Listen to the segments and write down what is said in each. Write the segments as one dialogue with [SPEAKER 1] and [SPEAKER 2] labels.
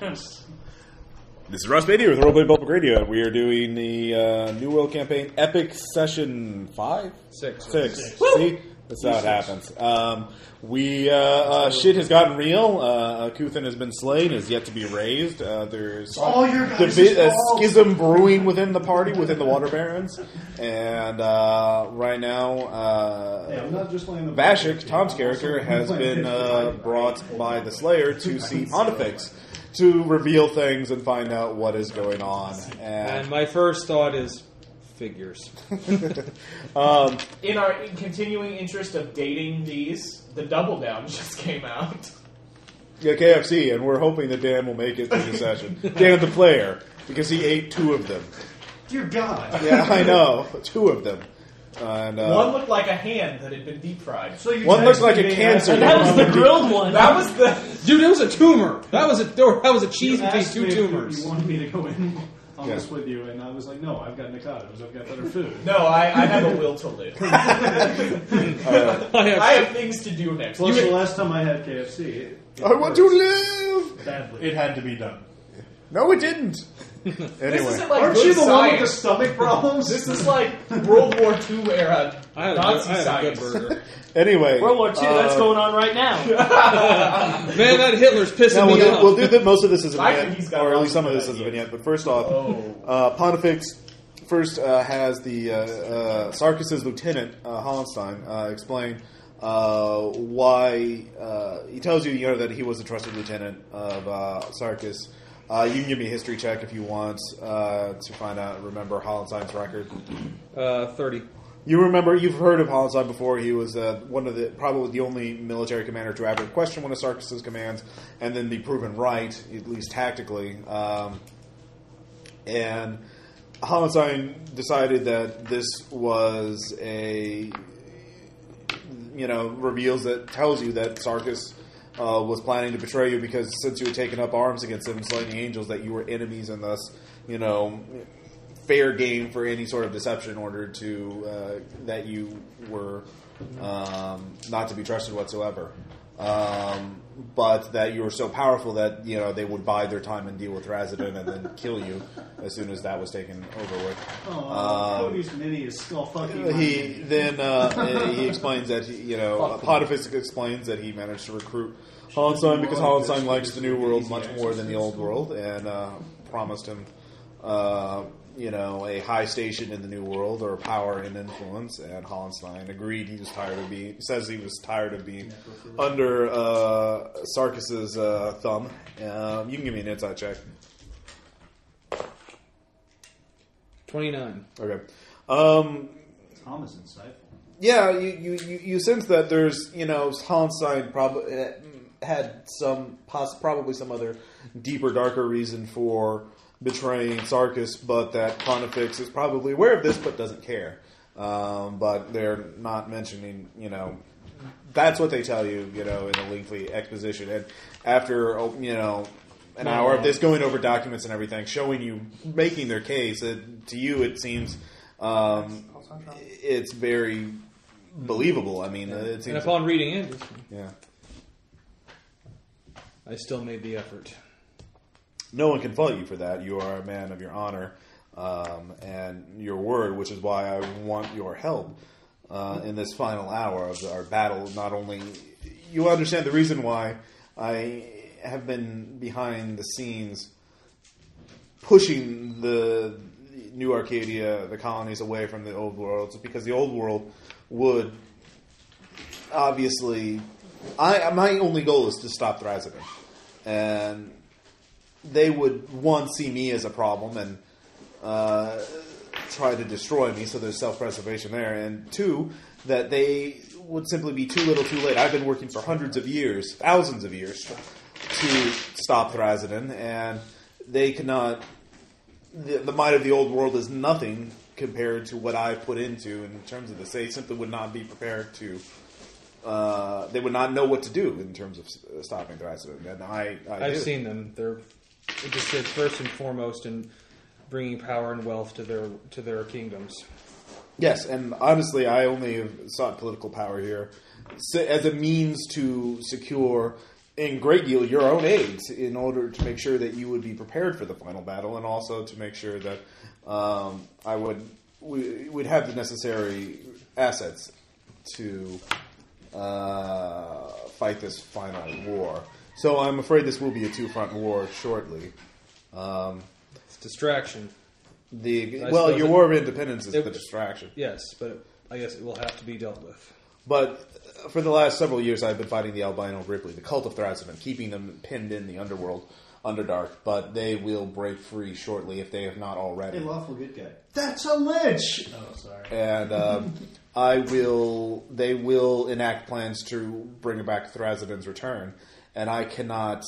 [SPEAKER 1] Yes.
[SPEAKER 2] This is Russ Beatty with Roleplay Public Radio. and We are doing the uh, New World Campaign Epic Session 5?
[SPEAKER 3] Six.
[SPEAKER 2] 6.
[SPEAKER 1] Six.
[SPEAKER 2] See? That's how it happens. Um, we uh, uh, Shit has gotten real. Uh, Kuthin has been slain, is yet to be raised. Uh, there's
[SPEAKER 4] Oh,
[SPEAKER 1] all your guys'
[SPEAKER 2] divi- a
[SPEAKER 1] fault.
[SPEAKER 2] schism brewing within the party, within the Water Barons. And uh, right now, uh,
[SPEAKER 1] Yeah, I'm not just playing the
[SPEAKER 2] Vashik, Tom's character, has been uh, brought by the Slayer to see Pontifex to reveal things and find out what is going on.
[SPEAKER 3] And
[SPEAKER 2] And
[SPEAKER 3] my first thought is figures.
[SPEAKER 2] um,
[SPEAKER 5] In our in continuing interest of dating these, the Double Down just came out.
[SPEAKER 2] yeah, KFC, and we're hoping that Dan will make it through the session. Dan, the player, because he ate two of them.
[SPEAKER 1] Dear God.
[SPEAKER 2] Yeah, I know, two of them. And
[SPEAKER 1] Oh.
[SPEAKER 5] one
[SPEAKER 2] uh,
[SPEAKER 5] looked like a hand that had been deep fried.
[SPEAKER 1] So you
[SPEAKER 2] One
[SPEAKER 1] guys
[SPEAKER 2] looks like a
[SPEAKER 1] dated-
[SPEAKER 2] cancer.
[SPEAKER 1] I-
[SPEAKER 6] And that was the grilled one.
[SPEAKER 5] That was the
[SPEAKER 3] Dude, it was a tumor. That was a that was a cheese
[SPEAKER 1] you
[SPEAKER 3] between
[SPEAKER 1] asked
[SPEAKER 3] two
[SPEAKER 1] me if
[SPEAKER 3] tumors.
[SPEAKER 1] You wanted me to go in on
[SPEAKER 2] Yeah.
[SPEAKER 1] this with you, and I was like, no, I've got Nikatos. I've got better food.
[SPEAKER 5] no. I, I have a will to live.
[SPEAKER 3] I have-
[SPEAKER 5] I have things to do next.
[SPEAKER 1] Plus,
[SPEAKER 5] You-
[SPEAKER 1] the last time I had KFC, it, it
[SPEAKER 2] I want
[SPEAKER 1] worked
[SPEAKER 2] to live.
[SPEAKER 1] badly.
[SPEAKER 7] It had to be done.
[SPEAKER 2] No, it didn't.
[SPEAKER 5] this
[SPEAKER 2] Anyway,
[SPEAKER 5] isn't like
[SPEAKER 1] Aren't
[SPEAKER 5] good
[SPEAKER 1] you the one with the
[SPEAKER 5] science.
[SPEAKER 1] stomach problems?
[SPEAKER 5] This is like World War II era
[SPEAKER 3] I had a good,
[SPEAKER 5] Nazi
[SPEAKER 3] I had a good
[SPEAKER 5] science.
[SPEAKER 3] burger.
[SPEAKER 2] anyway,
[SPEAKER 6] World War II. that's
[SPEAKER 2] uh,
[SPEAKER 6] going on right now.
[SPEAKER 3] Man, that Hitler's pissing
[SPEAKER 2] Now
[SPEAKER 3] me
[SPEAKER 2] we'll do,
[SPEAKER 3] off.
[SPEAKER 2] we'll do the, most of this as a
[SPEAKER 5] I think he's
[SPEAKER 2] vignette,
[SPEAKER 5] got
[SPEAKER 2] or at
[SPEAKER 5] lots
[SPEAKER 2] least some
[SPEAKER 5] of
[SPEAKER 2] of this
[SPEAKER 5] good
[SPEAKER 2] as a
[SPEAKER 5] ideas.
[SPEAKER 2] vignette. But first off,
[SPEAKER 5] Oh.
[SPEAKER 2] uh, Pontifex first uh, has the uh, uh, Sarkis's lieutenant uh, Hollenstein uh, explain uh, why uh, he tells you, you know, that he was a trusted lieutenant of uh, Sarkis. Uh, you can give me a history check if you want uh, to find out, remember Hollenstein's record.
[SPEAKER 3] Uh, Thirty.
[SPEAKER 2] You remember, you've heard of Hollenstein before. He was uh, one of the, probably the only military commander to ever question one of Sarkis's commands and then be proven right, at least tactically. Um, and Hollenstein decided that this was a, you know, reveals that tells you that Sarkis uh, was planning to betray you because since you had taken up arms against him, and slain the angels, that you were enemies and thus, you know, fair game for any sort of deception in order to uh, that you were um, not to be trusted whatsoever. Um, but that you were so powerful that you know they would bide their time and deal with Razadin and then kill you as soon as that was taken over with.
[SPEAKER 1] Aw,
[SPEAKER 2] Um,
[SPEAKER 1] Cody's mini is skull fucking.
[SPEAKER 2] He then uh, he explains that you know Potiphus explains that he managed to recruit Hollenstein because Hollenstein likes the New World much more than the Old World, and uh, promised him uh, you know a high station in the New World or power and influence. And Hollenstein agreed. He was tired of being says he was tired of being under uh, Sarkis's uh, thumb. Um, you can give me an insight check.
[SPEAKER 3] Twenty-nine.
[SPEAKER 2] Okay. Um,
[SPEAKER 1] Tom is insightful.
[SPEAKER 2] yeah, you, you, you, you sense that there's, you know, Hollenstein probably had some, poss- probably some other deeper, darker reason for betraying Sarkis, but that Pontifex is probably aware of this but doesn't care. Um, but they're not mentioning, you know, that's what they tell you, you know, in a lengthy exposition. And after, oh, you know, an hour of this going over documents and everything, showing you, making their case, it, to you it seems. Um, it's very believable. I mean, it
[SPEAKER 3] And
[SPEAKER 2] seems.
[SPEAKER 3] upon reading it,
[SPEAKER 2] yeah.
[SPEAKER 3] I still made the effort.
[SPEAKER 2] No one can fault you for that. You are a man of your honor um, and your word, which is why I want your help uh, in this final hour of our battle. Not only you understand the reason why I have been behind the scenes pushing the new Arcadia, the colonies away from the old world, is because the old world would obviously. I my only goal is to stop Thrasimir, and they would one see me as a problem and uh, try to destroy me. So there's self preservation there, and two that they would simply be too little, too late. I've been working for hundreds of years, thousands of years, to stop Thrasidon, and they cannot. The, the might of the old world is nothing compared to what I put into in terms of this. They simply would not be prepared to. Uh, they would not know what to do in terms of uh, stopping Thrasidon, and I. I
[SPEAKER 3] I've
[SPEAKER 2] do.
[SPEAKER 3] seen them. They're interested first and foremost in bringing power and wealth to their to their kingdoms.
[SPEAKER 2] Yes, and honestly, I only have sought political power here s- as a means to secure in great deal your own aids in order to make sure that you would be prepared for the final battle, and also to make sure that um, I would we would have the necessary assets to uh, fight this final war. So I'm afraid this will be a two front war shortly. Um,
[SPEAKER 3] It's distraction.
[SPEAKER 2] the
[SPEAKER 3] I
[SPEAKER 2] well,
[SPEAKER 3] suppose
[SPEAKER 2] your
[SPEAKER 3] it-
[SPEAKER 2] war of independence is
[SPEAKER 3] it-
[SPEAKER 2] the distraction,
[SPEAKER 3] Yes, but I guess it will have to be dealt with.
[SPEAKER 2] but. For the last several years, I've been fighting the albino Ripley, the cult of Thrasimund, keeping them pinned in the underworld, Underdark. But they will break free shortly if they have not already.
[SPEAKER 1] Hey, lawful good guy. That's a lich. Oh, sorry.
[SPEAKER 2] and um, I will. They will enact plans to bring back Thrasimund's return, and I cannot.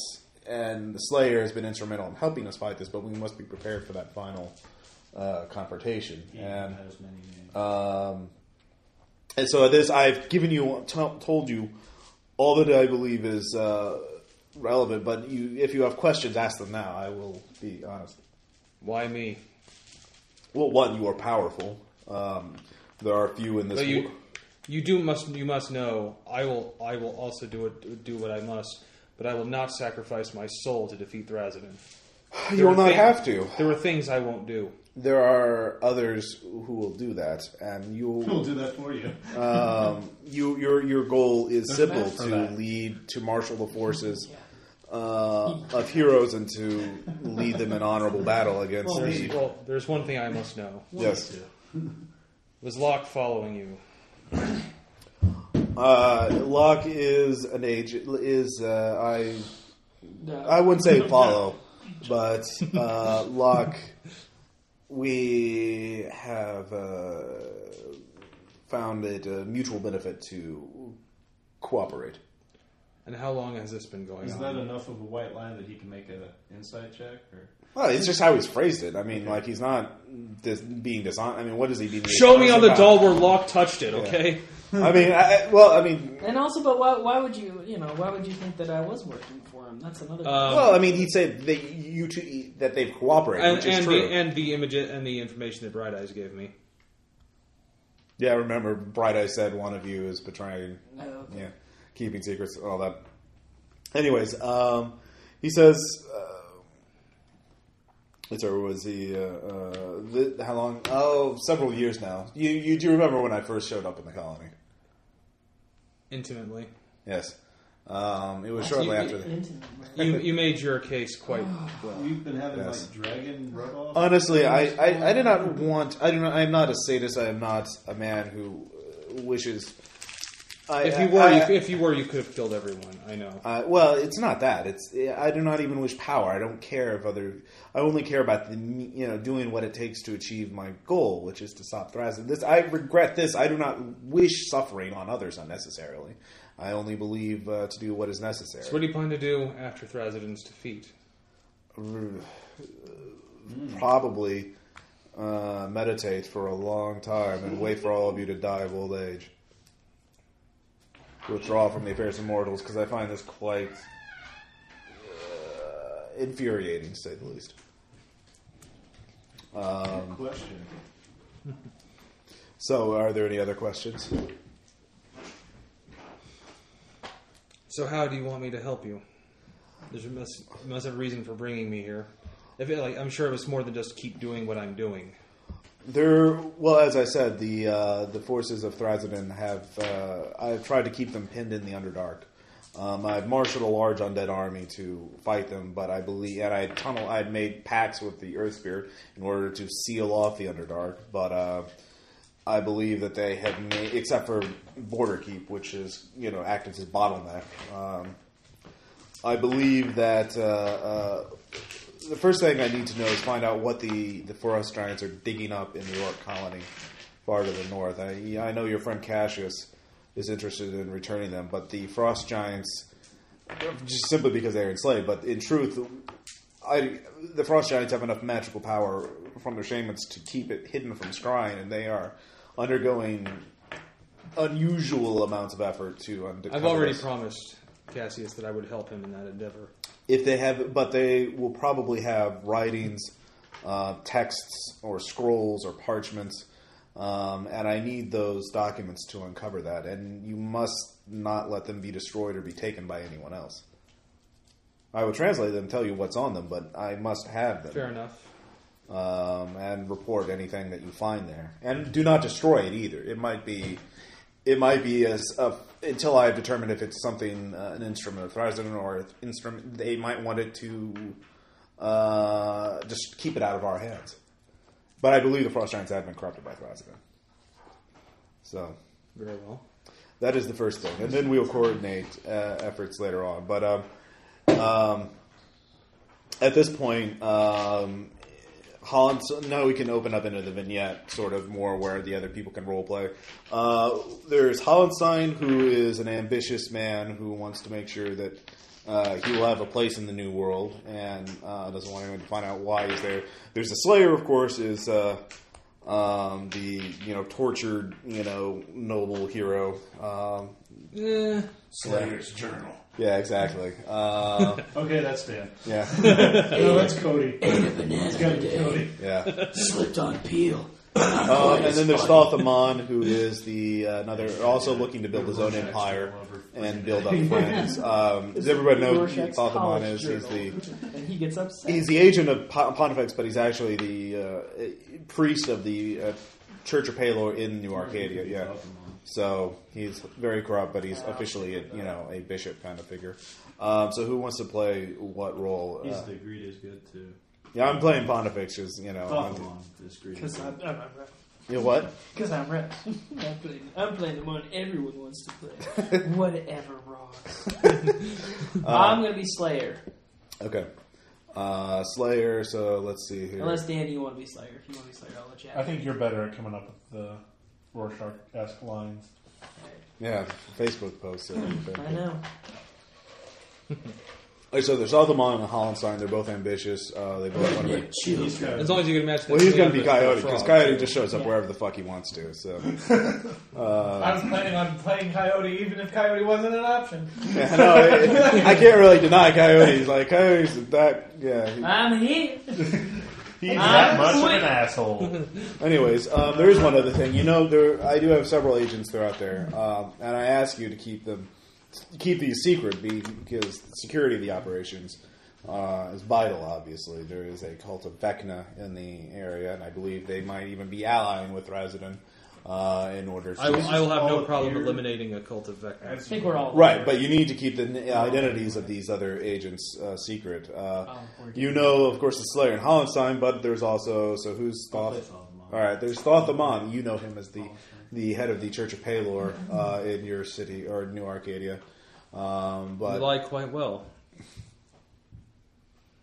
[SPEAKER 2] And the Slayer has been instrumental in helping us fight this, but we must be prepared for that final uh, confrontation.
[SPEAKER 1] Yeah,
[SPEAKER 2] And
[SPEAKER 1] that was many names.
[SPEAKER 2] um, and so this, I've given you, t- told you all that I believe is uh, relevant. But you, if you have questions, ask them now. I will be honest.
[SPEAKER 3] Why me?
[SPEAKER 2] Well, one, you are powerful. Um, there are few in this.
[SPEAKER 3] But
[SPEAKER 2] wo-
[SPEAKER 3] you, you do must you must know. I will I will also do it do what I must, but I will not sacrifice my soul to defeat Thrasimund.
[SPEAKER 2] You will not
[SPEAKER 3] There are
[SPEAKER 2] have
[SPEAKER 3] things-
[SPEAKER 2] to.
[SPEAKER 3] There are things I won't do.
[SPEAKER 2] There are others who will do that, and
[SPEAKER 1] We'll
[SPEAKER 2] you,
[SPEAKER 1] do that for you.
[SPEAKER 2] um, you, your, your goal is
[SPEAKER 1] There's
[SPEAKER 2] simple:
[SPEAKER 1] math for
[SPEAKER 2] to
[SPEAKER 1] that.
[SPEAKER 2] lead, to marshal the forces uh, of heroes, and to lead them in honorable battle against
[SPEAKER 1] Well,
[SPEAKER 2] the.
[SPEAKER 3] There's, well, there's one thing I must know.
[SPEAKER 2] Oh, Yes.
[SPEAKER 3] Was Locke following you?
[SPEAKER 2] Uh, Locke is an age is uh, I
[SPEAKER 6] No.
[SPEAKER 2] I wouldn't say follow, but uh, Locke we have uh, found it a mutual benefit to cooperate.
[SPEAKER 3] And how long has this been going
[SPEAKER 1] Is
[SPEAKER 3] on?
[SPEAKER 1] that enough of a white lie that he can make an inside check? Or?
[SPEAKER 2] Well, it's just how he's phrased it. I mean, like he's not dis- being dishonest. I mean, what is he being?
[SPEAKER 3] Show me on the
[SPEAKER 2] dishonest
[SPEAKER 3] doll
[SPEAKER 2] about?
[SPEAKER 3] where Locke touched it, okay?
[SPEAKER 2] I mean, I, I- well, I mean,
[SPEAKER 6] And also, but why, why would you, you know, why would you think that I was working for him? That's another.
[SPEAKER 3] Um,
[SPEAKER 2] well, I mean, he said that you two that they've cooperated,
[SPEAKER 3] and,
[SPEAKER 2] which is
[SPEAKER 3] and
[SPEAKER 2] true.
[SPEAKER 3] the and the images and the information that Bright Eyes gave me.
[SPEAKER 2] Yeah, I remember Bright Eye said one of you is betraying,
[SPEAKER 6] No.
[SPEAKER 2] yeah, keeping secrets and all that. Anyways, um, he says, uh, sorry, was he, uh, uh, the, how long? Oh, several years now. You, you do remember when I first showed up in the colony.
[SPEAKER 3] Intimately,
[SPEAKER 2] Yes. Um, it was shortly
[SPEAKER 3] you-
[SPEAKER 2] after that.
[SPEAKER 6] Intimate, right?
[SPEAKER 3] you you made your case quite well.
[SPEAKER 1] You've been having
[SPEAKER 2] Yes. Uh,
[SPEAKER 1] like dragon rub off?
[SPEAKER 2] Honestly, I, I, I do not want. I do not. I am not a sadist. I am not a man who uh, wishes. I,
[SPEAKER 3] If you
[SPEAKER 2] I-
[SPEAKER 3] were,
[SPEAKER 2] I-
[SPEAKER 3] you, if you were, you could have killed everyone. I know.
[SPEAKER 2] Uh, well, it's not that. It's I do not even wish power. I don't care if other. I only care about the me- you know doing what it takes to achieve my goal, which is to stop Thrasimund. This I regret. This I do not wish suffering on others unnecessarily. I only believe uh, to do what is necessary.
[SPEAKER 3] So what do you plan to do after Thrasimund's defeat?
[SPEAKER 2] Probably uh, meditate for a long time and wait for all of you to die of old age. Withdraw from the affairs of mortals because I find this quite uh, infuriating, to say the least. Um,
[SPEAKER 1] Question.
[SPEAKER 2] So, are there any other questions?
[SPEAKER 3] So how do you want me to help you? There's must must have a reason for bringing me here. If it, like I'm sure it was more than just keep doing what I'm doing.
[SPEAKER 2] There, well, as I said, the uh, the forces of Thrasimund have. Uh, I've tried to keep them pinned in the Underdark. Um, I've marshaled a large undead army to fight them, but I believe, and I tunnel. I made pacts with the Earth Spirit in order to seal off the Underdark, but uh, I believe that they have made, except for Border Keep, which is you know acted as bottleneck. Um, I believe that. Uh, uh, the first thing I need to know is find out what the, the forest giants are digging up in the York colony far to the north. I, I know your friend Cassius is interested in returning them, but the frost giants, just simply because they're enslaved, but in truth, I, the frost giants have enough magical power from their shamans to keep it hidden from scrying, and they are undergoing unusual amounts of effort to uncover
[SPEAKER 3] I've already
[SPEAKER 2] this.
[SPEAKER 3] promised Cassius that I would help him in that endeavor.
[SPEAKER 2] if they have, but they will probably have writings, uh, texts, or scrolls or parchments, um, and I need those documents to uncover that. And you must not let them be destroyed or be taken by anyone else. I would translate them, tell you what's on them, but I must have them
[SPEAKER 3] Fair enough.
[SPEAKER 2] um, and report anything that you find there. And do not destroy it either. It might be, it might be as a, until I have determined if it's something uh, an instrument of Thrasen or an instrument they might want it to uh, just keep it out of our hands. But I believe the frost giants have been corrupted by Thrasen. So
[SPEAKER 3] Very well.
[SPEAKER 2] that is the first thing, and then we'll coordinate uh, efforts later on. But um, um, at this point, um, Holland. So now we can open up into the vignette, sort of more where the other people can role play. Uh, there's Hollenstein, who is an ambitious man who wants to make sure that uh, he will have a place in the new world and uh, doesn't want anyone to find out why he's there. There's the Slayer, of course, is uh, um, the you know tortured you know noble hero. Um,
[SPEAKER 3] Eh,
[SPEAKER 1] Slayer's Journal.
[SPEAKER 2] yeah, exactly. Uh,
[SPEAKER 1] Okay, that's Dan.
[SPEAKER 2] yeah,
[SPEAKER 1] No, that's Cody.
[SPEAKER 7] Ate a banana
[SPEAKER 1] It's gotta be
[SPEAKER 7] today.
[SPEAKER 1] Cody.
[SPEAKER 2] yeah.
[SPEAKER 7] Slipped on peel.
[SPEAKER 2] Um, and then there's Thothamon, who is the uh, another also looking to build his own empire and build up friends. Um, does everybody know who
[SPEAKER 6] Rorschach's
[SPEAKER 2] Thothamon
[SPEAKER 6] college
[SPEAKER 2] is? He's the
[SPEAKER 6] journal. and he gets upset.
[SPEAKER 2] he's the agent of Po- Pontifex, but he's actually the uh, priest of the uh, Church of Palor in New Arcadia. Yeah, so he's very corrupt, but he's officially a, you know a bishop kind of figure. Um, so who wants to play what role?
[SPEAKER 1] He's
[SPEAKER 2] Uh,
[SPEAKER 1] the greed is good too.
[SPEAKER 2] yeah, I'm playing Pontifex. 'cause, you know,
[SPEAKER 8] Oh.
[SPEAKER 2] I'm-
[SPEAKER 1] Thothamon is greed. is
[SPEAKER 6] Because I'm,
[SPEAKER 1] good.
[SPEAKER 6] I'm, I'm,
[SPEAKER 2] you know what?
[SPEAKER 6] Because I'm rich. I'm playing, I'm playing the one everyone wants to play. Whatever rocks. I'm going to be Slayer.
[SPEAKER 2] Okay. Uh, Slayer, so let's see here.
[SPEAKER 6] Unless, Dan, you want to be Slayer. If you want to be Slayer, I'll let you have
[SPEAKER 8] I
[SPEAKER 6] it.
[SPEAKER 8] think you're better at coming up with the Rorschach-esque lines.
[SPEAKER 2] Yeah, Facebook post.
[SPEAKER 6] I know.
[SPEAKER 2] so there's Othamon and Hollenstein. They're both ambitious. Uh, they both want to
[SPEAKER 7] Redneck
[SPEAKER 2] make.
[SPEAKER 1] He's
[SPEAKER 7] children.
[SPEAKER 1] got
[SPEAKER 3] as long as you can match.
[SPEAKER 2] Well, he's going to be Coyote because Coyote just shows up
[SPEAKER 6] Yeah.
[SPEAKER 2] wherever the fuck he wants to. So
[SPEAKER 5] I was planning on playing Coyote, even if Coyote wasn't an option.
[SPEAKER 2] yeah, no, I- I can't really deny Coyote. He's like Coyote's that. Yeah.
[SPEAKER 6] I'm here.
[SPEAKER 8] He's
[SPEAKER 6] that
[SPEAKER 8] that
[SPEAKER 6] much
[SPEAKER 8] much
[SPEAKER 6] of an
[SPEAKER 8] an asshole.
[SPEAKER 2] he- Anyways, um, there is one other thing. You know, there I do have several agents throughout there, um, and I ask you to keep them keep these secret be- because security of the operations uh, is vital. Obviously, there is a cult of Vecna in the area, and I believe they might even be allying with Resident uh, in order. To
[SPEAKER 3] I will, I will have no
[SPEAKER 1] all
[SPEAKER 3] problem
[SPEAKER 1] appeared.
[SPEAKER 3] eliminating a cult of Vecna.
[SPEAKER 6] I think we're all
[SPEAKER 2] Right, but you need to keep the n- uh, identities of these other agents uh, secret. Uh,
[SPEAKER 6] Oh, we're good.
[SPEAKER 2] you know, of course, the Slayer and Hollenstein, but there's also so who's Thoth?
[SPEAKER 1] Thothamon.
[SPEAKER 2] All right, there's Thothamon. You know him as the the head of the Church of Palor uh, in your city or New Arcadia. Um,
[SPEAKER 3] You
[SPEAKER 2] but
[SPEAKER 3] lie quite well.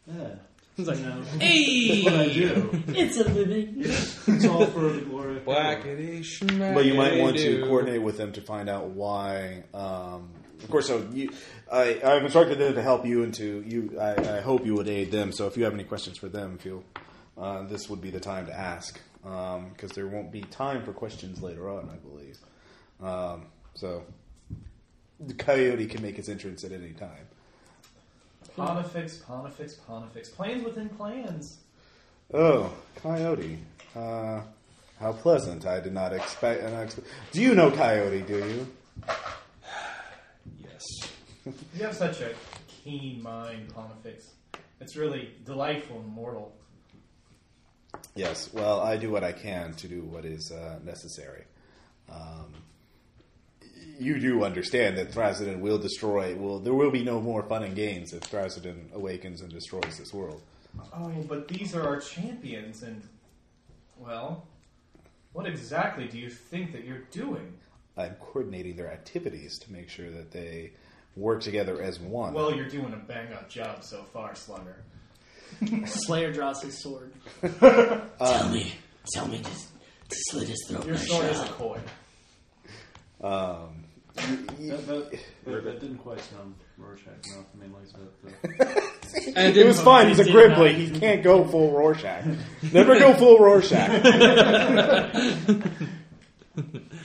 [SPEAKER 1] Yeah.
[SPEAKER 3] It's like,
[SPEAKER 1] You know,
[SPEAKER 6] Hey!
[SPEAKER 1] what I do.
[SPEAKER 6] It's a living.
[SPEAKER 1] It's all for the glory of God.
[SPEAKER 2] but you might want to coordinate with them to find out why. Um, of course, so you, I, I've instructed them to help you, and to you, I, I hope you would aid them. So if you have any questions for them, feel uh, this would be the time to ask, because there won't be time for questions later on, I believe. Um, so the coyote can make its entrance at any time.
[SPEAKER 5] Pontifex, Pontifex, Pontifex. Plans within plans.
[SPEAKER 2] Oh, coyote. Uh, how pleasant! I did not expect. and I expe- Do you know coyote? Do you?
[SPEAKER 3] Yes.
[SPEAKER 5] You have such a keen mind, Pontifex. It's really delightful and mortal.
[SPEAKER 2] Yes. Well, I do what I can to do what is uh, necessary. Um, you do understand that Thrasadin will destroy. Will there will be no more fun and games if Thrasadin awakens and destroys this world?
[SPEAKER 5] Oh, but these are our champions, and well, what exactly do you think that you're doing?
[SPEAKER 2] I'm coordinating their activities to make sure that they work together as one.
[SPEAKER 5] Well, you're doing a bang up job so far, Slugger.
[SPEAKER 6] Slayer draws his sword.
[SPEAKER 7] Tell
[SPEAKER 2] Um,
[SPEAKER 7] me, tell me to, to slit his throat.
[SPEAKER 5] Your
[SPEAKER 7] and I
[SPEAKER 5] sword is a
[SPEAKER 7] shall.
[SPEAKER 5] coin.
[SPEAKER 2] um,
[SPEAKER 1] That, that, that, that didn't quite sound Rorschach enough. I mean, like that. though.
[SPEAKER 3] And
[SPEAKER 2] it was fine. He's a
[SPEAKER 6] Did not-
[SPEAKER 2] Gribbly. He can't go full Rorschach. Never go full Rorschach.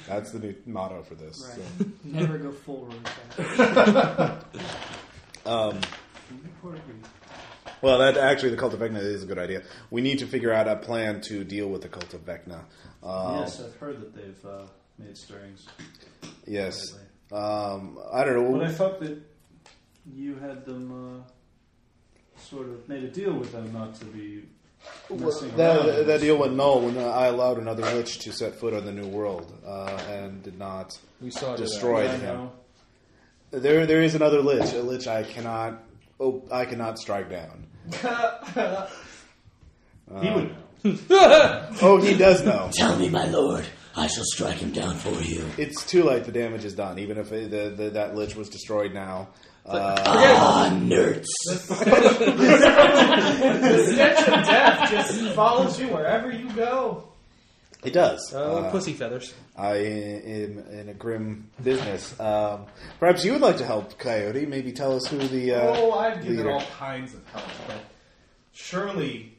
[SPEAKER 2] That's the new motto for this.
[SPEAKER 6] Right.
[SPEAKER 2] so.
[SPEAKER 6] Never go full Rorschach.
[SPEAKER 1] uh,
[SPEAKER 2] Well, that actually, the cult of Vecna is a good idea. We need to figure out a plan to deal with the cult of Vecna. Uh,
[SPEAKER 1] yes, I've heard that they've uh, made stirrings.
[SPEAKER 2] yes.
[SPEAKER 1] lately.
[SPEAKER 2] Um, I don't know.
[SPEAKER 1] But I thought that you had them uh, sort of made a deal with them not to be messing around.
[SPEAKER 2] That, that deal went null when I allowed another Lich to set foot on the New World uh, and did not
[SPEAKER 4] We saw to that.
[SPEAKER 2] destroy
[SPEAKER 1] I
[SPEAKER 2] him.
[SPEAKER 1] know.
[SPEAKER 2] There, there is another lich. A lich I cannot, oh, I cannot strike down.
[SPEAKER 1] He would know.
[SPEAKER 2] Oh, he does know.
[SPEAKER 9] Tell me, my lord, I shall strike him down for you.
[SPEAKER 2] It's too late. The damage is done. Even if it, the, the, that lich was destroyed now,
[SPEAKER 9] Ah, nerds.
[SPEAKER 5] The stench of death just follows you wherever you go.
[SPEAKER 2] it does.
[SPEAKER 4] Uh, pussy feathers.
[SPEAKER 2] I am in a grim business. Um, perhaps you would like to help, Coyote. Maybe tell us who the. Uh,
[SPEAKER 5] Oh, I've given
[SPEAKER 2] leader-
[SPEAKER 5] all kinds of help, but surely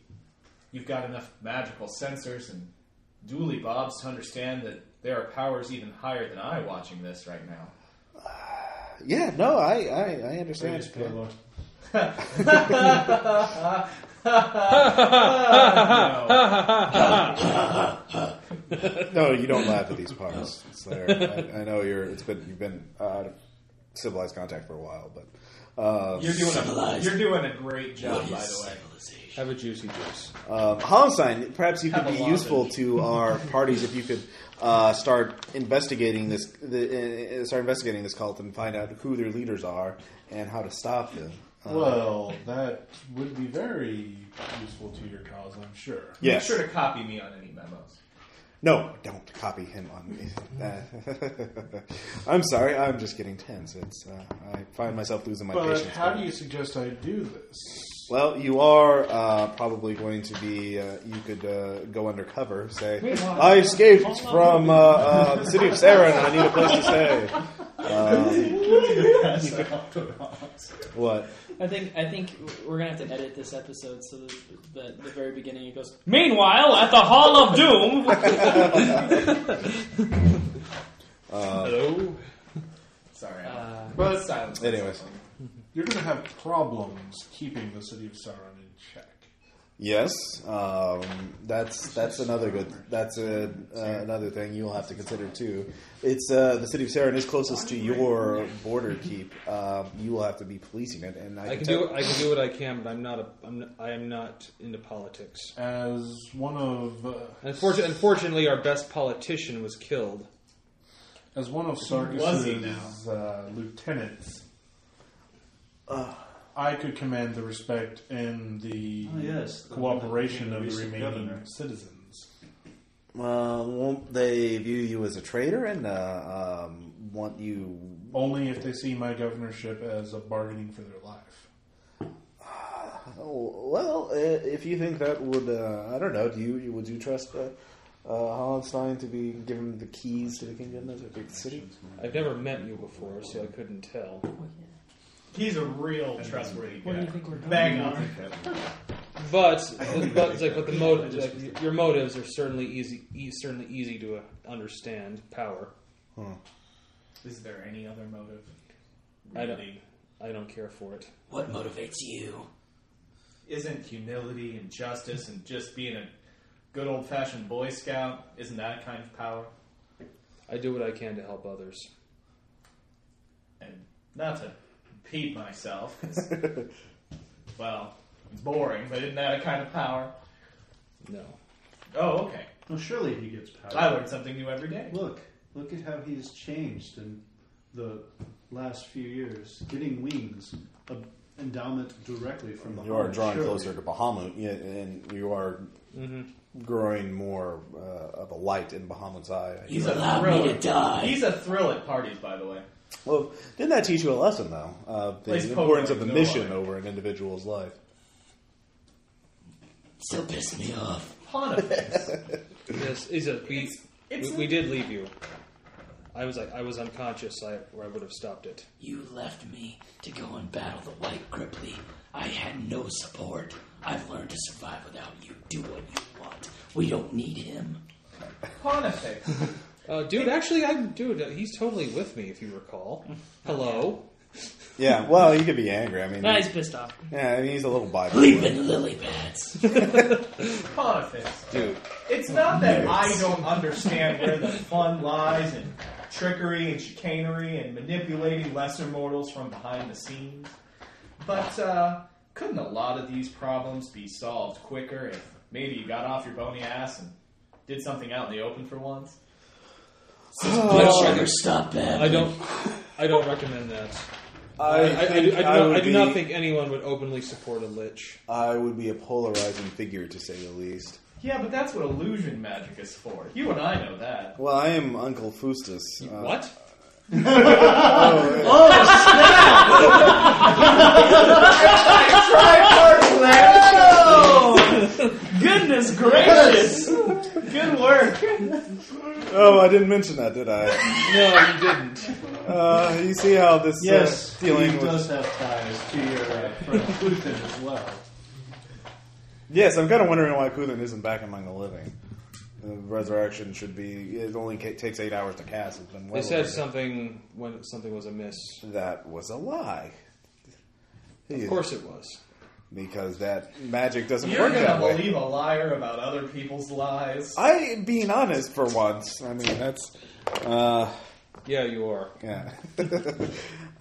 [SPEAKER 5] you've got enough magical sensors and dually bobs to understand that there are powers even higher than I watching this right now.
[SPEAKER 2] Yeah, no, I, I, I
[SPEAKER 8] They
[SPEAKER 2] understand.
[SPEAKER 8] just put a look.
[SPEAKER 5] No.
[SPEAKER 2] No, you don't laugh at these parts. It's there. I, I know you're. It's been you've been uh, out of civilized contact for a while, but. Um,
[SPEAKER 5] You're doing a
[SPEAKER 9] Civilized.
[SPEAKER 5] you're doing a great job,
[SPEAKER 9] What
[SPEAKER 5] by
[SPEAKER 9] is
[SPEAKER 5] the way.
[SPEAKER 9] civilization?
[SPEAKER 4] Have a juicy juice.
[SPEAKER 2] Um, Hollenstein, perhaps you could
[SPEAKER 5] Have a
[SPEAKER 2] be
[SPEAKER 5] lozenge.
[SPEAKER 2] useful to our parties if you could uh, start investigating this, the, uh, start investigating this cult and find out who their leaders are and how to stop them. Uh,
[SPEAKER 8] Well, that would be very useful to your cause, I'm sure.
[SPEAKER 2] yes.
[SPEAKER 5] Be sure to copy me on any memos.
[SPEAKER 2] No, don't copy him on me. I'm sorry, I'm just getting tense. It's uh, I find myself losing my
[SPEAKER 8] But
[SPEAKER 2] patience.
[SPEAKER 8] how do you suggest I do this?
[SPEAKER 2] Well, you are uh, probably going to be. Uh, you could uh, go undercover. Say, I escaped from uh, uh, the city of Saren, and I need a place to stay. What?
[SPEAKER 6] I think I think we're gonna have to edit this episode so that the, the very beginning it goes. Meanwhile, at the Hall of Doom,
[SPEAKER 2] uh,
[SPEAKER 4] Hello.
[SPEAKER 5] Sorry.
[SPEAKER 6] Uh,
[SPEAKER 5] but silence.
[SPEAKER 2] Anyways.
[SPEAKER 8] You're going to have problems keeping the city of Sauron in check.
[SPEAKER 2] Yes, um, that's that's another good. That's a, uh, another thing you'll have to consider too. It's uh, the city of Saren is closest to your border keep. Um, you will have to be policing it, and I,
[SPEAKER 4] I can
[SPEAKER 2] tell-
[SPEAKER 4] do I can do what I can, but I'm not a I'm not, I am not into politics.
[SPEAKER 2] Uh,
[SPEAKER 8] As one of uh,
[SPEAKER 4] Unfortunately, unfortunately, our best politician was killed.
[SPEAKER 8] as one of
[SPEAKER 5] Was he now?
[SPEAKER 8] Sarkis's uh, lieutenants, I could command the respect and the
[SPEAKER 1] Oh, yes. The-
[SPEAKER 8] cooperation
[SPEAKER 1] the
[SPEAKER 8] of the
[SPEAKER 1] recent
[SPEAKER 8] remaining
[SPEAKER 1] governor.
[SPEAKER 8] citizens.
[SPEAKER 2] Uh, won't they view you as a traitor and uh, um, want you?
[SPEAKER 8] Only if they see my governorship as a bargaining for their life.
[SPEAKER 2] Oh, well, uh, if you think that would, uh, I don't know. Do you you- would you trust uh, uh, Hollenstein to be given the keys to the kingdom of the big city?
[SPEAKER 4] I've never met you before, so I couldn't tell.
[SPEAKER 5] He's a real trustworthy
[SPEAKER 6] what do
[SPEAKER 5] guy.
[SPEAKER 6] you think we're doing?
[SPEAKER 5] Bang on.
[SPEAKER 4] But but it's like, but the motive, like, your motives are certainly easy, e- certainly easy to uh, understand. Power.
[SPEAKER 5] Is there any other motive?
[SPEAKER 4] I don't-
[SPEAKER 5] Really?
[SPEAKER 4] I don't care for it.
[SPEAKER 9] What motivates you?
[SPEAKER 5] Isn't humility and justice and just being a good old fashioned Boy Scout, isn't that kind of power?
[SPEAKER 4] I do what I can to help others.
[SPEAKER 5] And not to repeat myself, 'cause, well, it's boring, but isn't that a kind of power?
[SPEAKER 4] No.
[SPEAKER 5] Oh, okay.
[SPEAKER 1] Well, surely he gets power.
[SPEAKER 5] I learn something new every day.
[SPEAKER 1] Look, look at how he's changed in the last few years. Getting wings, an endowment directly from the
[SPEAKER 2] You are
[SPEAKER 4] Oh,
[SPEAKER 1] Horde,
[SPEAKER 2] drawing
[SPEAKER 1] surely.
[SPEAKER 2] closer to Bahamut, yeah, and you are
[SPEAKER 4] Mm-hmm.
[SPEAKER 2] growing more uh, of a light in Bahamut's eye.
[SPEAKER 9] You
[SPEAKER 5] a
[SPEAKER 9] allow
[SPEAKER 5] thriller.
[SPEAKER 9] me to die.
[SPEAKER 5] He's a thrill at parties, by the way.
[SPEAKER 2] Well, didn't that teach you a lesson, though? Uh, the
[SPEAKER 5] Please,
[SPEAKER 2] importance of the
[SPEAKER 5] Pokemon, no
[SPEAKER 2] mission
[SPEAKER 5] lie.
[SPEAKER 2] over an individual's life.
[SPEAKER 9] Still piss me off.
[SPEAKER 5] Pontifex.
[SPEAKER 4] Yes, is it? We,
[SPEAKER 5] It's- it's
[SPEAKER 4] we, we did leave you. I was like, I was unconscious. I, or I would have stopped it.
[SPEAKER 9] You left me to go and battle the White Cripply. I had no support. I've learned to survive without you. Do what you want. We don't need him.
[SPEAKER 5] Pontifex.
[SPEAKER 4] Uh, dude, actually, I dude, uh, he's totally with me. If you recall, hello.
[SPEAKER 2] Yeah, well, you could be angry. I mean,
[SPEAKER 6] Nah, he's pissed off.
[SPEAKER 2] yeah, I mean, he's a little bipolar.
[SPEAKER 9] Leaping lily pads.
[SPEAKER 5] Pontifex.
[SPEAKER 2] Dude,
[SPEAKER 5] It's not that I don't understand where the fun lies in trickery and chicanery and manipulating lesser mortals from behind the scenes, but uh, couldn't a lot of these problems be solved quicker if maybe you got off your bony ass and did something out in the open for once?
[SPEAKER 9] Blood sugar, stop that.
[SPEAKER 4] I don't. I don't recommend that.
[SPEAKER 2] I,
[SPEAKER 4] I, I, do, I do not, I do not think anyone would openly support a lich.
[SPEAKER 2] I would be a polarizing figure to say the least.
[SPEAKER 5] Yeah, but that's what illusion magic is for. You and I know that.
[SPEAKER 2] Well, I am Uncle Fustus. uh,
[SPEAKER 4] what?
[SPEAKER 6] Goodness gracious!
[SPEAKER 5] Good work.
[SPEAKER 2] Oh, I didn't mention that, did I?
[SPEAKER 4] No, you didn't.
[SPEAKER 2] uh, you see how this
[SPEAKER 1] Yes,
[SPEAKER 2] uh, dealing
[SPEAKER 1] he
[SPEAKER 2] with
[SPEAKER 1] does have ties to your uh, friend Cluthin as well.
[SPEAKER 2] Yes, I'm kind of wondering why Kuthin isn't back among the living. The resurrection should be. It only ca- takes eight hours to cast. It's been well
[SPEAKER 4] They said
[SPEAKER 2] over.
[SPEAKER 4] something when something was amiss.
[SPEAKER 2] That was a lie.
[SPEAKER 4] Of course, it was.
[SPEAKER 2] because that magic doesn't
[SPEAKER 5] You're
[SPEAKER 2] work
[SPEAKER 5] gonna
[SPEAKER 2] that way.
[SPEAKER 5] believe a liar about other people's lies.
[SPEAKER 2] I being honest for once. I mean that's. Uh,
[SPEAKER 4] Yeah, you are.
[SPEAKER 2] Yeah.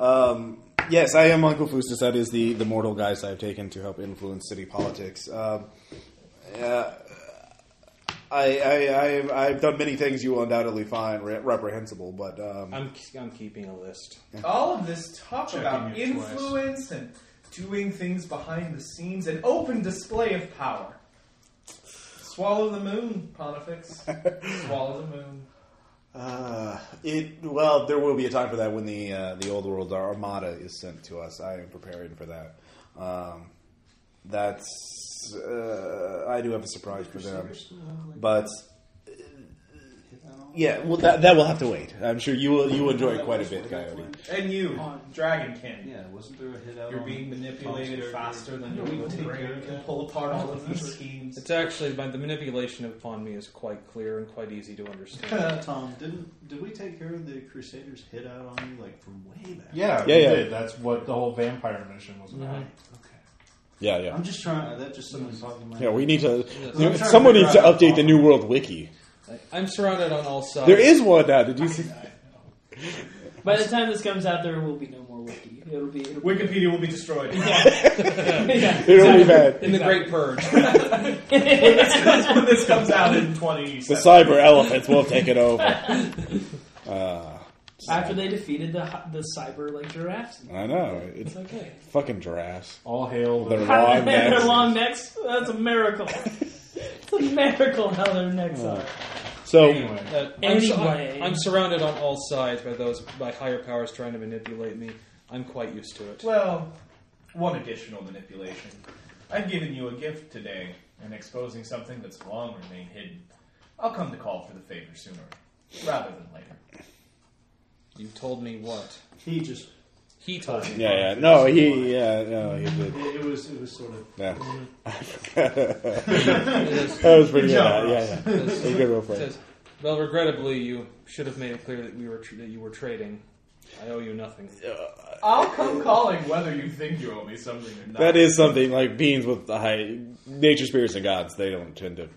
[SPEAKER 2] um, yes, I am Uncle Fustus. That is the, the mortal guise I've taken to help influence city politics. Um, uh, I, I, I've, I've done many things you will undoubtedly find re- reprehensible, but um,
[SPEAKER 4] I'm I'm keeping a list.
[SPEAKER 5] All of this talk about
[SPEAKER 1] you twice.
[SPEAKER 5] influence and doing things behind the scenes, an open display of power. Swallow the moon, Pontifex. Swallow the moon.
[SPEAKER 2] uh, it well, there will be a time for that when the uh, the old world armada is sent to us. I am preparing for that. Um, that's uh, I do have a surprise for them, but Yeah, well, that, that will have to wait. I'm sure you will you will enjoy it quite a bit, Coyote.
[SPEAKER 5] And you, Dragon King.
[SPEAKER 1] Yeah, wasn't there a hit out?
[SPEAKER 5] You're
[SPEAKER 1] on
[SPEAKER 5] being manipulated
[SPEAKER 1] Tom's
[SPEAKER 5] faster than your
[SPEAKER 1] Yeah,
[SPEAKER 5] little
[SPEAKER 1] take
[SPEAKER 5] brain
[SPEAKER 1] care.
[SPEAKER 5] can pull apart all of these schemes.
[SPEAKER 4] It's actually my, the manipulation upon me is quite clear and quite easy to understand.
[SPEAKER 1] character? Tom, didn't did we take care of the Crusaders' hit out on you like from way back?
[SPEAKER 8] Yeah,
[SPEAKER 2] Yeah,
[SPEAKER 8] we
[SPEAKER 2] yeah.
[SPEAKER 8] did. That's what the whole vampire mission was about.
[SPEAKER 1] Mm-hmm. Okay.
[SPEAKER 2] Yeah, yeah,
[SPEAKER 1] I'm just trying. That just somebody's talking about.
[SPEAKER 2] yeah. We need to.
[SPEAKER 1] I'm trying
[SPEAKER 2] someone
[SPEAKER 1] to
[SPEAKER 2] needs to
[SPEAKER 1] figure out-
[SPEAKER 2] update the New World Wiki.
[SPEAKER 4] I, I'm surrounded on all sides.
[SPEAKER 2] There is one now. Did you see?
[SPEAKER 6] By the time this comes out, there will be no more wiki. It'll be. It'll be
[SPEAKER 5] Wikipedia will be destroyed.
[SPEAKER 6] yeah,
[SPEAKER 2] It'll be
[SPEAKER 6] exactly.
[SPEAKER 2] bad.
[SPEAKER 4] in the Great Purge.
[SPEAKER 5] That's when this comes out in 20
[SPEAKER 2] The cyber elephants will take it over. Uh,
[SPEAKER 6] After they defeated the hi- the cyber like giraffes,
[SPEAKER 2] I know it's
[SPEAKER 6] it's okay.
[SPEAKER 2] fucking giraffes.
[SPEAKER 8] All hail
[SPEAKER 2] They're
[SPEAKER 8] the.
[SPEAKER 6] How
[SPEAKER 2] long
[SPEAKER 6] they their
[SPEAKER 2] necks.
[SPEAKER 6] long necks? That's a miracle. it's a miracle how their necks are.
[SPEAKER 2] So
[SPEAKER 8] Anyway,
[SPEAKER 4] Uh, I'm, su-
[SPEAKER 6] Anyway.
[SPEAKER 4] I'm surrounded on all sides by those by higher powers trying to manipulate me. I'm quite used to it.
[SPEAKER 5] Well, one additional manipulation. I've given you a gift today and exposing something that's long remained hidden. I'll come to call for the favor sooner rather than later.
[SPEAKER 4] You told me what
[SPEAKER 1] He just.
[SPEAKER 4] he told me.
[SPEAKER 2] Oh, yeah, yeah. No, he yeah, no, he did.
[SPEAKER 1] It, it was. It was sort of.
[SPEAKER 2] Yeah. that was pretty good.
[SPEAKER 5] job,
[SPEAKER 2] Yeah, yeah. You go real quick.
[SPEAKER 4] Says, well, regrettably, you should have made it clear that we were tr- that you were trading. I owe you nothing.
[SPEAKER 2] Uh,
[SPEAKER 5] I'll come calling whether you think you owe me something or not.
[SPEAKER 2] That is something like beings with the high nature spirits and gods. They don't tend to.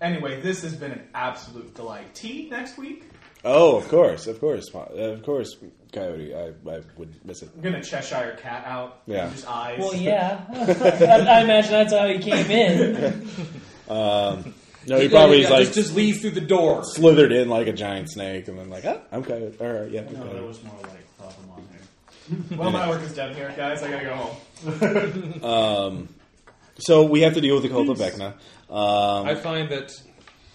[SPEAKER 5] Anyway, this has been an absolute delight. Tea next week?
[SPEAKER 2] Oh, of course, of course, uh, of course, Coyote. I, I would miss it.
[SPEAKER 5] I'm gonna Cheshire cat out.
[SPEAKER 2] Yeah.
[SPEAKER 5] Just eyes.
[SPEAKER 6] Well, yeah. I, I imagine that's how he came in.
[SPEAKER 2] No, he probably
[SPEAKER 4] Yeah,
[SPEAKER 2] is like
[SPEAKER 4] just, just leave through the door.
[SPEAKER 2] slithered in like a giant snake, and then like, ah, I'm Coyote. All right, yeah. I'm
[SPEAKER 1] No,
[SPEAKER 2] Coyote.
[SPEAKER 1] that was more like Papa on there.
[SPEAKER 5] Well, my work is done here, guys. I gotta go home.
[SPEAKER 2] so we have to deal with the cult of Vecna. Um,
[SPEAKER 4] I find that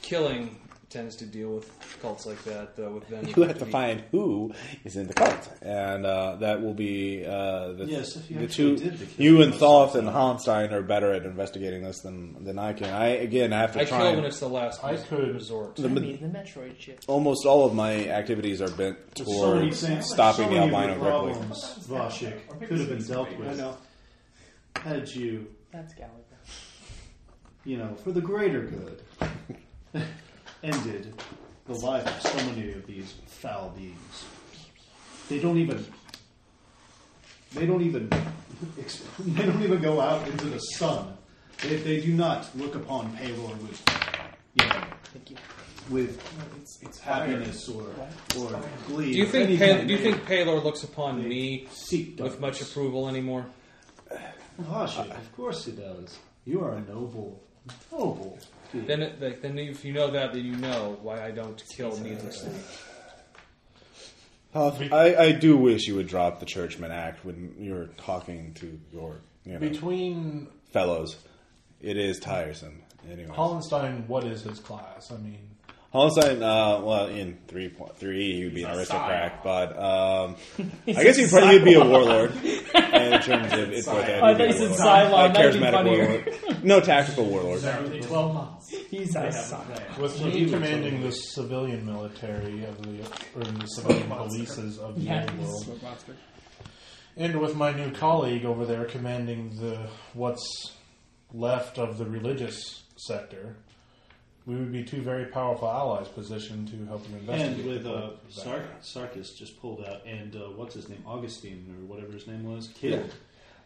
[SPEAKER 4] killing tends to deal with cults like that, though. With them,
[SPEAKER 2] you have to find who is in the cult, and uh, that will be uh, the,
[SPEAKER 1] Yes, if you
[SPEAKER 2] the two.
[SPEAKER 1] actually did the killing
[SPEAKER 2] you and
[SPEAKER 1] yourself.
[SPEAKER 2] Thoth and Hollenstein are better at investigating this than than I can. I again, I have to
[SPEAKER 4] I
[SPEAKER 2] try.
[SPEAKER 4] kill
[SPEAKER 2] and-
[SPEAKER 4] when it's the last
[SPEAKER 8] I could-
[SPEAKER 4] resort.
[SPEAKER 6] I mean, the Metroid chip.
[SPEAKER 2] almost all of my activities are bent
[SPEAKER 1] so many
[SPEAKER 2] towards
[SPEAKER 1] things-
[SPEAKER 2] stopping
[SPEAKER 1] so
[SPEAKER 2] the
[SPEAKER 1] many
[SPEAKER 2] outline
[SPEAKER 1] of
[SPEAKER 2] of
[SPEAKER 1] the
[SPEAKER 2] Ripley.
[SPEAKER 1] problems, Vashik, could have been dealt with. Had you,
[SPEAKER 6] That's Gallagher.
[SPEAKER 1] you know, for the greater good, ended the life of so many of these foul beings. They don't even. They don't even. ex- They don't even go out into the sun. They, they do not look upon payroll with, you know,
[SPEAKER 6] Thank you.
[SPEAKER 1] with
[SPEAKER 5] It's, it's
[SPEAKER 1] happiness or or glee.
[SPEAKER 4] Do you
[SPEAKER 1] or
[SPEAKER 4] think
[SPEAKER 1] anything
[SPEAKER 4] Pal- do you
[SPEAKER 1] they
[SPEAKER 4] think Palor looks upon me
[SPEAKER 1] seek
[SPEAKER 4] with
[SPEAKER 1] darkness.
[SPEAKER 4] much approval anymore?
[SPEAKER 1] Gosh, of course he does. You are a noble, noble. dude.
[SPEAKER 4] Then, it, like, then if you know that, then you know why I don't kill needlessly.
[SPEAKER 2] Huff, I, I do wish you would drop the churchman act when you're talking to your you know,
[SPEAKER 8] Between
[SPEAKER 2] fellows. It is tiresome. Anyway,
[SPEAKER 8] Hollenstein, what is his class? I mean,
[SPEAKER 2] Hollenstein, uh, well, in three point three, he would be an aristocrat, but um, I guess he'd probably he'd be a warlord in terms of it's worth that.
[SPEAKER 6] I
[SPEAKER 2] he'd be
[SPEAKER 6] thought
[SPEAKER 2] a
[SPEAKER 6] you
[SPEAKER 2] warlord.
[SPEAKER 6] said Cylon.
[SPEAKER 2] Like
[SPEAKER 6] That'd be
[SPEAKER 2] charismatic
[SPEAKER 6] funnier.
[SPEAKER 2] warlord, no tactical warlord.
[SPEAKER 5] They're within 12 miles.
[SPEAKER 6] He's
[SPEAKER 5] They
[SPEAKER 6] a
[SPEAKER 5] have a
[SPEAKER 6] Cylon.
[SPEAKER 5] plan.
[SPEAKER 8] was he commanding the civilian military of the or the civilian polices of the
[SPEAKER 6] Yeah,
[SPEAKER 8] old
[SPEAKER 6] he's a
[SPEAKER 8] world?
[SPEAKER 6] smoke monster.
[SPEAKER 8] And with my new colleague over there commanding the what's left of the religious sector, we would be two very powerful allies positioned to help you investigate.
[SPEAKER 1] And with uh,
[SPEAKER 8] the-
[SPEAKER 1] Sar- Sarkis just pulled out, and uh, what's his name, Augustine or whatever his name was, killed.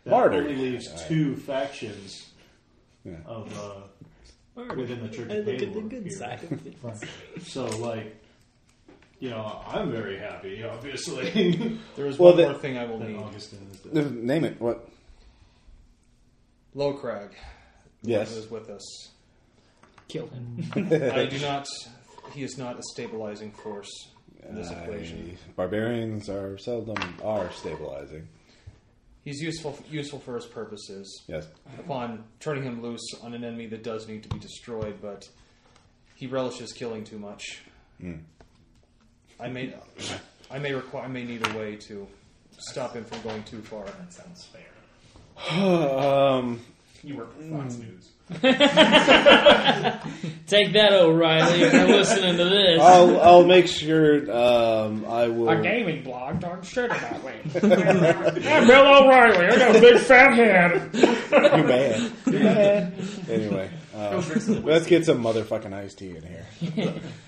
[SPEAKER 1] That
[SPEAKER 2] Martyred.
[SPEAKER 1] only leaves two factions
[SPEAKER 2] Yeah.
[SPEAKER 1] of uh, within the Church
[SPEAKER 6] I
[SPEAKER 1] of
[SPEAKER 6] look at Uh, the
[SPEAKER 1] Baylor
[SPEAKER 6] good
[SPEAKER 1] here.
[SPEAKER 6] side of things.
[SPEAKER 1] So, like, you know, I'm very happy, obviously.
[SPEAKER 4] There is
[SPEAKER 2] Well,
[SPEAKER 4] one
[SPEAKER 2] the-
[SPEAKER 4] more thing I will
[SPEAKER 1] that
[SPEAKER 4] need.
[SPEAKER 1] Augustine is dead.
[SPEAKER 2] Name it. What?
[SPEAKER 4] Low Crag
[SPEAKER 2] Yes.
[SPEAKER 4] is with us.
[SPEAKER 6] Kill him.
[SPEAKER 4] I do not. He is not a stabilizing force in this equation.
[SPEAKER 2] I- barbarians are seldom are stabilizing.
[SPEAKER 4] He's useful useful for his purposes.
[SPEAKER 2] Yes.
[SPEAKER 4] Upon turning him loose on an enemy that does need to be destroyed, but he relishes killing too much.
[SPEAKER 2] Hmm.
[SPEAKER 4] I may I may require I may need a way to stop him from going too far.
[SPEAKER 5] That sounds fair.
[SPEAKER 2] um,
[SPEAKER 5] You work for Fox News.
[SPEAKER 6] Take that, O'Reilly. If you're listening to this.
[SPEAKER 2] I'll I'll make sure. Um, I will.
[SPEAKER 10] A gaming blog talks shit about me. I'm Bill O'Reilly. I got a big fat head.
[SPEAKER 2] You're bad. You're bad. anyway, uh, let's get some motherfucking iced tea in here.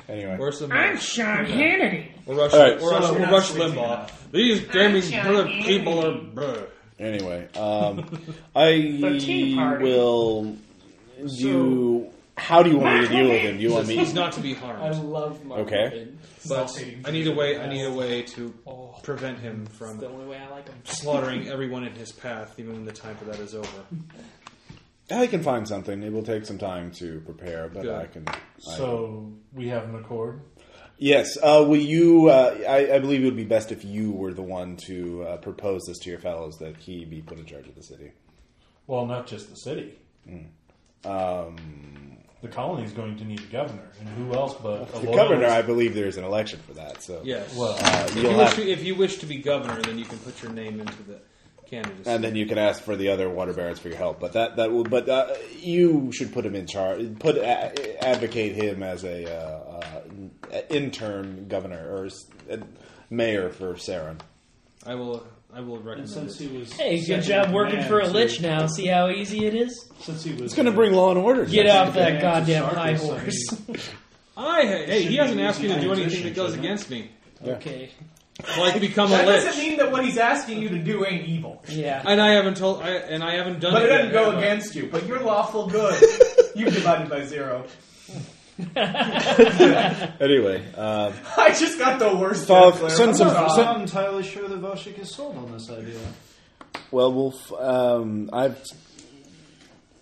[SPEAKER 2] Anyway,
[SPEAKER 4] Or some
[SPEAKER 10] I'm Sean Hannity.
[SPEAKER 4] or Rush,
[SPEAKER 2] All right,
[SPEAKER 4] or Rush,
[SPEAKER 5] so
[SPEAKER 4] or
[SPEAKER 5] you're not
[SPEAKER 4] Rush
[SPEAKER 5] sleeping
[SPEAKER 4] Limbaugh.
[SPEAKER 5] enough.
[SPEAKER 4] These gaming
[SPEAKER 10] Sunshine.
[SPEAKER 4] people are. Bleh.
[SPEAKER 2] anyway, um, I
[SPEAKER 10] Party.
[SPEAKER 2] will do. How do you want me to deal with him? Do you want
[SPEAKER 4] He's
[SPEAKER 2] me?
[SPEAKER 4] not to be
[SPEAKER 6] I
[SPEAKER 4] harmed,
[SPEAKER 6] love my
[SPEAKER 2] Okay.
[SPEAKER 6] weapon.
[SPEAKER 4] but I need a way. I need a way to
[SPEAKER 6] Oh,
[SPEAKER 4] prevent him
[SPEAKER 6] it's the
[SPEAKER 4] from
[SPEAKER 6] only way I like them.
[SPEAKER 4] slaughtering everyone in his path, even when the time for that is over.
[SPEAKER 2] I can find something. It will take some time to prepare, but
[SPEAKER 4] Good.
[SPEAKER 2] I can. I-
[SPEAKER 8] So we have an accord.
[SPEAKER 2] yes. Uh, will you? Uh, I, I believe it would be best if you were the one to uh, propose this to your fellows that he be put in charge of the city.
[SPEAKER 8] Well, not just the city.
[SPEAKER 2] Hmm. Um,
[SPEAKER 8] The colony is going to need a governor, and who else but a
[SPEAKER 2] the
[SPEAKER 8] loyalist-
[SPEAKER 2] governor, I believe there is an election for that. So
[SPEAKER 4] Yes.
[SPEAKER 8] Well,
[SPEAKER 2] uh,
[SPEAKER 4] If
[SPEAKER 2] you'll
[SPEAKER 4] you,
[SPEAKER 2] have
[SPEAKER 4] wish to, if you wish to be governor, then you can put your name into the candidacy.
[SPEAKER 2] and then you can ask for the other water barons for your help. But that that will. But uh, you should put him in charge. Put a, advocate him as a uh, uh, interim governor or s- uh, mayor for Saren.
[SPEAKER 4] I will. I will
[SPEAKER 1] And
[SPEAKER 4] recommend.
[SPEAKER 1] since
[SPEAKER 4] It.
[SPEAKER 1] he was
[SPEAKER 6] Hey,
[SPEAKER 1] second
[SPEAKER 6] good job
[SPEAKER 1] in
[SPEAKER 6] working
[SPEAKER 1] command
[SPEAKER 6] for a
[SPEAKER 1] to-
[SPEAKER 6] lich now. See how easy it is?
[SPEAKER 1] Since he was,
[SPEAKER 2] It's going to bring law and order.
[SPEAKER 6] Get
[SPEAKER 2] That's
[SPEAKER 6] off
[SPEAKER 2] the thing.
[SPEAKER 6] that goddamn
[SPEAKER 1] Sarkis,
[SPEAKER 6] high
[SPEAKER 1] I
[SPEAKER 6] horse.
[SPEAKER 4] I hey,
[SPEAKER 1] should
[SPEAKER 4] he
[SPEAKER 1] be
[SPEAKER 4] hasn't asked me
[SPEAKER 1] easy
[SPEAKER 4] to do
[SPEAKER 1] transition,
[SPEAKER 4] anything that goes
[SPEAKER 1] shouldn't it?
[SPEAKER 4] against me.
[SPEAKER 6] okay.
[SPEAKER 4] Well, I can become a
[SPEAKER 5] That doesn't
[SPEAKER 4] lich,
[SPEAKER 5] mean that what he's asking you to do ain't evil.
[SPEAKER 6] Yeah.
[SPEAKER 4] and I haven't told. I, and I haven't done.
[SPEAKER 5] But it
[SPEAKER 4] it yet,
[SPEAKER 5] doesn't go
[SPEAKER 4] but-
[SPEAKER 5] against you. But you're lawful good. You've divided by zero.
[SPEAKER 2] Anyway, um,
[SPEAKER 5] I just got the worst.
[SPEAKER 2] Well,
[SPEAKER 5] death glare.
[SPEAKER 2] send
[SPEAKER 5] I'm
[SPEAKER 2] some-
[SPEAKER 5] not-
[SPEAKER 1] I'm not entirely sure that Voshik is sold on this idea.
[SPEAKER 2] well, we'll. F- um, I've.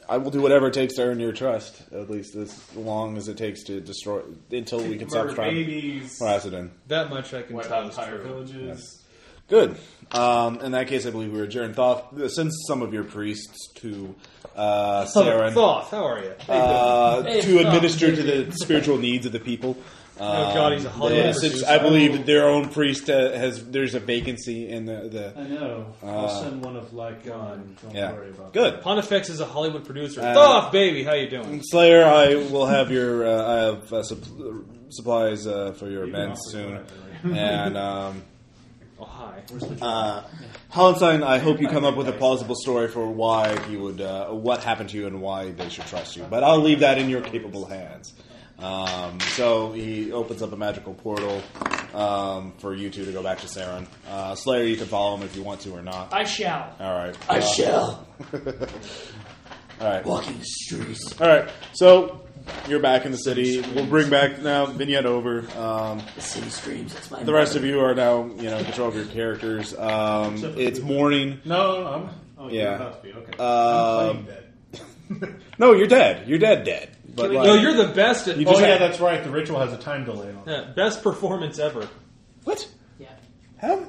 [SPEAKER 2] I will do whatever it takes to earn your trust, at least as long as it takes to destroy until we can stop
[SPEAKER 5] Murder
[SPEAKER 2] trying.
[SPEAKER 5] babies.
[SPEAKER 2] Harassing.
[SPEAKER 4] That much I can
[SPEAKER 5] Wipe
[SPEAKER 4] tell
[SPEAKER 5] out
[SPEAKER 4] is
[SPEAKER 5] entire
[SPEAKER 4] true.
[SPEAKER 5] villages.
[SPEAKER 2] Good. Um, in that case, I believe we were adjourned. Thoth, send some of your priests to uh, Saren
[SPEAKER 4] Thoth, how are you?
[SPEAKER 2] uh,
[SPEAKER 6] Hey,
[SPEAKER 2] to
[SPEAKER 6] Thoth,
[SPEAKER 2] administer to the spiritual needs of the people.
[SPEAKER 4] Oh, God, he's a
[SPEAKER 2] Um,
[SPEAKER 4] Hollywood
[SPEAKER 2] yeah, since
[SPEAKER 4] producer.
[SPEAKER 2] I believe their own priest uh, has there's a vacancy in the, the
[SPEAKER 1] I know. I'll send one of like on. Don't
[SPEAKER 2] Uh, yeah.
[SPEAKER 1] worry about
[SPEAKER 2] Good.
[SPEAKER 4] Pontifex is a Hollywood producer.
[SPEAKER 2] Uh,
[SPEAKER 4] Thoth, baby, how you doing?
[SPEAKER 2] Slayer, I will have your uh, I have uh, supp- supplies uh, for your
[SPEAKER 1] You can
[SPEAKER 2] events
[SPEAKER 1] offer
[SPEAKER 2] soon,
[SPEAKER 1] that,
[SPEAKER 2] and um,
[SPEAKER 4] Oh hi.
[SPEAKER 2] uh, Hollenstein, I hope you come up with a plausible story for why he would, uh, what happened to you, and why they should trust you. But I'll leave that in your capable hands. Um, so he opens up a magical portal um, for you two to go back to Saren. Uh, Slayer, you can follow him if you want to or not.
[SPEAKER 6] I shall.
[SPEAKER 2] All right.
[SPEAKER 9] I
[SPEAKER 2] Uh,
[SPEAKER 9] shall.
[SPEAKER 2] All right.
[SPEAKER 9] Walking the streets.
[SPEAKER 2] All right. So you're back in the city. We'll bring back now vignette over. Um,
[SPEAKER 9] The city screams. It's my
[SPEAKER 2] the rest of you are now, you know, in control of your characters. Um, it's morning.
[SPEAKER 8] No, I'm.
[SPEAKER 1] Oh,
[SPEAKER 2] Yeah.
[SPEAKER 1] you're about to be okay.
[SPEAKER 2] Um,
[SPEAKER 1] I'm playing dead.
[SPEAKER 2] no, you're dead. You're dead, dead. But like,
[SPEAKER 3] No, you're the best at
[SPEAKER 2] You
[SPEAKER 8] Oh
[SPEAKER 2] just
[SPEAKER 8] yeah,
[SPEAKER 2] had-
[SPEAKER 8] that's right. The ritual has a time delay on. it.
[SPEAKER 3] Yeah, best performance ever.
[SPEAKER 2] what?
[SPEAKER 6] Yeah.
[SPEAKER 2] How?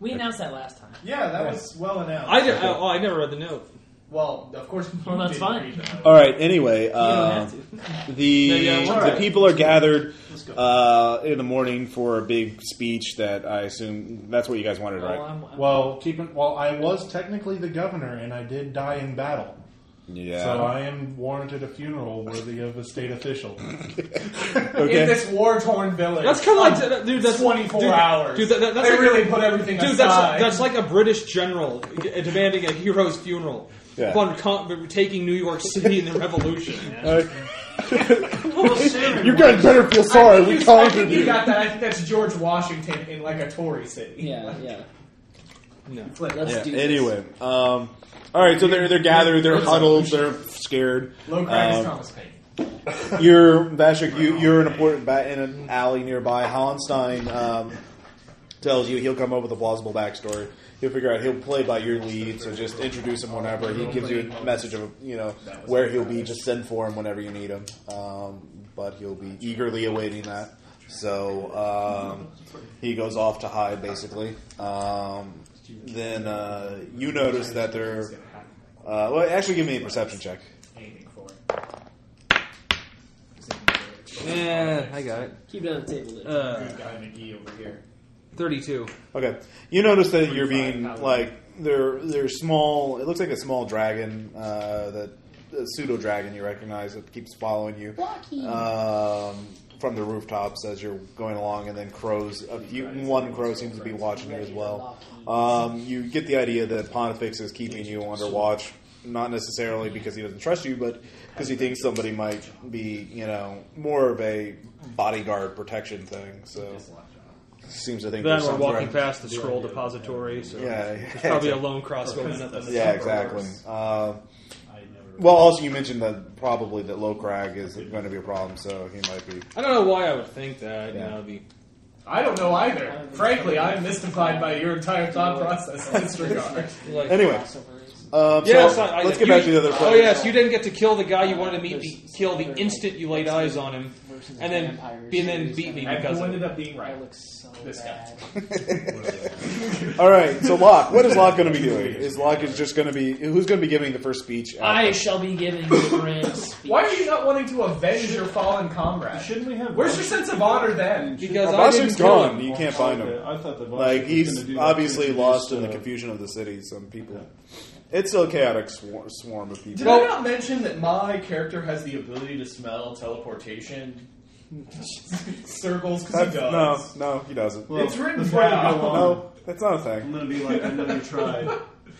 [SPEAKER 6] We announced that last time.
[SPEAKER 5] Yeah, that was well announced.
[SPEAKER 3] I, did, oh, I never read the note.
[SPEAKER 5] well, of course.
[SPEAKER 6] Well, that's fine.
[SPEAKER 2] All right. Anyway,
[SPEAKER 6] You don't
[SPEAKER 2] uh,
[SPEAKER 6] have to.
[SPEAKER 2] the
[SPEAKER 3] yeah,
[SPEAKER 2] the
[SPEAKER 3] all
[SPEAKER 1] right.
[SPEAKER 2] people are gathered
[SPEAKER 1] Let's go.
[SPEAKER 2] uh, in the morning for a big speech that I assume that's what you guys wanted,
[SPEAKER 6] Well,
[SPEAKER 2] right?
[SPEAKER 6] I'm, I'm,
[SPEAKER 8] Well, keeping well, I was technically the governor, and I did die in battle,
[SPEAKER 2] Yeah.
[SPEAKER 8] so I am warranted a funeral worthy of a state official.
[SPEAKER 5] In
[SPEAKER 2] okay.
[SPEAKER 5] this war-torn village.
[SPEAKER 3] That's kind of like, dude. That's
[SPEAKER 5] 24
[SPEAKER 3] dude,
[SPEAKER 5] hours.
[SPEAKER 3] Dude, that, that- that's
[SPEAKER 5] they
[SPEAKER 3] like,
[SPEAKER 5] really put everything
[SPEAKER 3] dude.
[SPEAKER 5] aside.
[SPEAKER 3] That's that's like a British general demanding a hero's funeral
[SPEAKER 2] Yeah.
[SPEAKER 3] upon con- taking New York City in the Revolution.
[SPEAKER 2] You guys better feel sorry.
[SPEAKER 5] I think
[SPEAKER 2] We
[SPEAKER 5] you- I
[SPEAKER 2] conquered
[SPEAKER 5] think you
[SPEAKER 2] you.
[SPEAKER 5] got that. I think that's George Washington in like a Tory city.
[SPEAKER 6] yeah, yeah.
[SPEAKER 3] No.
[SPEAKER 5] Like,
[SPEAKER 6] Let's
[SPEAKER 2] Yeah,
[SPEAKER 6] do this.
[SPEAKER 2] anyway, um, all right. So they're they're gathered. They're huddled. They're scared.
[SPEAKER 5] Low crime is
[SPEAKER 2] Um,
[SPEAKER 5] Thomas Paine.
[SPEAKER 2] you're Vashik, you, you're in a port, ba- in an alley nearby. Hollenstein um, tells you he'll come up with a plausible backstory. He'll figure out. He'll play by your lead. So just introduce him whenever he gives you a message of you know where he'll be. Just send for him whenever you need him. Um, but he'll be eagerly awaiting that. So um, he goes off to hide basically. Um, then uh, you notice that they're. Uh, well, actually, give me a perception check.
[SPEAKER 5] Anything for it.
[SPEAKER 3] Yeah, I got it.
[SPEAKER 6] Keep it on the table. There.
[SPEAKER 3] Uh,
[SPEAKER 5] Good guy McGee over here.
[SPEAKER 3] Thirty-two.
[SPEAKER 2] Okay, you notice that you're being
[SPEAKER 5] power.
[SPEAKER 2] like they're they're small. It looks like a small dragon, uh, that a pseudo dragon you recognize that keeps following you um, from the rooftops as you're going along, and then crows. A few, one crow seems to be watching you as well. Um, you get the idea that Pontifex is keeping you under watch, not necessarily because he doesn't trust you, but because he thinks somebody might be, you know, more of a bodyguard protection thing. So. Seems to think
[SPEAKER 3] Then
[SPEAKER 2] there's
[SPEAKER 3] we're
[SPEAKER 2] some
[SPEAKER 3] walking
[SPEAKER 2] threat.
[SPEAKER 3] past the scroll depository, so
[SPEAKER 2] Yeah, yeah,
[SPEAKER 3] there's probably a lone crossbowman at the
[SPEAKER 2] yeah, exactly. Uh,
[SPEAKER 5] I never.
[SPEAKER 2] well, also you mentioned that probably that low crag is going to be a problem, so he might be.
[SPEAKER 3] I don't know why I would think that.
[SPEAKER 2] Yeah.
[SPEAKER 3] You know, the
[SPEAKER 5] I don't know either. Frankly, I'm mystified by your entire thought process in this regard.
[SPEAKER 3] like,
[SPEAKER 2] Anyway,
[SPEAKER 6] Crossover is-
[SPEAKER 2] um,
[SPEAKER 3] Yes,
[SPEAKER 2] so
[SPEAKER 3] I- I-
[SPEAKER 2] let's get
[SPEAKER 3] you-
[SPEAKER 2] back to the other
[SPEAKER 3] Oh
[SPEAKER 2] place.
[SPEAKER 3] yes, you didn't get to kill the guy you wanted to meet, the,
[SPEAKER 6] There's-
[SPEAKER 3] kill the instant you laid eyes on him,
[SPEAKER 6] versus
[SPEAKER 3] and then
[SPEAKER 6] vampires.
[SPEAKER 3] be- and then beat me
[SPEAKER 5] And
[SPEAKER 3] because
[SPEAKER 5] who
[SPEAKER 3] of
[SPEAKER 5] ended
[SPEAKER 3] it.
[SPEAKER 5] up being
[SPEAKER 6] I
[SPEAKER 5] right?
[SPEAKER 6] look so
[SPEAKER 5] This
[SPEAKER 6] bad.
[SPEAKER 2] All right, so Locke, what is Locke going to be doing? Is Locke is just going to be who's going to be giving the first speech?
[SPEAKER 6] I shall be giving the grand speech.
[SPEAKER 5] Why are you not wanting to avenge your fallen comrade?
[SPEAKER 1] Shouldn't we have?
[SPEAKER 5] Where's your sense of honor then?
[SPEAKER 3] Because I didn't
[SPEAKER 2] Boston's
[SPEAKER 3] kill
[SPEAKER 2] gone.
[SPEAKER 3] him.
[SPEAKER 2] You can't find him.
[SPEAKER 1] I thought the
[SPEAKER 2] Like he's obviously lost
[SPEAKER 3] uh,
[SPEAKER 2] in the confusion of the city. Some people, it's still a chaotic swar- swarm of
[SPEAKER 5] Did
[SPEAKER 2] people.
[SPEAKER 5] I not mention that my character has the ability to smell teleportation circles? Because he
[SPEAKER 2] no,
[SPEAKER 5] does.
[SPEAKER 2] no, he doesn't.
[SPEAKER 5] It's written
[SPEAKER 1] before you go
[SPEAKER 5] down.
[SPEAKER 1] on,
[SPEAKER 2] no, that's not a thing.
[SPEAKER 1] I'm gonna be like, I know you tried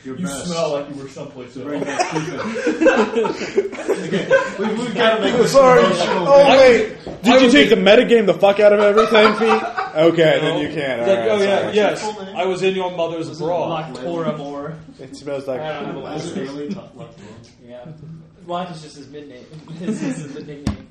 [SPEAKER 1] your
[SPEAKER 5] You
[SPEAKER 1] best.
[SPEAKER 5] smell like you were someplace
[SPEAKER 1] Bring
[SPEAKER 5] else.
[SPEAKER 1] that stupid. okay, we, we've got to make this
[SPEAKER 2] Sorry.
[SPEAKER 1] emotional.
[SPEAKER 2] Oh wait.
[SPEAKER 3] I
[SPEAKER 2] Did you
[SPEAKER 3] was
[SPEAKER 2] take the
[SPEAKER 3] in-
[SPEAKER 2] metagame the fuck out of everything, Pete? Okay, then you can.
[SPEAKER 3] Like,
[SPEAKER 2] All right,
[SPEAKER 3] oh yeah,
[SPEAKER 2] sorry.
[SPEAKER 3] yes,
[SPEAKER 1] Full name?
[SPEAKER 3] I was in your mother's bra.
[SPEAKER 6] Loctora Moore.
[SPEAKER 2] It smells like.
[SPEAKER 6] I don't have a
[SPEAKER 1] That's
[SPEAKER 6] last name.
[SPEAKER 1] really tough left one.
[SPEAKER 6] Yeah. Locke is just his nickname. This is his nickname.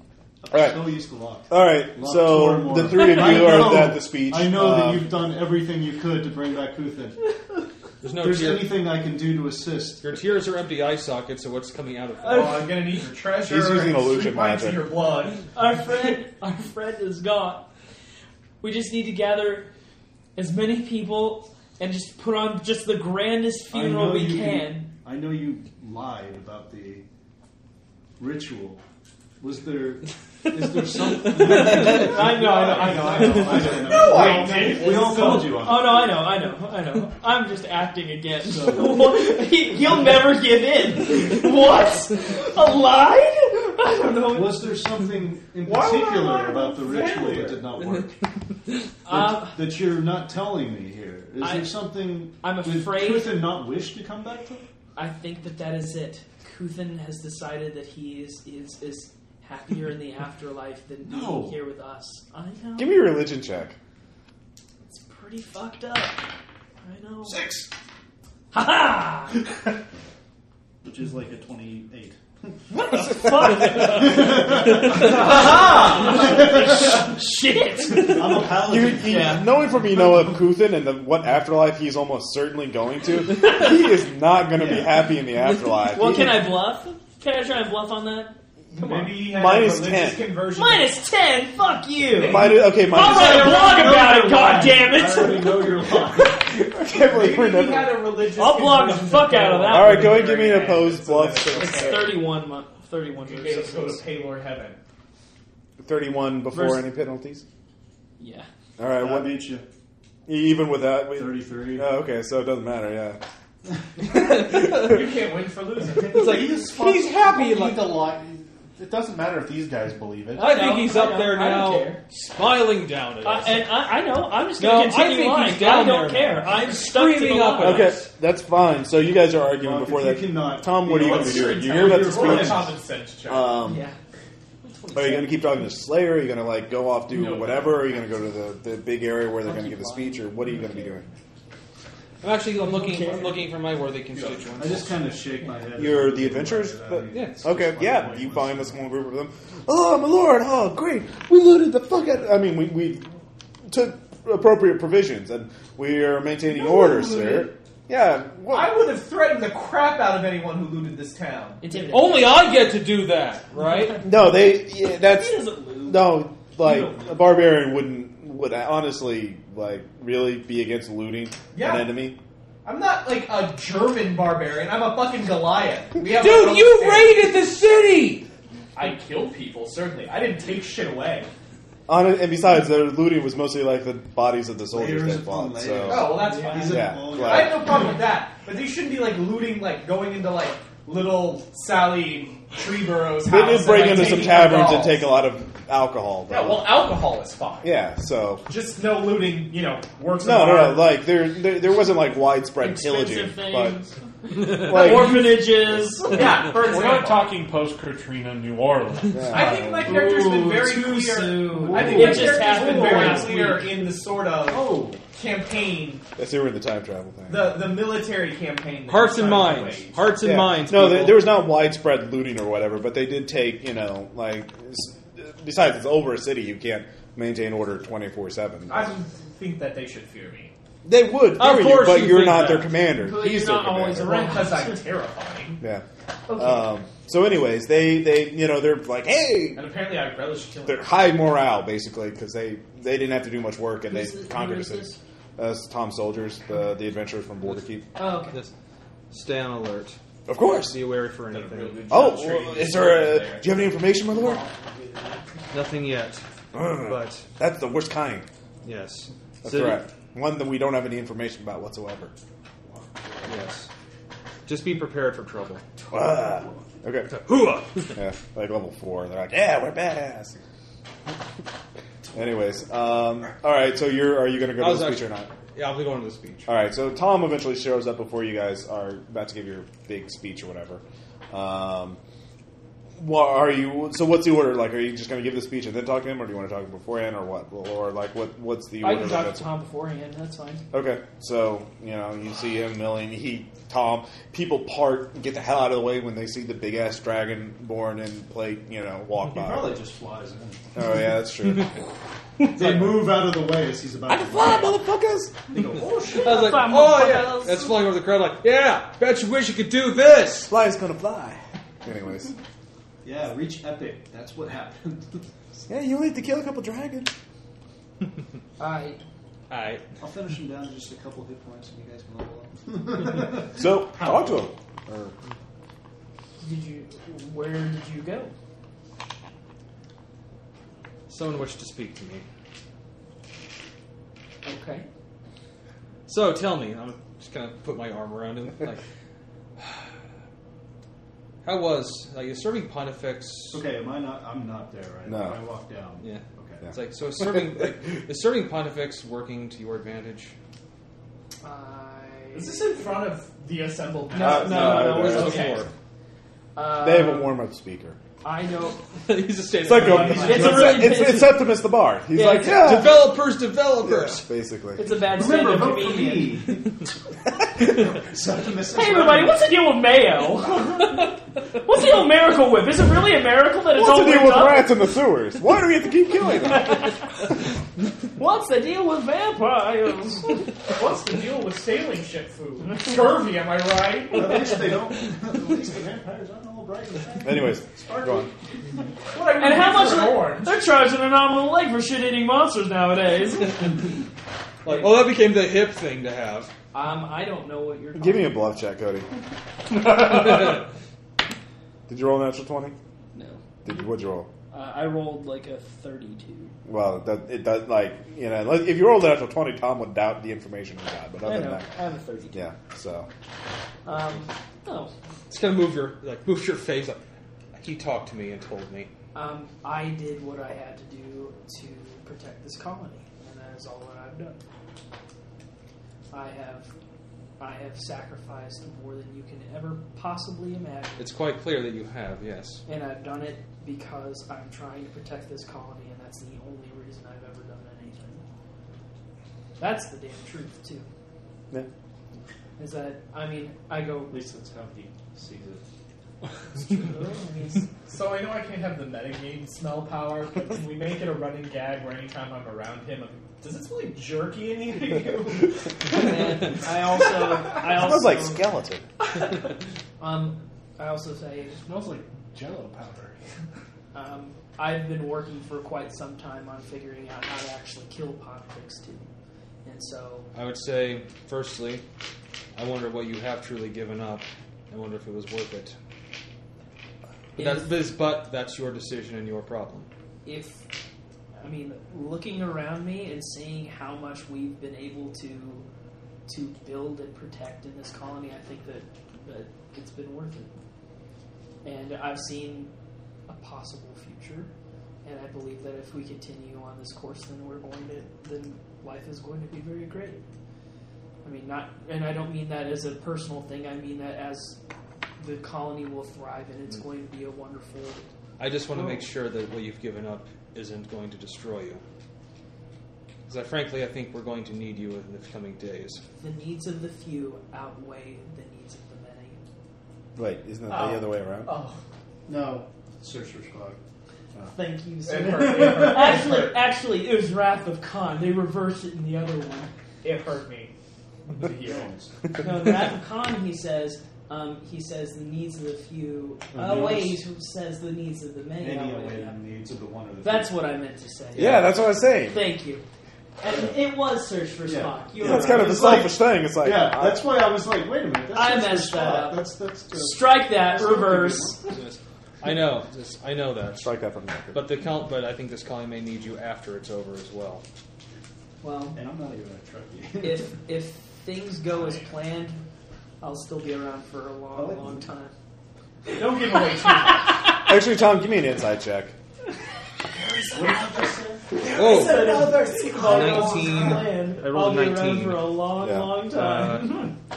[SPEAKER 2] All right.
[SPEAKER 1] No use to lock.
[SPEAKER 2] All right.
[SPEAKER 1] Lock door
[SPEAKER 2] So
[SPEAKER 1] more.
[SPEAKER 2] the three of
[SPEAKER 1] I
[SPEAKER 2] you are
[SPEAKER 1] know-
[SPEAKER 2] at the speech.
[SPEAKER 1] I know that
[SPEAKER 2] Um,
[SPEAKER 1] you've done everything you could to bring back Kuthin.
[SPEAKER 3] There's
[SPEAKER 1] If
[SPEAKER 3] no
[SPEAKER 1] there's
[SPEAKER 3] tear.
[SPEAKER 1] anything I can do to assist,
[SPEAKER 3] Your tears are empty eye sockets, so what's coming out of them?
[SPEAKER 5] Oh, I'm gonna need your treasure.
[SPEAKER 2] He's using
[SPEAKER 5] and
[SPEAKER 2] illusion
[SPEAKER 5] three pints of
[SPEAKER 2] magic.
[SPEAKER 5] Your blood.
[SPEAKER 6] Our friend, our friend is gone. We just need to gather as many people and just put on just the grandest
[SPEAKER 1] I
[SPEAKER 6] funeral
[SPEAKER 1] know
[SPEAKER 6] we
[SPEAKER 1] you-
[SPEAKER 6] can.
[SPEAKER 1] I know you lied about the ritual. Was there? Is there something?
[SPEAKER 6] I know, I know, I know. I know.
[SPEAKER 1] No,
[SPEAKER 5] I didn't.
[SPEAKER 1] We all called you on.
[SPEAKER 6] Oh no, I know, I know, I know. I'm just acting again. he, he'll never give in. What? A lie? I don't know.
[SPEAKER 1] it. Was there something in
[SPEAKER 5] Why would I
[SPEAKER 1] particular
[SPEAKER 5] lie
[SPEAKER 1] about the
[SPEAKER 5] about
[SPEAKER 1] ritual
[SPEAKER 5] failure?
[SPEAKER 1] that did not work?
[SPEAKER 6] Uh,
[SPEAKER 1] that, that you're not telling me here. Is
[SPEAKER 6] I-
[SPEAKER 1] there something?
[SPEAKER 6] I'm
[SPEAKER 1] did
[SPEAKER 6] afraid-
[SPEAKER 1] Kuthin not wish to come back to?
[SPEAKER 6] I think that that is it. Kuthin has decided that he is is, is happier in the afterlife than
[SPEAKER 1] No.
[SPEAKER 6] being here with us. I know.
[SPEAKER 2] Give me a religion check.
[SPEAKER 6] it's pretty fucked up. I know.
[SPEAKER 1] Six,
[SPEAKER 6] Ha ha!
[SPEAKER 1] which is like a twenty-eight.
[SPEAKER 6] Shit!
[SPEAKER 1] I'm a paladin.
[SPEAKER 2] You, you,
[SPEAKER 6] Yeah.
[SPEAKER 2] Knowing from you know of Kuthin and the, what afterlife he's almost certainly going to, he is not going to be happy in the afterlife.
[SPEAKER 6] Well,
[SPEAKER 2] He-
[SPEAKER 6] can I bluff? Can I try and bluff on that? Come on.
[SPEAKER 5] Maybe he had
[SPEAKER 2] Minus
[SPEAKER 5] a religious
[SPEAKER 2] 10.
[SPEAKER 5] conversion.
[SPEAKER 6] Minus ten. Fuck you.
[SPEAKER 2] Might, okay,
[SPEAKER 6] I'll
[SPEAKER 2] might,
[SPEAKER 6] write a blog about it. God damn
[SPEAKER 1] I
[SPEAKER 6] it!
[SPEAKER 1] already know you're lying.
[SPEAKER 2] I can't believe we're
[SPEAKER 5] Maybe
[SPEAKER 2] never.
[SPEAKER 5] he had a religious
[SPEAKER 6] I'll block the
[SPEAKER 5] conversion
[SPEAKER 6] fuck
[SPEAKER 5] to
[SPEAKER 6] out of that.
[SPEAKER 2] All right,
[SPEAKER 6] one.
[SPEAKER 2] go ahead and give me an opposed bluff.
[SPEAKER 6] It's thirty-one month. Thirty-one
[SPEAKER 5] You made us
[SPEAKER 6] versus.
[SPEAKER 5] go to Paylor Heaven.
[SPEAKER 2] Thirty-one before
[SPEAKER 6] Versus-
[SPEAKER 2] any penalties.
[SPEAKER 6] Yeah.
[SPEAKER 2] All right,
[SPEAKER 1] I
[SPEAKER 2] what, e-,
[SPEAKER 1] beat you.
[SPEAKER 2] even with that, we,
[SPEAKER 1] 33.
[SPEAKER 2] Oh, okay, so it doesn't matter. Yeah,
[SPEAKER 5] You can't win for losing.
[SPEAKER 8] It's like he's, he's
[SPEAKER 6] happy, like-
[SPEAKER 8] Like the line. It doesn't matter if these guys believe it.
[SPEAKER 3] I think
[SPEAKER 6] No,
[SPEAKER 3] he's
[SPEAKER 6] I
[SPEAKER 3] up
[SPEAKER 6] don't-
[SPEAKER 3] there
[SPEAKER 6] I don't
[SPEAKER 3] now,
[SPEAKER 6] care.
[SPEAKER 3] smiling down at
[SPEAKER 5] Uh,
[SPEAKER 6] I,
[SPEAKER 3] us.
[SPEAKER 6] and I, I know. I'm just
[SPEAKER 3] No, I
[SPEAKER 6] going to continue
[SPEAKER 3] think
[SPEAKER 6] lying.
[SPEAKER 3] he's down
[SPEAKER 6] I don't
[SPEAKER 3] there
[SPEAKER 6] care.
[SPEAKER 3] now.
[SPEAKER 6] I'm stuck to the
[SPEAKER 3] Screaming up
[SPEAKER 6] line.
[SPEAKER 3] at
[SPEAKER 2] okay, that's fine. So you guys are arguing
[SPEAKER 1] Mark,
[SPEAKER 2] before
[SPEAKER 1] if
[SPEAKER 2] that.
[SPEAKER 1] you cannot-
[SPEAKER 2] Tom, what are you
[SPEAKER 1] know,
[SPEAKER 2] going to
[SPEAKER 1] it's
[SPEAKER 2] be doing? You
[SPEAKER 1] your
[SPEAKER 2] hear about the
[SPEAKER 1] entire
[SPEAKER 5] Or a
[SPEAKER 1] Yes.
[SPEAKER 2] speech?
[SPEAKER 5] common sense check.
[SPEAKER 2] Um,
[SPEAKER 6] Yeah.
[SPEAKER 2] Are you going to keep talking to Slayer? Are you going to like go off do
[SPEAKER 5] No.
[SPEAKER 2] whatever? Are you going to go to the, the big area where they're going to give a speech, or what are you going to be doing?
[SPEAKER 3] I'm actually I'm looking I'm looking for my worthy constituents.
[SPEAKER 1] I just kind of shake my head.
[SPEAKER 2] You're the adventurers?
[SPEAKER 3] Yeah.
[SPEAKER 2] Okay, yeah, you find a small group of them. Oh my lord! Oh great! We looted the fuck out. I mean, we we took appropriate provisions and we are maintaining order, sir. Yeah.
[SPEAKER 6] Uh,
[SPEAKER 2] Well,
[SPEAKER 5] I would have threatened the crap out of anyone who looted this town.
[SPEAKER 6] Intimidate.
[SPEAKER 3] Only I get to do that, right?
[SPEAKER 2] No, they. Yeah, that's
[SPEAKER 6] He doesn't lose.
[SPEAKER 2] no. Like a barbarian wouldn't would honestly like really be against looting
[SPEAKER 5] Yeah.
[SPEAKER 2] an enemy.
[SPEAKER 5] I'm not like a German barbarian. I'm a fucking Goliath. We have our own
[SPEAKER 3] Dude, you
[SPEAKER 5] standards.
[SPEAKER 3] raided the city.
[SPEAKER 5] I killed people, certainly. I didn't take shit away.
[SPEAKER 2] On it, and besides, their looting was mostly like the bodies of the soldiers
[SPEAKER 1] Layers
[SPEAKER 2] they
[SPEAKER 1] upon
[SPEAKER 2] fought. So
[SPEAKER 5] Oh, well, that's fine.
[SPEAKER 1] He's a
[SPEAKER 2] Yeah,
[SPEAKER 1] bull.
[SPEAKER 5] I
[SPEAKER 2] glad.
[SPEAKER 5] have no problem with that, but they shouldn't be like looting, like going into like little Sally Treeborough's house.
[SPEAKER 2] they did
[SPEAKER 5] and,
[SPEAKER 2] break
[SPEAKER 5] like,
[SPEAKER 2] into some
[SPEAKER 5] taking her
[SPEAKER 2] taverns and
[SPEAKER 5] dolls.
[SPEAKER 2] take a lot of alcohol.
[SPEAKER 5] Yeah,
[SPEAKER 2] though.
[SPEAKER 5] well, alcohol is fine.
[SPEAKER 2] yeah. So
[SPEAKER 5] Just no looting, you know, works.
[SPEAKER 2] no,
[SPEAKER 5] of
[SPEAKER 2] no, no.
[SPEAKER 5] art.
[SPEAKER 2] Like there, there, there wasn't like widespread pillaging,
[SPEAKER 6] Expensive
[SPEAKER 2] but
[SPEAKER 6] things.
[SPEAKER 2] like,
[SPEAKER 6] Orphanages.
[SPEAKER 5] yeah, for
[SPEAKER 8] We're
[SPEAKER 5] example.
[SPEAKER 8] not talking post Katrina New Orleans.
[SPEAKER 5] I think my character's been very
[SPEAKER 1] too
[SPEAKER 5] clear.
[SPEAKER 1] soon.
[SPEAKER 5] I think
[SPEAKER 6] It
[SPEAKER 5] my
[SPEAKER 6] just
[SPEAKER 5] character's been
[SPEAKER 6] happened
[SPEAKER 5] very
[SPEAKER 6] last
[SPEAKER 5] clear in the sort of
[SPEAKER 1] Oh,
[SPEAKER 5] campaign,
[SPEAKER 2] I see we're in the time travel thing.
[SPEAKER 5] the the military campaign. that
[SPEAKER 3] Hearts
[SPEAKER 5] he's
[SPEAKER 3] and
[SPEAKER 5] trying to
[SPEAKER 3] minds.
[SPEAKER 5] wage.
[SPEAKER 3] Hearts and
[SPEAKER 2] Yeah.
[SPEAKER 3] minds.
[SPEAKER 2] No, there,
[SPEAKER 3] people.
[SPEAKER 2] there was not widespread looting or whatever, but they did take, you know, like, s- besides, it's over a city, you can't maintain order 24 7.
[SPEAKER 5] I don't think that they should fear me
[SPEAKER 2] They would,
[SPEAKER 3] Of
[SPEAKER 2] fear you,
[SPEAKER 3] course
[SPEAKER 2] but
[SPEAKER 3] you
[SPEAKER 2] you are
[SPEAKER 3] think that.
[SPEAKER 2] not their commander.
[SPEAKER 6] But
[SPEAKER 2] He's
[SPEAKER 6] you're
[SPEAKER 2] their
[SPEAKER 6] not always
[SPEAKER 2] commander.
[SPEAKER 6] Right.
[SPEAKER 5] because I'm terrifying,
[SPEAKER 2] Yeah.
[SPEAKER 6] Okay.
[SPEAKER 2] Um, so, anyways, they, they, you know, they're like, hey,
[SPEAKER 5] and apparently I relish killing.
[SPEAKER 2] they're high morale, basically, because they, they didn't have to do much work and they
[SPEAKER 6] Who's- who
[SPEAKER 2] conquered the
[SPEAKER 6] is
[SPEAKER 2] city.
[SPEAKER 6] this?
[SPEAKER 2] Uh, Tom Soldiers, the, the adventurers from Borderkeep.
[SPEAKER 6] Oh, okay.
[SPEAKER 3] Yes. Stay on alert.
[SPEAKER 2] Of course.
[SPEAKER 3] Be wary for
[SPEAKER 5] Done a real
[SPEAKER 3] anything.
[SPEAKER 5] good
[SPEAKER 2] Oh,
[SPEAKER 5] job trading
[SPEAKER 2] well,
[SPEAKER 5] these
[SPEAKER 2] is there a,
[SPEAKER 5] stories
[SPEAKER 2] do you have any information, my lord?
[SPEAKER 3] Nothing yet, but
[SPEAKER 2] That's the worst kind.
[SPEAKER 3] yes.
[SPEAKER 2] That's
[SPEAKER 3] So-
[SPEAKER 2] right. One that we don't have any information about whatsoever.
[SPEAKER 3] Yes. Just be prepared for trouble.
[SPEAKER 2] Ah. Okay.
[SPEAKER 3] Hooah!
[SPEAKER 2] Yeah, like level four. They're like, yeah, we're badass. Anyways, um, all right. So you're are you going to go
[SPEAKER 3] I
[SPEAKER 2] to
[SPEAKER 3] was
[SPEAKER 2] the speech or
[SPEAKER 3] actually-
[SPEAKER 2] not?
[SPEAKER 3] Yeah, I'll be going to the speech.
[SPEAKER 2] All right. So Tom eventually shows up before you guys are about to give your big speech or whatever. Um, what are you? So what's the order? Like, are you just going to give the speech and then talk to him, or do you want to talk beforehand, or what? Or like, what what's the
[SPEAKER 6] I
[SPEAKER 2] order?
[SPEAKER 6] can
[SPEAKER 2] that
[SPEAKER 6] talk
[SPEAKER 2] that's-
[SPEAKER 6] to Tom beforehand. That's fine.
[SPEAKER 2] Okay, so you know you see him milling. He, Tom, people part get the hell out of the way when they see the big ass dragon born in plate. You know, walk
[SPEAKER 1] he
[SPEAKER 2] by.
[SPEAKER 1] probably just flies in.
[SPEAKER 2] Oh yeah, that's true.
[SPEAKER 1] They move out of the way as he's about.
[SPEAKER 2] I can fly, motherfuckers.
[SPEAKER 1] They go, oh shit!
[SPEAKER 3] I was like,
[SPEAKER 6] Fine,
[SPEAKER 3] oh yeah,
[SPEAKER 6] motherfuckers.
[SPEAKER 3] that's flying over the crowd. Like, yeah, bet you wish you could do this.
[SPEAKER 2] Fly's gonna fly. Anyways,
[SPEAKER 1] Yeah, reach epic. That's what happened.
[SPEAKER 2] yeah, you need to kill a couple dragons.
[SPEAKER 6] I
[SPEAKER 3] I
[SPEAKER 1] I'll finish him down to just a couple hit points, and you guys can level up.
[SPEAKER 2] So talk to him. Or,
[SPEAKER 6] did you. Where did you go?
[SPEAKER 3] someone wished to speak to me.
[SPEAKER 6] Okay.
[SPEAKER 3] So tell me, I'm just gonna put my arm around him. Like, how was like is serving pontifex?
[SPEAKER 1] okay, am I not? I'm not there, right?
[SPEAKER 2] No.
[SPEAKER 1] I walk down.
[SPEAKER 3] Yeah.
[SPEAKER 1] Okay.
[SPEAKER 3] It's like so is serving like, is serving pontifex working to your advantage?
[SPEAKER 6] I.
[SPEAKER 5] Is this in front of the assembled?
[SPEAKER 6] No,
[SPEAKER 2] Uh, no,
[SPEAKER 6] no, no,
[SPEAKER 2] no,
[SPEAKER 6] it was
[SPEAKER 2] no.
[SPEAKER 6] okay.
[SPEAKER 3] Before.
[SPEAKER 6] Uh,
[SPEAKER 2] they have a warm up speaker.
[SPEAKER 6] I know.
[SPEAKER 3] He's just standing.
[SPEAKER 2] It's like a,
[SPEAKER 6] It's a really
[SPEAKER 2] it's, it's Septimus the Bard. He's like,
[SPEAKER 3] it's
[SPEAKER 2] yeah,
[SPEAKER 3] developers,
[SPEAKER 2] Yeah,
[SPEAKER 3] developers.
[SPEAKER 2] basically.
[SPEAKER 6] It's a bad
[SPEAKER 1] Remember,
[SPEAKER 6] stand-up
[SPEAKER 1] vote for
[SPEAKER 6] comedian.
[SPEAKER 1] me.
[SPEAKER 6] Hey everybody, what's the deal with mayo? what's the deal with miracle whip? Is it really a miracle that it's
[SPEAKER 2] What's
[SPEAKER 6] all
[SPEAKER 2] the deal
[SPEAKER 6] whipped
[SPEAKER 2] with
[SPEAKER 6] up?
[SPEAKER 2] rats in the sewers? Why do we have to keep killing them?
[SPEAKER 6] What's the deal with vampires?
[SPEAKER 8] What's the deal with sailing ship food? Scurvy, am I right?
[SPEAKER 1] At least they don't. At least the vampires aren't all bright and shiny.
[SPEAKER 2] Anyways, go on.
[SPEAKER 8] What
[SPEAKER 6] and how much
[SPEAKER 8] more?
[SPEAKER 6] are they're charging an arm and a leg for shit-eating monsters nowadays? um,
[SPEAKER 4] Like, oh, that became the hip thing to have.
[SPEAKER 6] Um, I don't know what you're.
[SPEAKER 2] Give me a bluff check, Cody. Did you roll a natural twenty?
[SPEAKER 6] No,
[SPEAKER 2] Did you? What'd you roll?
[SPEAKER 6] uh, I rolled like a thirty-two.
[SPEAKER 2] Well, that it does like you know like, if you rolled a natural twenty, Tom would doubt the information we got. But
[SPEAKER 6] I
[SPEAKER 2] other than
[SPEAKER 6] know.
[SPEAKER 2] that,
[SPEAKER 6] I have a thirty-two.
[SPEAKER 2] yeah. So
[SPEAKER 6] Um, no.
[SPEAKER 4] It's gonna move your like move your face. Like, he talked to me and told me.
[SPEAKER 6] Um, I did what I had to do to protect this colony, and that is all that I've done. I have, I have sacrificed more than you can ever possibly imagine,
[SPEAKER 4] It's quite clear that you have, yes.
[SPEAKER 6] and I've done it because I'm trying to protect this colony, and that's the only reason I've ever done anything. That's the damn truth, too.
[SPEAKER 2] Yeah.
[SPEAKER 6] Is that I mean I go.
[SPEAKER 5] At least that's how he sees it.
[SPEAKER 6] I mean,
[SPEAKER 5] So I know I can't have the metagame smell power, but can we make it a running gag where anytime I'm around him, I'm, does it smell like jerky in here to you?
[SPEAKER 6] and I also I
[SPEAKER 2] it
[SPEAKER 6] also
[SPEAKER 2] was like skeleton.
[SPEAKER 6] um I also say
[SPEAKER 5] smells like jello powder.
[SPEAKER 6] Um, I've been working for quite some time on figuring out how to actually kill Podfix too, and so
[SPEAKER 4] I would say, firstly, I wonder what you have truly given up. I wonder if it was worth it. But that's,
[SPEAKER 6] if,
[SPEAKER 4] this, but that's your decision and your problem.
[SPEAKER 6] if I mean looking around me and seeing how much we've been able to to build and protect in this colony, I think that that it's been worth it. And I've seen a possible future, and I believe that if we continue on this course, then we're going to then life is going to be very great. I mean, not, and I don't mean that as a personal thing. I mean that as the colony will thrive, and it's going to be a wonderful.
[SPEAKER 4] I just want to
[SPEAKER 6] Oh.
[SPEAKER 4] make sure that what you've given up isn't going to destroy you. Because I, frankly, I think we're going to need you in the coming days.
[SPEAKER 6] The needs of the few outweigh the needs of the many.
[SPEAKER 2] Wait, isn't that the
[SPEAKER 5] Oh.
[SPEAKER 2] other way around?
[SPEAKER 5] Oh,
[SPEAKER 1] No, Sorcerer's Clock.
[SPEAKER 6] Thank you.
[SPEAKER 5] it
[SPEAKER 6] Sir.
[SPEAKER 5] hurt. It hurt.
[SPEAKER 6] Actually, actually, it was Wrath of Khan. They reversed it in the other one.
[SPEAKER 5] it hurt me. The heels.
[SPEAKER 6] No, Wrath of Khan. He says. Um, he says the needs of the few. Oh wait, he says the needs of the many.
[SPEAKER 1] Any
[SPEAKER 6] outweigh
[SPEAKER 1] away
[SPEAKER 6] them.
[SPEAKER 1] the needs of the one or the
[SPEAKER 6] That's what I meant to say.
[SPEAKER 2] yeah, that's what I was saying.
[SPEAKER 6] Thank you. And it was search for
[SPEAKER 1] Yeah.
[SPEAKER 6] Spock. You
[SPEAKER 1] Yeah,
[SPEAKER 6] were
[SPEAKER 2] That's kind
[SPEAKER 6] right.
[SPEAKER 2] of a
[SPEAKER 1] It's like-
[SPEAKER 2] selfish thing. It's like
[SPEAKER 1] Yeah,
[SPEAKER 2] I-
[SPEAKER 1] that's why I was like, wait a minute. That's
[SPEAKER 6] I
[SPEAKER 1] just
[SPEAKER 6] messed
[SPEAKER 1] Spock.
[SPEAKER 6] that up.
[SPEAKER 1] That's that's good.
[SPEAKER 6] Strike that. Reverse.
[SPEAKER 4] Just- I know, just, I know that.
[SPEAKER 2] strike that from the record.
[SPEAKER 4] But the count, but I think this colony may need you after it's over as well.
[SPEAKER 6] Well,
[SPEAKER 1] And I'm not even a truckie.
[SPEAKER 6] if if things go as planned, I'll still be around for a long, long time.
[SPEAKER 5] Don't give away too much.
[SPEAKER 2] Actually, Tom, give me an inside check.
[SPEAKER 4] Oh,
[SPEAKER 6] Another
[SPEAKER 4] 19. Oh, I
[SPEAKER 6] I'll
[SPEAKER 4] rolled
[SPEAKER 6] be
[SPEAKER 4] a
[SPEAKER 6] around for
[SPEAKER 4] 19.
[SPEAKER 6] a long,
[SPEAKER 2] Yeah.
[SPEAKER 6] long time.
[SPEAKER 4] Uh,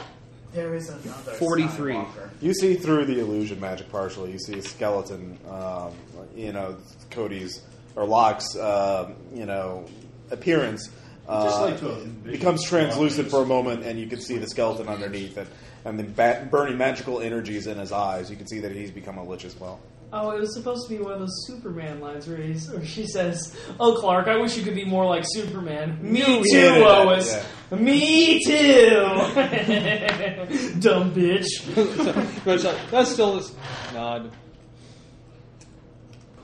[SPEAKER 6] there is another.
[SPEAKER 4] 43.
[SPEAKER 2] You see through the illusion magic partially. You see a skeleton, um, you know, Cody's or Locke's, um, you know, appearance
[SPEAKER 1] just
[SPEAKER 2] uh,
[SPEAKER 1] like to envision
[SPEAKER 2] becomes translucent
[SPEAKER 1] Locke
[SPEAKER 2] for a moment, and you can see the skeleton underneath it, and the ba- burning magical energies in his eyes. You can see that he's become a lich as well.
[SPEAKER 6] Oh, it was supposed to be one of those Superman lines where, he's, where she says, "Oh, Clark, I wish you could be more like Superman." Me
[SPEAKER 2] You hated
[SPEAKER 6] too,
[SPEAKER 2] that,
[SPEAKER 6] Lois. Me too. Dumb bitch.
[SPEAKER 4] but it's like, that's still this nod.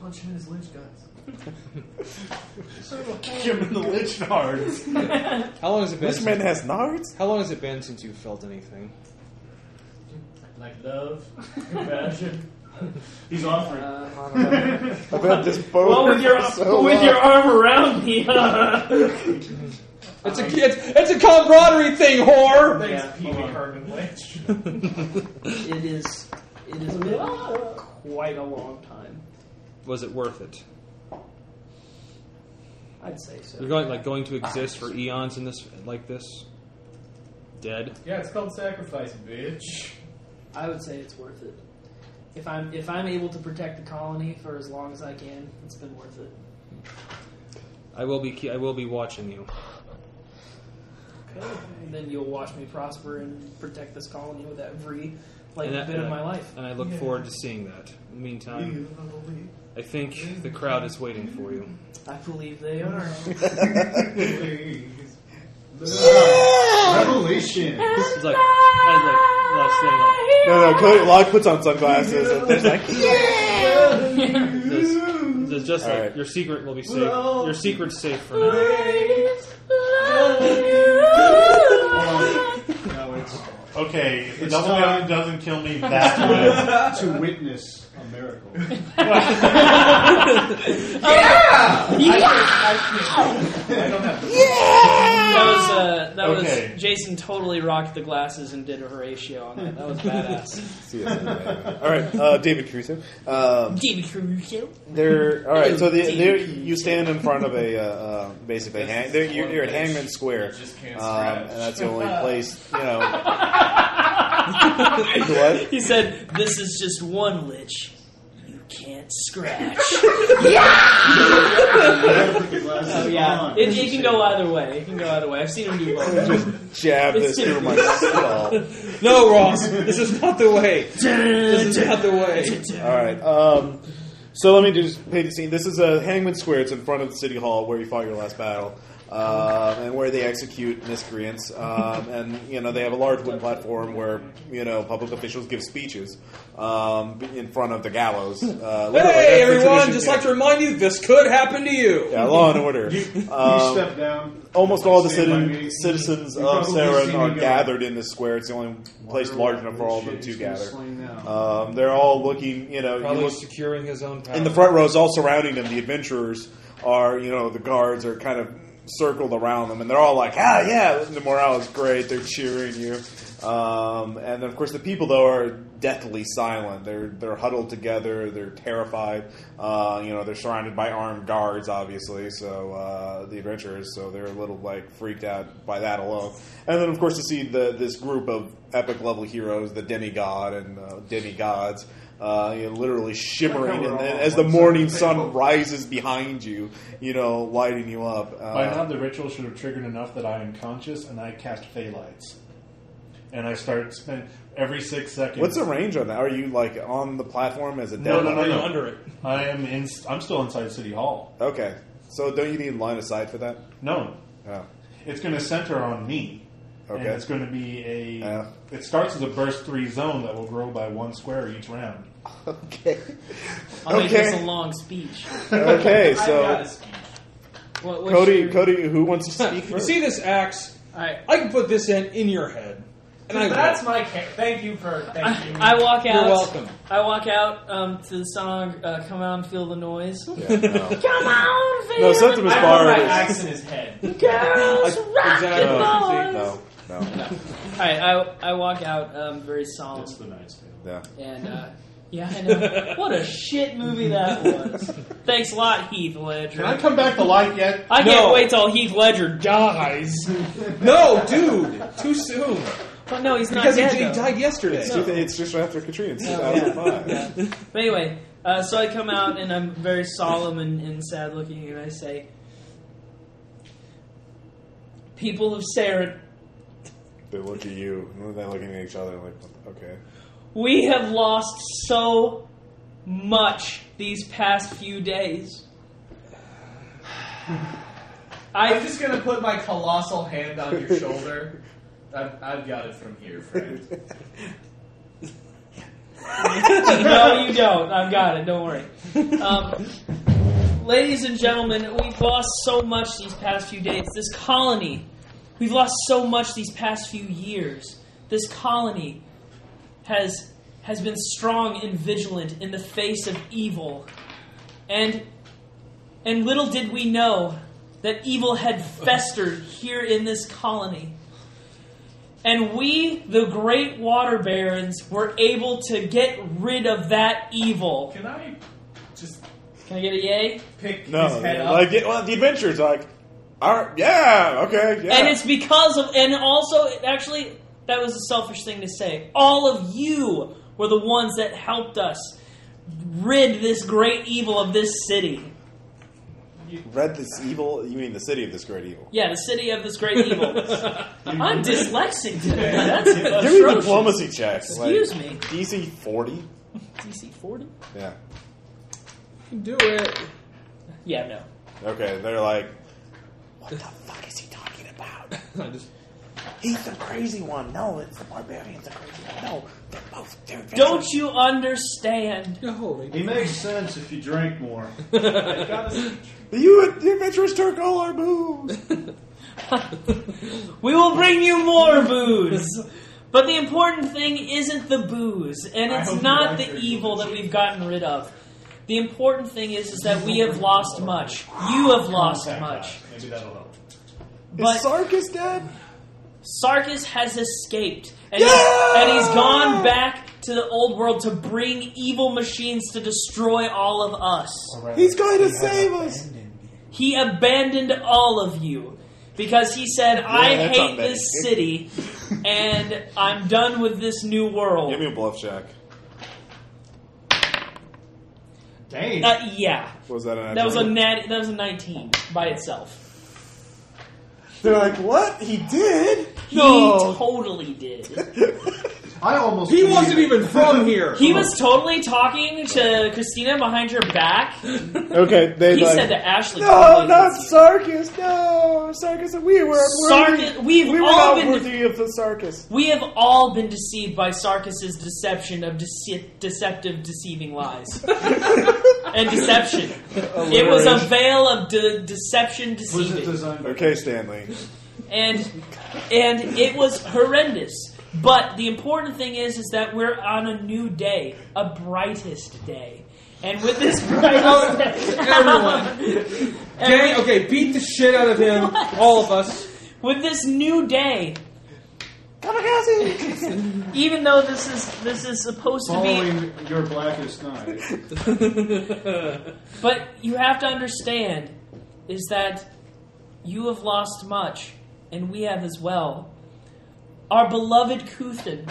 [SPEAKER 5] Punch in his lynch guns.
[SPEAKER 1] Give him the lich cards.
[SPEAKER 4] How long has it been?
[SPEAKER 2] This man has nards.
[SPEAKER 4] How long has it been since you felt anything?
[SPEAKER 5] Like love, compassion.
[SPEAKER 1] He's offering.
[SPEAKER 6] Uh, I don't know.
[SPEAKER 2] I bet this bone
[SPEAKER 6] well, with your
[SPEAKER 2] is so
[SPEAKER 6] with
[SPEAKER 2] long.
[SPEAKER 6] your arm around me.
[SPEAKER 4] It's a it's, it's a camaraderie thing, whore.
[SPEAKER 5] Thanks, Pee
[SPEAKER 6] Yeah.
[SPEAKER 5] Wee Herman Lynch.
[SPEAKER 6] it is. It has been quite a long time.
[SPEAKER 4] Was it worth it?
[SPEAKER 6] I'd say so.
[SPEAKER 4] You're going like going to exist for eons in this like this. Dead.
[SPEAKER 5] Yeah, it's called sacrifice, bitch.
[SPEAKER 6] I would say it's worth it. If I'm if I'm able to protect the colony for as long as I can, it's been worth it.
[SPEAKER 4] I will be. ke- I will be watching you.
[SPEAKER 6] And then you'll watch me prosper and protect this colony with every like
[SPEAKER 3] And that-
[SPEAKER 6] bit of
[SPEAKER 3] and
[SPEAKER 6] my
[SPEAKER 3] I-
[SPEAKER 6] life.
[SPEAKER 3] And I look forward to seeing that. In the meantime, I think the crowd is waiting for you.
[SPEAKER 6] I believe they are.
[SPEAKER 1] Revelation.
[SPEAKER 3] It's like, I
[SPEAKER 2] No, no. Cody, Locke puts on sunglasses and there's like,
[SPEAKER 3] like last thing. Says, says just
[SPEAKER 2] All
[SPEAKER 3] like
[SPEAKER 2] right.
[SPEAKER 3] your secret will be safe. Your secret's safe for now.
[SPEAKER 1] Now it's
[SPEAKER 8] Okay, if the
[SPEAKER 1] It's
[SPEAKER 8] double
[SPEAKER 1] time.
[SPEAKER 8] mountain doesn't kill me that time.
[SPEAKER 1] to witness a miracle.
[SPEAKER 6] That was uh, that
[SPEAKER 8] Okay.
[SPEAKER 6] was Jason totally rocked the glasses and did a Horatio on that. That was badass.
[SPEAKER 2] See you later, man. all right, uh, David Crusoe. Um,
[SPEAKER 6] David Caruso.
[SPEAKER 2] They're all right. So the, there you stand in front of a uh, uh, basically hang, there, you're, you're at Hangman Square,
[SPEAKER 5] You just can't
[SPEAKER 2] um,
[SPEAKER 5] scratch.
[SPEAKER 2] and that's the only place you know. what?
[SPEAKER 6] He said, "This is just one lich you can't scratch."
[SPEAKER 1] Glasses
[SPEAKER 6] So yeah,
[SPEAKER 1] on.
[SPEAKER 6] it, it can go either way. It can go either way. I've seen him do both.
[SPEAKER 2] Jab
[SPEAKER 6] It's
[SPEAKER 2] this through my skull.
[SPEAKER 3] No, Ross, this is not the way. This is not the way.
[SPEAKER 2] All right. Um, so let me just paint the scene. This is a Hangman Square. It's in front of the city hall where you fought your last battle, um, and where they execute miscreants. Um, and you know they have a large wooden platform where you know public officials give speeches um, in front of the gallows. Uh, literally,
[SPEAKER 4] Hey
[SPEAKER 2] that's the
[SPEAKER 4] everyone,
[SPEAKER 2] tradition-
[SPEAKER 4] just like to remind you, this could happen to you.
[SPEAKER 2] yeah, law and order.
[SPEAKER 1] you
[SPEAKER 2] Um,
[SPEAKER 1] step down.
[SPEAKER 2] almost all the
[SPEAKER 1] Stand by me.
[SPEAKER 2] citi- citizens
[SPEAKER 1] You
[SPEAKER 2] of
[SPEAKER 1] probably see
[SPEAKER 2] Saren
[SPEAKER 1] me
[SPEAKER 2] are
[SPEAKER 1] go,
[SPEAKER 2] gathered in the square. It's the only place
[SPEAKER 1] "Wonder
[SPEAKER 2] large
[SPEAKER 1] what
[SPEAKER 2] enough for all of
[SPEAKER 1] shit
[SPEAKER 2] them to
[SPEAKER 1] he's gonna
[SPEAKER 2] gather.
[SPEAKER 1] sling now."
[SPEAKER 2] Um, they're all looking, you know, you
[SPEAKER 3] Probably
[SPEAKER 2] look-
[SPEAKER 3] securing his own power.
[SPEAKER 2] in the front rows, all surrounding them, the adventurers are, you know, the guards are kind of circled around them, and they're all like, ah, yeah, the morale is great. They're cheering you. Um, and then, of course, the people, though, are deathly silent. They're, they're huddled together. They're terrified. Uh, you know, they're surrounded by armed guards, obviously, so uh, the adventurers, so they're a little, like, freaked out by that alone. And then, of course, to see the, this group of epic-level heroes, the demigod and uh, demigods, uh, you know, literally shimmering, and, and as the morning sun rises behind you, you know, lighting you up.
[SPEAKER 8] By
[SPEAKER 2] Uh,
[SPEAKER 8] now, the ritual should have triggered enough that I am conscious and I cast Fey Lights. And I start spend every six seconds.
[SPEAKER 2] what's the range on that? Are you like on the platform as a
[SPEAKER 8] No,
[SPEAKER 2] devil?
[SPEAKER 8] no, no, no.
[SPEAKER 3] Under it.
[SPEAKER 8] I am in. I'm still inside City Hall.
[SPEAKER 2] Okay, so don't you need line of sight for that?
[SPEAKER 8] No,
[SPEAKER 2] Oh.
[SPEAKER 8] it's going to center on me. And
[SPEAKER 2] Okay.
[SPEAKER 8] it's going to be a.
[SPEAKER 2] Yeah.
[SPEAKER 8] It starts as a burst three zone that will grow by one square each round.
[SPEAKER 2] Okay.
[SPEAKER 6] I'll make this
[SPEAKER 2] Okay.
[SPEAKER 6] a long speech.
[SPEAKER 2] okay,
[SPEAKER 5] I've got
[SPEAKER 2] so
[SPEAKER 5] a speech.
[SPEAKER 6] What, what's
[SPEAKER 2] Cody,
[SPEAKER 6] your-
[SPEAKER 2] Cody, who wants to speak
[SPEAKER 4] You
[SPEAKER 2] first?
[SPEAKER 4] see this axe?
[SPEAKER 6] All right.
[SPEAKER 4] I can put this in in your head, and I
[SPEAKER 5] That's
[SPEAKER 4] will.
[SPEAKER 5] my. Ca- thank you for. Thank you.
[SPEAKER 6] I walk
[SPEAKER 4] You're
[SPEAKER 6] out.
[SPEAKER 4] welcome.
[SPEAKER 6] I walk out um, to the song uh, "Come On, Feel the Noise."
[SPEAKER 2] Yeah, no.
[SPEAKER 6] Come on, feel
[SPEAKER 2] No, Septimus
[SPEAKER 5] I put
[SPEAKER 2] Bar
[SPEAKER 5] my
[SPEAKER 2] is.
[SPEAKER 5] axe in his head.
[SPEAKER 4] I-
[SPEAKER 6] girls.
[SPEAKER 4] exactly.
[SPEAKER 6] rock
[SPEAKER 2] No, no,
[SPEAKER 6] All right, I, I walk out um, very solemn
[SPEAKER 1] That's the Knight's Tale.
[SPEAKER 2] yeah.
[SPEAKER 6] and uh, yeah, I know. what a shit movie that was. Thanks a lot, Heath Ledger.
[SPEAKER 8] Can I come back to life yet?
[SPEAKER 6] I
[SPEAKER 4] No.
[SPEAKER 6] can't wait till Heath Ledger dies.
[SPEAKER 4] No, dude, too soon.
[SPEAKER 6] But no, he's not
[SPEAKER 4] Because he,
[SPEAKER 6] dead.
[SPEAKER 4] he
[SPEAKER 6] though.
[SPEAKER 4] died yesterday.
[SPEAKER 6] No.
[SPEAKER 2] It's just after Katrina, it's 2005.
[SPEAKER 6] But anyway, uh, so I come out and I'm very solemn and, and sad looking, and I say, "People of Saren,
[SPEAKER 2] They look at you, and they're looking at each other, like, okay.
[SPEAKER 6] we have lost so much these past few days.
[SPEAKER 5] I'm
[SPEAKER 6] I
[SPEAKER 5] just gonna put my colossal hand on your shoulder. I've, I've got it from here, friend.
[SPEAKER 6] no, you don't. I've got it. Don't worry." Um, Ladies and gentlemen, we've lost so much these past few days. This colony, we've lost so much these past few years. This colony has has been strong and vigilant in the face of evil. And and little did we know that evil had festered here in this colony. And we, the great water barons, were able to get rid of that evil.
[SPEAKER 5] Can I just
[SPEAKER 6] Can I get a yay?
[SPEAKER 5] pick
[SPEAKER 2] No,
[SPEAKER 5] his head up?
[SPEAKER 2] like, it, well, the adventure's like, all right, yeah, okay, yeah.
[SPEAKER 6] And it's because of, and also, it actually, that was a selfish thing to say. All of you were the ones that helped us rid this great evil of this city.
[SPEAKER 2] Red this evil. You mean the city of this great evil?
[SPEAKER 6] Yeah, the city of this great evil. I'm dyslexic today. That's
[SPEAKER 2] Give me
[SPEAKER 6] atrocious.
[SPEAKER 2] diplomacy checks.
[SPEAKER 6] Excuse me.
[SPEAKER 2] DC forty.
[SPEAKER 6] DC forty?
[SPEAKER 2] Yeah.
[SPEAKER 4] Do it.
[SPEAKER 6] Yeah, no.
[SPEAKER 2] Okay. They're like, what the fuck is he talking about?
[SPEAKER 4] I just
[SPEAKER 2] He's the crazy one. No, it's the barbarians. The crazy one. No, they're both. They're
[SPEAKER 6] Don't you understand?
[SPEAKER 4] no. They
[SPEAKER 1] It makes sense if you drank more.
[SPEAKER 2] You, the adventurers took all our booze.
[SPEAKER 6] We will bring you more booze. But the important thing isn't the booze, and
[SPEAKER 1] I hope
[SPEAKER 6] it's
[SPEAKER 1] you
[SPEAKER 6] not
[SPEAKER 1] like
[SPEAKER 6] the
[SPEAKER 1] your
[SPEAKER 6] evil that we've gotten rid of. The important thing is, is that we have lost much. You have lost
[SPEAKER 1] Contact
[SPEAKER 6] much.
[SPEAKER 1] that. Maybe that'll help.
[SPEAKER 6] But
[SPEAKER 2] is Sarkis dead?
[SPEAKER 6] Sarkis has escaped, and, he's, and he's gone back to the old world to bring evil machines to destroy all of us.
[SPEAKER 2] He's going to save us.
[SPEAKER 6] He abandoned all of you because he said, "I
[SPEAKER 2] that's
[SPEAKER 6] hate
[SPEAKER 2] unbending.
[SPEAKER 6] this city, and I'm done with this new world."
[SPEAKER 2] Give me a bluff check.
[SPEAKER 1] Dang.
[SPEAKER 6] Uh, yeah,
[SPEAKER 2] Was that an?
[SPEAKER 6] that was a nat- that was a 19 by itself.
[SPEAKER 2] They're like, what? He did?
[SPEAKER 6] He totally did.
[SPEAKER 1] I almost.
[SPEAKER 4] He
[SPEAKER 1] believe
[SPEAKER 4] wasn't
[SPEAKER 1] it.
[SPEAKER 4] even from here.
[SPEAKER 6] He was totally talking to Christina behind your back.
[SPEAKER 2] okay, they
[SPEAKER 6] He
[SPEAKER 2] like,
[SPEAKER 6] said that Ashley.
[SPEAKER 2] no,
[SPEAKER 6] totally
[SPEAKER 2] not
[SPEAKER 6] hates you.
[SPEAKER 2] Sarkis. No, Sarkis. We were unworthy.
[SPEAKER 6] Sarkis- we've
[SPEAKER 2] we were
[SPEAKER 6] all
[SPEAKER 2] not
[SPEAKER 6] been-
[SPEAKER 2] worthy of the Sarkis.
[SPEAKER 6] We have all been deceived by Sarkis's deception of dece- deceptive, deceiving lies and deception. It was a veil of de- deception,
[SPEAKER 1] Was it
[SPEAKER 6] deceiving,
[SPEAKER 1] designed? by-
[SPEAKER 2] Okay, Stanley.
[SPEAKER 6] and and it was horrendous. But the important thing is, is that we're on a new day, a brightest day, and with this brightest day,
[SPEAKER 4] Everyone. Okay, okay, beat the shit out of him, all of us.
[SPEAKER 6] with this new day,
[SPEAKER 2] Kamikaze!
[SPEAKER 6] even though this is this is supposed to be
[SPEAKER 1] Following your blackest night.
[SPEAKER 6] But you have to understand is that you have lost much, and we have as well. Our beloved Kuthin.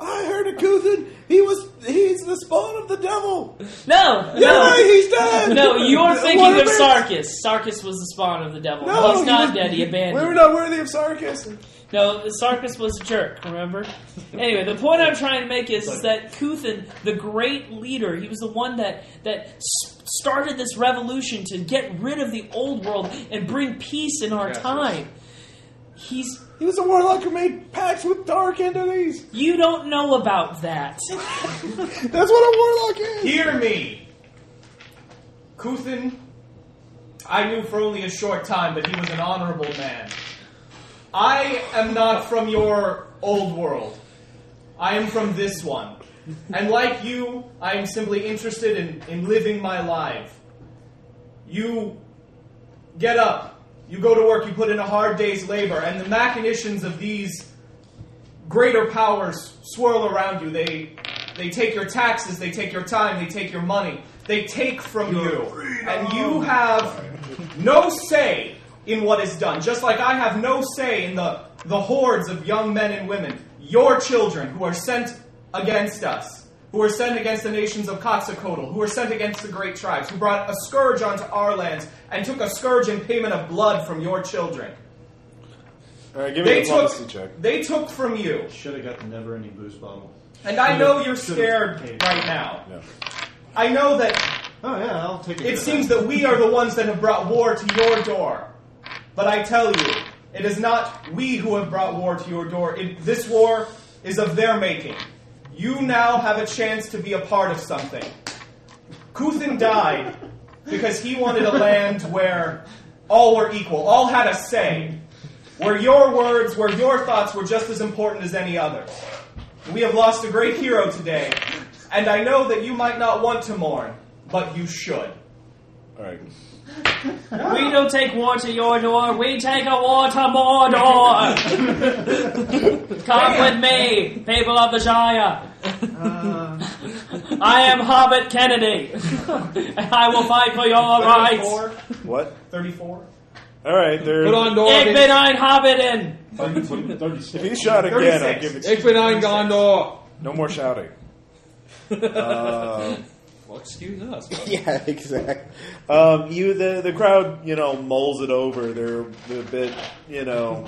[SPEAKER 2] I heard a Kuthin. He was. He's the spawn of the devil.
[SPEAKER 6] No,
[SPEAKER 2] Yeah,
[SPEAKER 6] no,
[SPEAKER 2] he's dead.
[SPEAKER 6] no. You're
[SPEAKER 2] What
[SPEAKER 6] thinking of
[SPEAKER 2] if it's-
[SPEAKER 6] Sarkis. Sarkis was the spawn of the devil.
[SPEAKER 2] No,
[SPEAKER 6] he's
[SPEAKER 2] he
[SPEAKER 6] not
[SPEAKER 2] was-
[SPEAKER 6] dead. He
[SPEAKER 2] We
[SPEAKER 6] abandoned.
[SPEAKER 2] were not worthy of Sarkis.
[SPEAKER 6] No, Sarkis was a jerk, remember? anyway, the point I'm trying to make is, is that Kuthin, the great leader, he was the one that, that s- started this revolution to get rid of the old world and bring peace in our
[SPEAKER 4] Gotcha.
[SPEAKER 6] time. He's.
[SPEAKER 2] He was a warlock who made pacts with dark entities.
[SPEAKER 6] You don't know about that.
[SPEAKER 2] That's what a warlock is.
[SPEAKER 5] Hear me! Kuthin, I knew for only a short time, but he was an honorable man. I am not from your old world. I am from this one. And like you, I am simply interested in, in living my life. You get up, you go to work, you put in a hard day's labor, and the machinations of these greater powers swirl around you. They they take your taxes, they take your time, they take your money, they take from you, and you have no say in what is done. Just like I have no say in the the hordes of young men and women, your children who are sent against us, who are sent against the nations of Quetzalcoatl, who are sent against the great tribes, who brought a scourge onto our lands and took a scourge in payment of blood from your children.
[SPEAKER 2] All right, give me
[SPEAKER 5] They
[SPEAKER 2] a diplomacy
[SPEAKER 5] took,
[SPEAKER 2] check.
[SPEAKER 5] they took from you.
[SPEAKER 1] Should have got the never ending booze bottle.
[SPEAKER 5] And I know you're
[SPEAKER 1] Should've
[SPEAKER 5] scared
[SPEAKER 1] paid.
[SPEAKER 5] right now.
[SPEAKER 2] Yeah.
[SPEAKER 5] I know that
[SPEAKER 1] Oh, yeah, I'll take a
[SPEAKER 5] it
[SPEAKER 1] good
[SPEAKER 5] seems
[SPEAKER 1] one.
[SPEAKER 5] that we are the ones that have brought war to your door. But I tell you, it is not we who have brought war to your door. It, this war is of their making. You now have a chance to be a part of something. Kuthin died because he wanted a land where all were equal, all had a say, where your words, where your thoughts were just as important as any others. We have lost a great hero today, and I know that you might not want to mourn, but you should.
[SPEAKER 2] All right.
[SPEAKER 6] We don't take war to your door, we take a war to more door! Come with me, people of the Shire! I am Hobbit Kennedy! and I will fight for your rights!
[SPEAKER 5] 34?
[SPEAKER 2] What?
[SPEAKER 5] 34?
[SPEAKER 2] All right. There.
[SPEAKER 4] Put on
[SPEAKER 6] Ich
[SPEAKER 4] Gondor.
[SPEAKER 6] bin ein Hobbiten!
[SPEAKER 1] 30, 36.
[SPEAKER 2] If you shot again, I'd
[SPEAKER 5] 36.
[SPEAKER 2] give it.
[SPEAKER 4] Ich bin ein Gondor.
[SPEAKER 2] No more shouting. uh,
[SPEAKER 3] Well, excuse us.
[SPEAKER 2] yeah, exactly. Um, you the the crowd, you know, mulls it over. They're, they're a bit, you know,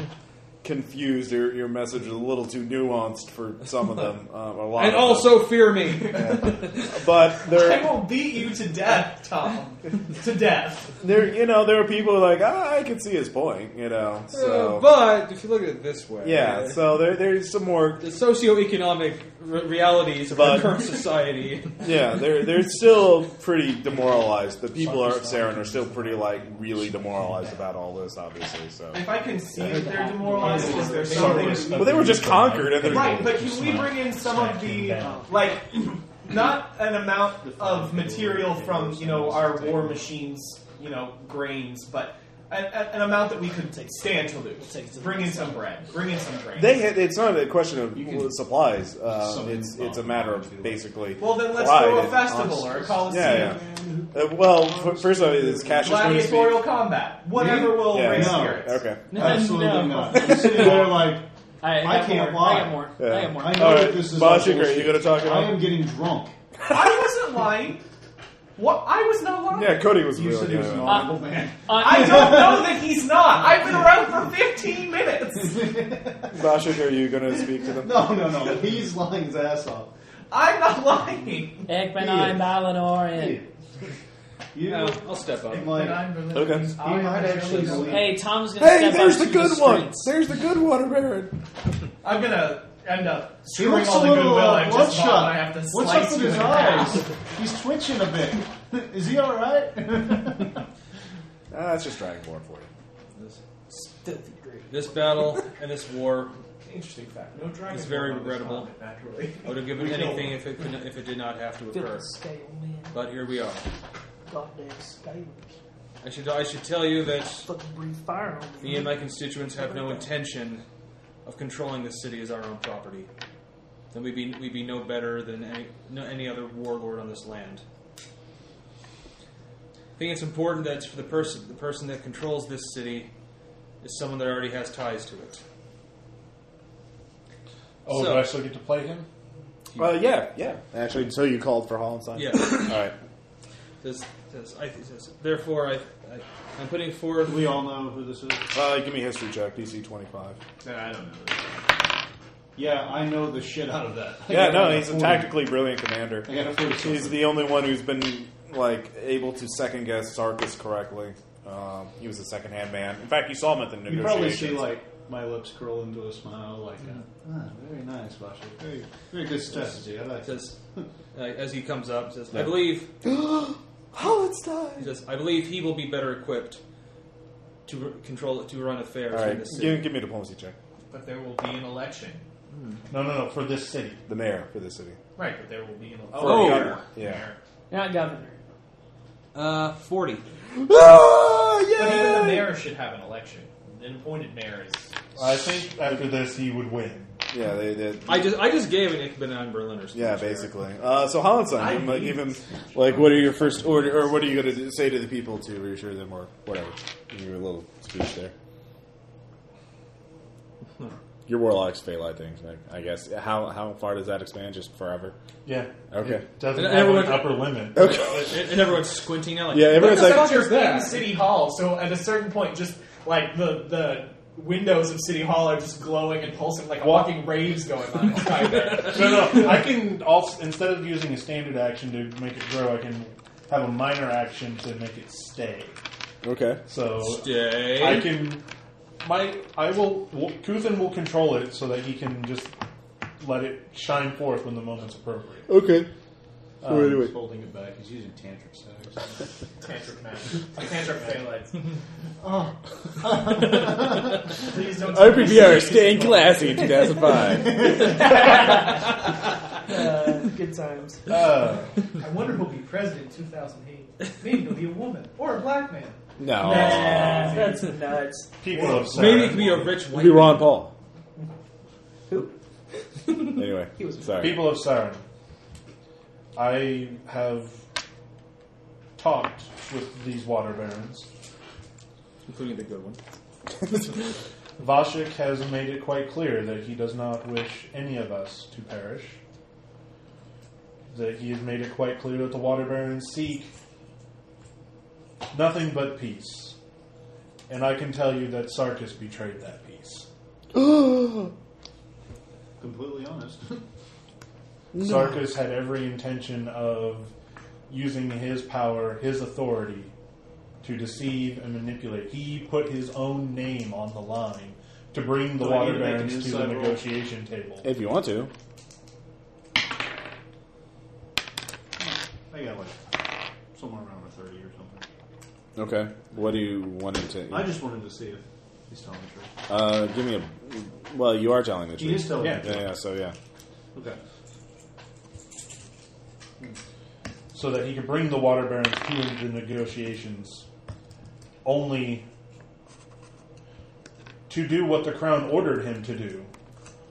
[SPEAKER 2] confused. Your your message is a little too nuanced for some of them. Um, a lot,
[SPEAKER 4] And
[SPEAKER 2] of
[SPEAKER 4] also fear me.
[SPEAKER 2] them. but
[SPEAKER 5] I
[SPEAKER 2] they're
[SPEAKER 5] will beat you to death, Tom. to death.
[SPEAKER 2] they're you know there are people who are like ah, I can see his point, you know. So
[SPEAKER 4] Uh, but if you look at it this way,
[SPEAKER 2] yeah, so there there's some more.
[SPEAKER 4] the socioeconomic re- realities of
[SPEAKER 2] But-
[SPEAKER 4] our current society.
[SPEAKER 2] Yeah, they're they're still pretty demoralized. The people are at Saren are still pretty like really demoralized about all this, obviously. So
[SPEAKER 5] If I can see that they're demoralized, is there something?
[SPEAKER 2] well, they were just conquered, and they're
[SPEAKER 5] Right, but can we bring in some of the like, not an amount of material from you know our war machines, you know grains, but an, an an amount that we could stand to lose. Bring in some bread. Bring in some grain.
[SPEAKER 2] They had, it's not a question of
[SPEAKER 1] can-
[SPEAKER 2] supplies. Uh,
[SPEAKER 1] Some
[SPEAKER 2] it's it's a
[SPEAKER 1] bomb
[SPEAKER 2] matter
[SPEAKER 1] to
[SPEAKER 2] of
[SPEAKER 1] the-
[SPEAKER 2] basically.
[SPEAKER 5] well, then let's
[SPEAKER 2] pride
[SPEAKER 5] throw a
[SPEAKER 2] and
[SPEAKER 5] festival
[SPEAKER 2] honor.
[SPEAKER 5] or a coliseum.
[SPEAKER 2] Yeah, yeah. Uh, well, f- first of all, is Cassius going to speak?
[SPEAKER 5] Gladiatorial combat. Whatever will
[SPEAKER 2] Yeah.
[SPEAKER 5] raise
[SPEAKER 1] No.
[SPEAKER 5] spirits.
[SPEAKER 2] Okay.
[SPEAKER 1] Absolutely
[SPEAKER 6] No.
[SPEAKER 1] not. I'm sitting there like,
[SPEAKER 6] I,
[SPEAKER 1] I
[SPEAKER 6] got
[SPEAKER 1] can't
[SPEAKER 6] more.
[SPEAKER 1] lie.
[SPEAKER 6] I got more. I
[SPEAKER 2] Yeah.
[SPEAKER 6] got more.
[SPEAKER 1] I know
[SPEAKER 2] All
[SPEAKER 1] that
[SPEAKER 2] right,
[SPEAKER 1] this is all
[SPEAKER 2] Bashik, are you
[SPEAKER 1] bullshit.
[SPEAKER 2] going to talk
[SPEAKER 1] I
[SPEAKER 2] about?
[SPEAKER 1] am getting drunk.
[SPEAKER 5] I wasn't lying. What? I was not lying.
[SPEAKER 2] yeah, Cody was
[SPEAKER 1] You
[SPEAKER 2] really.
[SPEAKER 1] said he was an
[SPEAKER 2] yeah.
[SPEAKER 1] honorable man.
[SPEAKER 5] I don't know that he's not. I've been around for 15 minutes.
[SPEAKER 2] Bashik, are you going to speak to them?
[SPEAKER 1] No, no, no. He's lying his ass off.
[SPEAKER 5] I'm not lying.
[SPEAKER 6] Ich bin
[SPEAKER 1] Yeah.
[SPEAKER 6] ein Balanorin.
[SPEAKER 1] You,
[SPEAKER 4] No, I'll step up.
[SPEAKER 1] and like,
[SPEAKER 2] Okay.
[SPEAKER 1] he might actually believe.
[SPEAKER 6] Hey, Tom's gonna
[SPEAKER 2] Hey,
[SPEAKER 6] step
[SPEAKER 2] there's
[SPEAKER 6] up
[SPEAKER 2] the
[SPEAKER 6] to
[SPEAKER 2] good one.
[SPEAKER 6] streets.
[SPEAKER 2] There's the good one, Aaron.
[SPEAKER 5] I'm gonna end up
[SPEAKER 1] he
[SPEAKER 5] screwing
[SPEAKER 1] looks a
[SPEAKER 5] all the
[SPEAKER 1] little
[SPEAKER 5] goodwill
[SPEAKER 1] uh,
[SPEAKER 5] I've just bought.
[SPEAKER 1] bloodshot.
[SPEAKER 5] and I have to
[SPEAKER 1] What's
[SPEAKER 5] slice
[SPEAKER 1] up with
[SPEAKER 5] you
[SPEAKER 1] his
[SPEAKER 5] in half.
[SPEAKER 1] eyes? He's twitching a bit. Is he all right?
[SPEAKER 2] Ah, that's just Dragonborn for you.
[SPEAKER 4] This,
[SPEAKER 6] Filthy great.
[SPEAKER 4] this battle and this war,
[SPEAKER 5] Interesting fact. No dragon.
[SPEAKER 4] It's very
[SPEAKER 5] on this
[SPEAKER 4] regrettable.
[SPEAKER 5] continent, Naturally.
[SPEAKER 4] I would have given
[SPEAKER 5] We killed
[SPEAKER 4] anything
[SPEAKER 5] him.
[SPEAKER 4] if it could, if it did not have to
[SPEAKER 6] Filthy
[SPEAKER 4] occur.
[SPEAKER 6] scale man.
[SPEAKER 4] But here we are.
[SPEAKER 6] Goddamn scale.
[SPEAKER 4] I should I should tell you that
[SPEAKER 6] Fucking breathe fire on
[SPEAKER 4] me
[SPEAKER 6] me.
[SPEAKER 4] and my constituents have no intention of controlling this city as our own property. Then we'd be we'd be no better than any no, any other warlord on this land. I think it's important that for the person the person that controls this city is someone that already has ties to it.
[SPEAKER 8] Oh,
[SPEAKER 4] So-
[SPEAKER 8] do I still get to play him?
[SPEAKER 2] Uh, yeah, yeah. Actually, so you called for Hollenstein.
[SPEAKER 4] Yeah.
[SPEAKER 2] All right.
[SPEAKER 4] Says, says, I, says, therefore, I, I, I'm putting forth.
[SPEAKER 1] we all know who this is.
[SPEAKER 2] Uh, give me a history check. DC twenty five.
[SPEAKER 1] I don't know. Yeah, I know the shit out of that. I
[SPEAKER 2] Yeah,
[SPEAKER 1] got
[SPEAKER 2] no,
[SPEAKER 1] a
[SPEAKER 2] he's a
[SPEAKER 1] 40.
[SPEAKER 2] tactically brilliant commander.
[SPEAKER 1] I got a 40.
[SPEAKER 2] He's the only one who's been like able to second guess Sarkis correctly. Um, he was a second hand man. In fact, you saw him at the
[SPEAKER 1] You
[SPEAKER 2] negotiations.
[SPEAKER 1] probably see like my lips curl into a smile, like, uh, ah, very nice, Basha. Very, very good strategy. I like
[SPEAKER 4] Says, uh, as he comes up, says, I believe. He says, I believe he will be better equipped to r- control to run affairs
[SPEAKER 2] All
[SPEAKER 4] in
[SPEAKER 2] right,
[SPEAKER 4] this city.
[SPEAKER 2] give, give me a diplomacy check.
[SPEAKER 5] But there will be an election.
[SPEAKER 8] No, no, no. For this city.
[SPEAKER 2] The mayor for the city.
[SPEAKER 5] Right, but there will be an election.
[SPEAKER 2] For
[SPEAKER 4] Oh.
[SPEAKER 2] the governor. Yeah.
[SPEAKER 6] You're not governor.
[SPEAKER 4] Uh, forty.
[SPEAKER 2] Ah,
[SPEAKER 5] But even the
[SPEAKER 2] yeah.
[SPEAKER 5] mayor should have an election. An appointed mayor is.
[SPEAKER 8] I think after this he would win.
[SPEAKER 2] Yeah, they did.
[SPEAKER 4] I just I just gave an Ich bin ein Berliner. speech
[SPEAKER 2] Yeah,
[SPEAKER 4] there.
[SPEAKER 2] basically. Uh, so Hollenstein, give him, like, give him like, what are your first order, or what are you going to say to the people to reassure them, or whatever? Your little speech there. Your warlocks fail at things, I, I guess. How how far does that expand? Just forever?
[SPEAKER 8] Yeah.
[SPEAKER 2] Okay.
[SPEAKER 8] It doesn't
[SPEAKER 4] And
[SPEAKER 8] have
[SPEAKER 4] everyone-
[SPEAKER 8] an upper limit.
[SPEAKER 4] Uh, And, and everyone's squinting now. Like,
[SPEAKER 2] Yeah, everyone's
[SPEAKER 4] "What the
[SPEAKER 2] like-
[SPEAKER 4] fuck is
[SPEAKER 5] in
[SPEAKER 4] that?
[SPEAKER 5] City Hall. So at a certain point, just like the the windows of City Hall are just glowing and pulsing, like a walking raves going on inside there.
[SPEAKER 8] No, no. I can also instead of using a standard action to make it grow, I can have a minor action to make it stay.
[SPEAKER 2] Okay.
[SPEAKER 8] So
[SPEAKER 4] Stay.
[SPEAKER 8] I can. My I will. will- Kuthin will control it so that he can just let it shine forth when the moment's appropriate.
[SPEAKER 2] Okay.
[SPEAKER 8] Um,
[SPEAKER 1] He's holding it back. He's using tantric sex.
[SPEAKER 5] Tantric man. Tantric phalanx. Please don't.
[SPEAKER 2] IPBR, staying classy, 2005.
[SPEAKER 6] Uh, good times.
[SPEAKER 8] Uh,
[SPEAKER 5] I wonder who'll be president in 2008. Maybe it'll be a woman or a black man.
[SPEAKER 2] no.
[SPEAKER 6] Nah, that's nuts.
[SPEAKER 8] people of Saren.
[SPEAKER 4] Maybe it could be a rich
[SPEAKER 2] It'll be
[SPEAKER 4] white.
[SPEAKER 2] Ron Paul. anyway,
[SPEAKER 6] He was-
[SPEAKER 2] sorry.
[SPEAKER 8] people of Saren. I have talked with these water barons.
[SPEAKER 4] Including the good one.
[SPEAKER 8] Vashik has made it quite clear that he does not wish any of us to perish. that he has made it quite clear that the Water Barons seek nothing but peace. And I can tell you that Sarkis betrayed that peace.
[SPEAKER 1] Completely honest.
[SPEAKER 8] Sarkis had every intention of using his power, his authority, to deceive and manipulate. He put his own name on the line to bring the
[SPEAKER 1] Do I need
[SPEAKER 8] Water
[SPEAKER 1] to make an
[SPEAKER 8] Barons to the
[SPEAKER 1] inside roll?
[SPEAKER 8] negotiation table.
[SPEAKER 2] If you want to.
[SPEAKER 1] I got like somewhere around a 30 or something.
[SPEAKER 2] Okay. What do you want him to?
[SPEAKER 1] I just wanted to see if he's telling the truth.
[SPEAKER 2] Uh, give me a. Well, you are telling the
[SPEAKER 1] He
[SPEAKER 2] truth.
[SPEAKER 1] is telling
[SPEAKER 8] Yeah.
[SPEAKER 1] the
[SPEAKER 2] Yeah,
[SPEAKER 1] truth.
[SPEAKER 2] yeah, so yeah.
[SPEAKER 1] Okay.
[SPEAKER 8] so that he could bring the water barons to the negotiations only to do what the crown ordered him to do,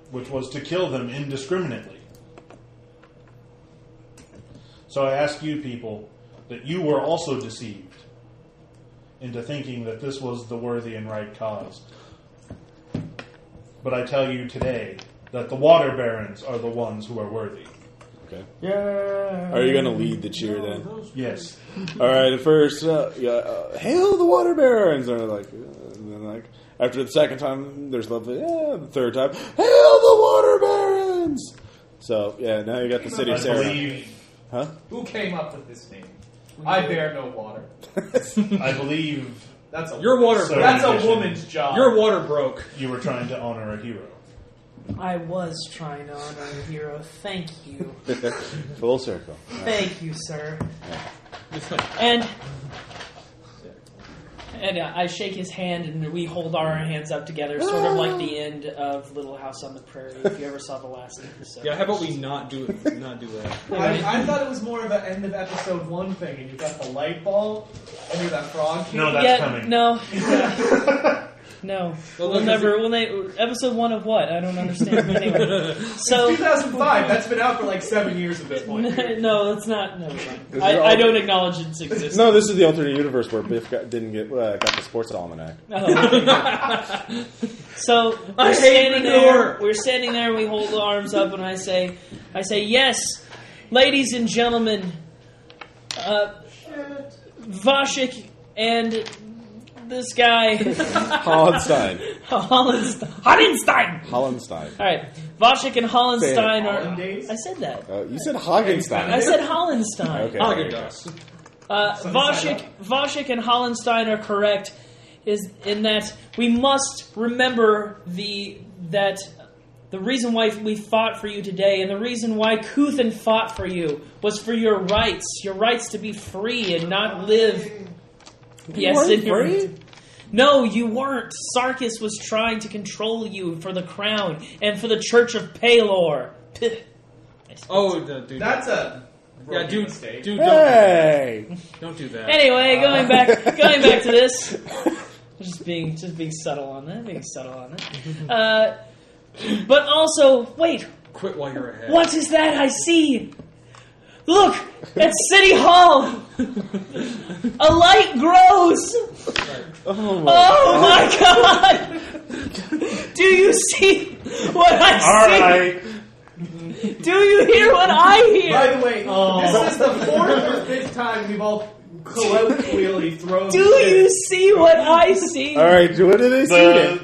[SPEAKER 8] which was to kill them indiscriminately. So I ask you people that you were also deceived into thinking that this was the worthy and right cause. But I tell you today that the water barons are the ones who are worthy.
[SPEAKER 2] Okay.
[SPEAKER 11] Yeah.
[SPEAKER 2] Are you going to lead the cheer then?
[SPEAKER 8] Yes.
[SPEAKER 2] All right, at first, uh, yeah, uh, hail the water barons! And they're like, uh, and then like after the second time, there's lovely. Yeah, the third time, hail the water barons! So yeah, now you got the city
[SPEAKER 8] I
[SPEAKER 2] of Sarah,
[SPEAKER 8] believe
[SPEAKER 2] huh?
[SPEAKER 5] Who came up with this name? I bear no water.
[SPEAKER 8] I believe
[SPEAKER 5] That's a
[SPEAKER 4] Your water
[SPEAKER 8] So-
[SPEAKER 4] broke.
[SPEAKER 5] That's a woman's job.
[SPEAKER 4] Your water broke.
[SPEAKER 8] you were trying to honor a hero.
[SPEAKER 6] I was trying to honor a hero. Thank you.
[SPEAKER 2] Full circle.
[SPEAKER 6] Thank you, sir. And and uh, I shake his hand, and we hold our hands up together, sort of like the end of Little House on the Prairie. If you ever saw the last episode,
[SPEAKER 4] Yeah, how about we not do it? Not do that.
[SPEAKER 5] I, I thought it was more of an end of episode one thing, and you got the light ball, and you that frog. came.
[SPEAKER 8] No, that's
[SPEAKER 6] yeah,
[SPEAKER 8] coming.
[SPEAKER 6] no, no. We'll,
[SPEAKER 4] look,
[SPEAKER 6] never. We'll na- episode one of what? I don't understand. But anyway, so
[SPEAKER 5] 2005. That's been out for like seven years at this point.
[SPEAKER 6] no, it's not. Never mind.
[SPEAKER 2] These
[SPEAKER 6] I,
[SPEAKER 2] are all-
[SPEAKER 6] I don't acknowledge its existence.
[SPEAKER 2] No, this is the alternate universe where Biff got, didn't get uh, got the sports almanac.
[SPEAKER 6] Oh. so we're standing there. We're standing there, and we hold the arms up, and I say, "I say yes, ladies and gentlemen, uh, Vashik and this guy
[SPEAKER 2] Hollenstein,
[SPEAKER 6] Hollenstein. Hollenstein.
[SPEAKER 2] Hollenstein.
[SPEAKER 6] All right, Vashik and Hollenstein
[SPEAKER 5] Hollandaise?
[SPEAKER 6] are. I said that.
[SPEAKER 2] Uh, you said Hagenstein.
[SPEAKER 6] I said Hollenstein.
[SPEAKER 2] Okay.
[SPEAKER 4] I'll get dust.
[SPEAKER 6] Uh,
[SPEAKER 5] Sunny
[SPEAKER 6] Vashik,
[SPEAKER 5] side
[SPEAKER 6] Vashik and Hollenstein are correct is in that we must remember the that the reason why we fought for you today and the reason why Kuthin fought for you was for your rights, your rights to be free and not live. yes, and your- No, you weren't. Sarkis was trying to control you for the crown and for the Church of Palor. Pih.
[SPEAKER 4] Oh, the, dude.
[SPEAKER 5] That's a
[SPEAKER 4] yeah,
[SPEAKER 5] rookie
[SPEAKER 4] dude.
[SPEAKER 5] mistake.
[SPEAKER 4] Dude,
[SPEAKER 2] Hey!
[SPEAKER 4] don't, do- don't do that.
[SPEAKER 6] Anyway, going back, going back to this, just being just being subtle on that, being subtle on that. Uh, but also, wait,
[SPEAKER 4] Quit while you're ahead.
[SPEAKER 6] what is that I see? Look at City Hall. A light grows. Oh my, god. Do you see what I
[SPEAKER 8] All
[SPEAKER 6] see?
[SPEAKER 8] right.
[SPEAKER 6] Do you hear what I hear?
[SPEAKER 5] By the way, this is the fourth or fifth time we've all colloquially thrown.
[SPEAKER 6] Do you see what I see?
[SPEAKER 2] All right, what did they see?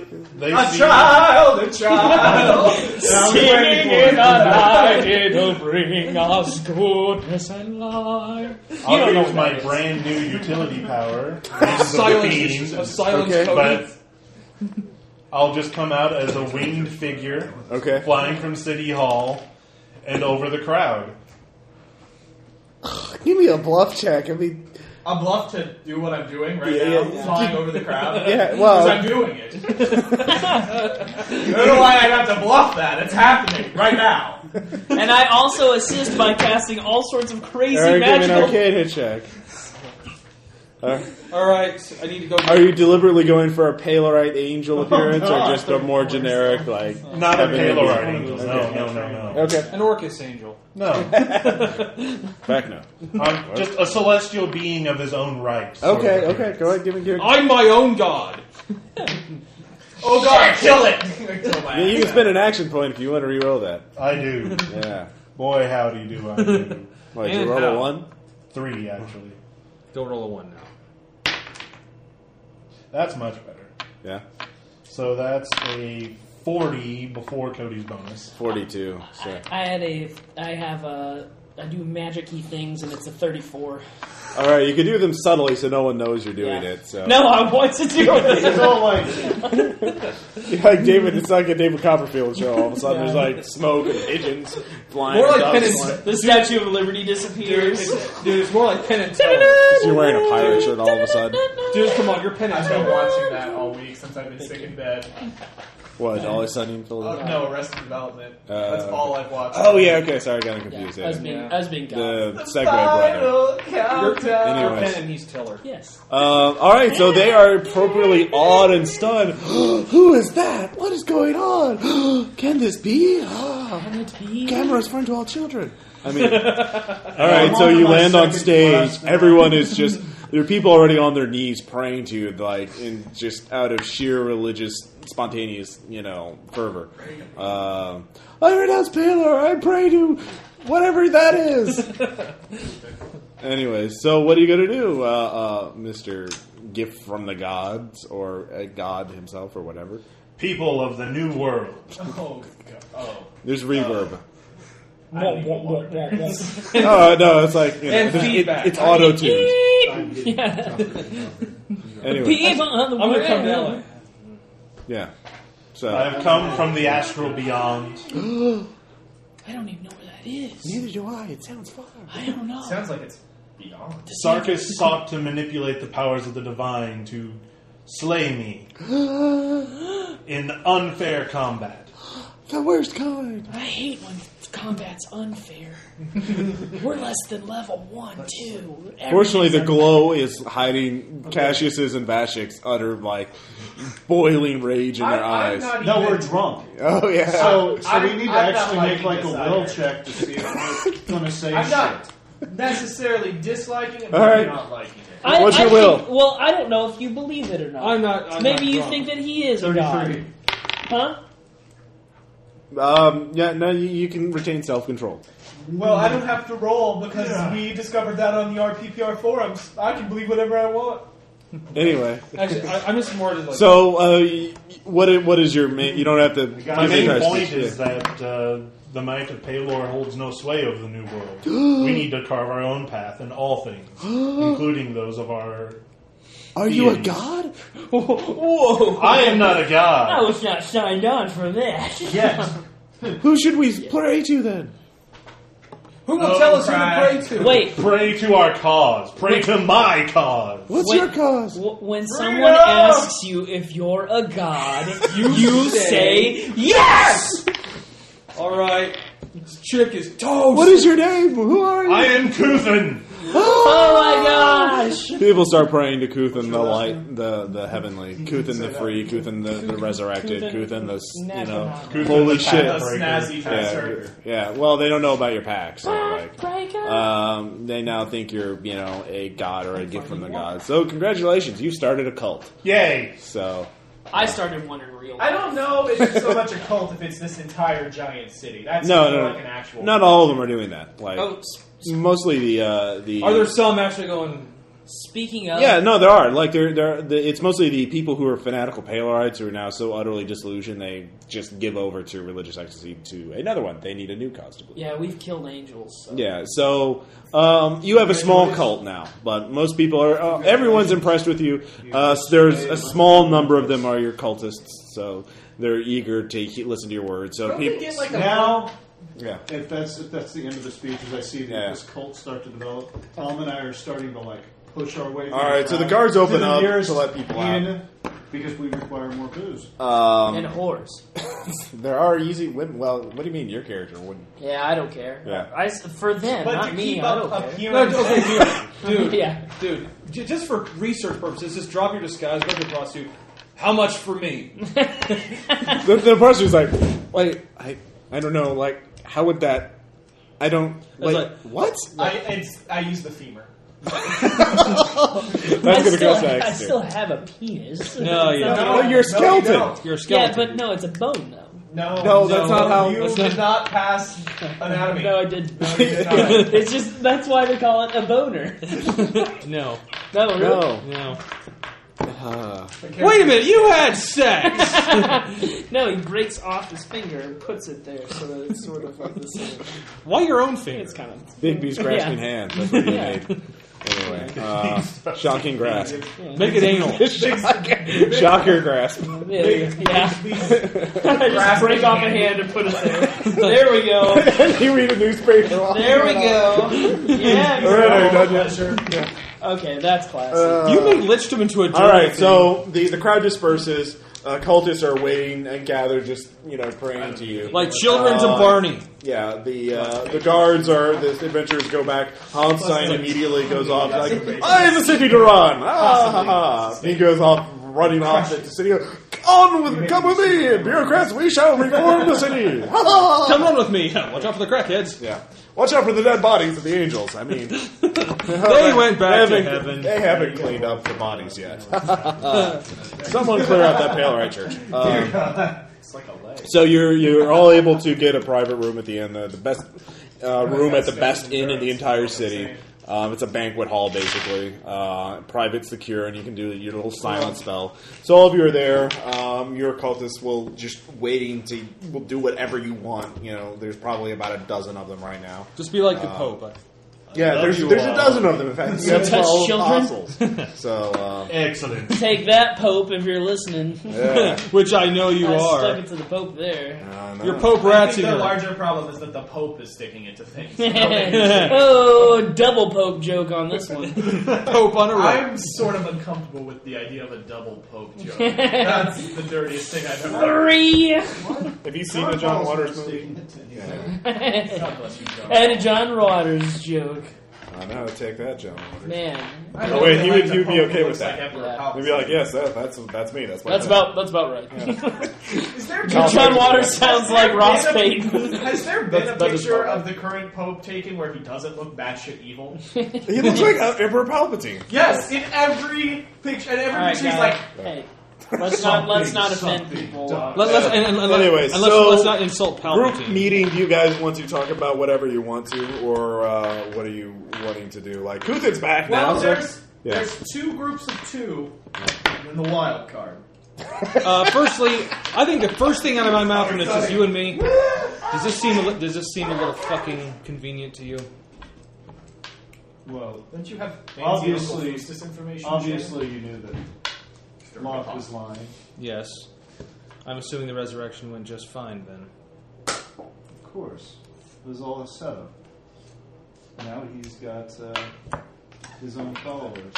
[SPEAKER 8] The, they
[SPEAKER 5] A
[SPEAKER 8] see
[SPEAKER 5] child, a child.
[SPEAKER 6] Singing in the night, it'll oh, bring us goodness and light.
[SPEAKER 8] I'll
[SPEAKER 6] don't know
[SPEAKER 8] use
[SPEAKER 6] what
[SPEAKER 8] my
[SPEAKER 6] that is.
[SPEAKER 8] brand new utility power,
[SPEAKER 4] Silence. A silence.
[SPEAKER 2] Okay.
[SPEAKER 4] coded.
[SPEAKER 8] but I'll just come out as a winged figure,
[SPEAKER 2] Okay.
[SPEAKER 8] flying from City Hall and over the crowd.
[SPEAKER 2] Give me a bluff check. I mean,
[SPEAKER 5] I'm bluff to do what I'm doing right
[SPEAKER 2] Yeah,
[SPEAKER 5] now,
[SPEAKER 2] yeah, yeah.
[SPEAKER 5] flying over the crowd.
[SPEAKER 2] Yeah,
[SPEAKER 5] Because
[SPEAKER 2] well-
[SPEAKER 5] I'm doing it. I don't know why I got to bluff that. It's happening right now.
[SPEAKER 6] And I also assist by casting all sorts of crazy
[SPEAKER 2] all right, give me an
[SPEAKER 6] magical.
[SPEAKER 2] arcade hit check. All right.
[SPEAKER 4] All right, so I need to go.
[SPEAKER 2] Are you deliberately going for a Palorite angel appearance, or just a more generic like?
[SPEAKER 8] Not a
[SPEAKER 2] Heaven and
[SPEAKER 8] Palor
[SPEAKER 2] Hades.
[SPEAKER 8] angel. No, no, no, no.
[SPEAKER 2] Okay,
[SPEAKER 4] An Orcus angel.
[SPEAKER 8] No.
[SPEAKER 2] back now.
[SPEAKER 8] I'm just a celestial being of his own right. sort
[SPEAKER 2] Okay,
[SPEAKER 8] of
[SPEAKER 2] okay, go ahead, give me, give me.
[SPEAKER 4] I'm my own god.
[SPEAKER 5] Oh god, kill it! Kill my
[SPEAKER 2] You
[SPEAKER 5] ass.
[SPEAKER 2] can spend an action point if you want to reroll that.
[SPEAKER 8] I do.
[SPEAKER 2] Yeah.
[SPEAKER 8] Boy, howdy do I do.
[SPEAKER 2] Wait, did you
[SPEAKER 4] And
[SPEAKER 2] roll a
[SPEAKER 4] out.
[SPEAKER 2] one?
[SPEAKER 8] Three, actually.
[SPEAKER 4] Don't roll a one now.
[SPEAKER 8] That's much better.
[SPEAKER 2] Yeah.
[SPEAKER 8] So that's a 40 before Cody's bonus.
[SPEAKER 2] 42. So.
[SPEAKER 11] I had a. I have a. I do magic y things, and it's a 34.
[SPEAKER 2] All right, you can do them subtly so no one knows you're doing
[SPEAKER 11] Yeah.
[SPEAKER 2] it. So.
[SPEAKER 11] No, I want to do it.
[SPEAKER 1] It's all like
[SPEAKER 2] You're like David, it's like a David Copperfield show. All of a sudden, there's like smoke and pigeons flying.
[SPEAKER 11] More like
[SPEAKER 2] stuff
[SPEAKER 11] Penance-
[SPEAKER 2] flying.
[SPEAKER 11] the Statue of Liberty disappears.
[SPEAKER 4] Dude, it's more like pen and teller.
[SPEAKER 2] You're wearing a pirate shirt all of a sudden.
[SPEAKER 4] Dude, come on, you're pen and
[SPEAKER 5] I've been
[SPEAKER 4] teller.
[SPEAKER 5] watching that all week since I've been sick in bed.
[SPEAKER 2] What? All of a sudden, you feel
[SPEAKER 5] Uh, no, Arrested Development.
[SPEAKER 2] Uh,
[SPEAKER 5] That's all I've watched.
[SPEAKER 2] Oh yeah. Okay. Sorry, I got
[SPEAKER 11] Yeah,
[SPEAKER 2] confused.
[SPEAKER 11] I was
[SPEAKER 2] Yeah.
[SPEAKER 11] being, I was being gone.
[SPEAKER 2] The segue brother.
[SPEAKER 4] You're,
[SPEAKER 5] countdown.
[SPEAKER 4] you're
[SPEAKER 2] Anyways.
[SPEAKER 4] pen and he's teller.
[SPEAKER 11] Yes.
[SPEAKER 2] Um, all right. So they are appropriately awed and stunned. Who is that? What is going on? Can this be? Ah,
[SPEAKER 11] Can it be?
[SPEAKER 2] Cameras for all children. I mean, all right. So you land on stage. Everyone is just there are people already on their knees praying to you, like in just out of sheer religious, spontaneous, you know, fervor. Um, I renounce Baylor. I pray to whatever that is. Anyway, so what are you going to do, uh, uh, Mister Gift from the Gods or uh, God himself or whatever?
[SPEAKER 8] People of the New World.
[SPEAKER 5] Oh, God. Oh.
[SPEAKER 2] There's reverb.
[SPEAKER 5] I need water.
[SPEAKER 2] Oh no, it's like you know,
[SPEAKER 4] And
[SPEAKER 2] it-
[SPEAKER 4] feedback.
[SPEAKER 2] it's auto tuned. Anyway,
[SPEAKER 11] People on the
[SPEAKER 4] I'm gonna
[SPEAKER 11] world.
[SPEAKER 4] come to LA.
[SPEAKER 2] yeah. So
[SPEAKER 8] I've come from the astral beyond.
[SPEAKER 11] I don't even know where that is.
[SPEAKER 2] neither do I. It sounds far.
[SPEAKER 11] I don't know.
[SPEAKER 5] Sounds like it's beyond.
[SPEAKER 8] Sarkis sought to manipulate the powers of the divine to slay me in unfair combat.
[SPEAKER 2] The worst kind.
[SPEAKER 11] I hate when combat's unfair. We're less than level one, two.
[SPEAKER 2] Fortunately, the glow is hiding Cassius's and Vashik's utter like boiling rage in
[SPEAKER 5] I,
[SPEAKER 2] their
[SPEAKER 5] I'm
[SPEAKER 2] eyes.
[SPEAKER 5] not even,
[SPEAKER 1] no, we're drunk.
[SPEAKER 2] Oh yeah.
[SPEAKER 1] So, so
[SPEAKER 5] I'm-
[SPEAKER 1] we need to
[SPEAKER 5] I'm not
[SPEAKER 1] actually make
[SPEAKER 5] liking
[SPEAKER 1] like a
[SPEAKER 5] this
[SPEAKER 1] will
[SPEAKER 5] either.
[SPEAKER 1] check to see if we're gonna say
[SPEAKER 5] I'm
[SPEAKER 1] shit.
[SPEAKER 5] not necessarily disliking it, but
[SPEAKER 2] All right.
[SPEAKER 5] not liking it.
[SPEAKER 11] I,
[SPEAKER 2] What's
[SPEAKER 11] I
[SPEAKER 2] your
[SPEAKER 11] think- well, I don't know if you believe it or not.
[SPEAKER 4] I'm not. I'm
[SPEAKER 11] Maybe
[SPEAKER 4] not
[SPEAKER 11] you
[SPEAKER 4] drunk.
[SPEAKER 11] think that he is a god,
[SPEAKER 5] 33.
[SPEAKER 11] huh?
[SPEAKER 2] Um, yeah, no, you, you can retain self control.
[SPEAKER 5] Well, I don't have to roll because we discovered that on the RPPR forums. I can believe whatever I want.
[SPEAKER 2] Anyway,
[SPEAKER 4] Actually, I, I'm just more to like.
[SPEAKER 2] so uh, y- what? i- What is your main? You don't have to.
[SPEAKER 8] My main
[SPEAKER 2] Yeah.
[SPEAKER 8] point is that uh, the Knight of Palor holds no sway over the New World. we need to carve our own path in all things, including those of our.
[SPEAKER 2] Are you a
[SPEAKER 8] Yeah.
[SPEAKER 2] god?
[SPEAKER 11] Whoa!
[SPEAKER 8] I am not a
[SPEAKER 11] I
[SPEAKER 8] god.
[SPEAKER 11] was not signed on for that.
[SPEAKER 1] Yes.
[SPEAKER 2] Who should we pray to then?
[SPEAKER 4] Who will
[SPEAKER 5] Oh,
[SPEAKER 4] tell us
[SPEAKER 5] crap.
[SPEAKER 4] who to pray to?
[SPEAKER 11] Wait,
[SPEAKER 8] Pray to our cause. Pray to my cause.
[SPEAKER 2] What's
[SPEAKER 11] Wait.
[SPEAKER 2] your cause?
[SPEAKER 11] w- when someone
[SPEAKER 5] up!
[SPEAKER 11] asks you if you're a god, you, say, yes.
[SPEAKER 4] All right, this chick is toast.
[SPEAKER 2] What is your name? Who are you? Ah!
[SPEAKER 8] I am Kuthin.
[SPEAKER 11] Oh my gosh!
[SPEAKER 2] People start praying to Kuthin the light, the the heavenly, Kuthin the free, Kuthin the, the resurrected, Kuthin the s- you know,
[SPEAKER 8] Kuthin
[SPEAKER 2] holy
[SPEAKER 8] the
[SPEAKER 2] shit.
[SPEAKER 5] A Ah.
[SPEAKER 8] path breaker.
[SPEAKER 5] snazzy
[SPEAKER 2] Yeah,
[SPEAKER 5] passer.
[SPEAKER 2] yeah. Well, they don't know about your pack, so like,
[SPEAKER 11] Breaker.
[SPEAKER 2] um, they now think you're you know a god or a gift from the gods. So congratulations, you started a cult.
[SPEAKER 8] Yay!
[SPEAKER 2] So
[SPEAKER 11] I started wondering real.
[SPEAKER 5] I don't know if it's so much a cult if it's this entire giant city. That's
[SPEAKER 2] no,
[SPEAKER 5] more
[SPEAKER 2] no,
[SPEAKER 5] like an
[SPEAKER 2] no,
[SPEAKER 5] actual.
[SPEAKER 2] not all of them are doing that. Like
[SPEAKER 11] Oh, s-
[SPEAKER 2] mostly the uh, the
[SPEAKER 4] Are there some actually going?
[SPEAKER 11] speaking of,
[SPEAKER 2] Yeah, no, there are. Like, there, there. The, it's mostly the people who are fanatical Palorites who are now so utterly disillusioned they just give over to religious ecstasy to another one. They need a new cause to believe.
[SPEAKER 11] yeah, we've killed angels. So.
[SPEAKER 2] Yeah, so um, you have a small cult now, but most people are. Uh, everyone's impressed with you. Uh, so there's a small number of them are your cultists, so they're eager to he- listen to your words. So
[SPEAKER 5] Don't they
[SPEAKER 2] people,
[SPEAKER 5] get like a
[SPEAKER 1] Now,
[SPEAKER 2] yeah,
[SPEAKER 1] if that's if that's the end of the speech, as I see that
[SPEAKER 2] Yeah.
[SPEAKER 1] this cult start to develop, Tom and I are starting to like push our way. through
[SPEAKER 2] All right, so the
[SPEAKER 1] crowd
[SPEAKER 2] guards
[SPEAKER 1] to
[SPEAKER 2] open
[SPEAKER 1] the
[SPEAKER 2] up
[SPEAKER 1] nearest
[SPEAKER 2] to let people out. Uh,
[SPEAKER 1] inn because we require more booze.
[SPEAKER 11] and whores.
[SPEAKER 2] there are easy. women- Well, what do you mean your character wouldn't?
[SPEAKER 11] Yeah, I don't care.
[SPEAKER 2] Yeah.
[SPEAKER 11] I s for them,
[SPEAKER 5] But
[SPEAKER 11] not
[SPEAKER 5] to
[SPEAKER 11] me.
[SPEAKER 5] keep
[SPEAKER 11] I
[SPEAKER 5] up
[SPEAKER 11] don't care.
[SPEAKER 4] No,
[SPEAKER 5] appearance,
[SPEAKER 4] okay, dude, dude,
[SPEAKER 11] Yeah.
[SPEAKER 4] dude. j- Just for research purposes, just drop your disguise, look across you. How much for me?
[SPEAKER 2] the, the person's like, like I, I don't know, like how would that? I don't
[SPEAKER 4] was
[SPEAKER 2] like, what?
[SPEAKER 5] I, it's, I use the femur.
[SPEAKER 2] That's
[SPEAKER 11] I
[SPEAKER 2] gonna
[SPEAKER 11] still,
[SPEAKER 2] go
[SPEAKER 11] I
[SPEAKER 2] sex.
[SPEAKER 11] still have a penis.
[SPEAKER 4] No, you
[SPEAKER 11] It's not-
[SPEAKER 4] don't.
[SPEAKER 2] Oh, you're a
[SPEAKER 5] No, you
[SPEAKER 2] skeleton.
[SPEAKER 5] don't.
[SPEAKER 4] You're a
[SPEAKER 11] Yeah,
[SPEAKER 4] skeleton.
[SPEAKER 11] but no, it's a bone though.
[SPEAKER 5] No,
[SPEAKER 2] No, that's not how-
[SPEAKER 5] You
[SPEAKER 2] that's
[SPEAKER 5] did not pass anatomy.
[SPEAKER 6] No, I did.
[SPEAKER 5] No, you did not.
[SPEAKER 6] it's just that's why they call it a boner.
[SPEAKER 4] No.
[SPEAKER 6] No, really.
[SPEAKER 2] No.
[SPEAKER 4] No.
[SPEAKER 2] Uh,
[SPEAKER 4] Wait a minute, you had sex!
[SPEAKER 6] no, he breaks off his finger and puts it there, so that it's sort of like the same.
[SPEAKER 4] Why your own finger?
[SPEAKER 6] It's kind of
[SPEAKER 2] Big B's grasping hand. That's what he made. Anyway, uh, shocking grasp.
[SPEAKER 4] Make it anal.
[SPEAKER 2] Shocker grasp.
[SPEAKER 6] yeah. yeah. just break off a hand and put it there.
[SPEAKER 5] There we go.
[SPEAKER 2] you read a newspaper. while
[SPEAKER 6] There
[SPEAKER 2] you're
[SPEAKER 6] we
[SPEAKER 2] on.
[SPEAKER 6] go. Yeah.
[SPEAKER 2] All right, are you done yet?
[SPEAKER 6] Okay, that's classic.
[SPEAKER 4] you made Lichdom into a
[SPEAKER 2] All right, so the, the crowd disperses. Uh, cultists are waiting and gathered, just you know, praying to you.
[SPEAKER 4] Like children to
[SPEAKER 5] Oh,
[SPEAKER 2] Uh,
[SPEAKER 4] Barney.
[SPEAKER 2] yeah, the uh, the guards are the adventurers go back. Hanstein immediately goes off like, "I am the city to run!" Ah, ha, ha. He goes off running off at the city. On with, come with me, bureaucrats! We shall reform the city. Ha, ha, ha.
[SPEAKER 4] Come on with me. Watch out for the crackheads.
[SPEAKER 2] yeah, watch out for the dead bodies of the angels. I mean,
[SPEAKER 4] They went back
[SPEAKER 2] they haven't,
[SPEAKER 4] to heaven.
[SPEAKER 2] They haven't cleaned up the bodies yet. Someone clear out that pale right church. Um,
[SPEAKER 1] It's like a leg.
[SPEAKER 2] so you're you're all able to get a private room at the inn, the, the best uh, room at the best inn in the entire city. Um, it's a banquet hall, basically. Uh, private, secure, and you can do your little silent spell. So all of you are there. Um, your cultists will just waiting to will do whatever you want. You know, there's probably about a dozen of them right now.
[SPEAKER 4] Just be like the
[SPEAKER 2] Uh,
[SPEAKER 4] Pope.
[SPEAKER 2] Yeah, there's
[SPEAKER 1] you
[SPEAKER 2] there's a
[SPEAKER 1] all.
[SPEAKER 2] dozen of them. In fact, you have
[SPEAKER 6] Touch
[SPEAKER 2] twelve
[SPEAKER 6] children?
[SPEAKER 2] apostles. So um,
[SPEAKER 8] Excellent.
[SPEAKER 6] Take that, Pope, if you're listening.
[SPEAKER 2] yeah,
[SPEAKER 4] Which I know you
[SPEAKER 6] I stuck
[SPEAKER 4] are.
[SPEAKER 6] it to the Pope there.
[SPEAKER 2] I don't know.
[SPEAKER 4] Your Pope
[SPEAKER 5] I
[SPEAKER 4] rats in
[SPEAKER 5] think
[SPEAKER 4] your
[SPEAKER 5] the larger problem is that the Pope is sticking it to things.
[SPEAKER 6] oh, double Pope joke on this one.
[SPEAKER 4] Pope on a rope.
[SPEAKER 5] I'm sort of uncomfortable with the idea of a double Pope joke. That's the dirtiest thing I've ever heard.
[SPEAKER 6] Three.
[SPEAKER 2] Have you seen the John Waters movie?
[SPEAKER 1] Yeah.
[SPEAKER 5] God bless you, John.
[SPEAKER 6] And a John Waters joke.
[SPEAKER 2] I know. Take that, John Waters.
[SPEAKER 6] Man,
[SPEAKER 5] I
[SPEAKER 2] Oh,
[SPEAKER 5] hope
[SPEAKER 2] wait,
[SPEAKER 5] they
[SPEAKER 2] he
[SPEAKER 5] like
[SPEAKER 2] would-
[SPEAKER 5] the
[SPEAKER 2] he would be
[SPEAKER 5] Pope who
[SPEAKER 2] okay with
[SPEAKER 5] looks
[SPEAKER 2] that.
[SPEAKER 5] like Emperor
[SPEAKER 6] Yeah.
[SPEAKER 2] They'd
[SPEAKER 5] Palpatine.
[SPEAKER 2] be like, yes, that, that's that's me. That's my
[SPEAKER 6] that's
[SPEAKER 2] dad.
[SPEAKER 6] about that's about right.
[SPEAKER 5] Is there
[SPEAKER 2] John
[SPEAKER 6] John
[SPEAKER 2] Waters.
[SPEAKER 6] Waters sounds like Ross Payton.
[SPEAKER 5] Has there been a
[SPEAKER 2] That's- that is
[SPEAKER 5] picture
[SPEAKER 2] fine.
[SPEAKER 5] of the current Pope taken where he doesn't look batshit evil?
[SPEAKER 2] He looks like uh, Emperor Palpatine.
[SPEAKER 5] Yes, in every picture, and every
[SPEAKER 6] All right,
[SPEAKER 5] picture he's like,
[SPEAKER 6] guys. hey, let's not let's not offend people.
[SPEAKER 4] Let, let's, and, and, and, let-
[SPEAKER 2] Anyways,
[SPEAKER 4] and let's,
[SPEAKER 2] so-
[SPEAKER 4] let's not insult
[SPEAKER 2] Group
[SPEAKER 4] Palpatine.
[SPEAKER 2] meeting. Do you guys want to talk about whatever you want to, or uh, what are you wanting to do? Like, Kuthin's back
[SPEAKER 5] well,
[SPEAKER 2] now. so-
[SPEAKER 5] there's
[SPEAKER 2] Yeah.
[SPEAKER 5] there's two groups of two in the wild card.
[SPEAKER 4] Uh, firstly, I think the first thing out of my mouth when it's just you and me. Does this seem a li- does this seem a little fucking convenient to you?
[SPEAKER 1] Well,
[SPEAKER 5] Don't you have fancy
[SPEAKER 1] Obviously-
[SPEAKER 5] Uncle Fuchs disinformation?
[SPEAKER 1] obviously you knew that
[SPEAKER 5] channel?
[SPEAKER 1] Locke was lying.
[SPEAKER 4] Yes. I'm assuming the resurrection went just fine then.
[SPEAKER 1] Of course. It was all a setup. Now he's got uh, his own followers.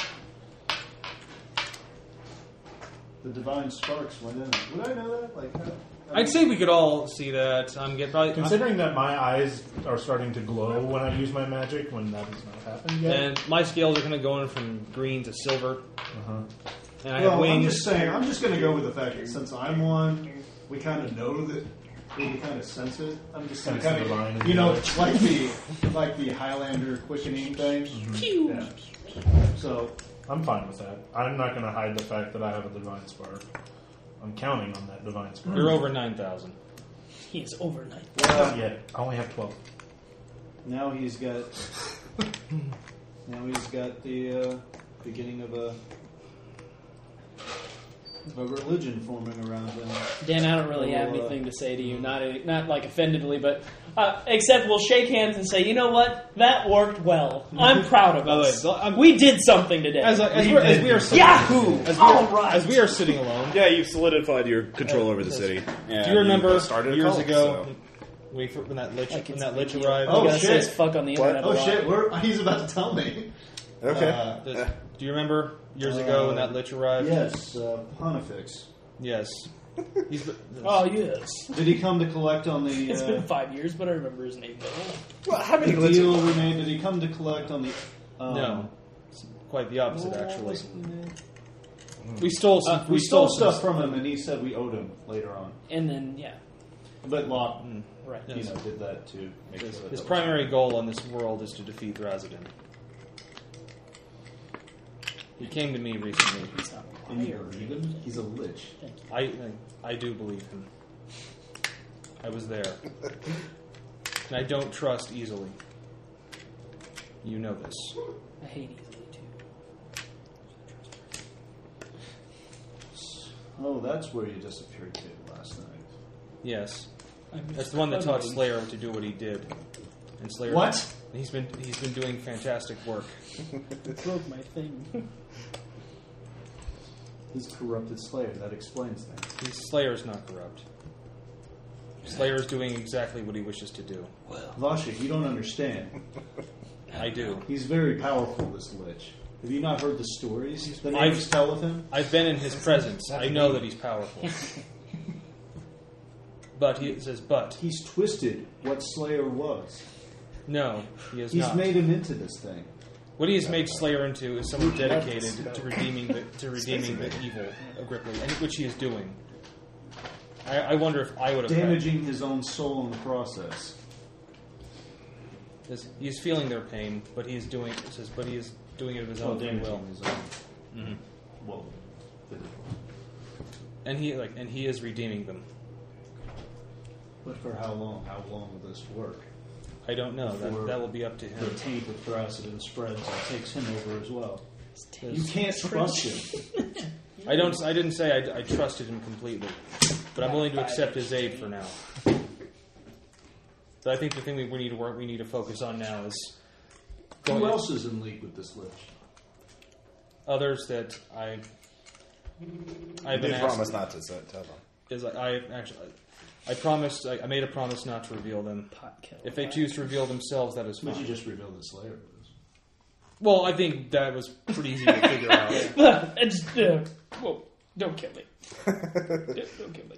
[SPEAKER 1] The divine sparks went in. Would I know that? Like, how, I
[SPEAKER 4] I'd say we could all see that. I'm get probably
[SPEAKER 8] Considering that my eyes are starting to glow when I use my magic, when that has not happened yet.
[SPEAKER 4] and my scales are kind of going from green to silver,
[SPEAKER 8] Uh-huh.
[SPEAKER 4] and I have
[SPEAKER 1] Well, I'm
[SPEAKER 4] wings.
[SPEAKER 1] just saying. I'm just going to go with the fact that since I'm one, we kind of know that. We kind of sense it. I'm just going
[SPEAKER 8] Sense the line
[SPEAKER 1] to,
[SPEAKER 8] in
[SPEAKER 1] you
[SPEAKER 8] the
[SPEAKER 1] know,
[SPEAKER 8] woods.
[SPEAKER 1] like the like the Highlander quickening thing.
[SPEAKER 4] Mm-hmm.
[SPEAKER 1] Yeah. So
[SPEAKER 8] I'm fine with that. I'm not going to hide the fact that I have a divine spark. I'm counting on that divine spark.
[SPEAKER 4] You're over nine thousand.
[SPEAKER 6] He's overnight.
[SPEAKER 8] Not yet. I only have 12.
[SPEAKER 1] now he's got now he's got the uh, beginning of a of a religion forming around him.
[SPEAKER 6] Dan, I don't really have
[SPEAKER 1] Well, uh,
[SPEAKER 6] anything to say to you. Not not like offendedly, but uh, except we'll shake hands and say, you know what, that worked well. I'm proud of
[SPEAKER 4] By the way,
[SPEAKER 6] us.
[SPEAKER 4] so I'm-
[SPEAKER 6] we did something today.
[SPEAKER 4] As, I- as, we're, as we are sitting,
[SPEAKER 6] Yahoo!
[SPEAKER 4] as we are,
[SPEAKER 6] All right.
[SPEAKER 4] as we are sitting alone,
[SPEAKER 2] yeah, you've solidified your control over the city.
[SPEAKER 4] do you remember years ago we, when that lich
[SPEAKER 6] Like
[SPEAKER 4] when
[SPEAKER 6] it's
[SPEAKER 4] that lich
[SPEAKER 6] like-
[SPEAKER 4] arrived?
[SPEAKER 1] Oh,
[SPEAKER 6] you gotta say
[SPEAKER 1] shit.
[SPEAKER 6] it's fuck on the
[SPEAKER 2] What?
[SPEAKER 6] internet. a
[SPEAKER 1] Oh
[SPEAKER 6] lot.
[SPEAKER 1] shit! We're, he's about to tell me.
[SPEAKER 2] Okay.
[SPEAKER 1] Uh,
[SPEAKER 2] Eh,
[SPEAKER 4] The- do you remember years ago when that lich arrived?
[SPEAKER 1] yes, uh, Pontifex.
[SPEAKER 4] Yes. He's the-
[SPEAKER 6] Oh yes,
[SPEAKER 1] Did he come to collect on the?
[SPEAKER 6] it's
[SPEAKER 1] uh,
[SPEAKER 6] been five years, but I remember his name. though.
[SPEAKER 2] well, how many?
[SPEAKER 1] the deal we made? Did he come to collect on the? Um,
[SPEAKER 4] no, it's quite the opposite
[SPEAKER 1] what
[SPEAKER 4] actually.
[SPEAKER 1] was it we made?
[SPEAKER 4] We stole some.
[SPEAKER 1] Uh, we stole
[SPEAKER 4] some-
[SPEAKER 1] stuff from him, and he said we owed him later on.
[SPEAKER 6] And then yeah,
[SPEAKER 1] But Locke,
[SPEAKER 6] right.
[SPEAKER 1] you know, did that to
[SPEAKER 4] His,
[SPEAKER 1] make sure that
[SPEAKER 4] his
[SPEAKER 1] that was-
[SPEAKER 4] primary goal on this world is to defeat Thrasidin. He came to me recently.
[SPEAKER 6] He's not a
[SPEAKER 1] And you
[SPEAKER 6] liar.
[SPEAKER 1] believe him? He's a lich.
[SPEAKER 4] I I do believe him. I was there. and I don't trust easily. You know this.
[SPEAKER 6] I hate easily too.
[SPEAKER 1] Oh, that's where you disappeared to last night.
[SPEAKER 4] Yes. That's the one that taught Slayer to do what he did. And Slayer
[SPEAKER 5] What?
[SPEAKER 4] He's been he's been doing fantastic work.
[SPEAKER 11] broke my thing.
[SPEAKER 1] His corrupted slayer. That explains things.
[SPEAKER 4] He- Slayer's not corrupt. Slayer's doing exactly what he wishes to do.
[SPEAKER 7] Well,
[SPEAKER 1] Vasha, you don't understand.
[SPEAKER 4] I do.
[SPEAKER 1] He's very powerful, this lich. Have you not heard the stories the
[SPEAKER 4] I've-
[SPEAKER 1] natives tell of him?
[SPEAKER 4] I've been in his presence. I know that he's powerful. But he it says, but
[SPEAKER 1] He's twisted what Slayer was.
[SPEAKER 4] no, he is
[SPEAKER 1] He's
[SPEAKER 4] not.
[SPEAKER 1] made him into this thing.
[SPEAKER 4] What he has made Slayer into is someone dedicated to redeeming the to redeeming the evil of Ripley, and which he is doing. I, I wonder if I would have
[SPEAKER 1] Damaging his own soul in the process.
[SPEAKER 4] This, he is feeling their pain, but he is doing it says, but he is doing it of
[SPEAKER 1] Oh,
[SPEAKER 4] his own free will,
[SPEAKER 1] his own. Well,
[SPEAKER 4] and he like and he is redeeming them.
[SPEAKER 1] but for how long? How long will this work?
[SPEAKER 4] I don't know. That,
[SPEAKER 1] Before-
[SPEAKER 4] that will be up to
[SPEAKER 1] The
[SPEAKER 4] him.
[SPEAKER 1] taint of Thrasidon spreads and takes him over as well. You
[SPEAKER 4] Yes.
[SPEAKER 1] can't trust him.
[SPEAKER 4] I don't. I didn't say I, I trusted him completely, but I'm willing to accept his aid for now. But I think the thing we, we need to work, we need to focus on now is
[SPEAKER 1] Who
[SPEAKER 4] going-
[SPEAKER 1] else is in league with this lich?
[SPEAKER 4] others that I.
[SPEAKER 2] I
[SPEAKER 4] I've
[SPEAKER 2] did
[SPEAKER 4] been asked
[SPEAKER 2] promise not to so tell them.
[SPEAKER 4] is I, I actually I promised I, I made a promise not to reveal them.
[SPEAKER 6] Pot kettle.
[SPEAKER 4] If they choose to reveal themselves, that is
[SPEAKER 1] Would
[SPEAKER 4] fine.
[SPEAKER 1] you just reveal the Slayer was?
[SPEAKER 4] Well, I think that was pretty easy to figure out.
[SPEAKER 11] it's, uh, whoa, don't kill me. don't, don't kill me.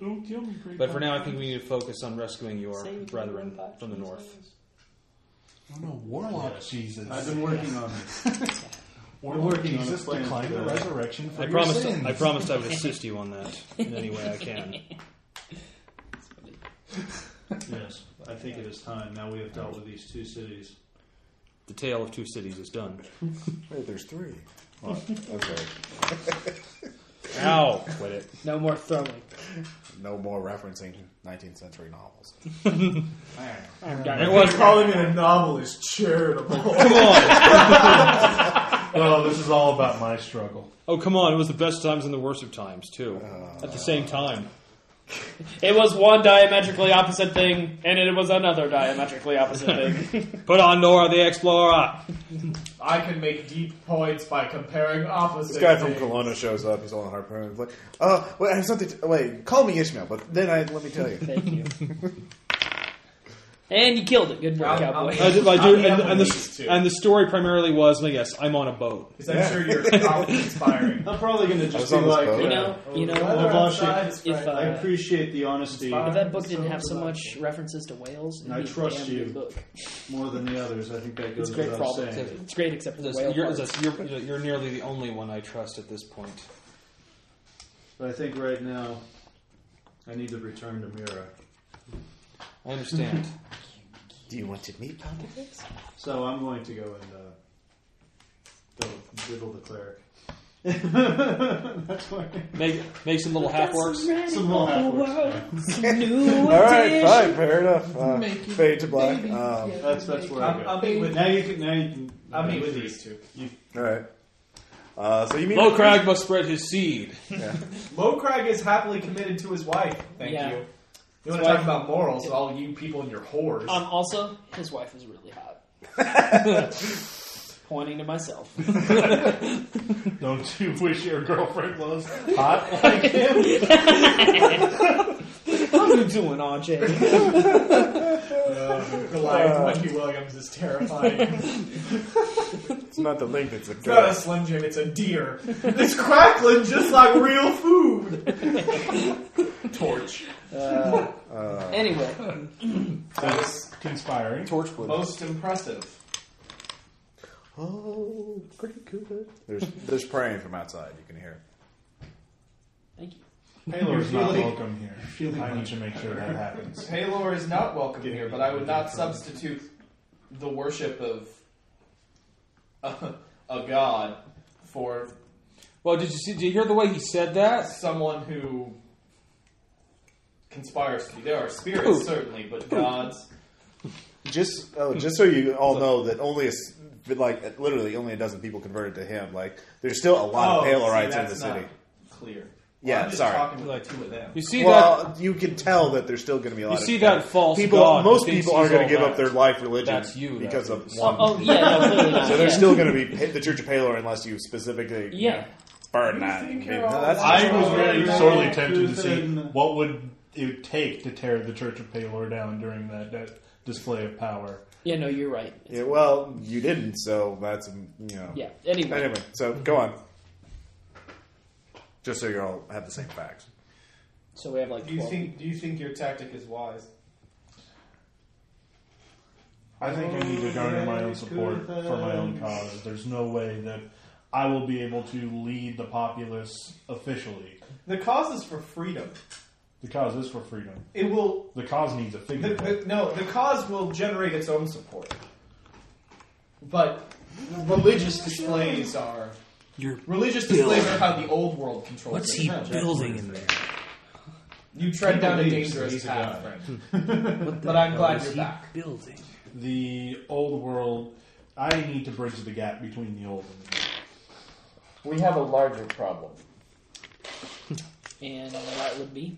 [SPEAKER 8] Don't kill me, great
[SPEAKER 4] But for now, I think we need to focus on rescuing your
[SPEAKER 6] Say you can
[SPEAKER 4] brethren
[SPEAKER 6] run back
[SPEAKER 4] from the
[SPEAKER 6] to
[SPEAKER 4] north.
[SPEAKER 8] I'm a warlock, Jesus.
[SPEAKER 1] I've been working on it.
[SPEAKER 8] warlock
[SPEAKER 1] We're working on
[SPEAKER 8] Jesus
[SPEAKER 1] a plan
[SPEAKER 8] to climb
[SPEAKER 1] for
[SPEAKER 8] the
[SPEAKER 1] that.
[SPEAKER 8] resurrection for
[SPEAKER 4] I
[SPEAKER 8] your
[SPEAKER 4] promised
[SPEAKER 8] sins.
[SPEAKER 4] I promised I would assist you on that in any way I can.
[SPEAKER 1] yes, I think it is time. Now we have dealt with these two cities.
[SPEAKER 4] The tale of two cities is done.
[SPEAKER 2] Wait, there's three. What? okay.
[SPEAKER 4] Ow! Quit it.
[SPEAKER 6] No more throwing.
[SPEAKER 2] No more referencing 19th century novels.
[SPEAKER 4] It was
[SPEAKER 5] Calling it a novel is charitable.
[SPEAKER 4] come on.
[SPEAKER 8] Well, this is all about my struggle.
[SPEAKER 4] Oh come on! It was the best times and the worst of times too.
[SPEAKER 2] Uh.
[SPEAKER 4] At the same time.
[SPEAKER 11] It was one diametrically opposite thing, and it was another diametrically opposite thing.
[SPEAKER 4] Put on Nora the Explorer.
[SPEAKER 5] I can make deep points by comparing opposites.
[SPEAKER 2] This guy from Kelowna shows up. He's all in harpoon. He's like, uh, wait, I have something. To, wait, call me Ishmael, but then I let me tell you.
[SPEAKER 6] Thank you. and you killed it. Good work,
[SPEAKER 5] I'll-
[SPEAKER 6] cowboy.
[SPEAKER 4] I did- I
[SPEAKER 5] I'll
[SPEAKER 4] do-
[SPEAKER 5] be
[SPEAKER 4] and,
[SPEAKER 5] up on
[SPEAKER 4] and
[SPEAKER 5] these
[SPEAKER 4] the,
[SPEAKER 5] two.
[SPEAKER 4] and the story primarily was, well, yes, I'm on a boat.
[SPEAKER 5] Because I'm sure you're probably inspiring.
[SPEAKER 1] I'm probably going to just
[SPEAKER 2] was
[SPEAKER 1] be
[SPEAKER 2] on this
[SPEAKER 1] like,
[SPEAKER 2] boat.
[SPEAKER 6] you know,
[SPEAKER 1] Oh,
[SPEAKER 6] you know.
[SPEAKER 1] Well,
[SPEAKER 5] Weather
[SPEAKER 1] Vashi,
[SPEAKER 5] outside is
[SPEAKER 6] if,
[SPEAKER 5] bright.
[SPEAKER 6] uh,
[SPEAKER 1] I appreciate the honesty
[SPEAKER 6] if
[SPEAKER 1] more
[SPEAKER 6] that book didn't have so much references to whales, it'd
[SPEAKER 1] I
[SPEAKER 6] be a
[SPEAKER 1] trust
[SPEAKER 6] damn
[SPEAKER 1] you.
[SPEAKER 6] Good book.
[SPEAKER 1] than the others. I think that goes
[SPEAKER 6] It's great for
[SPEAKER 1] without
[SPEAKER 6] all
[SPEAKER 1] saying.
[SPEAKER 6] books. It's great except for the
[SPEAKER 4] This-
[SPEAKER 6] whale
[SPEAKER 4] you're,
[SPEAKER 6] part.
[SPEAKER 4] this- you're- you're nearly the only one I trust at this point.
[SPEAKER 1] But I think right now, I need to return to Mira.
[SPEAKER 4] I understand.
[SPEAKER 2] Do you want to meet Pontifex?
[SPEAKER 1] So I'm going to go and uh, go diddle the cleric. That's why.
[SPEAKER 4] Make, make some little half works.
[SPEAKER 1] Some more half works.
[SPEAKER 2] All right, fine, fair enough. Uh, fade to black. Um,
[SPEAKER 1] That's that's where I
[SPEAKER 5] I'm,
[SPEAKER 1] go.
[SPEAKER 5] I'll meet with
[SPEAKER 1] now you can. Now you can.
[SPEAKER 5] I'll meet
[SPEAKER 1] you
[SPEAKER 5] with
[SPEAKER 1] can-
[SPEAKER 5] these two.
[SPEAKER 2] All right. Uh, so you meet
[SPEAKER 4] Low crag must spread his seed.
[SPEAKER 5] Lowcrag is happily committed to his wife. Thank
[SPEAKER 6] Yeah.
[SPEAKER 5] you. You want to talk about morals? All you people and your whores.
[SPEAKER 6] Um, also, his wife is really hot. Pointing to myself.
[SPEAKER 8] Don't you wish your girlfriend was hot like
[SPEAKER 6] What are you doing, RJ?
[SPEAKER 5] Uh, Goliath Mikey Williams is terrifying.
[SPEAKER 2] It's not the link. It's a
[SPEAKER 5] it's not a
[SPEAKER 2] guy.
[SPEAKER 5] Slim Jim, it's a deer. It's crackling just like real food. Torch.
[SPEAKER 6] Uh,
[SPEAKER 2] Uh.
[SPEAKER 6] Anyway,
[SPEAKER 5] That was
[SPEAKER 8] conspiring?
[SPEAKER 2] torch blue.
[SPEAKER 5] most impressive.
[SPEAKER 2] Oh, pretty good. There's there's praying from outside. You can hear.
[SPEAKER 6] thank you.
[SPEAKER 8] Taylor's not
[SPEAKER 1] Really?
[SPEAKER 8] welcome here. I need to make sure that happens.
[SPEAKER 5] Paylor is not welcome here, but I would not substitute the worship of a, a god for
[SPEAKER 4] Well, did you see? Did you hear the way he said that?
[SPEAKER 5] someone who conspiracy. There are spirits, certainly, but gods.
[SPEAKER 2] Just oh, just so you all know that only a s- like uh, literally only a dozen people converted to him. Like there's still a lot
[SPEAKER 5] Oh,
[SPEAKER 2] of
[SPEAKER 5] see,
[SPEAKER 2] Palerites in the
[SPEAKER 5] that's
[SPEAKER 2] city.
[SPEAKER 5] not Clear. Well,
[SPEAKER 2] Yeah,
[SPEAKER 5] I'm just
[SPEAKER 2] sorry.
[SPEAKER 5] Talking to the two of them.
[SPEAKER 4] You see
[SPEAKER 2] well,
[SPEAKER 4] that?
[SPEAKER 2] you can tell that there's still going to be a lot.
[SPEAKER 4] You
[SPEAKER 2] of
[SPEAKER 4] see that false
[SPEAKER 2] people.
[SPEAKER 4] god
[SPEAKER 2] most
[SPEAKER 4] who thinks
[SPEAKER 2] people aren't
[SPEAKER 4] he's
[SPEAKER 2] going to
[SPEAKER 4] all
[SPEAKER 2] give
[SPEAKER 4] that.
[SPEAKER 2] up their life religion
[SPEAKER 4] That's you,
[SPEAKER 2] because
[SPEAKER 4] that
[SPEAKER 2] of
[SPEAKER 4] is.
[SPEAKER 2] one.
[SPEAKER 6] Oh yeah, no, clearly not.
[SPEAKER 2] so they're
[SPEAKER 6] yeah.
[SPEAKER 2] still going to be hit the Church of Palor unless you specifically you
[SPEAKER 6] Yeah.
[SPEAKER 2] know, burn that. No, that's
[SPEAKER 8] I was
[SPEAKER 1] Oh,
[SPEAKER 8] really
[SPEAKER 1] yeah.
[SPEAKER 8] sorely tempted to see
[SPEAKER 1] Susan.
[SPEAKER 8] what would it take to tear the Church of Palor down during that, that display of power.
[SPEAKER 6] Yeah, no, you're right.
[SPEAKER 2] yeah, well, you didn't, so that's um, you know.
[SPEAKER 6] Yeah. Anyway,
[SPEAKER 2] Anyway, so go on. Just so you all have the same facts.
[SPEAKER 6] so we have like
[SPEAKER 5] Do you
[SPEAKER 6] twelve.
[SPEAKER 5] think? Do you think your tactic is wise?
[SPEAKER 8] I think I need to garner my own support for my own cause. There's no way that I will be able to lead the populace officially.
[SPEAKER 5] The cause is for freedom.
[SPEAKER 8] The cause is for freedom.
[SPEAKER 5] It will
[SPEAKER 8] The cause needs a
[SPEAKER 5] The, the,
[SPEAKER 8] figurehead.
[SPEAKER 5] no, the cause will generate its own support. But religious displays are.
[SPEAKER 7] You're
[SPEAKER 5] Religious displays are how the old world controls
[SPEAKER 7] What's
[SPEAKER 5] it.
[SPEAKER 7] he
[SPEAKER 5] No, that's-
[SPEAKER 7] building in there?
[SPEAKER 5] You tread down a
[SPEAKER 1] Believe
[SPEAKER 5] dangerous
[SPEAKER 1] he's a
[SPEAKER 5] path,
[SPEAKER 1] god.
[SPEAKER 5] friend.
[SPEAKER 7] What the
[SPEAKER 5] But I'm
[SPEAKER 7] hell
[SPEAKER 5] glad
[SPEAKER 7] is
[SPEAKER 5] you're
[SPEAKER 7] he
[SPEAKER 5] back.
[SPEAKER 7] Building.
[SPEAKER 8] The old world. I need to bridge the gap between the old and the new.
[SPEAKER 5] We have a larger problem.
[SPEAKER 6] and that would be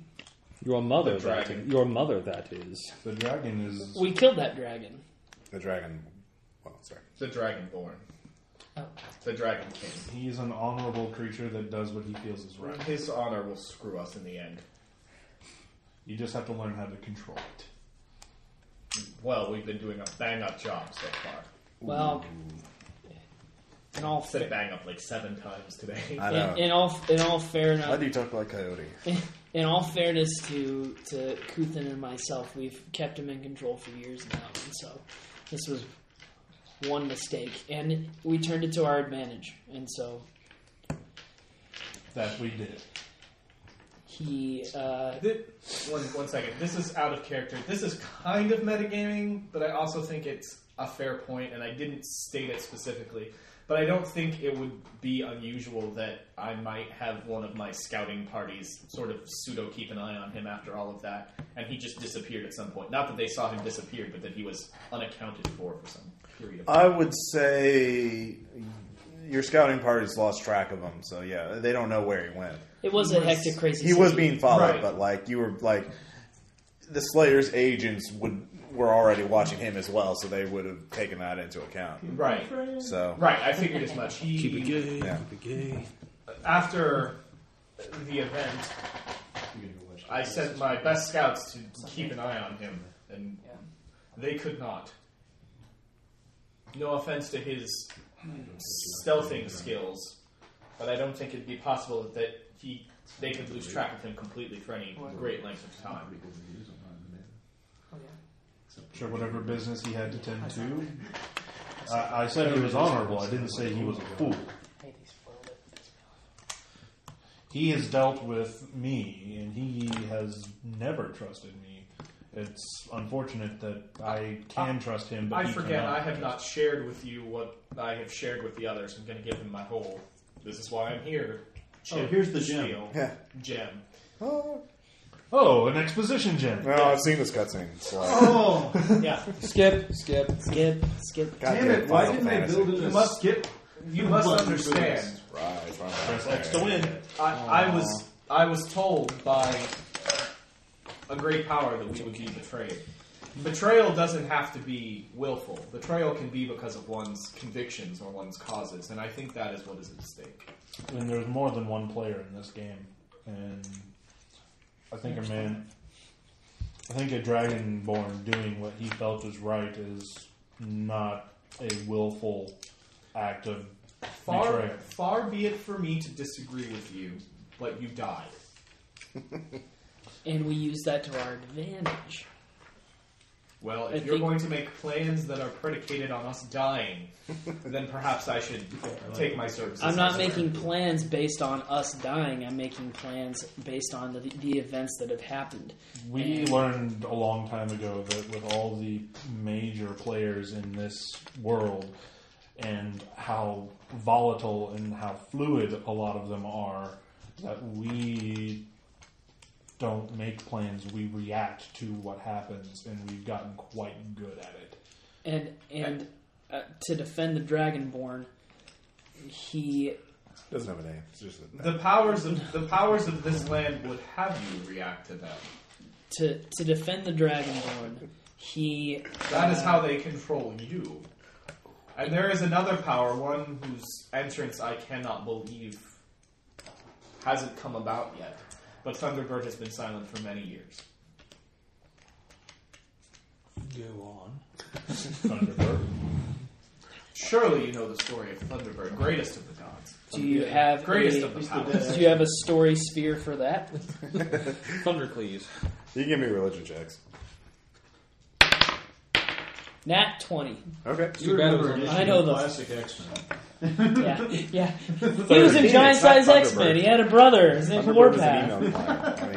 [SPEAKER 4] Your mother, that
[SPEAKER 5] dragon.
[SPEAKER 4] your mother, that is.
[SPEAKER 8] The dragon is.
[SPEAKER 6] we killed that dragon.
[SPEAKER 2] The dragon. Well, sorry.
[SPEAKER 5] The Dragonborn.
[SPEAKER 6] Oh.
[SPEAKER 5] The Dragon King.
[SPEAKER 8] He is an honorable creature that does what he feels is right.
[SPEAKER 5] His honor will screw us in the end.
[SPEAKER 8] You just have to learn how to control it.
[SPEAKER 5] Well, we've been doing a bang up job so far.
[SPEAKER 6] Well, in all
[SPEAKER 5] Said
[SPEAKER 6] fair,
[SPEAKER 5] bang up like seven times today.
[SPEAKER 2] I know.
[SPEAKER 6] in, in all in all fairness,
[SPEAKER 2] Why do you talk like Coyote?
[SPEAKER 6] in all fairness to to Kuthin and myself, we've kept him in control for years now, and so this was one mistake, and we turned it to our advantage, and so
[SPEAKER 8] That we did.
[SPEAKER 6] he uh,
[SPEAKER 5] Thi- one, one second. This is out of character. This is kind of metagaming, but I also think it's a fair point, and I didn't state it specifically. But I don't think it would be unusual that I might have one of my scouting parties sort of pseudo keep an eye on him after all of that, and he just disappeared at some point. Not that they saw him disappear, but that he was unaccounted for for some period of time.
[SPEAKER 2] I would say your scouting party's lost track of him, so yeah, they don't know where he went.
[SPEAKER 6] it was a hectic, crazy.
[SPEAKER 2] He was
[SPEAKER 6] city.
[SPEAKER 2] being followed,
[SPEAKER 5] Right.
[SPEAKER 2] but like you were like the Slayer's agents would were already watching him as well, so they would have taken that into account.
[SPEAKER 5] Right,
[SPEAKER 2] So
[SPEAKER 5] right. I figured as much. He
[SPEAKER 7] Keep it gay.
[SPEAKER 2] Yeah.
[SPEAKER 7] Keep it gay.
[SPEAKER 5] after the event, I sent my best scouts to keep an eye on him, and
[SPEAKER 6] Yeah.
[SPEAKER 5] they could not. No offense to his stealthing skills, but I don't think it'd be possible that he they could lose track of him completely for any great length of time.
[SPEAKER 8] Sure, whatever business he had to tend to. I, I said he was honorable. I didn't say he was a fool. He has dealt with me, and he has never trusted me. It's unfortunate that I can trust him, but
[SPEAKER 5] I
[SPEAKER 8] he
[SPEAKER 5] forget
[SPEAKER 8] cannot.
[SPEAKER 5] I have not shared with you what I have shared with the others. I'm going to give him my whole. This is why I'm here.
[SPEAKER 1] Oh, here's the gem.
[SPEAKER 5] Steal.
[SPEAKER 2] Yeah.
[SPEAKER 5] Gem.
[SPEAKER 2] oh,
[SPEAKER 8] Oh, an exposition gem.
[SPEAKER 2] no, I've seen this cutscene. It's like,
[SPEAKER 1] Oh,
[SPEAKER 5] Yeah.
[SPEAKER 4] Skip, skip.
[SPEAKER 6] skip, skip.
[SPEAKER 1] damn it! Why didn't they build it?
[SPEAKER 5] You
[SPEAKER 1] as-
[SPEAKER 5] must get. You must
[SPEAKER 1] Button
[SPEAKER 5] understand.
[SPEAKER 8] Press X to win.
[SPEAKER 5] I, I was I was told by a great power that we would be betrayed. Betrayal doesn't have to be willful. Betrayal can be because of one's convictions or one's causes, and I think that is what is at stake.
[SPEAKER 8] And there's more than one player in this game, and I think a man, I think a dragonborn doing what he felt was right is not a willful act of
[SPEAKER 5] Far
[SPEAKER 8] betrayal.
[SPEAKER 5] far be it for me to disagree with you, but you died.
[SPEAKER 6] And we use that to our advantage.
[SPEAKER 5] Well,
[SPEAKER 6] I
[SPEAKER 5] if you're
[SPEAKER 6] think-
[SPEAKER 5] going to make plans that are predicated on us dying, then perhaps I should take my services.
[SPEAKER 6] I'm not
[SPEAKER 5] elsewhere.
[SPEAKER 6] making plans based on us dying. I'm making plans based on the, the events that have happened.
[SPEAKER 8] We learned a long time ago that with all the major players in this world and how volatile and how fluid a lot of them are, that we don't make plans. We react to what happens, and we've gotten quite good at it.
[SPEAKER 6] And and uh, to defend the Dragonborn, he
[SPEAKER 2] Doesn't have a name. It's just a,
[SPEAKER 5] The powers of the powers of this land would have you react to them.
[SPEAKER 6] to to defend the Dragonborn, he
[SPEAKER 5] That is how they control you. And there is another power, one whose entrance I cannot believe hasn't come about yet. But Thunderbird has been silent for many years.
[SPEAKER 4] Go on.
[SPEAKER 8] Thunderbird.
[SPEAKER 5] Surely you know the story of Thunderbird, greatest of the gods.
[SPEAKER 6] do you have
[SPEAKER 5] Greatest
[SPEAKER 6] a,
[SPEAKER 5] of the powers.
[SPEAKER 6] do you have a story sphere for that?
[SPEAKER 4] Thundercleaves.
[SPEAKER 2] you can give me religion checks.
[SPEAKER 6] Nat twenty.
[SPEAKER 2] Okay.
[SPEAKER 4] Too bad it was
[SPEAKER 1] Remember
[SPEAKER 4] on-
[SPEAKER 6] I know the-
[SPEAKER 1] classic X Men.
[SPEAKER 6] Yeah, yeah. he was in Giant
[SPEAKER 2] It's not
[SPEAKER 6] Size X
[SPEAKER 2] Thunderbird.
[SPEAKER 6] Men. He had a brother. His name's
[SPEAKER 2] Thunderbird is an
[SPEAKER 6] Warpath.
[SPEAKER 2] email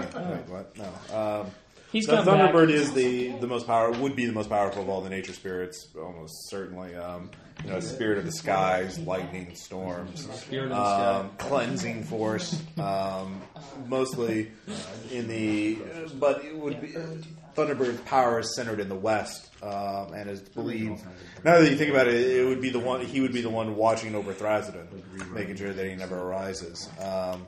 [SPEAKER 2] client. I mean, wait, what? No. Um,
[SPEAKER 6] He's
[SPEAKER 2] Th-
[SPEAKER 6] come
[SPEAKER 2] Thunderbird
[SPEAKER 6] back.
[SPEAKER 2] is the, the most power would be the most powerful of all the nature spirits, almost certainly. Um, you know, spirit of the skies, lightning, storms,
[SPEAKER 4] Spirit of the sky.
[SPEAKER 2] um, cleansing force, um, mostly in the. But it would be Thunderbird's power is centered in the west, um, and is believed. Now that you think about it, it would be the one he would be the one watching over Thrasidon, making sure that he never arises. Um,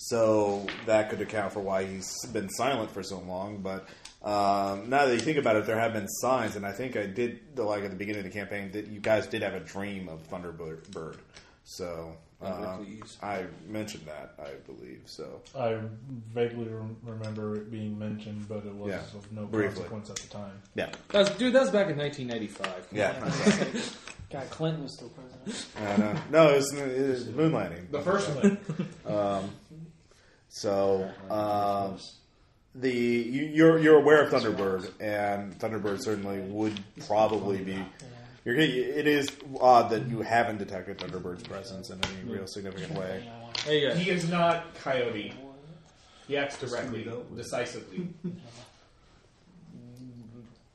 [SPEAKER 2] so that could account for why he's been silent for so long. But um, now that you think about it, there have been signs, and I think I did like at the beginning of the campaign that you guys did have a dream of Thunderbird. Bird. So uh,
[SPEAKER 4] Thundercleaves.
[SPEAKER 2] I mentioned that, I believe. So
[SPEAKER 8] I vaguely rem- remember it being mentioned, but it was
[SPEAKER 2] Yeah,
[SPEAKER 8] of no
[SPEAKER 2] briefly.
[SPEAKER 8] consequence at the time.
[SPEAKER 2] yeah,
[SPEAKER 4] That's, dude, that was back in 1995.
[SPEAKER 2] yeah.
[SPEAKER 6] God, Clinton was still president.
[SPEAKER 2] I know. uh, no, it was, it was moon landing.
[SPEAKER 5] The first one.
[SPEAKER 2] So um, the you, you're you're aware of Thunderbird, and Thunderbird certainly would probably be. You're, it is odd that you haven't detected Thunderbird's presence in any real significant way.
[SPEAKER 4] Hey, guys.
[SPEAKER 5] He is not Coyote. He acts directly, decisively.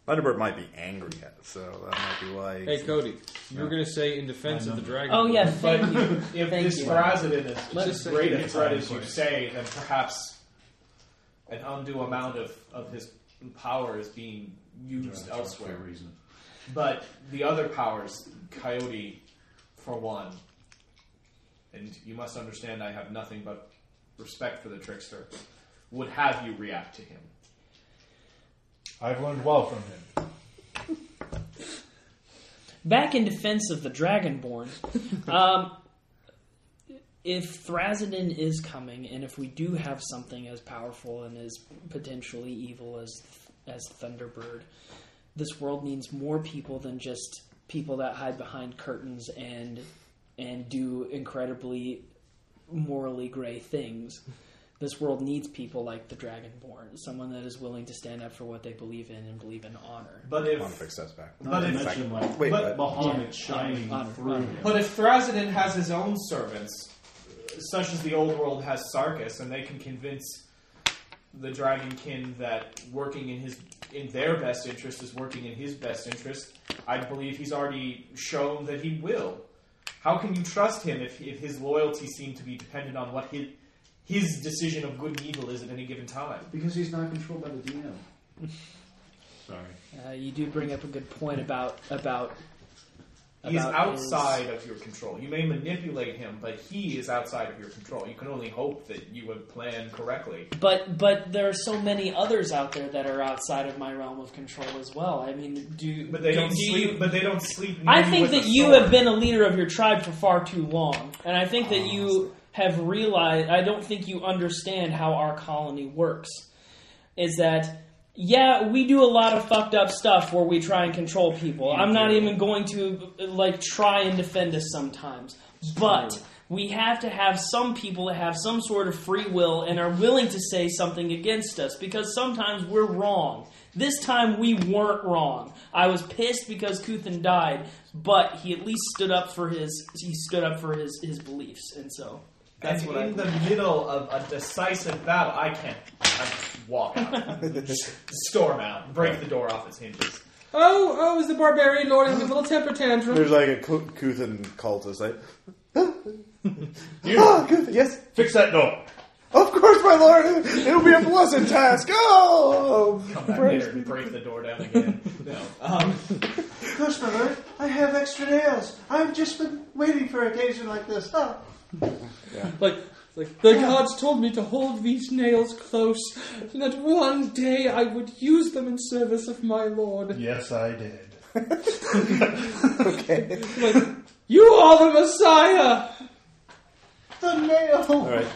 [SPEAKER 2] Thunderbird might be angry at, it, so that might be why.
[SPEAKER 4] Hey, Cody. You were going to say in defense of the dragon.
[SPEAKER 6] Oh yeah,
[SPEAKER 5] But
[SPEAKER 6] thank you.
[SPEAKER 5] if
[SPEAKER 6] Thank
[SPEAKER 5] this
[SPEAKER 6] you.
[SPEAKER 5] Thrasidon is
[SPEAKER 6] Let
[SPEAKER 5] as
[SPEAKER 6] us
[SPEAKER 5] great
[SPEAKER 8] take
[SPEAKER 5] a
[SPEAKER 8] it
[SPEAKER 5] threat
[SPEAKER 8] time
[SPEAKER 5] as you
[SPEAKER 8] for it.
[SPEAKER 5] say, then perhaps an undue amount of, of his power is being used elsewhere.
[SPEAKER 1] reason.
[SPEAKER 5] But the other powers, Coyote, for one, and you must understand I have nothing but respect for the trickster, would have you react to him.
[SPEAKER 8] I've learned well from him.
[SPEAKER 6] Back in defense of the Dragonborn, um, if Thrasidon is coming, and if we do have something as powerful and as potentially evil as as Thunderbird, this world needs more people than just people that hide behind curtains and and do incredibly morally gray things. This world needs people like the Dragonborn, someone that is willing to stand up for what they believe in and believe in honor.
[SPEAKER 5] But
[SPEAKER 2] I want to
[SPEAKER 5] if
[SPEAKER 2] fix us back.
[SPEAKER 1] Not
[SPEAKER 5] But
[SPEAKER 1] to
[SPEAKER 5] if-
[SPEAKER 1] mention, like,
[SPEAKER 2] Wait,
[SPEAKER 5] but-
[SPEAKER 2] but,
[SPEAKER 1] Bahan is shining
[SPEAKER 6] Honor,
[SPEAKER 1] through
[SPEAKER 6] honor.
[SPEAKER 1] him.
[SPEAKER 5] but if Thrasidon has his own servants, such as the old world has Sarkis, and they can convince the dragonkin that working in his in their best interest is working in his best interest, I believe he's already shown that he will. How can you trust him if, if his loyalty seems to be dependent on what his, his decision of good and evil is at any given time?
[SPEAKER 1] Because he's not controlled by the DM. Sorry.
[SPEAKER 6] Uh, you do bring up a good point about about.
[SPEAKER 5] He is
[SPEAKER 6] about his-
[SPEAKER 5] outside of your control. You may manipulate him, but he is outside of your control. You can only hope that you would plan correctly.
[SPEAKER 6] but but there are so many others out there that are outside of my realm of control as well. I mean, do
[SPEAKER 5] But they
[SPEAKER 6] do-
[SPEAKER 5] don't
[SPEAKER 6] do
[SPEAKER 5] sleep.
[SPEAKER 6] you-
[SPEAKER 5] but they don't sleep.
[SPEAKER 6] I
[SPEAKER 5] near
[SPEAKER 6] think
[SPEAKER 5] with
[SPEAKER 6] that
[SPEAKER 5] a
[SPEAKER 6] you
[SPEAKER 5] sword.
[SPEAKER 6] have been a leader of your tribe for far too long, and I think
[SPEAKER 5] Oh,
[SPEAKER 6] that you have realized. I don't think you understand how our colony works. Is that yeah, we do a lot of fucked up stuff where we try and control people. I'm not even going to like try and defend us sometimes, but. We have to have some people that have some sort of free will and are willing to say something against us because sometimes we're wrong. This time we weren't wrong. I was pissed because Kuthin died, but he at least stood up for his he stood up for his, his beliefs, and so that's
[SPEAKER 5] and
[SPEAKER 6] what I
[SPEAKER 5] in the middle of a decisive battle, I can't. I walk out, storm out, break the door off its hinges.
[SPEAKER 4] Oh, oh, is the barbarian lord having a little temper tantrum?
[SPEAKER 2] there's like a Ku- Kuthan cultist. Like, you, ah, Kuthan, yes,
[SPEAKER 8] Fix that door.
[SPEAKER 2] Of course, my lord, it'll be a pleasant task. Oh,
[SPEAKER 5] Come back later and break the door down again. No. Um,
[SPEAKER 1] Gosh, my lord, I have extra nails. I've just been waiting for an occasion like this. Ah, Huh?
[SPEAKER 4] Like, like the gods told me to hold these nails close, and that one day I would use them in service of my lord.
[SPEAKER 8] Yes, I did.
[SPEAKER 4] Like, you are the Messiah.
[SPEAKER 1] The nail.
[SPEAKER 2] All right.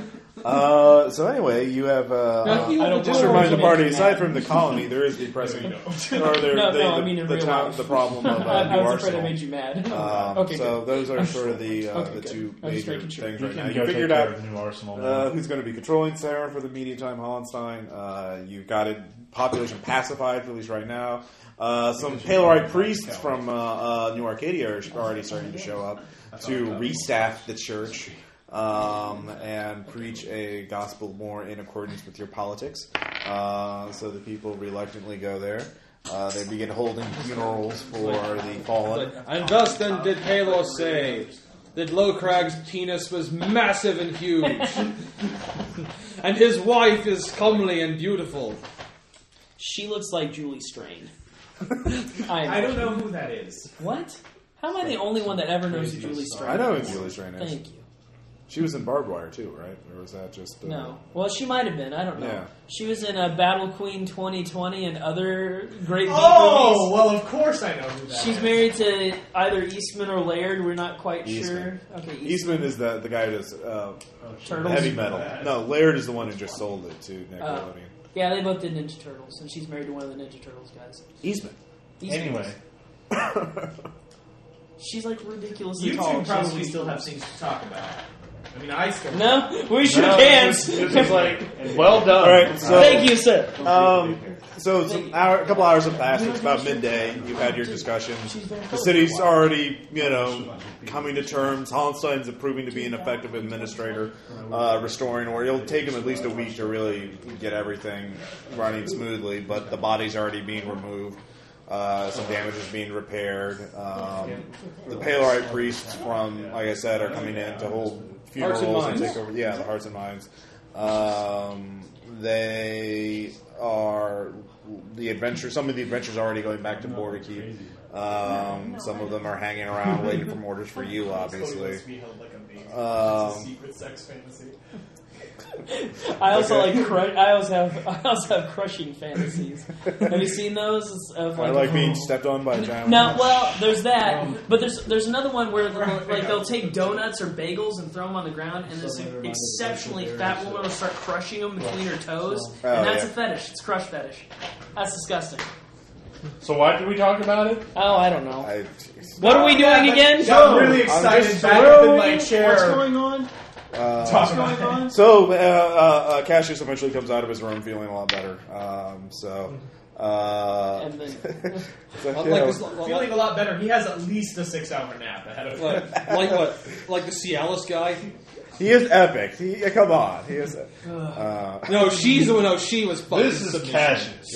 [SPEAKER 2] Uh, so anyway, you have. Uh,
[SPEAKER 4] Now, he
[SPEAKER 2] uh,
[SPEAKER 4] would
[SPEAKER 8] don't
[SPEAKER 2] just
[SPEAKER 8] know.
[SPEAKER 2] remind the
[SPEAKER 8] Originated
[SPEAKER 2] party. Aside from the colony, there is the pressing, or there,
[SPEAKER 6] No,
[SPEAKER 2] the,
[SPEAKER 6] no,
[SPEAKER 2] the,
[SPEAKER 6] I mean in
[SPEAKER 2] the,
[SPEAKER 6] real
[SPEAKER 2] town-
[SPEAKER 6] life.
[SPEAKER 2] the problem of
[SPEAKER 6] I,
[SPEAKER 2] uh,
[SPEAKER 6] I
[SPEAKER 2] New
[SPEAKER 6] was afraid I made
[SPEAKER 2] Arsenal.
[SPEAKER 6] you mad.
[SPEAKER 2] Um,
[SPEAKER 6] Okay,
[SPEAKER 2] so those are sort of the uh,
[SPEAKER 6] Okay,
[SPEAKER 2] the
[SPEAKER 6] good.
[SPEAKER 2] two
[SPEAKER 6] I was
[SPEAKER 2] major
[SPEAKER 6] making sure.
[SPEAKER 2] things
[SPEAKER 8] You
[SPEAKER 2] right now.
[SPEAKER 8] can
[SPEAKER 2] You
[SPEAKER 8] go take
[SPEAKER 2] figured
[SPEAKER 8] care
[SPEAKER 2] out
[SPEAKER 8] of New Arsenal.
[SPEAKER 2] uh,
[SPEAKER 8] now.
[SPEAKER 2] who's going to be controlling Sarah for the medium time Hollenstein. Uh, you've got it population pacified, at least right now. Uh, some Paleorite priests from uh, uh, New Arcadia are already starting to show up to restaff the church um, and preach a gospel more in accordance with your politics. Uh, so the people reluctantly go there. Uh, they begin holding funerals for the fallen.
[SPEAKER 4] And thus then did Palor say that Lokrag's penis was massive and huge, and his wife is comely and beautiful.
[SPEAKER 6] She looks like Julie Strain. I,
[SPEAKER 5] I don't know who that is.
[SPEAKER 6] What? How am I the only one that ever knows who Julie Strain?
[SPEAKER 2] I know
[SPEAKER 6] is?
[SPEAKER 2] it's Julie's right now.
[SPEAKER 6] Thank you.
[SPEAKER 2] She was in barbed wire too, right? Or was that just uh,
[SPEAKER 6] No. Well, she might have been. I don't know.
[SPEAKER 2] Yeah.
[SPEAKER 6] She was in a Battle Queen 2020 and other great B
[SPEAKER 5] Oh,
[SPEAKER 6] movies.
[SPEAKER 5] well, of course I know who that
[SPEAKER 6] She's
[SPEAKER 5] is.
[SPEAKER 6] married to either Eastman or Laird. We're not quite
[SPEAKER 2] Eastman.
[SPEAKER 6] sure. Okay, Eastman.
[SPEAKER 2] Eastman is the the guy who does uh,
[SPEAKER 6] Turtles.
[SPEAKER 2] heavy metal. No, Laird is the one who just sold it to Nickelodeon.
[SPEAKER 6] Uh, Yeah, they both did Ninja Turtles, and she's married to one of the Ninja Turtles guys.
[SPEAKER 2] Eastman.
[SPEAKER 6] Eastman.
[SPEAKER 8] Anyway,
[SPEAKER 6] she's like ridiculously
[SPEAKER 5] You two
[SPEAKER 6] tall. She's
[SPEAKER 5] probably
[SPEAKER 6] just-
[SPEAKER 5] still have things to talk about. I mean, I still
[SPEAKER 6] No, we sure can.
[SPEAKER 8] well done.
[SPEAKER 2] All right, so
[SPEAKER 6] Oh. Thank you, sir.
[SPEAKER 2] Um, so some hour, a couple hours have passed. It's about midday. You've had your discussions. The city's already, you know, coming to terms. Hollenstein's proving to be an effective administrator, uh, restoring order. It'll take him at least a week to really get everything running smoothly. But the body's already being removed. Uh, some damage is being repaired. Um, the Paleorite priests from, like I said, are coming in to hold funerals and, take over. Yeah, the hearts and minds. Um, they are the adventure. Some of the adventures are already going back to Borderkeep. Um, some of them are hanging around waiting for orders for you, obviously.
[SPEAKER 5] be held like a baby.
[SPEAKER 2] Um,
[SPEAKER 5] secret sex fantasy.
[SPEAKER 6] I also like. Cru- I also have. I also have crushing fantasies. have you seen those? It's Of
[SPEAKER 2] I
[SPEAKER 6] like,
[SPEAKER 2] like being stepped on by a giant.
[SPEAKER 6] No,
[SPEAKER 2] woman.
[SPEAKER 6] well, there's that, but there's there's another one where they'll, like they'll take donuts or bagels and throw them on the ground, and this exceptionally fat woman will start crushing them between her toes,
[SPEAKER 2] Oh,
[SPEAKER 6] and that's
[SPEAKER 2] yeah.
[SPEAKER 6] a fetish. It's crush fetish. That's disgusting.
[SPEAKER 8] so why did we talk about it?
[SPEAKER 6] Oh, I don't know.
[SPEAKER 2] I,
[SPEAKER 6] What are we doing again?
[SPEAKER 5] I'm really excited.
[SPEAKER 2] just
[SPEAKER 5] Back up in my
[SPEAKER 2] throwing-
[SPEAKER 5] chair.
[SPEAKER 1] What's going on?
[SPEAKER 5] Talk
[SPEAKER 1] What's
[SPEAKER 5] about
[SPEAKER 1] going
[SPEAKER 5] it.
[SPEAKER 1] on?
[SPEAKER 2] so uh, uh, uh, Cassius eventually comes out of his room feeling a lot better. Um, so. Uh,
[SPEAKER 6] And then-
[SPEAKER 2] so,
[SPEAKER 4] Like,
[SPEAKER 2] you know,
[SPEAKER 4] this, like,
[SPEAKER 5] Feeling a lot better. He has at least a six-hour nap ahead of him.
[SPEAKER 4] like, like what? Like the Cialis guy?
[SPEAKER 2] he is epic. He, come on, he is. Uh,
[SPEAKER 4] No, she's the one. No, she was fucking.
[SPEAKER 8] This is
[SPEAKER 4] submission.
[SPEAKER 8] Cassius.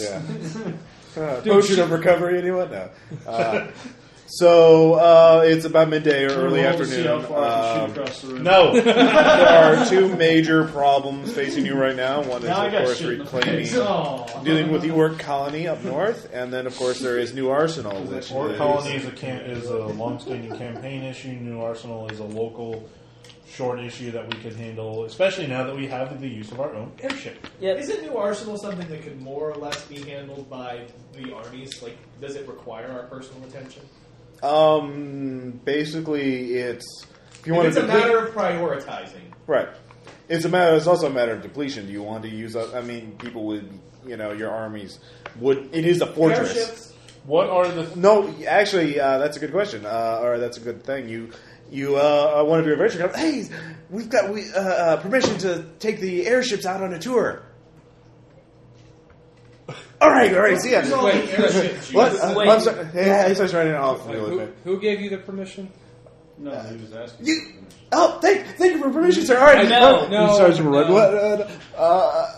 [SPEAKER 2] Yeah. Uh, potion of recovery, anyone? No. Uh, so uh, it's about midday or early
[SPEAKER 1] Roll to see
[SPEAKER 2] afternoon.
[SPEAKER 1] how far I can shoot
[SPEAKER 2] Um,
[SPEAKER 1] across the room.
[SPEAKER 8] No.
[SPEAKER 2] there are two major problems facing you right now. One is,
[SPEAKER 1] Now I
[SPEAKER 2] of
[SPEAKER 1] got
[SPEAKER 2] course,
[SPEAKER 1] shit in the
[SPEAKER 2] reclaiming,
[SPEAKER 1] face.
[SPEAKER 5] Oh.
[SPEAKER 2] dealing with the orc colony up north, and then, of course, there is New Arsenal, which
[SPEAKER 8] Or
[SPEAKER 2] is-
[SPEAKER 8] Colony is a, cam- is a long-standing campaign issue. New Arsenal is a local short issue that we could handle, especially now that we have the use of our own airship.
[SPEAKER 6] yep.
[SPEAKER 5] Isn't New Arsenal something that could more or less be handled by the armies? Like, does it require our personal attention?
[SPEAKER 2] Um, basically, it's if you
[SPEAKER 5] If
[SPEAKER 2] want
[SPEAKER 5] it's
[SPEAKER 2] to
[SPEAKER 5] a
[SPEAKER 2] deplete-
[SPEAKER 5] matter of prioritizing.
[SPEAKER 2] Right. It's a matter. It's also a matter of depletion. Do you want to use? up- I mean, people would. You know, your armies would. It is a fortress.
[SPEAKER 5] Airships,
[SPEAKER 8] What are the...
[SPEAKER 2] No, actually, uh, that's a good question, uh, or that's a good thing. You, you, uh, one of your adventure comes. Hey, we've got we uh, uh, permission to take the airships out on a tour. All right, all right, see ya.
[SPEAKER 5] Who's all
[SPEAKER 4] Wait,
[SPEAKER 5] the airships you-
[SPEAKER 2] What? Uh,
[SPEAKER 6] Wait.
[SPEAKER 2] I'm sorry. Yeah, he starts writing it off.
[SPEAKER 4] Like, who, who gave you the permission?
[SPEAKER 1] No, he was asking.
[SPEAKER 2] You. Oh, thank, thank you for permission, sir. All right, oh,
[SPEAKER 6] No,
[SPEAKER 4] no,
[SPEAKER 2] Sergeant Roy,
[SPEAKER 4] no.
[SPEAKER 2] What? Uh, uh,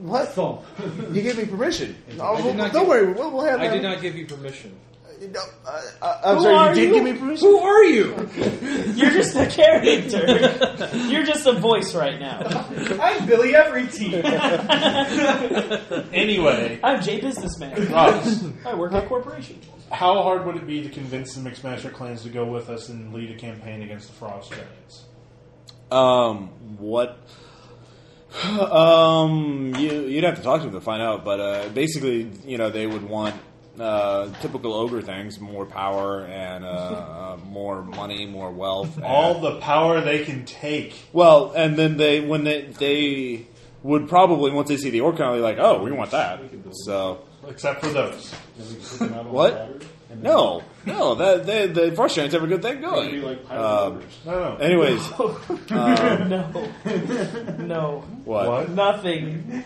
[SPEAKER 2] what?
[SPEAKER 1] Thump.
[SPEAKER 2] You gave me permission. Oh,
[SPEAKER 4] did
[SPEAKER 2] well,
[SPEAKER 4] not
[SPEAKER 2] don't
[SPEAKER 4] give-
[SPEAKER 2] worry, we'll, we'll have
[SPEAKER 4] I
[SPEAKER 2] that.
[SPEAKER 4] did not give you permission.
[SPEAKER 2] no, uh, uh, I'm sorry,
[SPEAKER 6] are
[SPEAKER 2] you did
[SPEAKER 6] you?
[SPEAKER 2] give me permission?
[SPEAKER 4] Who are you?
[SPEAKER 6] You're just a character. You're just a voice right now.
[SPEAKER 5] I'm Billy Everyteen.
[SPEAKER 8] Anyway,
[SPEAKER 6] I'm Jay Businessman.
[SPEAKER 8] Ross,
[SPEAKER 6] I work at a corporation.
[SPEAKER 8] how hard would it be to convince the McSmasher clans to go with us and lead a campaign against the Frost Giants?
[SPEAKER 2] Um, what? um, you, you'd have to talk to them to find out, but uh, basically, you know, they would want uh, typical ogre things: more power and uh, uh, more money, more wealth.
[SPEAKER 8] All
[SPEAKER 2] and-
[SPEAKER 8] the power they can take.
[SPEAKER 2] well, and then they when they they would probably once they see the orc, they're like, "Oh, we want that." So
[SPEAKER 8] Except for those.
[SPEAKER 2] what? No, no, that they, the Russians have a good thing
[SPEAKER 1] It'd be
[SPEAKER 2] going.
[SPEAKER 1] like pirate
[SPEAKER 2] Um,
[SPEAKER 1] orders.
[SPEAKER 8] No, no.
[SPEAKER 2] anyways,
[SPEAKER 6] no. No.
[SPEAKER 2] what?
[SPEAKER 6] Nothing.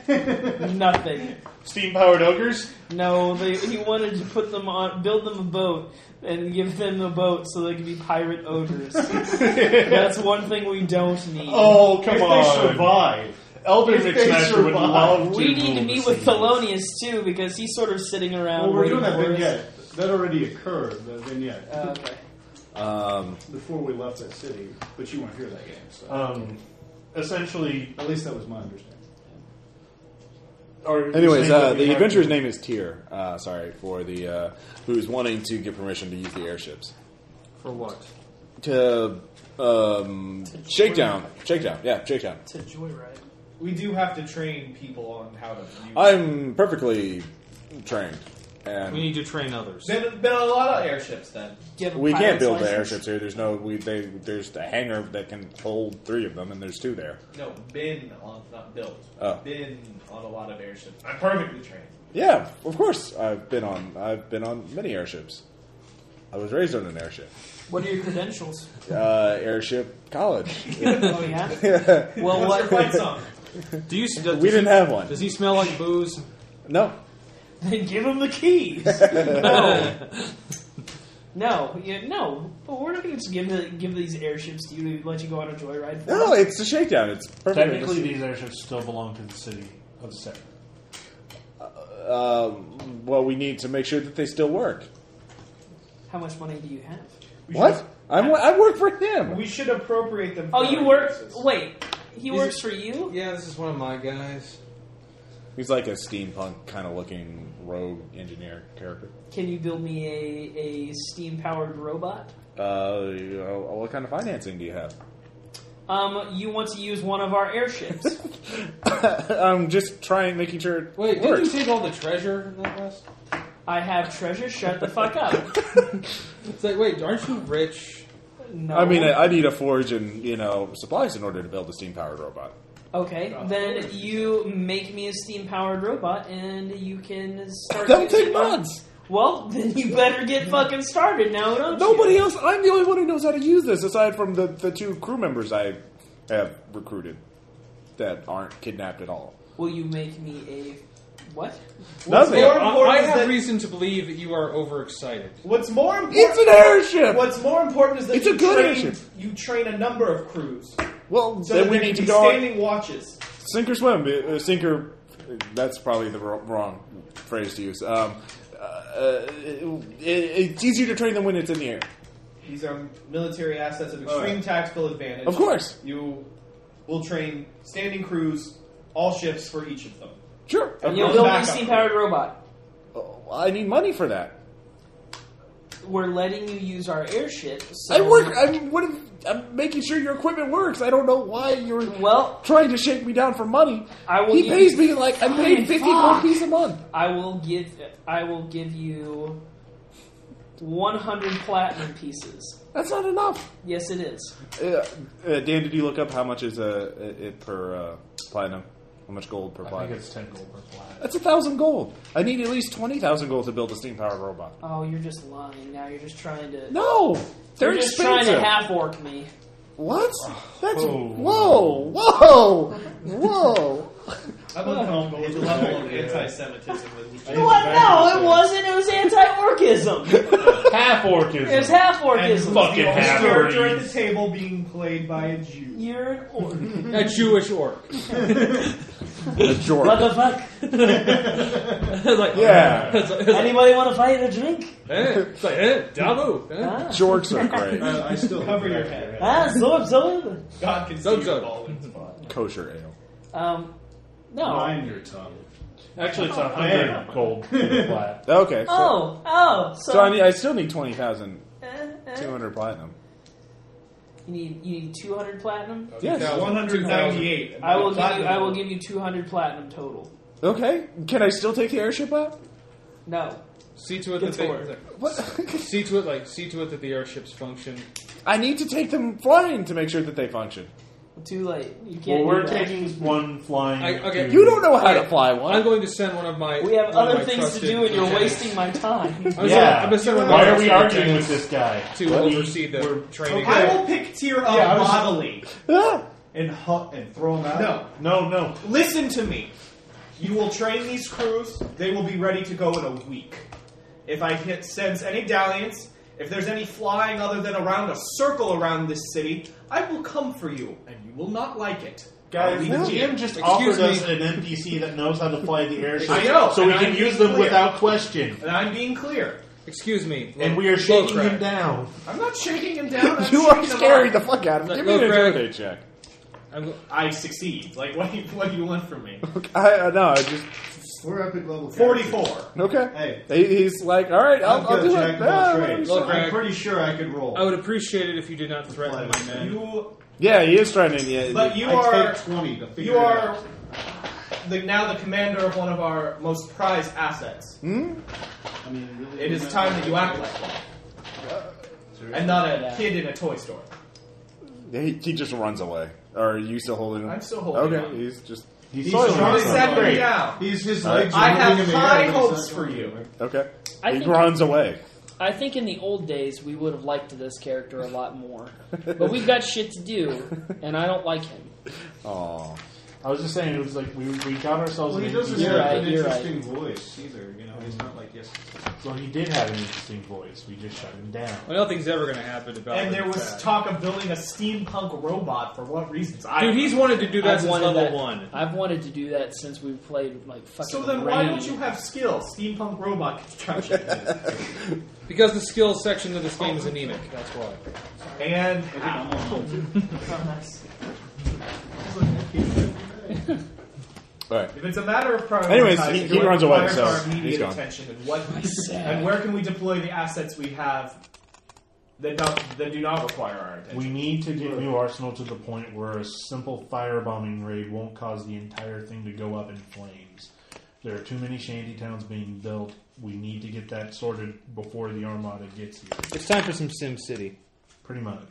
[SPEAKER 6] Nothing.
[SPEAKER 8] Steam powered ogres?
[SPEAKER 6] No, they, he wanted to put them on, build them a boat, and give them a boat so they could be pirate ogres. That's one thing we don't need.
[SPEAKER 8] Oh, come
[SPEAKER 1] If they
[SPEAKER 8] on.
[SPEAKER 1] survive,
[SPEAKER 8] Elder
[SPEAKER 1] If they
[SPEAKER 8] McSmasher would
[SPEAKER 1] survive.
[SPEAKER 8] love to.
[SPEAKER 6] we need to
[SPEAKER 8] rule
[SPEAKER 6] meet
[SPEAKER 8] the
[SPEAKER 6] with
[SPEAKER 8] sea.
[SPEAKER 6] Thelonious too because he's sort of sitting around.
[SPEAKER 1] well, we're
[SPEAKER 6] waiting
[SPEAKER 1] doing that
[SPEAKER 6] for us.
[SPEAKER 1] vignette. That already occurred. That vignette
[SPEAKER 6] Uh, okay.
[SPEAKER 2] Um,
[SPEAKER 1] before we left that city, but you weren't here that game. So
[SPEAKER 8] Um, essentially,
[SPEAKER 1] at least that was my understanding.
[SPEAKER 8] or
[SPEAKER 2] Anyways, uh, the adventurer's name is Tyr. Uh, sorry for the uh, who's wanting to get permission to use the airships
[SPEAKER 4] For what?
[SPEAKER 2] to um, shakedown, shakedown, yeah, shakedown.
[SPEAKER 6] To joyride.
[SPEAKER 5] we do have to train people on how to. Use
[SPEAKER 2] I'm perfectly trained, and
[SPEAKER 4] We
[SPEAKER 2] we,
[SPEAKER 4] need to train others.
[SPEAKER 5] Been, been a lot of airships then.
[SPEAKER 6] Do you have a
[SPEAKER 2] can't
[SPEAKER 6] pirate's
[SPEAKER 2] build the
[SPEAKER 6] license?
[SPEAKER 2] airships here. There's no we. They, there's a hangar that can hold three of them, and there's two there.
[SPEAKER 5] No, been on, not built.
[SPEAKER 2] Oh.
[SPEAKER 5] Been on a lot of airships. I'm perfectly trained.
[SPEAKER 2] Yeah, of course. I've been on. I've been on many airships. I was raised on an airship.
[SPEAKER 6] What are your credentials?
[SPEAKER 2] Uh, airship college.
[SPEAKER 6] oh yeah. Well,
[SPEAKER 5] What's your
[SPEAKER 6] what?
[SPEAKER 5] flight song?
[SPEAKER 4] Do you? Does,
[SPEAKER 2] we didn't have one.
[SPEAKER 4] Does he smell like booze?
[SPEAKER 2] No,
[SPEAKER 6] Then give him the keys. no. No, yeah, no. But we're not going to just give the, give these airships to you to let you go on a joyride. For
[SPEAKER 2] no.
[SPEAKER 6] them.
[SPEAKER 2] It's a shakedown. It's perfectly
[SPEAKER 8] Technically, these airships still belong to the city of Set.
[SPEAKER 2] Um, well, we need to make sure that they still work.
[SPEAKER 6] how much money do you have?
[SPEAKER 5] We
[SPEAKER 2] What? I'm, I work for
[SPEAKER 5] should-
[SPEAKER 2] him.
[SPEAKER 5] we should appropriate them.
[SPEAKER 6] Oh,
[SPEAKER 5] for
[SPEAKER 6] you
[SPEAKER 5] our
[SPEAKER 6] work.
[SPEAKER 5] purposes.
[SPEAKER 6] Wait, he
[SPEAKER 4] Is
[SPEAKER 6] works
[SPEAKER 4] it-
[SPEAKER 6] for you.
[SPEAKER 4] Yeah, this is one of my guys.
[SPEAKER 2] He's like a steampunk kind of looking rogue engineer character.
[SPEAKER 6] Can you build me a a steam powered robot?
[SPEAKER 2] Uh, you know, what kind of financing do you have?
[SPEAKER 6] Um, you want to use one of our airships?
[SPEAKER 2] I'm just trying, making sure it
[SPEAKER 4] Wait, didn't you
[SPEAKER 2] works.
[SPEAKER 4] take all the treasure in that list?
[SPEAKER 6] I have treasure. Shut the fuck up.
[SPEAKER 4] It's like, wait, aren't you rich?
[SPEAKER 6] No.
[SPEAKER 2] I mean, I, I need a forge and you know supplies in order to build a steam powered robot.
[SPEAKER 6] okay, then you make me a steam powered robot, and you can start.
[SPEAKER 2] That'll take
[SPEAKER 6] using my-
[SPEAKER 2] months.
[SPEAKER 6] Well, then you better get fucking started now, don't
[SPEAKER 2] Nobody
[SPEAKER 6] you?
[SPEAKER 2] else. I'm the only one who knows how to use this, aside from the the two crew members I have recruited that aren't kidnapped at all.
[SPEAKER 6] Will you make me a what?
[SPEAKER 5] What's
[SPEAKER 2] Nothing.
[SPEAKER 5] more
[SPEAKER 4] I,
[SPEAKER 5] important
[SPEAKER 4] I
[SPEAKER 5] is
[SPEAKER 4] have
[SPEAKER 5] that-
[SPEAKER 4] reason to believe that you are overexcited.
[SPEAKER 5] What's more important?
[SPEAKER 2] It's an airship.
[SPEAKER 5] What's more important is that
[SPEAKER 2] It's a
[SPEAKER 5] you,
[SPEAKER 2] good
[SPEAKER 5] train,
[SPEAKER 2] airship.
[SPEAKER 5] you train a number of crews
[SPEAKER 2] Well,
[SPEAKER 5] so
[SPEAKER 2] then
[SPEAKER 5] that
[SPEAKER 2] we
[SPEAKER 5] there
[SPEAKER 2] need
[SPEAKER 5] can
[SPEAKER 2] to
[SPEAKER 5] be
[SPEAKER 2] go on-
[SPEAKER 5] standing watches.
[SPEAKER 2] sink or swim. Uh, Sink or that's probably the wro- wrong phrase to use. Um, uh, uh, it, it's easier to train them when it's in the air.
[SPEAKER 5] These are military assets of extreme
[SPEAKER 2] Alright.
[SPEAKER 5] tactical advantage.
[SPEAKER 2] Of course.
[SPEAKER 5] You will train standing crews, all ships for each of them.
[SPEAKER 2] Sure,
[SPEAKER 6] And
[SPEAKER 2] of
[SPEAKER 6] you'll
[SPEAKER 2] course.
[SPEAKER 6] build me a
[SPEAKER 5] Backup.
[SPEAKER 6] steam powered robot.
[SPEAKER 2] Oh, I need money for that.
[SPEAKER 6] We're letting you use our airship. So
[SPEAKER 2] I work. I'm, what if, I'm making sure your equipment works. I don't know why you're
[SPEAKER 6] Well,
[SPEAKER 2] trying to shake me down for money.
[SPEAKER 6] I will
[SPEAKER 2] He
[SPEAKER 6] give-
[SPEAKER 2] pays me like I'm paid
[SPEAKER 6] Fine,
[SPEAKER 2] fifty
[SPEAKER 6] fuck.
[SPEAKER 2] gold piece a month.
[SPEAKER 6] I will give. I will give you one hundred platinum pieces.
[SPEAKER 2] That's not enough.
[SPEAKER 6] Yes, it is.
[SPEAKER 2] Uh, uh, Dan, did you look up how much is uh, it per uh, platinum? How much gold per
[SPEAKER 8] I
[SPEAKER 2] platinum?
[SPEAKER 8] think it's 10 gold per flat.
[SPEAKER 2] That's a thousand gold. I need at least twenty thousand gold to build a steam powered robot.
[SPEAKER 6] Oh, you're just lying now. You're just trying to.
[SPEAKER 2] No, they're
[SPEAKER 6] you're just
[SPEAKER 2] expensive.
[SPEAKER 6] trying to half orc me.
[SPEAKER 2] what? That's
[SPEAKER 8] Oh.
[SPEAKER 2] whoa, whoa, whoa.
[SPEAKER 5] I'm uncomfortable with the level of anti-Semitism. that we-
[SPEAKER 6] What? No, it wasn't. It was anti-orcism.
[SPEAKER 8] Half orcism.
[SPEAKER 6] it was half
[SPEAKER 5] And
[SPEAKER 6] orcism.
[SPEAKER 8] fucking
[SPEAKER 5] the only
[SPEAKER 8] half
[SPEAKER 5] character
[SPEAKER 8] breed.
[SPEAKER 5] at the table being played by a Jew.
[SPEAKER 6] You're an orc.
[SPEAKER 4] A Jewish orc.
[SPEAKER 2] A jork.
[SPEAKER 11] What the fuck? like,
[SPEAKER 2] Yeah.
[SPEAKER 4] It's like, it's like,
[SPEAKER 11] Anybody want to fight a drink?
[SPEAKER 4] eh, it's like, eh, Dabu, eh.
[SPEAKER 11] Ah,
[SPEAKER 2] Jorks are great.
[SPEAKER 1] I, I still
[SPEAKER 5] Cover your head.
[SPEAKER 11] ah so so.
[SPEAKER 5] God can see
[SPEAKER 4] So
[SPEAKER 5] you
[SPEAKER 4] good.
[SPEAKER 5] balding.
[SPEAKER 2] Kosher ale.
[SPEAKER 11] Um, no.
[SPEAKER 6] Oh.
[SPEAKER 1] Mind your tongue.
[SPEAKER 8] Actually, it's a hundred gold for the flat.
[SPEAKER 2] Okay. So,
[SPEAKER 11] Oh, oh, so,
[SPEAKER 2] so I, need, I still need 20,200
[SPEAKER 6] uh,
[SPEAKER 11] eh, eh.
[SPEAKER 2] platinum.
[SPEAKER 11] You need you need two hundred platinum.
[SPEAKER 2] Yes.
[SPEAKER 5] 198.
[SPEAKER 6] I will give you. I will give you two hundred platinum total.
[SPEAKER 2] Okay. Can I still take the airship out?
[SPEAKER 6] No,
[SPEAKER 4] See to it that
[SPEAKER 6] It's
[SPEAKER 4] they,
[SPEAKER 6] work.
[SPEAKER 2] What?
[SPEAKER 4] see to it like see to it that the airships function.
[SPEAKER 2] I need to take them flying to make sure that they function.
[SPEAKER 6] too late. You can't.
[SPEAKER 8] Well, we're
[SPEAKER 6] do that.
[SPEAKER 8] taking one flying.
[SPEAKER 4] I- okay.
[SPEAKER 8] to-
[SPEAKER 2] You don't know how to
[SPEAKER 4] Okay,
[SPEAKER 2] fly
[SPEAKER 4] I'm
[SPEAKER 2] one.
[SPEAKER 4] going to send one of my.
[SPEAKER 6] We have
[SPEAKER 4] one of
[SPEAKER 6] other
[SPEAKER 4] Oh my
[SPEAKER 6] things to
[SPEAKER 4] trusted
[SPEAKER 6] do, and you're
[SPEAKER 4] lieutenants.
[SPEAKER 6] wasting my time.
[SPEAKER 4] I'm
[SPEAKER 8] Yeah.
[SPEAKER 4] Gonna, I'm gonna send one of
[SPEAKER 8] Why
[SPEAKER 4] my
[SPEAKER 8] are we
[SPEAKER 4] trusted
[SPEAKER 8] arguing
[SPEAKER 4] lieutenants
[SPEAKER 8] with this guy?
[SPEAKER 4] To oversee the training.
[SPEAKER 5] I will pick tier up
[SPEAKER 1] Yeah, I was-
[SPEAKER 5] bodily
[SPEAKER 2] Ah,
[SPEAKER 1] And hu- and throw them out.
[SPEAKER 5] No.
[SPEAKER 8] No, no.
[SPEAKER 5] Listen to me. You will train these crews. They will be ready to go in a week. If I hit, sense any dalliance, if there's any flying other than around a circle around this city, I will come for you, and you will not like it.
[SPEAKER 8] Guys, the
[SPEAKER 2] No.
[SPEAKER 8] GM just
[SPEAKER 4] Excuse
[SPEAKER 8] offered
[SPEAKER 4] me.
[SPEAKER 8] us an NPC that knows how to fly the airship.
[SPEAKER 5] I know,
[SPEAKER 8] So we
[SPEAKER 5] and
[SPEAKER 8] can
[SPEAKER 5] I'm
[SPEAKER 8] use them
[SPEAKER 5] clear.
[SPEAKER 8] without question.
[SPEAKER 5] And I'm being clear.
[SPEAKER 4] Excuse me.
[SPEAKER 8] And
[SPEAKER 4] Lo-
[SPEAKER 8] we are shaking
[SPEAKER 4] Locrack.
[SPEAKER 8] him down.
[SPEAKER 5] I'm not shaking him down. I'm
[SPEAKER 2] you are
[SPEAKER 5] shaking him
[SPEAKER 2] scaring
[SPEAKER 5] up.
[SPEAKER 2] the fuck out of me.
[SPEAKER 4] Look,
[SPEAKER 2] Give me an
[SPEAKER 4] look, Greg.
[SPEAKER 2] intimidate check.
[SPEAKER 4] I'm go-
[SPEAKER 5] I succeed. Like, what do you, what do you want from me?
[SPEAKER 2] Okay, I, I- no, I just
[SPEAKER 1] We're up at level
[SPEAKER 5] 44.
[SPEAKER 2] okay.
[SPEAKER 1] Hey.
[SPEAKER 2] He- he's like, all right, I'll,
[SPEAKER 1] I'm
[SPEAKER 2] I'll
[SPEAKER 1] good
[SPEAKER 2] do
[SPEAKER 1] at
[SPEAKER 2] it.
[SPEAKER 1] Dragon Ball
[SPEAKER 2] Ah,
[SPEAKER 1] Trade.
[SPEAKER 2] whatever you
[SPEAKER 4] Look,
[SPEAKER 2] say.
[SPEAKER 4] Greg.
[SPEAKER 1] I'm pretty sure I could roll.
[SPEAKER 4] I would appreciate it if you did not threaten my man.
[SPEAKER 5] You,
[SPEAKER 2] yeah, he is trying to. Yeah,
[SPEAKER 5] but you
[SPEAKER 1] I
[SPEAKER 5] are
[SPEAKER 1] take twenty to figure
[SPEAKER 5] you
[SPEAKER 1] it
[SPEAKER 5] are
[SPEAKER 1] out.
[SPEAKER 5] the, now the commander of one of our most prized assets.
[SPEAKER 1] I mean, really,
[SPEAKER 5] It is time that you act like one, and not a kid in a toy store.
[SPEAKER 2] he, he just runs away. Or are you still holding him?
[SPEAKER 5] I'm still holding
[SPEAKER 2] Okay,
[SPEAKER 5] on.
[SPEAKER 2] he's just
[SPEAKER 1] He's
[SPEAKER 8] soiling
[SPEAKER 1] trying
[SPEAKER 5] Just
[SPEAKER 1] to
[SPEAKER 8] himself.
[SPEAKER 5] set me
[SPEAKER 8] Great.
[SPEAKER 5] down.
[SPEAKER 1] He's his legs.
[SPEAKER 5] I
[SPEAKER 1] are
[SPEAKER 5] have
[SPEAKER 1] moving in the
[SPEAKER 5] high
[SPEAKER 1] air, but he's
[SPEAKER 5] hopes
[SPEAKER 1] not
[SPEAKER 5] for
[SPEAKER 1] going
[SPEAKER 5] you.
[SPEAKER 1] anywhere.
[SPEAKER 2] okay.
[SPEAKER 6] I
[SPEAKER 2] he
[SPEAKER 6] think-
[SPEAKER 2] runs away.
[SPEAKER 6] I think in the old days we would have liked this character a lot more, but we've got shit to do, and I don't like him.
[SPEAKER 2] Oh,
[SPEAKER 8] I was just saying, it was like we, we got ourselves
[SPEAKER 1] Well,
[SPEAKER 8] an
[SPEAKER 1] he doesn't
[SPEAKER 8] NPC.
[SPEAKER 1] have
[SPEAKER 6] right,
[SPEAKER 1] an
[SPEAKER 6] you're
[SPEAKER 1] interesting voice either. You know, he's not like yes.
[SPEAKER 8] So he did have an interesting voice. We just shut him down.
[SPEAKER 4] Well, nothing's ever going to happen about
[SPEAKER 5] And there was
[SPEAKER 4] that.
[SPEAKER 5] talk of building a steampunk robot for what reasons? I
[SPEAKER 4] Dude, he's wanted to do that
[SPEAKER 6] I've
[SPEAKER 4] since
[SPEAKER 6] wanted
[SPEAKER 4] level
[SPEAKER 6] that-
[SPEAKER 4] one.
[SPEAKER 6] I've wanted to do that since we played like fucking.
[SPEAKER 5] so then why don't you have skill steampunk robot construction
[SPEAKER 4] Because the skill section of this game is anemic. That's why.
[SPEAKER 5] and how?
[SPEAKER 2] all right.
[SPEAKER 5] If it's a matter of prioritizing,
[SPEAKER 2] Anyways, he- he
[SPEAKER 5] it
[SPEAKER 2] runs away,
[SPEAKER 5] requires
[SPEAKER 2] so
[SPEAKER 5] our immediate
[SPEAKER 2] he's gone.
[SPEAKER 5] attention and what
[SPEAKER 7] sad.
[SPEAKER 5] and where can we deploy the assets we have that don't that do not require our attention?
[SPEAKER 8] We need to get New Arsenal to the point where a simple firebombing raid won't cause the entire thing to go up in flames. There are too many shanty towns being built. We need to get that sorted before the Armada gets here.
[SPEAKER 4] It's time for some Sim City.
[SPEAKER 8] Pretty much.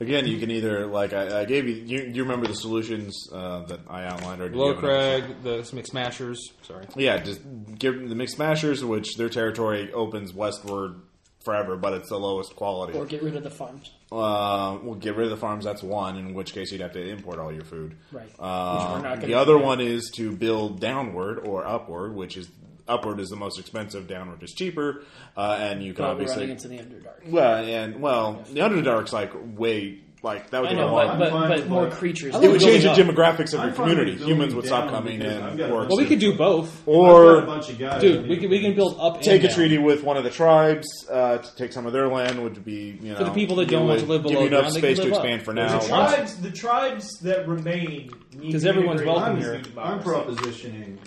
[SPEAKER 2] Again, you can either like I, I gave you, you. You remember the solutions uh, that I outlined already?
[SPEAKER 4] Low
[SPEAKER 2] given them.
[SPEAKER 4] Crag, the McSmashers. Sorry.
[SPEAKER 2] Yeah, just give them the mixed smashers, which their territory opens westward forever, but it's the lowest quality.
[SPEAKER 6] or get rid of the farms?
[SPEAKER 2] Uh, we'll get rid of the farms. That's one. In which case, you'd have to import all your food.
[SPEAKER 6] Right. Which we're
[SPEAKER 2] Uh,
[SPEAKER 6] not gonna
[SPEAKER 2] the other
[SPEAKER 6] do.
[SPEAKER 2] one is to build downward or upward, which is upward is the most expensive. Downward is cheaper, uh, and you can
[SPEAKER 6] But we're running
[SPEAKER 2] obviously
[SPEAKER 6] into the underdark.
[SPEAKER 2] well and well the underdark's like way like that would
[SPEAKER 6] I
[SPEAKER 2] take a
[SPEAKER 6] know,
[SPEAKER 2] lot.
[SPEAKER 6] but,
[SPEAKER 1] I'm
[SPEAKER 6] but,
[SPEAKER 1] fine
[SPEAKER 6] but
[SPEAKER 1] with
[SPEAKER 6] more
[SPEAKER 1] that.
[SPEAKER 6] creatures.
[SPEAKER 2] it would change the
[SPEAKER 4] up.
[SPEAKER 2] demographics of
[SPEAKER 1] I'm
[SPEAKER 2] your
[SPEAKER 1] fine with
[SPEAKER 2] community.
[SPEAKER 1] building
[SPEAKER 2] Humans would stop
[SPEAKER 1] down
[SPEAKER 2] coming
[SPEAKER 1] because
[SPEAKER 2] in,
[SPEAKER 1] I've got a
[SPEAKER 2] or
[SPEAKER 1] bunch
[SPEAKER 4] Well, we could do both.
[SPEAKER 1] I've got a
[SPEAKER 2] or
[SPEAKER 1] bunch of guys. I
[SPEAKER 4] Dude, we
[SPEAKER 1] need
[SPEAKER 4] can, we
[SPEAKER 1] to-
[SPEAKER 4] can build up and
[SPEAKER 2] take a
[SPEAKER 4] down.
[SPEAKER 2] treaty with one of the tribes uh, to take some of their land, which would be you know
[SPEAKER 4] the people that
[SPEAKER 2] you
[SPEAKER 4] don't want
[SPEAKER 2] would
[SPEAKER 4] to live
[SPEAKER 2] give
[SPEAKER 4] below
[SPEAKER 2] you enough
[SPEAKER 4] ground, they can
[SPEAKER 2] space to
[SPEAKER 4] live up.
[SPEAKER 2] expand for
[SPEAKER 5] the
[SPEAKER 2] now.
[SPEAKER 5] tribes, the tribes that remain, need
[SPEAKER 4] 'Cause
[SPEAKER 5] to
[SPEAKER 4] everyone's
[SPEAKER 5] integrate
[SPEAKER 4] welcome
[SPEAKER 5] into
[SPEAKER 4] here.
[SPEAKER 5] the
[SPEAKER 1] I'm
[SPEAKER 5] democracy.
[SPEAKER 1] propositioning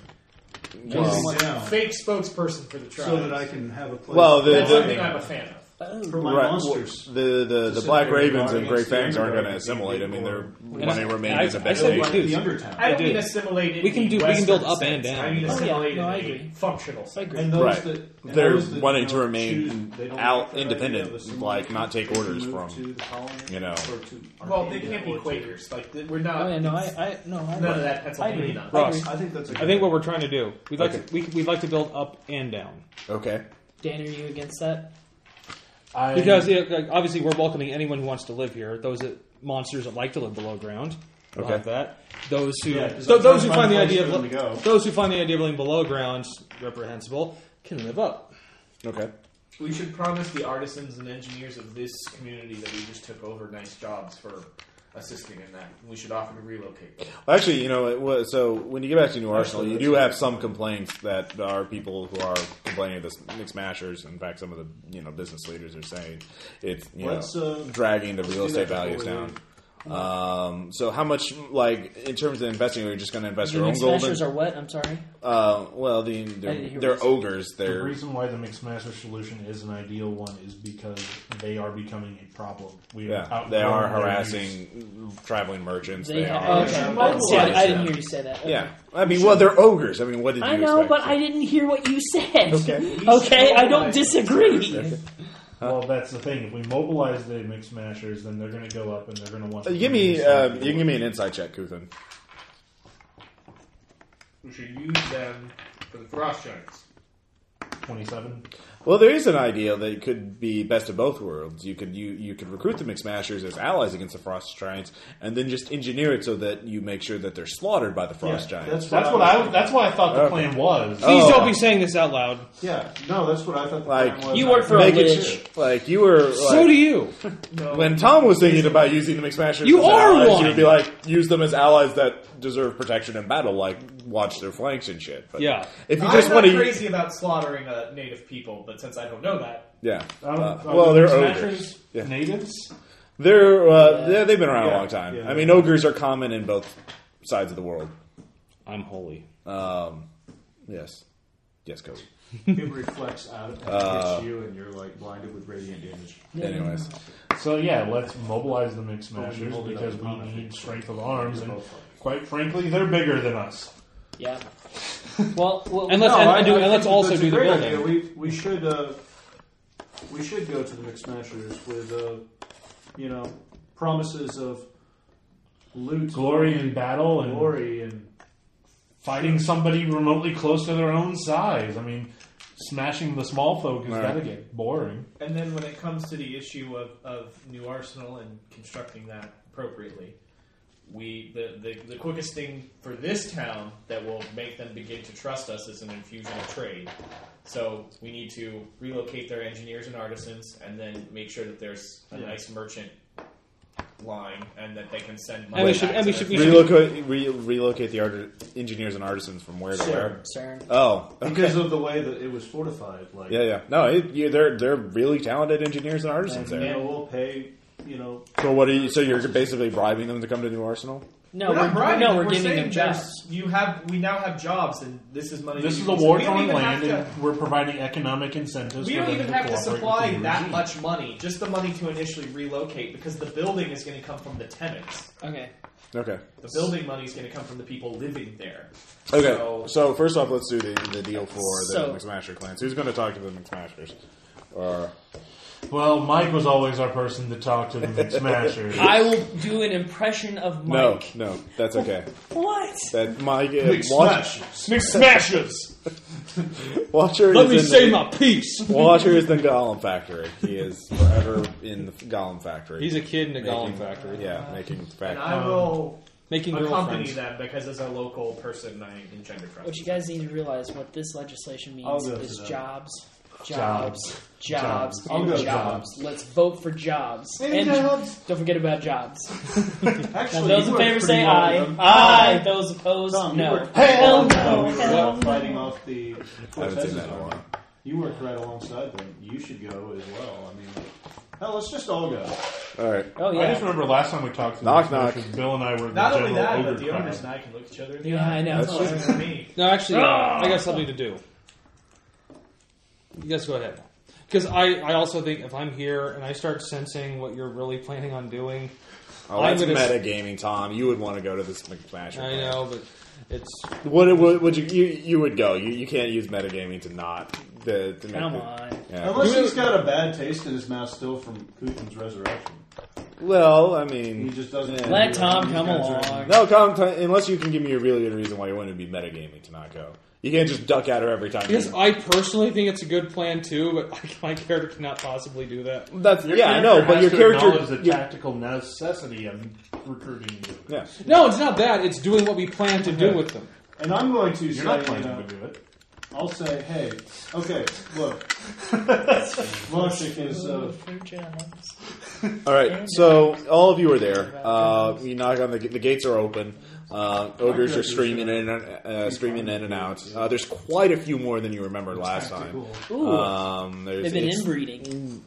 [SPEAKER 2] Well,
[SPEAKER 1] this down
[SPEAKER 5] fake spokesperson for the tribes,
[SPEAKER 1] so that I can have a place.
[SPEAKER 2] Well, the-
[SPEAKER 5] That's
[SPEAKER 2] the-
[SPEAKER 5] something I'm a fan of.
[SPEAKER 4] Oh,
[SPEAKER 1] for my
[SPEAKER 2] Right,
[SPEAKER 1] monsters.
[SPEAKER 2] well, the the, the
[SPEAKER 1] Just
[SPEAKER 2] black
[SPEAKER 1] sit there and
[SPEAKER 2] ravens and grey
[SPEAKER 1] guard against the
[SPEAKER 2] fangs aren't going to
[SPEAKER 1] underdog.
[SPEAKER 2] assimilate. I mean, they're
[SPEAKER 4] And
[SPEAKER 2] when they
[SPEAKER 4] I-
[SPEAKER 2] remain
[SPEAKER 4] and I-
[SPEAKER 2] as a
[SPEAKER 4] I said
[SPEAKER 2] vegetation.
[SPEAKER 4] we do.
[SPEAKER 1] the undertown.
[SPEAKER 5] I don't
[SPEAKER 4] I do.
[SPEAKER 5] mean assimilated.
[SPEAKER 4] We can
[SPEAKER 5] in
[SPEAKER 4] do-
[SPEAKER 5] the
[SPEAKER 4] we can build
[SPEAKER 5] Western
[SPEAKER 4] up and
[SPEAKER 5] sense.
[SPEAKER 4] down.
[SPEAKER 5] I mean
[SPEAKER 4] Oh, yeah.
[SPEAKER 5] assimilated
[SPEAKER 6] No, I
[SPEAKER 5] in a
[SPEAKER 6] agree.
[SPEAKER 5] functional.
[SPEAKER 6] I
[SPEAKER 5] sense.
[SPEAKER 6] agree.
[SPEAKER 1] and those
[SPEAKER 2] Right.
[SPEAKER 1] that and
[SPEAKER 2] They're
[SPEAKER 1] those that
[SPEAKER 2] wanting to
[SPEAKER 1] don't
[SPEAKER 2] remain
[SPEAKER 1] choose- they don't
[SPEAKER 2] out
[SPEAKER 1] like their
[SPEAKER 2] independent,
[SPEAKER 1] idea of a
[SPEAKER 2] like, not take
[SPEAKER 1] solution,
[SPEAKER 2] orders
[SPEAKER 1] they move
[SPEAKER 2] from,
[SPEAKER 1] to the colony
[SPEAKER 2] you know.
[SPEAKER 1] or to
[SPEAKER 5] Well, they
[SPEAKER 1] Arcadia
[SPEAKER 5] can't be
[SPEAKER 1] or to-
[SPEAKER 5] Quakers. Like th- we're not.
[SPEAKER 6] Oh, yeah, no, I, I, no, I
[SPEAKER 5] none of that Pennsylvania. nonsense.
[SPEAKER 4] Ross,
[SPEAKER 1] I think that's. A
[SPEAKER 4] I think what we're trying to do, we'd like
[SPEAKER 2] Okay.
[SPEAKER 4] to, we, we'd like to build up and down
[SPEAKER 2] Okay,
[SPEAKER 6] Dan, are you against that?
[SPEAKER 8] I,
[SPEAKER 4] because you know, like, obviously we're welcoming anyone who wants to live here. Those that, monsters that like to live below ground, we'll
[SPEAKER 2] Okay.
[SPEAKER 4] have that. Those who
[SPEAKER 1] Yeah, 'cause
[SPEAKER 4] tho-
[SPEAKER 1] that's
[SPEAKER 4] those who
[SPEAKER 1] not
[SPEAKER 4] find the
[SPEAKER 1] fun
[SPEAKER 4] idea
[SPEAKER 1] place
[SPEAKER 4] of
[SPEAKER 1] for
[SPEAKER 4] li-
[SPEAKER 1] them to go.
[SPEAKER 4] those who find the idea of living below ground reprehensible can live up.
[SPEAKER 2] okay.
[SPEAKER 5] We should promise the artisans and engineers of this community that we just took over nice jobs for
[SPEAKER 12] assisting in that. We should offer to relocate them.
[SPEAKER 2] Actually, you know, it was, so when you get back to New Arsenal, you do have some complaints that are people who are complaining of this mixed mashers. In fact, some of the you know business leaders are saying it's you
[SPEAKER 1] Let's,
[SPEAKER 2] know
[SPEAKER 1] uh,
[SPEAKER 2] dragging the real
[SPEAKER 1] do that
[SPEAKER 2] estate values
[SPEAKER 1] before we
[SPEAKER 2] down. Um, so how much like in terms of investing, are you just going to invest
[SPEAKER 6] The
[SPEAKER 2] your own
[SPEAKER 6] mixed
[SPEAKER 2] gold?
[SPEAKER 6] mashers
[SPEAKER 2] in-
[SPEAKER 6] are what? I'm sorry.
[SPEAKER 2] uh, well, the,
[SPEAKER 6] I didn't
[SPEAKER 2] they're,
[SPEAKER 6] hear
[SPEAKER 2] they're
[SPEAKER 6] what you
[SPEAKER 2] ogres.
[SPEAKER 8] The
[SPEAKER 2] They're
[SPEAKER 8] reason why the mixed master solution is an ideal one is because they are becoming a problem. We are
[SPEAKER 2] yeah,
[SPEAKER 8] outgrowing
[SPEAKER 2] they are
[SPEAKER 8] their use.
[SPEAKER 2] harassing traveling merchants. They,
[SPEAKER 6] They
[SPEAKER 2] are.
[SPEAKER 6] have, okay.
[SPEAKER 1] Yeah.
[SPEAKER 6] I, see, I didn't
[SPEAKER 2] Yeah.
[SPEAKER 6] hear you say that. Okay.
[SPEAKER 2] Yeah, I mean, well, they're ogres. I mean, what did you
[SPEAKER 6] I know,
[SPEAKER 2] expect?
[SPEAKER 6] but I didn't hear what you said.
[SPEAKER 2] Okay.
[SPEAKER 6] Okay, I don't disagree.
[SPEAKER 8] Well, that's the thing. If we mobilize the mixed mashers, then they're going to go up and they're going to want.
[SPEAKER 2] Uh,
[SPEAKER 8] to
[SPEAKER 2] Give me, uh, you can give me an insight check, Kuthin.
[SPEAKER 12] We should use them for the frost giants.
[SPEAKER 8] twenty-seven.
[SPEAKER 2] Well, there is an idea that it could be best of both worlds. You could you, you could recruit the Mixmashers as allies against the Frost Giants, and then just engineer it so that you make sure that they're slaughtered by the Frost Giants. Uh,
[SPEAKER 1] that's
[SPEAKER 8] That's what I. That's why I thought the plan was.
[SPEAKER 4] Please
[SPEAKER 2] Oh.
[SPEAKER 4] don't be saying this out loud.
[SPEAKER 1] Yeah, no, that's what I thought. The
[SPEAKER 2] Like,
[SPEAKER 1] plan was.
[SPEAKER 6] you work for a
[SPEAKER 2] Make it
[SPEAKER 6] lich.
[SPEAKER 2] like you were. Like,
[SPEAKER 4] So do you.
[SPEAKER 2] When Tom was thinking about using the Mixmashers,
[SPEAKER 4] You
[SPEAKER 2] as
[SPEAKER 4] are
[SPEAKER 2] allies,
[SPEAKER 4] one!
[SPEAKER 2] You'd be like, use them as allies that deserve protection in battle, like watch their flanks and shit. But
[SPEAKER 4] Yeah.
[SPEAKER 2] if you
[SPEAKER 5] I'm
[SPEAKER 2] just
[SPEAKER 5] not
[SPEAKER 2] want to,
[SPEAKER 5] crazy about slaughtering uh, native people, but since I don't know that,
[SPEAKER 2] yeah.
[SPEAKER 8] Um,
[SPEAKER 2] Uh,
[SPEAKER 8] are
[SPEAKER 2] well,
[SPEAKER 8] the
[SPEAKER 2] they're
[SPEAKER 8] Mixed
[SPEAKER 2] ogres.
[SPEAKER 8] Mashers
[SPEAKER 2] Yeah.
[SPEAKER 8] Natives.
[SPEAKER 2] They're uh,
[SPEAKER 6] Yeah.
[SPEAKER 2] yeah, they've been around a
[SPEAKER 1] Yeah.
[SPEAKER 2] long time.
[SPEAKER 1] Yeah.
[SPEAKER 2] I mean, ogres are common in both sides of the world.
[SPEAKER 4] I'm holy.
[SPEAKER 2] Um, yes, yes, Kobe.
[SPEAKER 1] it reflects out
[SPEAKER 2] Uh,
[SPEAKER 1] at you, and you're like blinded with radiant damage.
[SPEAKER 2] Anyways,
[SPEAKER 8] So yeah, let's mobilize the mixed
[SPEAKER 1] you
[SPEAKER 8] mashers
[SPEAKER 1] hold it
[SPEAKER 8] because
[SPEAKER 1] up.
[SPEAKER 8] we need strength of arms, and
[SPEAKER 1] both fine.
[SPEAKER 8] quite frankly, they're bigger than us.
[SPEAKER 6] Yeah. Well, well
[SPEAKER 4] And let's
[SPEAKER 6] no,
[SPEAKER 4] and,
[SPEAKER 1] I-
[SPEAKER 4] and do,
[SPEAKER 1] I
[SPEAKER 4] and let's
[SPEAKER 1] think
[SPEAKER 4] also
[SPEAKER 1] that's
[SPEAKER 4] do
[SPEAKER 1] a
[SPEAKER 4] the
[SPEAKER 1] great
[SPEAKER 4] building.
[SPEAKER 1] idea. We, we should uh, we should go to the McSmashers with uh, you know promises of loot,
[SPEAKER 8] Glory in battle and
[SPEAKER 1] glory, and
[SPEAKER 8] fighting somebody remotely close to their own size. I mean, smashing the small folk is
[SPEAKER 2] Right.
[SPEAKER 8] got to get boring.
[SPEAKER 5] and then when it comes to the issue of, of new arsenal and constructing that appropriately, we the, the the quickest thing for this town that will make them begin to trust us is an infusion of trade. So we need to relocate their engineers and artisans, and then make sure that there's a
[SPEAKER 1] Yeah.
[SPEAKER 5] nice merchant line, and that they can send money.
[SPEAKER 4] And we should.
[SPEAKER 5] back
[SPEAKER 4] And
[SPEAKER 5] to
[SPEAKER 4] we
[SPEAKER 5] their
[SPEAKER 4] should. We should
[SPEAKER 2] relocate re- relocate the art- engineers and artisans from where to where.
[SPEAKER 6] CERN.
[SPEAKER 2] Oh, okay.
[SPEAKER 1] because of the way that it was fortified, like
[SPEAKER 2] yeah, yeah. No, it, you, they're they're really talented engineers and
[SPEAKER 1] and,
[SPEAKER 2] artisans
[SPEAKER 1] you
[SPEAKER 2] there.
[SPEAKER 1] know, we'll pay. You know,
[SPEAKER 2] So what are you? So you're basically bribing them to come to New Arsenal?
[SPEAKER 6] No,
[SPEAKER 5] We're
[SPEAKER 6] we're,
[SPEAKER 5] not bribing.
[SPEAKER 6] no, we're,
[SPEAKER 5] we're
[SPEAKER 6] giving
[SPEAKER 5] saying
[SPEAKER 6] them
[SPEAKER 5] there's-
[SPEAKER 6] jobs.
[SPEAKER 5] You have we now have jobs, and this is money.
[SPEAKER 8] This
[SPEAKER 5] that
[SPEAKER 8] is
[SPEAKER 5] you
[SPEAKER 8] a
[SPEAKER 5] can-
[SPEAKER 8] war
[SPEAKER 5] we don't
[SPEAKER 8] torn
[SPEAKER 5] even have
[SPEAKER 8] land,
[SPEAKER 5] to-
[SPEAKER 8] and we're providing economic incentives.
[SPEAKER 5] we
[SPEAKER 8] for
[SPEAKER 5] don't
[SPEAKER 8] them
[SPEAKER 5] even
[SPEAKER 8] to
[SPEAKER 5] have to
[SPEAKER 8] cooperate with
[SPEAKER 5] supply
[SPEAKER 8] the
[SPEAKER 5] that
[SPEAKER 8] regime.
[SPEAKER 5] much money. Just the money to initially relocate, because the building is going to come from the tenants.
[SPEAKER 6] Okay.
[SPEAKER 2] Okay.
[SPEAKER 5] The building money is going to come from the people living there.
[SPEAKER 2] Okay,
[SPEAKER 5] So-
[SPEAKER 2] so, first off, let's do the, the deal for the
[SPEAKER 6] So-
[SPEAKER 2] McSmasher clans. Who's going to talk to the Uh, McSmashers? Or
[SPEAKER 8] Well, Mike was always our person to talk to the mixed mashers.
[SPEAKER 6] I will do an impression of
[SPEAKER 2] no,
[SPEAKER 6] Mike.
[SPEAKER 2] no, that's okay.
[SPEAKER 6] What?
[SPEAKER 2] That Mike uh, Watch,
[SPEAKER 4] mix smashes.
[SPEAKER 2] Watcher.
[SPEAKER 4] Let
[SPEAKER 2] is
[SPEAKER 4] me
[SPEAKER 2] in
[SPEAKER 4] say
[SPEAKER 2] the,
[SPEAKER 4] my piece.
[SPEAKER 2] Watcher is the Golem Factory. He is forever in the Golem Factory.
[SPEAKER 4] He's a kid in a golem
[SPEAKER 2] Making-
[SPEAKER 4] factory.
[SPEAKER 2] yeah, making
[SPEAKER 5] And
[SPEAKER 2] factory.
[SPEAKER 8] Um,
[SPEAKER 5] I will
[SPEAKER 4] Making
[SPEAKER 5] accompany
[SPEAKER 4] girlfriends.
[SPEAKER 5] them because as a local person, I engender
[SPEAKER 6] What
[SPEAKER 5] friendly.
[SPEAKER 6] you guys need to realize what this legislation
[SPEAKER 1] I'll
[SPEAKER 6] means
[SPEAKER 1] go
[SPEAKER 6] is
[SPEAKER 1] to them.
[SPEAKER 6] jobs,
[SPEAKER 8] Jobs.
[SPEAKER 6] jobs, jobs,
[SPEAKER 8] Jobs.
[SPEAKER 1] I'll
[SPEAKER 6] and
[SPEAKER 1] go to
[SPEAKER 6] jobs.
[SPEAKER 1] jobs.
[SPEAKER 6] Let's vote for jobs.
[SPEAKER 1] Maybe
[SPEAKER 6] and
[SPEAKER 1] jobs.
[SPEAKER 6] don't forget about jobs. Now,
[SPEAKER 1] actually,
[SPEAKER 6] those
[SPEAKER 1] you
[SPEAKER 6] in
[SPEAKER 1] worked
[SPEAKER 6] favor
[SPEAKER 1] pretty
[SPEAKER 6] say
[SPEAKER 1] well
[SPEAKER 6] aye.
[SPEAKER 1] with them.
[SPEAKER 6] Aye. Those opposed,
[SPEAKER 1] Tom, you
[SPEAKER 6] no.
[SPEAKER 1] worked pretty
[SPEAKER 6] Hell
[SPEAKER 1] well
[SPEAKER 6] no.
[SPEAKER 1] with them. We were
[SPEAKER 6] Hell
[SPEAKER 1] out fighting
[SPEAKER 6] no.
[SPEAKER 1] off the
[SPEAKER 2] I haven't seen
[SPEAKER 1] Cortez's
[SPEAKER 2] that in a
[SPEAKER 1] army.
[SPEAKER 2] while.
[SPEAKER 1] You worked right alongside them. You should go as well. I mean, hell, let's just all go.
[SPEAKER 2] All right.
[SPEAKER 6] Oh
[SPEAKER 8] I just
[SPEAKER 6] yeah.
[SPEAKER 8] remember last time we talked to the
[SPEAKER 2] Knock,
[SPEAKER 8] mixed
[SPEAKER 2] knock.
[SPEAKER 8] mashers, Bill and I were
[SPEAKER 5] Not
[SPEAKER 8] the
[SPEAKER 5] only
[SPEAKER 8] general
[SPEAKER 5] that, but
[SPEAKER 8] ogre
[SPEAKER 5] the owners and
[SPEAKER 8] crowd.
[SPEAKER 5] I can look each other in the
[SPEAKER 6] Yeah, I
[SPEAKER 5] eye.
[SPEAKER 6] know.
[SPEAKER 2] That's
[SPEAKER 5] Other than me.
[SPEAKER 4] No, actually, I got something to do. You guys go ahead. Because I, I also think if I'm here and I start sensing what you're really planning on doing,
[SPEAKER 2] Oh,
[SPEAKER 4] I'm
[SPEAKER 2] that's
[SPEAKER 4] gonna s-
[SPEAKER 2] metagaming, Tom. You would want to go to this McSmasher.
[SPEAKER 4] I
[SPEAKER 2] clan.
[SPEAKER 4] know, but it's
[SPEAKER 2] What would, would you, you you would go? You, you can't use metagaming to not to, to make
[SPEAKER 6] Come
[SPEAKER 2] the-
[SPEAKER 6] on.
[SPEAKER 2] Yeah.
[SPEAKER 1] Unless he's got a bad taste in his mouth still from Kuthin's resurrection.
[SPEAKER 2] Well, I mean,
[SPEAKER 1] He just doesn't.
[SPEAKER 2] Yeah.
[SPEAKER 6] Let Tom
[SPEAKER 1] These
[SPEAKER 6] come
[SPEAKER 1] guys are-
[SPEAKER 6] along.
[SPEAKER 2] No, Colin, t- unless you can give me a really good reason why you wouldn't be metagaming to not go. You can't just duck at her every time.
[SPEAKER 4] because
[SPEAKER 2] you-
[SPEAKER 4] I personally think it's a good plan too, but I, my character cannot possibly do that.
[SPEAKER 2] that's
[SPEAKER 8] Your
[SPEAKER 2] yeah, I
[SPEAKER 8] character
[SPEAKER 2] know, but
[SPEAKER 8] has
[SPEAKER 2] your
[SPEAKER 8] to
[SPEAKER 2] character,
[SPEAKER 8] acknowledge the
[SPEAKER 2] your-
[SPEAKER 8] tactical necessity of recruiting you.
[SPEAKER 2] yeah.
[SPEAKER 4] No, it's not that. It's doing what we plan to do with them.
[SPEAKER 1] And I'm going to
[SPEAKER 8] You're
[SPEAKER 1] say,
[SPEAKER 8] not
[SPEAKER 1] you
[SPEAKER 8] planning
[SPEAKER 1] know,
[SPEAKER 8] to do it.
[SPEAKER 1] I'll say, hey, okay, look, Logic is uh,
[SPEAKER 2] All right, so all of you are there. Uh, you knock on the the gates are open. Uh, ogres are streaming in and uh, streaming in and out. Uh, there's quite a few more than you remember last time.
[SPEAKER 6] Ooh,
[SPEAKER 2] Um, there's,
[SPEAKER 6] they've been
[SPEAKER 2] it's-
[SPEAKER 6] inbreeding.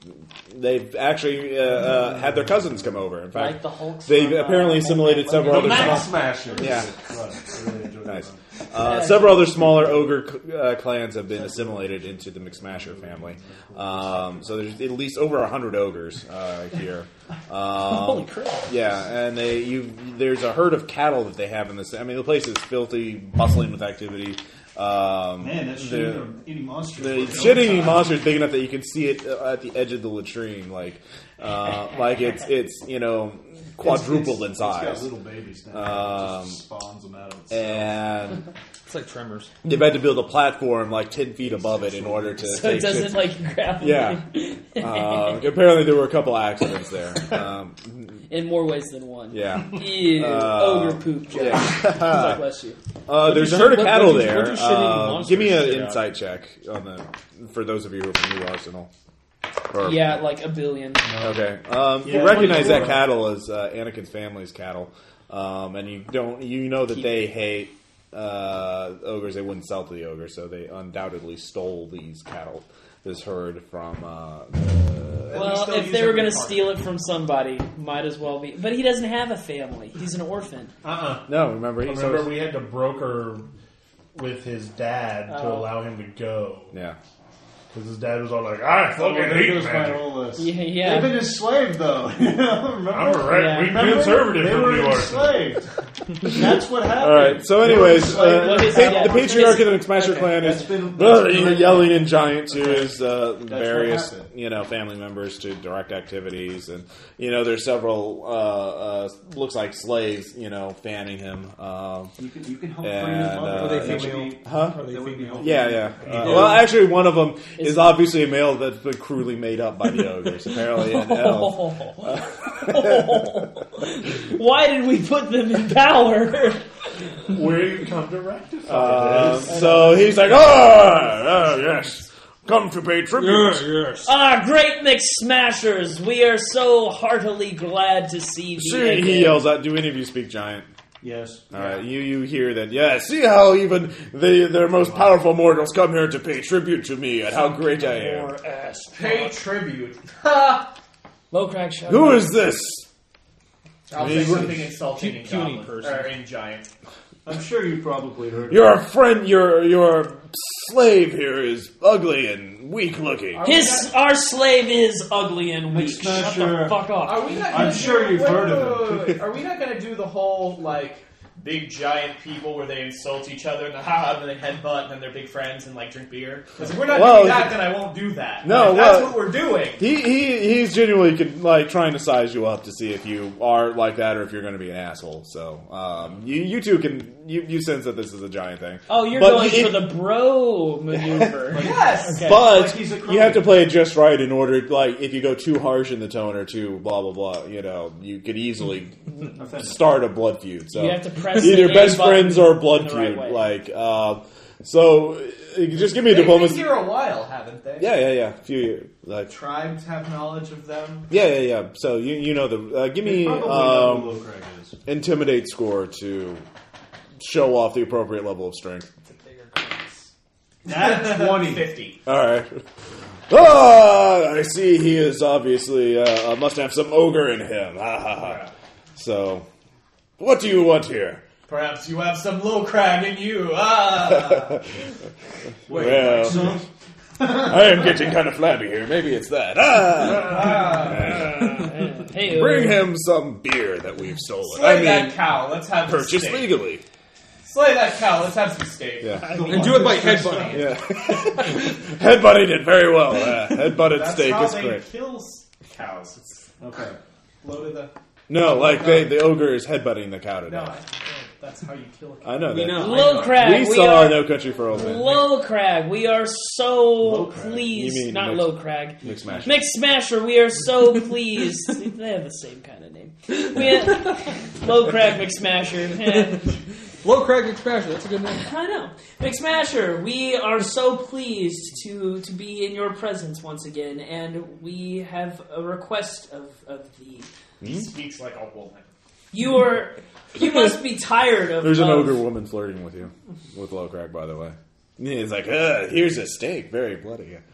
[SPEAKER 2] they've actually uh, uh, had their cousins come over. In fact,
[SPEAKER 6] Like the Hulk from,
[SPEAKER 2] they've
[SPEAKER 6] uh,
[SPEAKER 2] apparently assimilated
[SPEAKER 6] Homelander.
[SPEAKER 2] several other
[SPEAKER 8] Max
[SPEAKER 2] small,
[SPEAKER 8] Smasher.
[SPEAKER 2] yeah,
[SPEAKER 1] right, I really enjoyed that.
[SPEAKER 2] nice. Uh, several other smaller ogre c- uh, clans have been assimilated into the McSmasher family. Um, so there's at least over hundred ogres uh, here. Um,
[SPEAKER 6] Holy crap!
[SPEAKER 2] Yeah, and they you there's a herd of cattle that they have in this. I mean, the place is filthy, bustling with activity. Um,
[SPEAKER 1] Man, that shit
[SPEAKER 2] the,
[SPEAKER 1] eating, eating monster.
[SPEAKER 2] the shitty monster is big enough that you can see it uh, at the edge of the latrine, like uh, like it's it's you know quadrupled in
[SPEAKER 1] It's got
[SPEAKER 2] size. Um,
[SPEAKER 1] little babies now. It just spawns them out. of itself.
[SPEAKER 2] And
[SPEAKER 4] It's like Tremors.
[SPEAKER 2] they've had to build a platform like ten feet above it in order to.
[SPEAKER 6] So it
[SPEAKER 2] take shit-
[SPEAKER 6] doesn't like grab.
[SPEAKER 2] Yeah. Uh, apparently, there were a couple accidents there. Um,
[SPEAKER 6] in more ways than one.
[SPEAKER 2] yeah.
[SPEAKER 6] Ew,
[SPEAKER 2] Uh,
[SPEAKER 6] ogre poop joke. God bless you.
[SPEAKER 2] Uh, there's a
[SPEAKER 4] shit-
[SPEAKER 2] herd of
[SPEAKER 4] what-
[SPEAKER 2] cattle
[SPEAKER 4] what do- what
[SPEAKER 2] there.
[SPEAKER 4] do shitty
[SPEAKER 2] Uh,
[SPEAKER 4] monsters
[SPEAKER 2] give me an
[SPEAKER 4] shit out?
[SPEAKER 2] insight check on the for those of you who are from New Arsenal. Or-
[SPEAKER 6] Yeah, like a billion.
[SPEAKER 2] Okay. Um, you recognize that cattle as uh, Anakin's family's cattle, um, and you don't. You know that they hate uh, ogres. They wouldn't sell to the ogres, so they undoubtedly stole these cattle, this herd from. Uh,
[SPEAKER 6] Well, if they were going to steal it from somebody, might as well be. But he doesn't have a family. He's an orphan.
[SPEAKER 8] Uh-uh.
[SPEAKER 2] no, remember he's
[SPEAKER 8] Remember, we had to broker with his dad to
[SPEAKER 6] Oh.
[SPEAKER 8] allow him to go.
[SPEAKER 2] yeah.
[SPEAKER 8] Because his dad was all like, I fucking hate
[SPEAKER 1] There's my
[SPEAKER 8] man.
[SPEAKER 1] whole list.
[SPEAKER 6] Yeah,
[SPEAKER 1] They've
[SPEAKER 6] yeah.
[SPEAKER 1] been enslaved, though. Remember?
[SPEAKER 8] I'm a right
[SPEAKER 6] Yeah.
[SPEAKER 8] wing
[SPEAKER 1] Remember?
[SPEAKER 8] conservative
[SPEAKER 1] They
[SPEAKER 8] from
[SPEAKER 1] were
[SPEAKER 8] New York.
[SPEAKER 1] enslaved. That's what happened.
[SPEAKER 2] All right. So, anyways, uh,
[SPEAKER 6] What
[SPEAKER 2] the,
[SPEAKER 6] is that?
[SPEAKER 2] the patriarch of the Smasher clan is
[SPEAKER 1] That's been-
[SPEAKER 2] Brother,
[SPEAKER 1] that's
[SPEAKER 2] you know,
[SPEAKER 1] been-
[SPEAKER 2] yelling and giant to his uh, various
[SPEAKER 1] happened.
[SPEAKER 2] you know family members to direct activities, and you know there's several uh, uh, looks like slaves you know fanning him. Um,
[SPEAKER 1] You can, you can help
[SPEAKER 2] And,
[SPEAKER 1] free his mother.
[SPEAKER 2] uh, Are they
[SPEAKER 1] That would
[SPEAKER 4] female?
[SPEAKER 1] be-
[SPEAKER 2] Huh?
[SPEAKER 1] that would be helpful.
[SPEAKER 2] yeah, yeah. Uh, well, actually, one of them is obviously a male that's been cruelly made up by the ogres, apparently uh, an elf.
[SPEAKER 6] Why did we put them in power?
[SPEAKER 8] Where you come to rectify
[SPEAKER 2] Um,
[SPEAKER 8] this?
[SPEAKER 2] so he's like, ah, ah, yes, come to pay tribute.
[SPEAKER 4] yes.
[SPEAKER 6] Ah, great McSmashers! We are so heartily glad to see you.
[SPEAKER 2] See, he yells out. Do any of you speak giant?
[SPEAKER 1] Yes.
[SPEAKER 2] All right, you you hear that? Yeah, see how even the their most powerful mortals come here to pay tribute to me and how great I am.
[SPEAKER 12] Pay tribute.
[SPEAKER 6] Low crack shot.
[SPEAKER 2] Who is this?
[SPEAKER 12] I'll
[SPEAKER 2] Maybe.
[SPEAKER 12] say something insulting in
[SPEAKER 4] Puny
[SPEAKER 12] goblin,
[SPEAKER 4] person.
[SPEAKER 12] or in giant.
[SPEAKER 1] I'm sure you probably heard.
[SPEAKER 2] Your friend, your your slave here is ugly and weak looking.
[SPEAKER 6] His our slave is ugly and weak. Shut the
[SPEAKER 1] Smasher.
[SPEAKER 6] fuck off.
[SPEAKER 12] Are we not?
[SPEAKER 1] I'm
[SPEAKER 12] gonna
[SPEAKER 1] sure
[SPEAKER 12] do,
[SPEAKER 1] you've
[SPEAKER 12] wait,
[SPEAKER 1] heard
[SPEAKER 12] wait,
[SPEAKER 1] of
[SPEAKER 12] wait, wait, wait. Are we not going to do the whole like big giant people where they insult each other and the ha ha, and then they headbutt and then they're big friends and like drink beer? Because if we're not
[SPEAKER 2] Well,
[SPEAKER 12] doing that, then I won't do that.
[SPEAKER 2] No,
[SPEAKER 12] Like, that's
[SPEAKER 2] well-
[SPEAKER 12] what we're doing.
[SPEAKER 2] He, he he's genuinely con- like trying to size you up to see if you are like that or if you're going to be an asshole. So um, you you two can you, you sense that this is a giant thing.
[SPEAKER 6] Oh, you're
[SPEAKER 2] But
[SPEAKER 6] going
[SPEAKER 2] it-
[SPEAKER 6] for the bro maneuver.
[SPEAKER 12] Yes.
[SPEAKER 6] Okay.
[SPEAKER 2] But
[SPEAKER 1] he's a crony.
[SPEAKER 2] you have to play it just right in order. Like if you go too harsh in the tone or too blah blah blah, you know, you could easily start a blood feud. So
[SPEAKER 6] You have to press
[SPEAKER 2] either
[SPEAKER 6] the A
[SPEAKER 2] best
[SPEAKER 6] button
[SPEAKER 2] friends or
[SPEAKER 6] in
[SPEAKER 2] blood
[SPEAKER 6] the right
[SPEAKER 2] feud.
[SPEAKER 6] way.
[SPEAKER 2] like um, so, uh, just give me a
[SPEAKER 12] They've been
[SPEAKER 2] diplomacy.
[SPEAKER 12] here a while, haven't they?
[SPEAKER 2] Yeah, yeah, yeah. Few years, like
[SPEAKER 12] Tribes have knowledge of them.
[SPEAKER 2] yeah, yeah, yeah. So you you know the uh, give me
[SPEAKER 1] Probably know who
[SPEAKER 2] um,
[SPEAKER 1] Low Crack is.
[SPEAKER 2] intimidate score to show off the appropriate level of strength.
[SPEAKER 1] Nat 20.
[SPEAKER 12] Fifty.
[SPEAKER 2] All right. Ah, I see. He is obviously uh, uh, must have some ogre in him. Ha ha ha. So, what do you want here?
[SPEAKER 12] Perhaps you have some low crag in you. Ah.
[SPEAKER 1] Wait,
[SPEAKER 2] Well.
[SPEAKER 1] like some?
[SPEAKER 2] I am getting kind of flabby here. Maybe it's that. Ah,
[SPEAKER 6] Hey,
[SPEAKER 2] bring him some beer that we've stolen.
[SPEAKER 12] Slay
[SPEAKER 2] I mean,
[SPEAKER 12] that cow. Let's have some
[SPEAKER 2] purchased
[SPEAKER 12] steak.
[SPEAKER 2] legally.
[SPEAKER 12] Slay that cow. Let's have some steak.
[SPEAKER 2] Yeah,
[SPEAKER 4] And do it by headbutting.
[SPEAKER 2] yeah. headbutting did very well. Uh, headbutted
[SPEAKER 12] That's
[SPEAKER 2] steak
[SPEAKER 12] how
[SPEAKER 2] is
[SPEAKER 12] they
[SPEAKER 2] great.
[SPEAKER 12] kill s- cows. It's
[SPEAKER 1] Okay.
[SPEAKER 12] loaded the.
[SPEAKER 2] No, like they, the ogre is headbutting the cow to
[SPEAKER 12] No, I,
[SPEAKER 2] death.
[SPEAKER 12] that's how you kill a cow.
[SPEAKER 2] I know that.
[SPEAKER 6] low
[SPEAKER 2] We
[SPEAKER 6] uh, crag. We,
[SPEAKER 2] saw
[SPEAKER 6] are
[SPEAKER 2] No Country for Old Men.
[SPEAKER 6] low crag. We are so
[SPEAKER 1] crag.
[SPEAKER 2] You
[SPEAKER 6] pleased.
[SPEAKER 2] mean
[SPEAKER 6] Not
[SPEAKER 2] mixed-
[SPEAKER 6] low crag.
[SPEAKER 2] Mixed match.
[SPEAKER 6] Mix Smasher, we are so pleased. they have the same kind of name. We Low Crag Mix Smasher.
[SPEAKER 4] Low Craig McSmasher, that's a good name.
[SPEAKER 6] I know. McSmasher, we are so pleased to, to be in your presence once again, and we have a request of, of thee.
[SPEAKER 12] He speaks like a woman.
[SPEAKER 6] You are. You must be tired of.
[SPEAKER 2] There's an
[SPEAKER 6] of-
[SPEAKER 2] ogre woman flirting with you, with low crack, by the way. Yeah, He's like, Ugh, here's a steak, very bloody.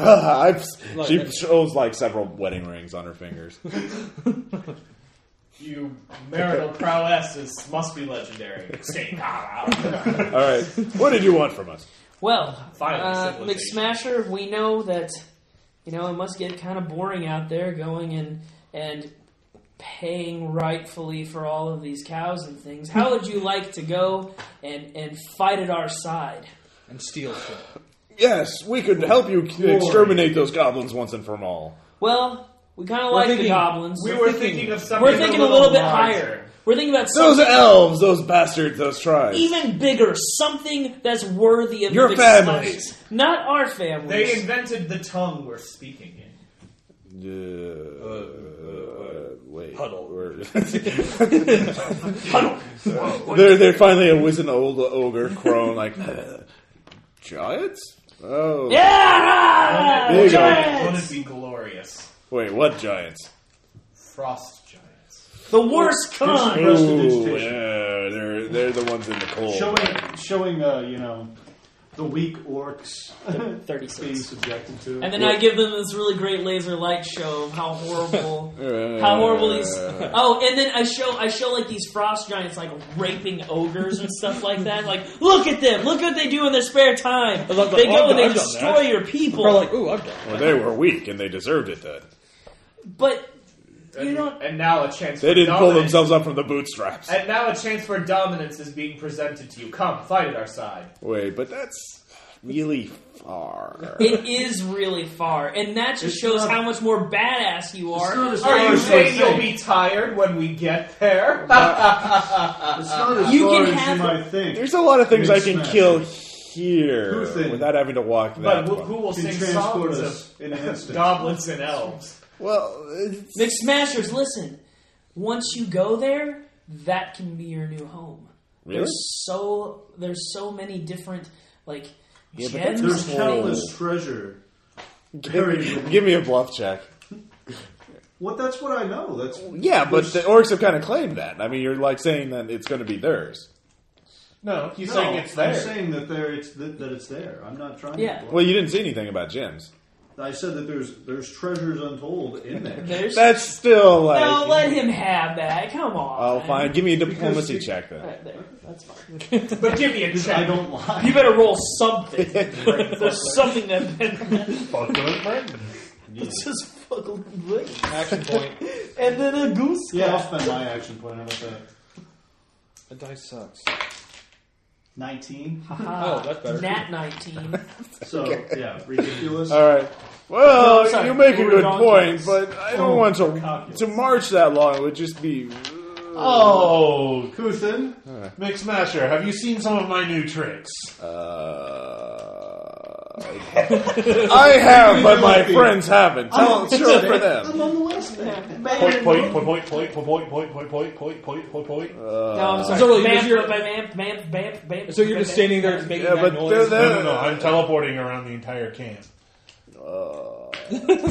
[SPEAKER 2] Ah, I've, she shows like several wedding rings on her fingers.
[SPEAKER 12] You marital prowess is, must be legendary. Stay calm.
[SPEAKER 2] All right, what did you want from us?
[SPEAKER 6] Well,
[SPEAKER 12] Finally,
[SPEAKER 6] uh,
[SPEAKER 12] civilization.
[SPEAKER 6] McSmasher, we know that you know it must get kind of boring out there going and and paying rightfully for all of these cows and things. How would you like to go and and fight at our side?
[SPEAKER 3] and steal shit.
[SPEAKER 2] Yes, we could help you exterminate those goblins once and for all.
[SPEAKER 6] Well, we kind of like the
[SPEAKER 3] thinking-
[SPEAKER 6] goblins.
[SPEAKER 12] We
[SPEAKER 6] We're,
[SPEAKER 12] were thinking of something.
[SPEAKER 6] thinking a little bit
[SPEAKER 12] larger.
[SPEAKER 6] higher. We're thinking about
[SPEAKER 2] Those
[SPEAKER 6] something
[SPEAKER 2] elves, those bastards, those tribes.
[SPEAKER 6] even bigger, something that's worthy of
[SPEAKER 2] Your
[SPEAKER 6] the
[SPEAKER 2] families.
[SPEAKER 6] McSmashers. not our
[SPEAKER 12] They
[SPEAKER 6] families.
[SPEAKER 12] invented the tongue we're speaking in.
[SPEAKER 2] Uh, wait.
[SPEAKER 3] Huddle.
[SPEAKER 2] We're- they're they're finally a wizened old ogre crone like uh, giants. Oh
[SPEAKER 6] yeah,
[SPEAKER 2] There you go.
[SPEAKER 6] giants!
[SPEAKER 12] Wouldn't it be glorious?
[SPEAKER 2] wait, what giants?
[SPEAKER 12] Frost giants.
[SPEAKER 6] the worst con.
[SPEAKER 2] Ooh,
[SPEAKER 1] Prestidigitation.
[SPEAKER 2] yeah, they're they're the ones in the cold.
[SPEAKER 1] Showing, showing, uh, you know, the weak orcs being
[SPEAKER 6] 36.
[SPEAKER 1] subjected to.
[SPEAKER 6] And then I give them this really great laser light show of how horrible,
[SPEAKER 2] Uh,
[SPEAKER 6] how horrible these. Oh, and then I show I show like these frost giants like raping ogres and stuff like that. Like, look at them! Look what they do in their spare time. They
[SPEAKER 4] like, "Oh,
[SPEAKER 6] go
[SPEAKER 4] I've
[SPEAKER 6] and they
[SPEAKER 4] done that."
[SPEAKER 6] destroy your people.
[SPEAKER 4] Or like, ooh, I've done.
[SPEAKER 2] Well, they were weak and they deserved it then.
[SPEAKER 6] but
[SPEAKER 12] And,
[SPEAKER 6] you don't.
[SPEAKER 12] and now a chance.
[SPEAKER 2] They
[SPEAKER 12] for
[SPEAKER 2] didn't pull
[SPEAKER 12] dominance.
[SPEAKER 2] themselves up from the bootstraps.
[SPEAKER 12] And now a chance for dominance is being presented to you. Come, fight at our side.
[SPEAKER 2] Wait, but that's really far.
[SPEAKER 6] It is really far, and that just shows how much more badass you are.
[SPEAKER 1] not as
[SPEAKER 12] Are
[SPEAKER 1] far
[SPEAKER 12] you
[SPEAKER 1] as they
[SPEAKER 12] saying you'll
[SPEAKER 1] think.
[SPEAKER 12] be tired when we get there?
[SPEAKER 1] It's not as
[SPEAKER 6] uh, You
[SPEAKER 1] far
[SPEAKER 6] can
[SPEAKER 1] as
[SPEAKER 6] have-
[SPEAKER 1] you might think.
[SPEAKER 2] There's a lot of things I can
[SPEAKER 1] Mixed
[SPEAKER 2] kill
[SPEAKER 1] matches.
[SPEAKER 2] here
[SPEAKER 1] Who's in?
[SPEAKER 2] without having to walk
[SPEAKER 12] but
[SPEAKER 2] that.
[SPEAKER 12] who,
[SPEAKER 2] far.
[SPEAKER 12] who will
[SPEAKER 1] You
[SPEAKER 12] sing
[SPEAKER 1] can transport
[SPEAKER 12] songs
[SPEAKER 1] us
[SPEAKER 12] of
[SPEAKER 1] in an instant.
[SPEAKER 12] goblins and elves?
[SPEAKER 2] Well, it's,
[SPEAKER 6] McSmashers, listen. Once you go there, that can be your new home.
[SPEAKER 2] Really?
[SPEAKER 6] There's so there's so many different like
[SPEAKER 2] Yeah, but
[SPEAKER 6] gems.
[SPEAKER 1] There's
[SPEAKER 2] Whoa.
[SPEAKER 1] countless treasure buried. in-
[SPEAKER 2] give me a bluff check.
[SPEAKER 1] What? That's what I know. That's
[SPEAKER 2] Yeah, but the orcs have kind of claimed that. I mean, you're like saying that it's going to be theirs.
[SPEAKER 8] No, he's
[SPEAKER 1] no,
[SPEAKER 8] saying it's
[SPEAKER 1] I'm
[SPEAKER 8] there.
[SPEAKER 1] saying that there. It's that, that it's there. I'm not trying.
[SPEAKER 6] Yeah.
[SPEAKER 1] To
[SPEAKER 2] Well, you didn't say anything about gems.
[SPEAKER 1] I said that there's there's treasures untold in there.
[SPEAKER 6] There's
[SPEAKER 2] That's still like.
[SPEAKER 6] no. Let him have that. Come on.
[SPEAKER 2] Oh, fine. Give me a diplomacy
[SPEAKER 1] Because-
[SPEAKER 2] check then.
[SPEAKER 6] Right there. That's fine.
[SPEAKER 12] But give me a
[SPEAKER 1] Because I
[SPEAKER 12] check.
[SPEAKER 1] don't lie.
[SPEAKER 6] You better roll something. there's something that it's just fucking lit.
[SPEAKER 4] Action point.
[SPEAKER 6] and then a goose.
[SPEAKER 1] Yeah, I'll spend my action point. How about that?
[SPEAKER 4] The dice sucks.
[SPEAKER 1] 19.
[SPEAKER 6] Ah,
[SPEAKER 4] Oh, that's better. Uh,
[SPEAKER 6] Nat nineteen.
[SPEAKER 1] So, yeah, ridiculous.
[SPEAKER 2] All right. Well,
[SPEAKER 6] No, sorry.
[SPEAKER 2] you make a
[SPEAKER 6] We were
[SPEAKER 2] good
[SPEAKER 6] gone.
[SPEAKER 2] point, but I don't
[SPEAKER 1] Oh,
[SPEAKER 2] want to
[SPEAKER 1] calculus.
[SPEAKER 2] to march that long. It would just be.
[SPEAKER 8] Oh,
[SPEAKER 1] Kuthin,
[SPEAKER 8] Mixmasher, have you seen some of my new tricks?
[SPEAKER 2] Uh, I have, but my friends haven't. Tell, show it for them.
[SPEAKER 1] I'm on the west end.
[SPEAKER 8] Point, point, point, point, point, point, point, point, point, point, point, point, point.
[SPEAKER 2] Uh.
[SPEAKER 6] no, I'm sorry.
[SPEAKER 4] So, like,
[SPEAKER 6] Bamf,
[SPEAKER 4] if you're-
[SPEAKER 6] bamf, bamf, bamf, bamf,
[SPEAKER 4] So you're just
[SPEAKER 6] bamf.
[SPEAKER 4] standing there making
[SPEAKER 2] Yeah,
[SPEAKER 4] that
[SPEAKER 2] but they're
[SPEAKER 4] noise.
[SPEAKER 2] there.
[SPEAKER 8] No, no, no, I'm teleporting around the entire camp.
[SPEAKER 2] Uh.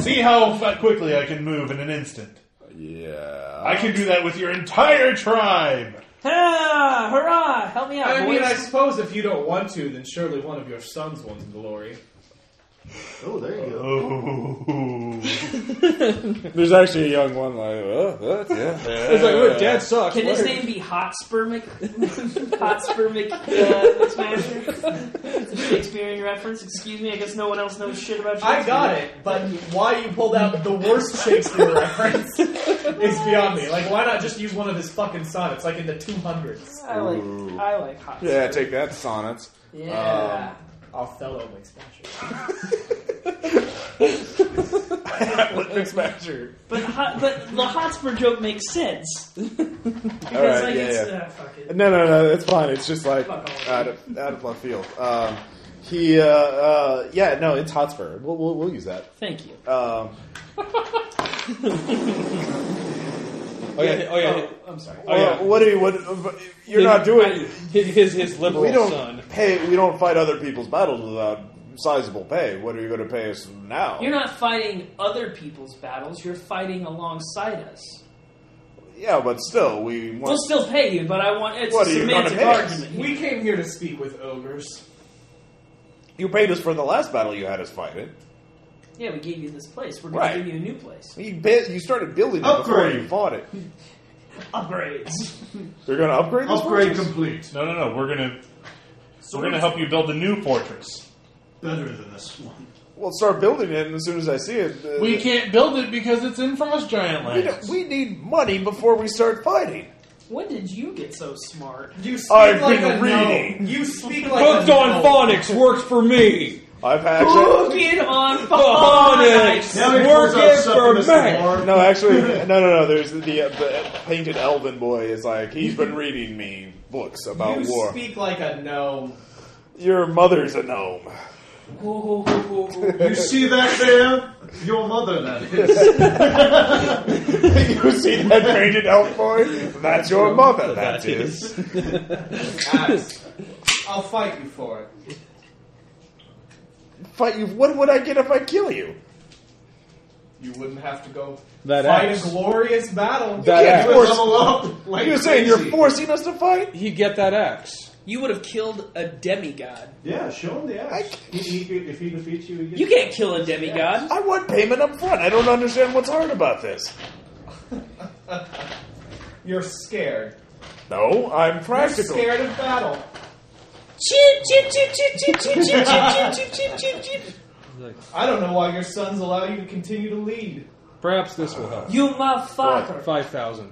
[SPEAKER 8] See how f- quickly I can move in an instant.
[SPEAKER 2] Yeah.
[SPEAKER 8] I can do that with your entire tribe.
[SPEAKER 6] Ah, hurrah! Help me out.
[SPEAKER 12] I mean,
[SPEAKER 6] boys.
[SPEAKER 12] I suppose if you don't want to, then surely one of your sons wants glory.
[SPEAKER 1] Oh, there you go.
[SPEAKER 8] Oh.
[SPEAKER 2] There's actually a young one like, oh, that, yeah.
[SPEAKER 4] It's like, look, Dad sucks.
[SPEAKER 6] Can his
[SPEAKER 4] Whatever.
[SPEAKER 6] name be Hotspur Mc Hotspur Mc uh, McSmasher? It's a Shakespearean reference. Excuse me. I guess no one else knows shit about. Shakespeare.
[SPEAKER 12] I got it, but why you pulled out the worst Shakespeare reference is beyond me. Like, why not just use one of his fucking sonnets, like in the 200s?
[SPEAKER 6] I like. I like Hotspur.
[SPEAKER 2] Yeah, take um, that, sonnets.
[SPEAKER 6] Yeah.
[SPEAKER 12] Othello makes that
[SPEAKER 6] but hot, but the Hotspur joke makes sense because
[SPEAKER 2] All right,
[SPEAKER 6] like
[SPEAKER 2] yeah,
[SPEAKER 6] it's
[SPEAKER 2] yeah.
[SPEAKER 6] Uh, fuck it.
[SPEAKER 2] No, no, no, it's fine. It's just like
[SPEAKER 6] Fuck all.
[SPEAKER 2] out of, out of left field. Um, he, uh, uh, yeah, no, it's Hotspur. We'll, we'll, Uh, Um, we'll use that.
[SPEAKER 6] Thank you.
[SPEAKER 2] Um,
[SPEAKER 4] Oh yeah, oh yeah.
[SPEAKER 6] I'm sorry.
[SPEAKER 4] Oh, yeah.
[SPEAKER 2] Well, uh, what do you? What, you're not doing.
[SPEAKER 4] his his, his liberal
[SPEAKER 2] We don't
[SPEAKER 4] son.
[SPEAKER 2] pay. We don't fight other people's battles without sizable pay. What are you going to pay us now?
[SPEAKER 6] You're not fighting other people's battles. You're fighting alongside us.
[SPEAKER 2] yeah, but still, we want.
[SPEAKER 6] We'll still pay you, but I want it's
[SPEAKER 2] What
[SPEAKER 6] a
[SPEAKER 2] are you gonna
[SPEAKER 6] semantic
[SPEAKER 2] pay us?
[SPEAKER 6] argument. here.
[SPEAKER 5] We came here to speak with ogres.
[SPEAKER 2] you paid us for the last battle you had us fight in.
[SPEAKER 6] yeah, we gave you this place. We're going
[SPEAKER 2] Right.
[SPEAKER 6] to give you a new place.
[SPEAKER 2] You, ba- you started building it before
[SPEAKER 1] Upgrade.
[SPEAKER 2] you fought it.
[SPEAKER 6] Upgrades.
[SPEAKER 2] You're going to upgrade this
[SPEAKER 1] Upgrade
[SPEAKER 2] fortress?
[SPEAKER 1] complete.
[SPEAKER 8] No, no, no. We're gonna we're gonna help you build a new fortress.
[SPEAKER 1] Better than this one.
[SPEAKER 2] Well, start building it, and as soon as I see it, uh,
[SPEAKER 8] We can't build it because it's in frost giant
[SPEAKER 2] We, don't-
[SPEAKER 8] lands.
[SPEAKER 2] we need money before we start fighting.
[SPEAKER 6] When did you get so smart?
[SPEAKER 5] You speak
[SPEAKER 2] I've
[SPEAKER 5] like
[SPEAKER 2] been
[SPEAKER 5] a
[SPEAKER 2] reading.
[SPEAKER 5] gnome. You speak like
[SPEAKER 4] Hooked
[SPEAKER 5] a
[SPEAKER 4] on
[SPEAKER 5] gnome.
[SPEAKER 4] phonics works for me.
[SPEAKER 2] I've actually
[SPEAKER 6] Booking on
[SPEAKER 4] Oh, Phonics
[SPEAKER 6] phonics.
[SPEAKER 1] Oh, Now he pulls out
[SPEAKER 4] working for
[SPEAKER 1] Septimus
[SPEAKER 4] me.
[SPEAKER 1] Award.
[SPEAKER 2] no, actually, no, no, no. There's the, uh, the painted elven boy is like he's been reading me books about
[SPEAKER 5] You
[SPEAKER 2] war.
[SPEAKER 5] speak like a gnome.
[SPEAKER 2] Your mother's a gnome.
[SPEAKER 6] Whoa, whoa, whoa, whoa, whoa.
[SPEAKER 1] You see that there? Your mother, that is.
[SPEAKER 2] you see that painted elf boy? That's your mother. That is.
[SPEAKER 5] Ass. I'll fight you for it.
[SPEAKER 2] Fight you? What would I get if I kill you?
[SPEAKER 5] You wouldn't have to go
[SPEAKER 4] That
[SPEAKER 5] fight
[SPEAKER 4] axe.
[SPEAKER 5] a glorious battle.
[SPEAKER 4] That
[SPEAKER 2] Yeah,
[SPEAKER 4] axe.
[SPEAKER 2] of course.
[SPEAKER 1] Level up. Like
[SPEAKER 2] You're saying
[SPEAKER 1] crazy.
[SPEAKER 2] you're forcing us to fight?
[SPEAKER 4] He get that axe.
[SPEAKER 6] You would have killed a demigod.
[SPEAKER 1] Yeah, show him the
[SPEAKER 2] I
[SPEAKER 1] axe. He, he, if he defeats you, he gets
[SPEAKER 6] You can't kill a demigod.
[SPEAKER 2] I want payment up front. I don't understand what's hard about this.
[SPEAKER 5] You're scared.
[SPEAKER 2] No, I'm
[SPEAKER 5] You're
[SPEAKER 2] practical.
[SPEAKER 5] scared of battle.
[SPEAKER 6] Chip, chip, chip, chip, chip, chip, chip, chip, chip, chip, chip, chip.
[SPEAKER 5] I don't know why your sons allow you to continue to lead.
[SPEAKER 4] Perhaps this will help.
[SPEAKER 6] You motherfucker.
[SPEAKER 4] Five thousand.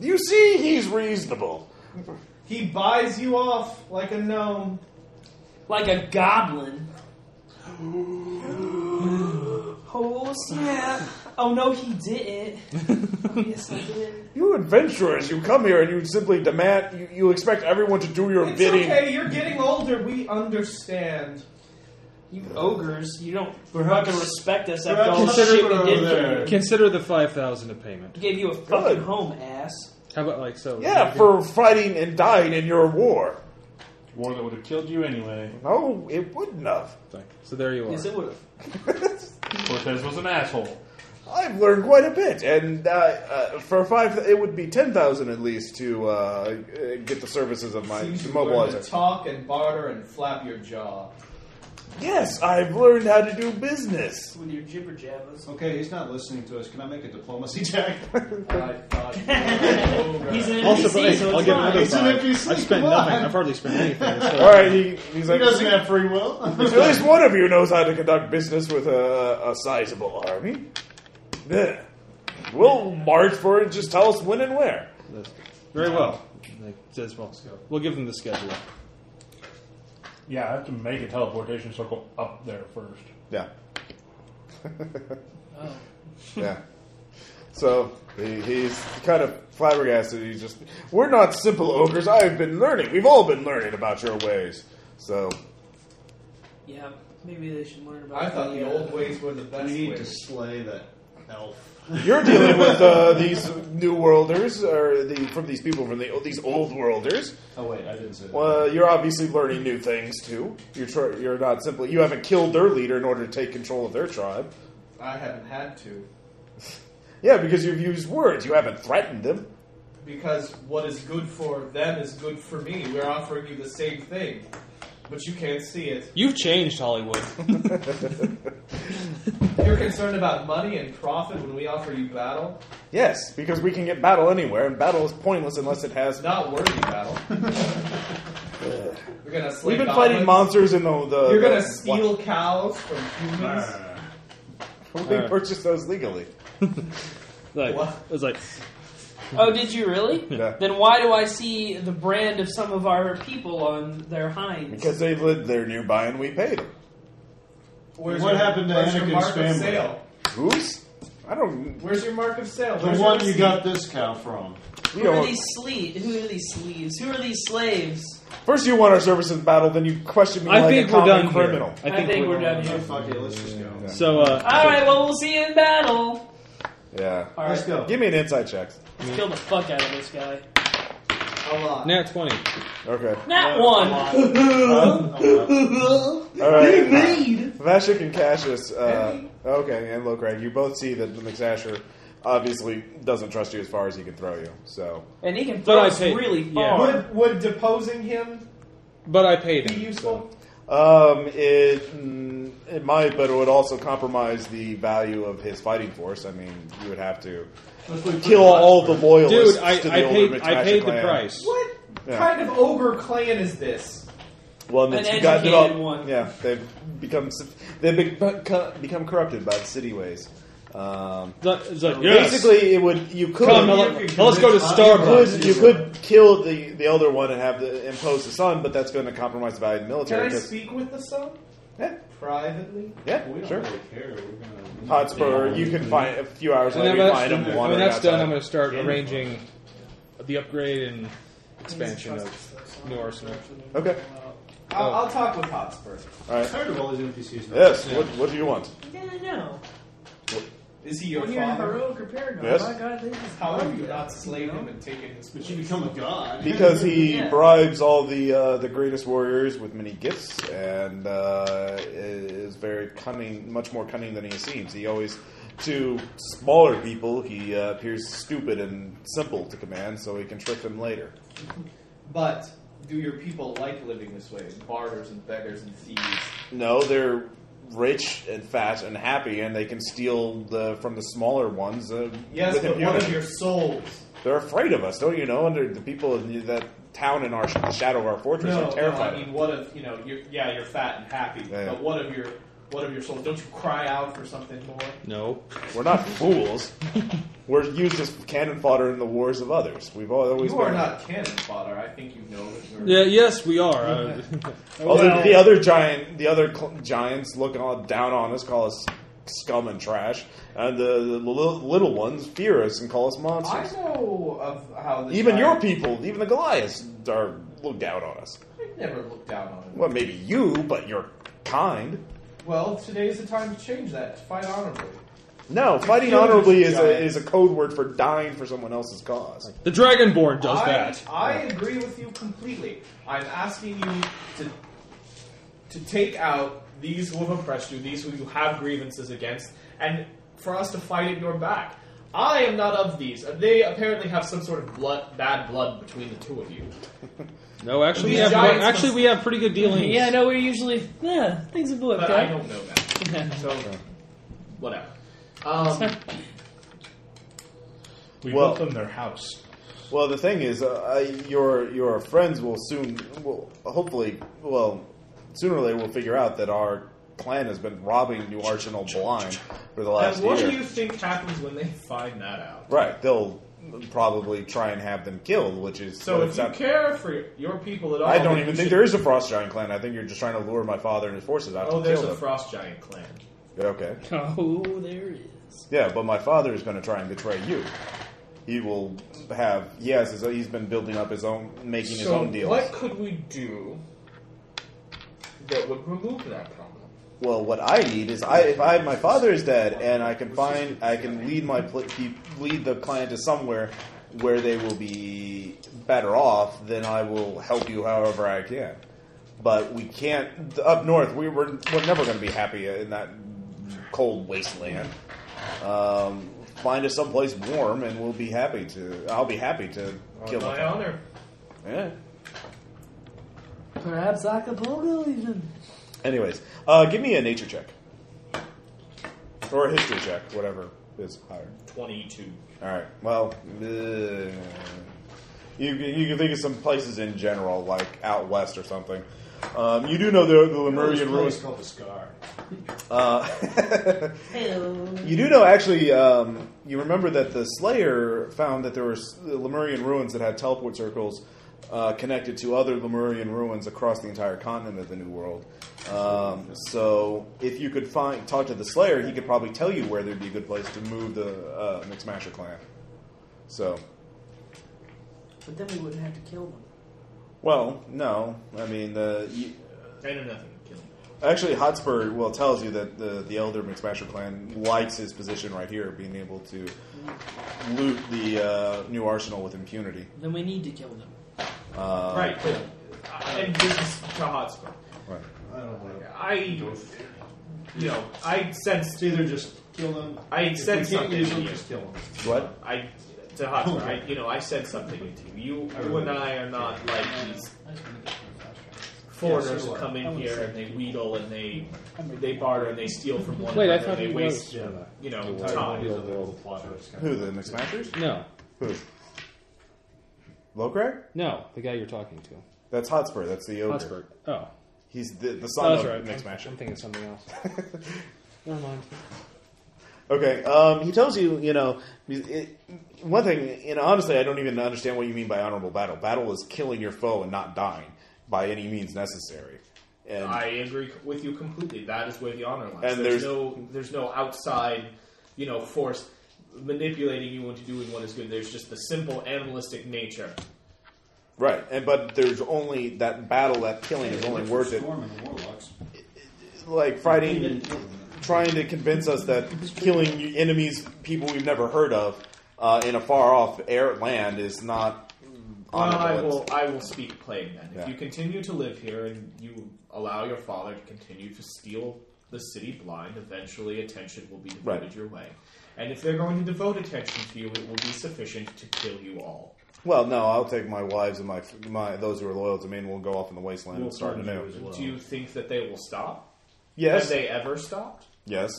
[SPEAKER 2] You see, he's reasonable.
[SPEAKER 5] He buys you off like a gnome.
[SPEAKER 6] Like a goblin. Oh snap. Oh no, he didn't. Oh, yes, I did.
[SPEAKER 2] You adventurers, you come here and you simply demand, you, you expect everyone to do your
[SPEAKER 5] It's
[SPEAKER 2] bidding.
[SPEAKER 5] okay, you're getting older. We understand.
[SPEAKER 6] You ogres, you don't fucking respect us after
[SPEAKER 1] Perhaps
[SPEAKER 6] all the
[SPEAKER 1] consider
[SPEAKER 6] shit
[SPEAKER 1] it
[SPEAKER 6] we
[SPEAKER 1] over
[SPEAKER 6] did
[SPEAKER 1] there.
[SPEAKER 6] to you.
[SPEAKER 4] Consider the five thousand a payment.
[SPEAKER 6] We gave you a fucking
[SPEAKER 2] Good.
[SPEAKER 6] home, ass.
[SPEAKER 4] How about like so?
[SPEAKER 2] Yeah, for fighting and dying in your war.
[SPEAKER 8] War that would have killed you anyway.
[SPEAKER 2] No, it wouldn't have.
[SPEAKER 4] So there you are.
[SPEAKER 6] Yes, it would have.
[SPEAKER 8] Cortez was an asshole.
[SPEAKER 2] I've learned quite a bit, and uh, uh, for five, it would be ten thousand at least to uh, uh, get the services of my
[SPEAKER 5] You should learn to
[SPEAKER 2] mobilizer.
[SPEAKER 5] talk and barter and flap your jaw.
[SPEAKER 2] Yes, I've learned how to do business.
[SPEAKER 6] With your jibber jabbers.
[SPEAKER 1] Okay, he's not listening to us. Can I make a diplomacy check?
[SPEAKER 5] I thought you were an ogre.
[SPEAKER 6] He's an NPC,
[SPEAKER 4] Also, hey,
[SPEAKER 6] so
[SPEAKER 4] I'll
[SPEAKER 6] it's
[SPEAKER 4] give
[SPEAKER 6] fine.
[SPEAKER 4] another
[SPEAKER 1] It's an
[SPEAKER 4] five.
[SPEAKER 1] NPC,
[SPEAKER 4] I've spent
[SPEAKER 1] come on.
[SPEAKER 4] nothing. I've hardly spent anything.
[SPEAKER 2] All
[SPEAKER 4] So
[SPEAKER 2] right, he, he's
[SPEAKER 1] he
[SPEAKER 2] like,
[SPEAKER 1] doesn't
[SPEAKER 2] at
[SPEAKER 1] have free will.
[SPEAKER 2] least one of you knows how to conduct business with a, a sizable army. Ugh. We'll march for it. Just tell us when and where.
[SPEAKER 4] that's- very well. Like says Moscow. We'll give them the schedule.
[SPEAKER 8] Yeah, I have to make a teleportation circle up there first.
[SPEAKER 2] Yeah,
[SPEAKER 6] Oh.
[SPEAKER 2] yeah. So he, he's kind of flabbergasted. He's just, we're not simple ogres. I've been learning. We've all been learning about your ways. So
[SPEAKER 6] Yeah, maybe they should learn about
[SPEAKER 5] I thought the
[SPEAKER 6] uh,
[SPEAKER 5] old ways were the best
[SPEAKER 1] we need to
[SPEAKER 5] ways.
[SPEAKER 1] slay that elf.
[SPEAKER 2] You're dealing with uh, these new worlders, or the from these people from the these old worlders.
[SPEAKER 1] Oh wait, I didn't say that.
[SPEAKER 2] Well, you're obviously learning new things too. You're tr- you're not simply you haven't killed their leader in order to take control of their tribe.
[SPEAKER 5] I haven't had to.
[SPEAKER 2] Yeah, because you've used words. You haven't threatened them.
[SPEAKER 5] Because what is good for them is good for me. We're offering you the same thing. But you can't see it.
[SPEAKER 4] You've changed Hollywood.
[SPEAKER 5] You're concerned about money and profit when we offer you battle.
[SPEAKER 2] Yes, because we can get battle anywhere, and battle is pointless unless it has.
[SPEAKER 5] It's not worthy battle. We're gonna slay
[SPEAKER 2] We've been fighting
[SPEAKER 5] goblins.
[SPEAKER 2] monsters in the. the
[SPEAKER 5] You're
[SPEAKER 2] the-
[SPEAKER 5] gonna steal cows from humans.
[SPEAKER 2] We purchased those legally.
[SPEAKER 4] Like
[SPEAKER 5] What?
[SPEAKER 4] it was like
[SPEAKER 6] Oh, did you really?
[SPEAKER 2] Yeah.
[SPEAKER 6] Then why do I see the brand of some of our people on their hinds?
[SPEAKER 2] Because they lived there nearby, and we paid them.
[SPEAKER 5] Where's
[SPEAKER 1] What happened to
[SPEAKER 5] where's your
[SPEAKER 1] Anakin's
[SPEAKER 5] mark
[SPEAKER 1] family?
[SPEAKER 5] Of sale?
[SPEAKER 2] Who's? I don't.
[SPEAKER 5] Where's your mark of sale?
[SPEAKER 1] The
[SPEAKER 5] Where's your
[SPEAKER 1] one you
[SPEAKER 5] receipt?
[SPEAKER 1] got this cow from.
[SPEAKER 2] We
[SPEAKER 6] who are
[SPEAKER 2] don't.
[SPEAKER 6] these sleeves? Who are these sleeves? Who are these slaves?
[SPEAKER 2] First, you want our services in battle, then you question me
[SPEAKER 4] I
[SPEAKER 2] like
[SPEAKER 4] think
[SPEAKER 2] a
[SPEAKER 4] we're
[SPEAKER 2] common
[SPEAKER 4] done here.
[SPEAKER 2] criminal.
[SPEAKER 6] I think we're done here.
[SPEAKER 1] Oh, fuck it, let's just go.
[SPEAKER 4] So uh,
[SPEAKER 6] All right, well we'll see you in battle.
[SPEAKER 2] Yeah.
[SPEAKER 6] All
[SPEAKER 13] Let's
[SPEAKER 6] right,
[SPEAKER 13] go.
[SPEAKER 2] Give me an insight check.
[SPEAKER 6] let's kill the fuck out of this guy.
[SPEAKER 5] A lot.
[SPEAKER 4] Nat 20.
[SPEAKER 2] Okay.
[SPEAKER 6] Not
[SPEAKER 5] A
[SPEAKER 6] one.
[SPEAKER 5] lot.
[SPEAKER 1] Um, uh,
[SPEAKER 2] All right. Vashik and Cassius. Uh, okay, and look, Craig, you both see that the McSasher obviously doesn't trust you as far as he can throw you. So
[SPEAKER 6] And he can
[SPEAKER 4] But
[SPEAKER 6] throw
[SPEAKER 4] I
[SPEAKER 6] us
[SPEAKER 4] take-
[SPEAKER 6] really
[SPEAKER 4] yeah.
[SPEAKER 6] far.
[SPEAKER 5] Would, would deposing him
[SPEAKER 4] But I paid
[SPEAKER 5] be
[SPEAKER 4] him.
[SPEAKER 5] useful?
[SPEAKER 2] um, it mm, it might, but it would also compromise the value of his fighting force. I mean, you would have to kill all the loyalists
[SPEAKER 4] Dude, I, I
[SPEAKER 2] to the
[SPEAKER 4] paid,
[SPEAKER 2] older
[SPEAKER 4] I paid
[SPEAKER 2] McSasher
[SPEAKER 4] the
[SPEAKER 2] clan.
[SPEAKER 4] price.
[SPEAKER 5] What
[SPEAKER 2] Yeah.
[SPEAKER 5] kind of ogre clan is this?
[SPEAKER 2] One
[SPEAKER 6] An
[SPEAKER 2] that's got
[SPEAKER 6] educated
[SPEAKER 2] developed-
[SPEAKER 6] one.
[SPEAKER 2] Yeah, they've become they've bec- become corrupted by the city ways. Um,
[SPEAKER 4] It's like,
[SPEAKER 2] Basically, it would you could
[SPEAKER 4] Come,
[SPEAKER 2] you
[SPEAKER 4] let- let's go to Starbucks.
[SPEAKER 2] could, you could kill the, the elder one and have the, impose the son, but that's going to compromise the value of the
[SPEAKER 5] Can
[SPEAKER 2] military.
[SPEAKER 5] I
[SPEAKER 2] 'cause-
[SPEAKER 5] speak with the son?
[SPEAKER 2] Yeah.
[SPEAKER 5] Privately?
[SPEAKER 2] yeah,
[SPEAKER 1] We don't
[SPEAKER 2] sure.
[SPEAKER 1] really care. We're gonna
[SPEAKER 2] Hotspur, you can find a few hours
[SPEAKER 4] And then
[SPEAKER 2] later. You find
[SPEAKER 4] that's,
[SPEAKER 2] him
[SPEAKER 4] when
[SPEAKER 2] wandering
[SPEAKER 4] that's
[SPEAKER 2] outside.
[SPEAKER 4] done, I'm going to start arranging the upgrade and expansion of New Arsenal.
[SPEAKER 2] Okay.
[SPEAKER 6] Oh.
[SPEAKER 5] I'll, I'll talk with Hotspur.
[SPEAKER 2] All right.
[SPEAKER 1] Tired of all these NPCs. now.
[SPEAKER 2] Yes. What, what do you want?
[SPEAKER 6] Yeah, I know.
[SPEAKER 5] Is he your
[SPEAKER 6] When you're in
[SPEAKER 5] father?
[SPEAKER 6] heroic repair now,
[SPEAKER 2] Yes.
[SPEAKER 6] my God, they just
[SPEAKER 5] How
[SPEAKER 6] love
[SPEAKER 5] have you not slain
[SPEAKER 6] you know?
[SPEAKER 5] him and taken his
[SPEAKER 1] But you become a god.
[SPEAKER 2] Because he
[SPEAKER 6] Yeah.
[SPEAKER 2] bribes all the uh, the greatest warriors with many gifts, and uh, is very cunning, much more cunning than he seems. He always, to smaller people, he uh, appears stupid and simple to command, so he can trick them later.
[SPEAKER 5] But do your people like living this way? Barters and beggars and thieves.
[SPEAKER 2] No, they're rich and fat and happy, and they can steal the, from the smaller ones. Uh,
[SPEAKER 5] Yes,
[SPEAKER 2] with
[SPEAKER 5] but one
[SPEAKER 2] impunity.
[SPEAKER 5] of your souls.
[SPEAKER 2] They're afraid of us, don't you know? Under the people in that town in our the shadow of our fortress
[SPEAKER 5] No,
[SPEAKER 2] are
[SPEAKER 5] no,
[SPEAKER 2] terrified.
[SPEAKER 5] I mean one of you know. You're, yeah, you're fat and happy,
[SPEAKER 2] Yeah, yeah.
[SPEAKER 5] but one of your one of your souls. Don't you cry out for something more?
[SPEAKER 4] No.
[SPEAKER 2] We're not fools. We're used as cannon fodder in the wars of others. We've al- always
[SPEAKER 5] You are
[SPEAKER 2] been.
[SPEAKER 5] not cannon fodder. I think you know that you're.
[SPEAKER 4] Yeah, yes, we are. Uh,
[SPEAKER 2] Although the other giant, the other cl- giants look on, down on us, call us scum and trash, and the, the little, little ones fear us and call us
[SPEAKER 5] I
[SPEAKER 2] monsters.
[SPEAKER 5] know of how this.
[SPEAKER 2] Even your people, even the Goliaths, are look down on us.
[SPEAKER 5] I've never looked down on it.
[SPEAKER 2] Well, maybe you, but you're kind.
[SPEAKER 5] Well, today's the time to change that. To fight honorably.
[SPEAKER 2] No, fighting
[SPEAKER 5] You're
[SPEAKER 2] honorably
[SPEAKER 5] the
[SPEAKER 2] is a,
[SPEAKER 5] giant.
[SPEAKER 2] is a code word for dying for someone else's cause.
[SPEAKER 4] the Dragonborn does
[SPEAKER 5] I,
[SPEAKER 4] that.
[SPEAKER 5] I agree with you completely. I'm asking you to to take out these who have oppressed you, these who you have grievances against, and for us to fight at your back. I am not of these. They apparently have some sort of blood, bad blood between the two of you.
[SPEAKER 4] No, actually, we
[SPEAKER 5] These
[SPEAKER 4] have,
[SPEAKER 5] giants
[SPEAKER 4] actually
[SPEAKER 5] must-
[SPEAKER 4] we have pretty good dealings.
[SPEAKER 6] Yeah, no, we're usually yeah, things have
[SPEAKER 5] But
[SPEAKER 6] worked
[SPEAKER 5] I
[SPEAKER 6] out.
[SPEAKER 5] don't know that. So, whatever. Um,
[SPEAKER 14] We
[SPEAKER 2] Well-
[SPEAKER 14] built them their house.
[SPEAKER 2] Well, the thing is, uh, I- your your friends will soon, will hopefully, well, sooner or later, will figure out that our clan has been robbing New Arsenal blind for the last
[SPEAKER 5] and what
[SPEAKER 2] year.
[SPEAKER 5] do you think happens when they find that out?
[SPEAKER 2] right? They'll probably try and have them killed, which is
[SPEAKER 5] So
[SPEAKER 2] but
[SPEAKER 5] if
[SPEAKER 2] it's
[SPEAKER 5] you
[SPEAKER 2] not-
[SPEAKER 5] care for your people at all,
[SPEAKER 2] I don't
[SPEAKER 5] then
[SPEAKER 2] even
[SPEAKER 5] you
[SPEAKER 2] think
[SPEAKER 5] should-
[SPEAKER 2] there is a Frost Giant clan. I think you're just trying to lure my father and his forces out
[SPEAKER 5] Oh,
[SPEAKER 2] to
[SPEAKER 5] there's
[SPEAKER 2] kill
[SPEAKER 5] a
[SPEAKER 2] them.
[SPEAKER 5] frost giant clan.
[SPEAKER 2] okay,
[SPEAKER 6] Oh, there is.
[SPEAKER 2] yeah, but my father is going to try and betray you. He will have he has his, he's been building up his own, making his
[SPEAKER 5] So
[SPEAKER 2] own deals.
[SPEAKER 5] what could we do that would remove that problem?
[SPEAKER 2] Well, what I need is I if I my father is dead and I can find I can lead my pl- pe- lead the clan to somewhere where they will be better off. Then I will help you however I can. But we can't up north. We were we're never going to be happy in that cold wasteland. Um, find us someplace warm and we'll be happy to. I'll be happy to kill
[SPEAKER 5] my
[SPEAKER 2] them.
[SPEAKER 5] honor.
[SPEAKER 2] Yeah.
[SPEAKER 6] Perhaps Acapulco even.
[SPEAKER 2] Anyways, uh, give me a nature check or a history check, whatever is higher.
[SPEAKER 5] 22.
[SPEAKER 2] All right. Well, uh, you you can think of some places in general, like out west or something. Um, you do know the, the Lemurian ruins.
[SPEAKER 1] called the Scar.
[SPEAKER 2] Uh, you do know actually. Um, you remember that the Slayer found that there were s- Lemurian ruins that had teleport circles uh, connected to other Lemurian ruins across the entire continent of the New World. Um, so, if you could find talk to the Slayer, he could probably tell you where there'd be a good place to move the uh, Mixmasher clan. So,
[SPEAKER 6] But then we wouldn't have to kill them.
[SPEAKER 2] Well, no. I mean, the you,
[SPEAKER 5] I know nothing. Kill
[SPEAKER 2] Actually, Hotspur well tells you that the the elder McSmasher clan likes his position right here, being able to loot the uh, new arsenal with impunity.
[SPEAKER 6] Then we need to kill them.
[SPEAKER 2] Uh,
[SPEAKER 5] right, but and this is to Hotspur.
[SPEAKER 2] right.
[SPEAKER 1] I don't want to.
[SPEAKER 5] I, you know, I sense
[SPEAKER 1] It's either just kill them.
[SPEAKER 5] I
[SPEAKER 1] if we
[SPEAKER 5] said
[SPEAKER 1] can't
[SPEAKER 5] something
[SPEAKER 1] use
[SPEAKER 5] to
[SPEAKER 1] them,
[SPEAKER 5] you.
[SPEAKER 1] Just kill them.
[SPEAKER 2] What?
[SPEAKER 5] I to Hotspur. I, you know, I said something to you. You, you and I are not like these
[SPEAKER 6] I just want to get there faster.
[SPEAKER 5] foreigners
[SPEAKER 1] Yes,
[SPEAKER 5] who
[SPEAKER 1] you
[SPEAKER 5] come
[SPEAKER 6] I
[SPEAKER 5] in
[SPEAKER 6] would
[SPEAKER 5] here
[SPEAKER 6] say-
[SPEAKER 5] and they wheedle and they they barter and they steal from one
[SPEAKER 4] Wait, I
[SPEAKER 5] another
[SPEAKER 4] thought
[SPEAKER 5] and they
[SPEAKER 4] he
[SPEAKER 5] waste
[SPEAKER 1] Yeah. no.
[SPEAKER 5] you know
[SPEAKER 1] Entire
[SPEAKER 5] time.
[SPEAKER 1] bodies of the world water. It's kind
[SPEAKER 2] Who
[SPEAKER 1] of-
[SPEAKER 2] the McSmashers?
[SPEAKER 4] No,
[SPEAKER 2] Who? Lowcrack?
[SPEAKER 4] no, the guy you're talking to,
[SPEAKER 2] That's Hotspur. That's the ogre.
[SPEAKER 4] Hotspur. Oh,
[SPEAKER 2] He's the, the
[SPEAKER 4] Oh,
[SPEAKER 2] son
[SPEAKER 4] that's
[SPEAKER 2] of
[SPEAKER 4] right. I'm,
[SPEAKER 2] McSmasher.
[SPEAKER 4] I'm thinking of something else. Never mind.
[SPEAKER 2] Okay, um, he tells you, you know, it, one thing, and honestly, I don't even understand what you mean by honorable battle. Battle is killing your foe and not dying by any means necessary. And
[SPEAKER 5] I agree with you completely. That is where the honor lies.
[SPEAKER 2] And there's-
[SPEAKER 5] there's, no there's no outside, you know, force manipulating you into doing what is good. There's just the simple animalistic nature.
[SPEAKER 2] right, and but there's only that battle, that killing is only worth it.
[SPEAKER 15] Storm and warlocks.
[SPEAKER 2] Like fighting, trying to convince us that killing enemies, people we've never heard of, uh, in a far off air land is not
[SPEAKER 5] Well,
[SPEAKER 2] honorable.
[SPEAKER 5] I
[SPEAKER 2] It's-
[SPEAKER 5] will I will speak plain then.
[SPEAKER 2] Yeah.
[SPEAKER 5] If you continue to live here and you allow your father to continue to steal the city blind, eventually attention will be devoted
[SPEAKER 2] Right.
[SPEAKER 5] your way. And if they're going to devote attention to you, it will be sufficient to kill you all.
[SPEAKER 2] Well, no, I'll take my wives and my my those who are loyal to me, and we'll go off in the wasteland and start anew.
[SPEAKER 5] Do you think that they will stop?
[SPEAKER 2] Yes,
[SPEAKER 5] Have they ever stopped?
[SPEAKER 2] Yes.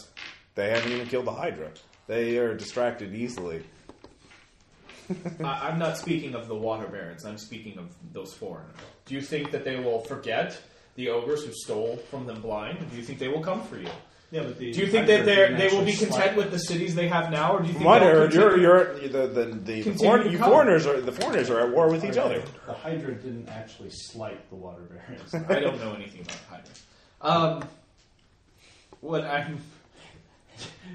[SPEAKER 2] They haven't even killed the Hydra. They are distracted easily.
[SPEAKER 5] I, I'm not speaking of the water barons. I'm speaking of those foreigners. Do you think that they will forget the ogres who stole from them blind? Do you think they will come for you?
[SPEAKER 1] Yeah, but the
[SPEAKER 5] Do you think that they they will be content with the cities they have now, or do you think
[SPEAKER 2] Minor,
[SPEAKER 5] they'll
[SPEAKER 2] you're,
[SPEAKER 5] continue-
[SPEAKER 2] you're the the, the, the
[SPEAKER 5] Continue
[SPEAKER 2] foreign,
[SPEAKER 5] to
[SPEAKER 2] you
[SPEAKER 5] come.
[SPEAKER 2] foreigners are the foreigners are at war with each other.
[SPEAKER 1] The Hydra didn't actually slight the water barons.
[SPEAKER 5] I don't know anything about Hydra. Um, what I'm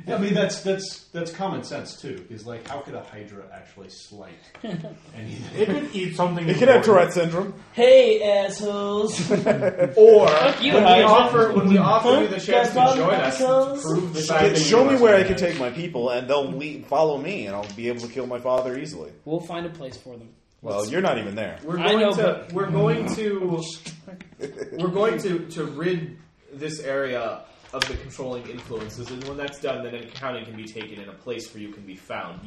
[SPEAKER 1] I mean, that's that's that's common sense too. Because like, how could a Hydra actually slight anything?
[SPEAKER 8] It could eat something.
[SPEAKER 2] It could have Tourette
[SPEAKER 8] important.
[SPEAKER 2] syndrome.
[SPEAKER 6] Hey, assholes!
[SPEAKER 5] or
[SPEAKER 6] you,
[SPEAKER 5] when we
[SPEAKER 6] Hydra.
[SPEAKER 5] offer when we offer you the
[SPEAKER 6] Fuck
[SPEAKER 5] chance to
[SPEAKER 6] that
[SPEAKER 5] join us to
[SPEAKER 6] motherfuckers.
[SPEAKER 5] prove the fact
[SPEAKER 2] Get-
[SPEAKER 5] that you
[SPEAKER 2] Show me
[SPEAKER 5] must
[SPEAKER 2] where I
[SPEAKER 5] be
[SPEAKER 2] can
[SPEAKER 5] there.
[SPEAKER 2] take my people, and they'll le follow me, and I'll be able to kill my father easily.
[SPEAKER 6] We'll find a place for them.
[SPEAKER 2] Well, you're not even there.
[SPEAKER 5] We're
[SPEAKER 6] I
[SPEAKER 5] going
[SPEAKER 6] know,
[SPEAKER 5] to
[SPEAKER 6] but-
[SPEAKER 5] we're going to we're going to to rid this area of the controlling influences, and when that's done, then accounting can be taken, and a place for you can be found.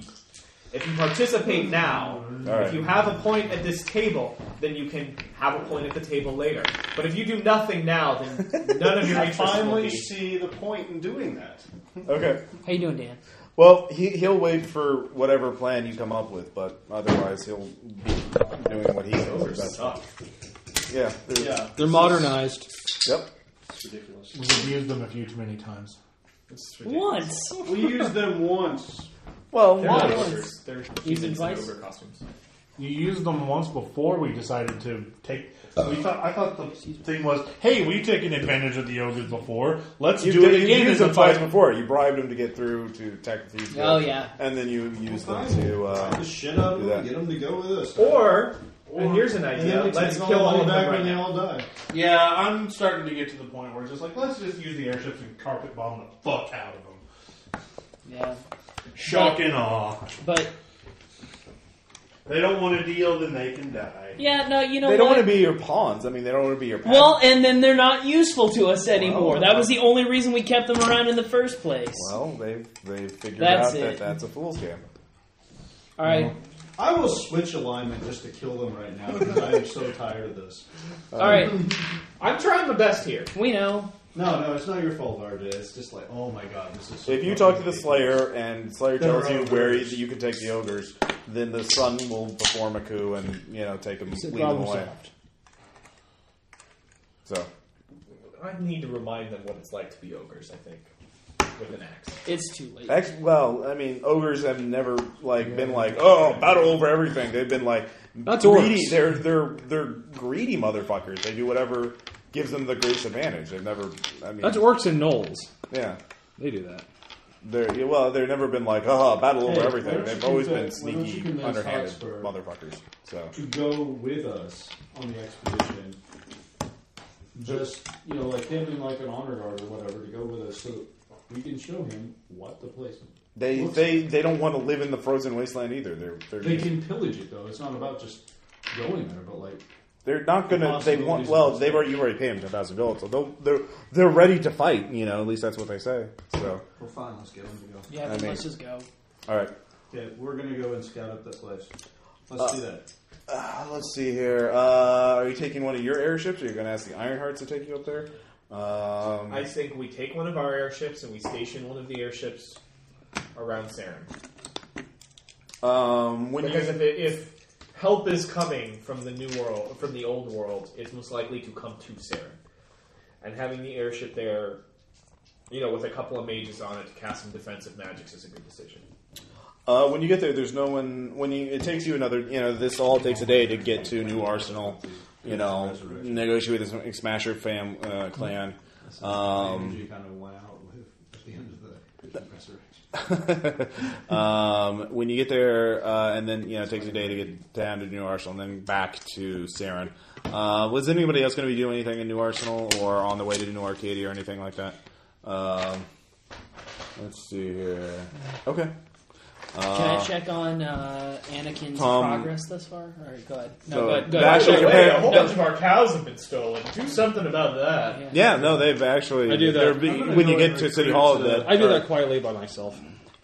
[SPEAKER 5] If you participate now,
[SPEAKER 2] right.
[SPEAKER 5] if you have a point at this table, then you can have a point at the table later. But if you do nothing now, then none of your
[SPEAKER 1] I
[SPEAKER 5] interest will
[SPEAKER 1] finally
[SPEAKER 5] be.
[SPEAKER 1] see the point in doing that.
[SPEAKER 2] Okay.
[SPEAKER 6] How you doing, Dan?
[SPEAKER 2] Well, he he'll wait for whatever plan you come up with, but otherwise he'll be doing what he thinks is best.
[SPEAKER 5] Oh,
[SPEAKER 2] Yeah. they're-
[SPEAKER 1] Yeah,
[SPEAKER 4] They're modernized.
[SPEAKER 2] Yep.
[SPEAKER 1] it's ridiculous.
[SPEAKER 8] We've abused them a few too many times.
[SPEAKER 5] it's ridiculous.
[SPEAKER 6] Once!
[SPEAKER 1] We used them once.
[SPEAKER 2] Well,
[SPEAKER 5] They're not
[SPEAKER 2] once.
[SPEAKER 5] ogres. They're
[SPEAKER 6] Use
[SPEAKER 5] humans in
[SPEAKER 6] advice?
[SPEAKER 5] ogre costumes.
[SPEAKER 8] You used them once before we decided to take. We thought I thought the thing was, hey, we've taken advantage of the ogres before. Let's
[SPEAKER 2] You
[SPEAKER 8] do
[SPEAKER 2] did
[SPEAKER 8] it again.
[SPEAKER 2] You used
[SPEAKER 8] as a
[SPEAKER 2] them twice
[SPEAKER 8] fight.
[SPEAKER 2] before. You bribed him to get through to tech thieves.
[SPEAKER 6] Oh,
[SPEAKER 2] Guild,
[SPEAKER 6] yeah.
[SPEAKER 2] and then you used them
[SPEAKER 15] Fine.
[SPEAKER 2] to.
[SPEAKER 15] Find
[SPEAKER 2] Uh,
[SPEAKER 15] the shit out of
[SPEAKER 2] do
[SPEAKER 15] them.
[SPEAKER 2] that.
[SPEAKER 15] Get them to go with us.
[SPEAKER 5] Or, and here's an
[SPEAKER 15] And then
[SPEAKER 5] idea.
[SPEAKER 15] we
[SPEAKER 5] Let's
[SPEAKER 15] take
[SPEAKER 5] kill
[SPEAKER 15] the
[SPEAKER 5] all
[SPEAKER 15] way
[SPEAKER 5] of them
[SPEAKER 15] back
[SPEAKER 5] right
[SPEAKER 15] when they
[SPEAKER 5] now.
[SPEAKER 15] all die.
[SPEAKER 8] Yeah, I'm starting to get to the point where it's just like, let's just use the airships and carpet bomb the fuck out of them.
[SPEAKER 6] Yeah.
[SPEAKER 8] Shock and awe.
[SPEAKER 6] But,
[SPEAKER 8] They don't want to deal, then they can die.
[SPEAKER 6] yeah, no, you know
[SPEAKER 2] they don't
[SPEAKER 6] what?
[SPEAKER 2] want to be your pawns. I mean, they don't want to be your. Pawns.
[SPEAKER 6] well, and then they're not useful to us anymore. that was the only reason we kept them around in the first place.
[SPEAKER 2] well, they they figured
[SPEAKER 6] That's
[SPEAKER 2] out
[SPEAKER 6] it.
[SPEAKER 2] that that's a fool's game.
[SPEAKER 6] Alright,
[SPEAKER 1] I will switch alignment just to kill them right now because I am so tired of this.
[SPEAKER 6] alright,
[SPEAKER 2] Um,
[SPEAKER 5] I'm trying my best here.
[SPEAKER 6] we know.
[SPEAKER 1] No, no, it's not your fault, RJ. It's just like, oh my god, this is. So
[SPEAKER 2] If you
[SPEAKER 1] fucking
[SPEAKER 2] talk to the
[SPEAKER 1] ridiculous.
[SPEAKER 2] Slayer and Slayer
[SPEAKER 1] There
[SPEAKER 2] tells
[SPEAKER 1] are
[SPEAKER 2] you where
[SPEAKER 1] ogres.
[SPEAKER 2] you can take the ogres, then the Sun will perform a coup and you know take them, lead them
[SPEAKER 4] problem
[SPEAKER 2] away.
[SPEAKER 4] solved.
[SPEAKER 2] So
[SPEAKER 5] I need to remind them what it's like to be ogres, I think, with an axe.
[SPEAKER 6] It's too late.
[SPEAKER 2] Ex- well, I mean, ogres have never like been like, oh, battle over everything. They've been like
[SPEAKER 4] That's
[SPEAKER 2] greedy.
[SPEAKER 4] orcs.
[SPEAKER 2] They're they're they're greedy motherfuckers. They do whatever gives them the greatest advantage. They've never, I mean,
[SPEAKER 4] That's orcs and gnolls.
[SPEAKER 2] yeah.
[SPEAKER 4] They do that.
[SPEAKER 2] They're yeah, well, they've never been like, oh, battle
[SPEAKER 1] Hey,
[SPEAKER 2] over
[SPEAKER 1] why
[SPEAKER 2] everything.
[SPEAKER 1] don't
[SPEAKER 2] They've
[SPEAKER 1] you
[SPEAKER 2] always been
[SPEAKER 1] convince- why don't you
[SPEAKER 2] sneaky,
[SPEAKER 1] convince
[SPEAKER 2] underhanded
[SPEAKER 1] Hotspur?
[SPEAKER 2] motherfuckers. So
[SPEAKER 1] to go with us on the expedition, just you know, like him and like an honor guard or whatever to go with us, so we can show him what the place.
[SPEAKER 2] They
[SPEAKER 1] looks
[SPEAKER 2] they, they don't want to live in the frozen wasteland either. They're they're,
[SPEAKER 1] They can pillage it though. It's not about just going there, but like
[SPEAKER 2] they're not gonna. They want
[SPEAKER 1] Possibilities
[SPEAKER 2] well.
[SPEAKER 1] of-
[SPEAKER 2] They've already you already paid them ten thousand gold, so they'll, they're they're ready to fight. You know, at least that's what they say. So
[SPEAKER 1] well, fine, let's get him to go.
[SPEAKER 6] Yeah,
[SPEAKER 2] I
[SPEAKER 6] but
[SPEAKER 2] mean-
[SPEAKER 6] let's just go.
[SPEAKER 2] all right.
[SPEAKER 1] Okay, we're gonna go and scout up that place. Let's do that.
[SPEAKER 2] Uh, let's see here. Uh, are you taking one of your airships, or you're going to ask the Ironhearts to take you up there? Um,
[SPEAKER 5] I think we take one of our airships and we station one of the airships around Saren.
[SPEAKER 2] um, when
[SPEAKER 5] Because
[SPEAKER 2] you,
[SPEAKER 5] if, it, if help is coming from the new world, from the old world, it's most likely to come to Saren. And having the airship there, you know, with a couple of mages on it to cast some defensive magics is a good decision.
[SPEAKER 2] uh, when you get there, there's no one. When you, it takes you another. You know, this all takes a day to get to New Arsenal. You know, negotiate with the Smasher fam uh, clan. Um,
[SPEAKER 1] energy kind of went out with at the end of the resurrection.
[SPEAKER 2] um, when you get there, uh, and then you know, it takes a day to get down to New Arsenal, and then back to Saren. Uh, was anybody else going to be doing anything in New Arsenal or on the way to New Arcadia or anything like that? Um, let's see here. Okay.
[SPEAKER 6] Can
[SPEAKER 2] Uh,
[SPEAKER 6] I check on uh, Anakin's
[SPEAKER 2] Tom-
[SPEAKER 6] progress thus far? All right, go ahead. No,
[SPEAKER 2] So-
[SPEAKER 6] go ahead. Go
[SPEAKER 2] But
[SPEAKER 6] ahead.
[SPEAKER 2] actually,
[SPEAKER 5] By the way,
[SPEAKER 2] compare-
[SPEAKER 5] a whole
[SPEAKER 2] no.
[SPEAKER 5] bunch of our cows have been stolen. Do something about that.
[SPEAKER 2] yeah, no, they've actually.
[SPEAKER 16] I do that.
[SPEAKER 2] they're being-
[SPEAKER 1] I'm gonna
[SPEAKER 2] when
[SPEAKER 1] go
[SPEAKER 2] you get
[SPEAKER 1] and
[SPEAKER 2] to City
[SPEAKER 1] recruit
[SPEAKER 2] Hall,
[SPEAKER 1] to-
[SPEAKER 2] the, uh,
[SPEAKER 16] I do that quietly by myself.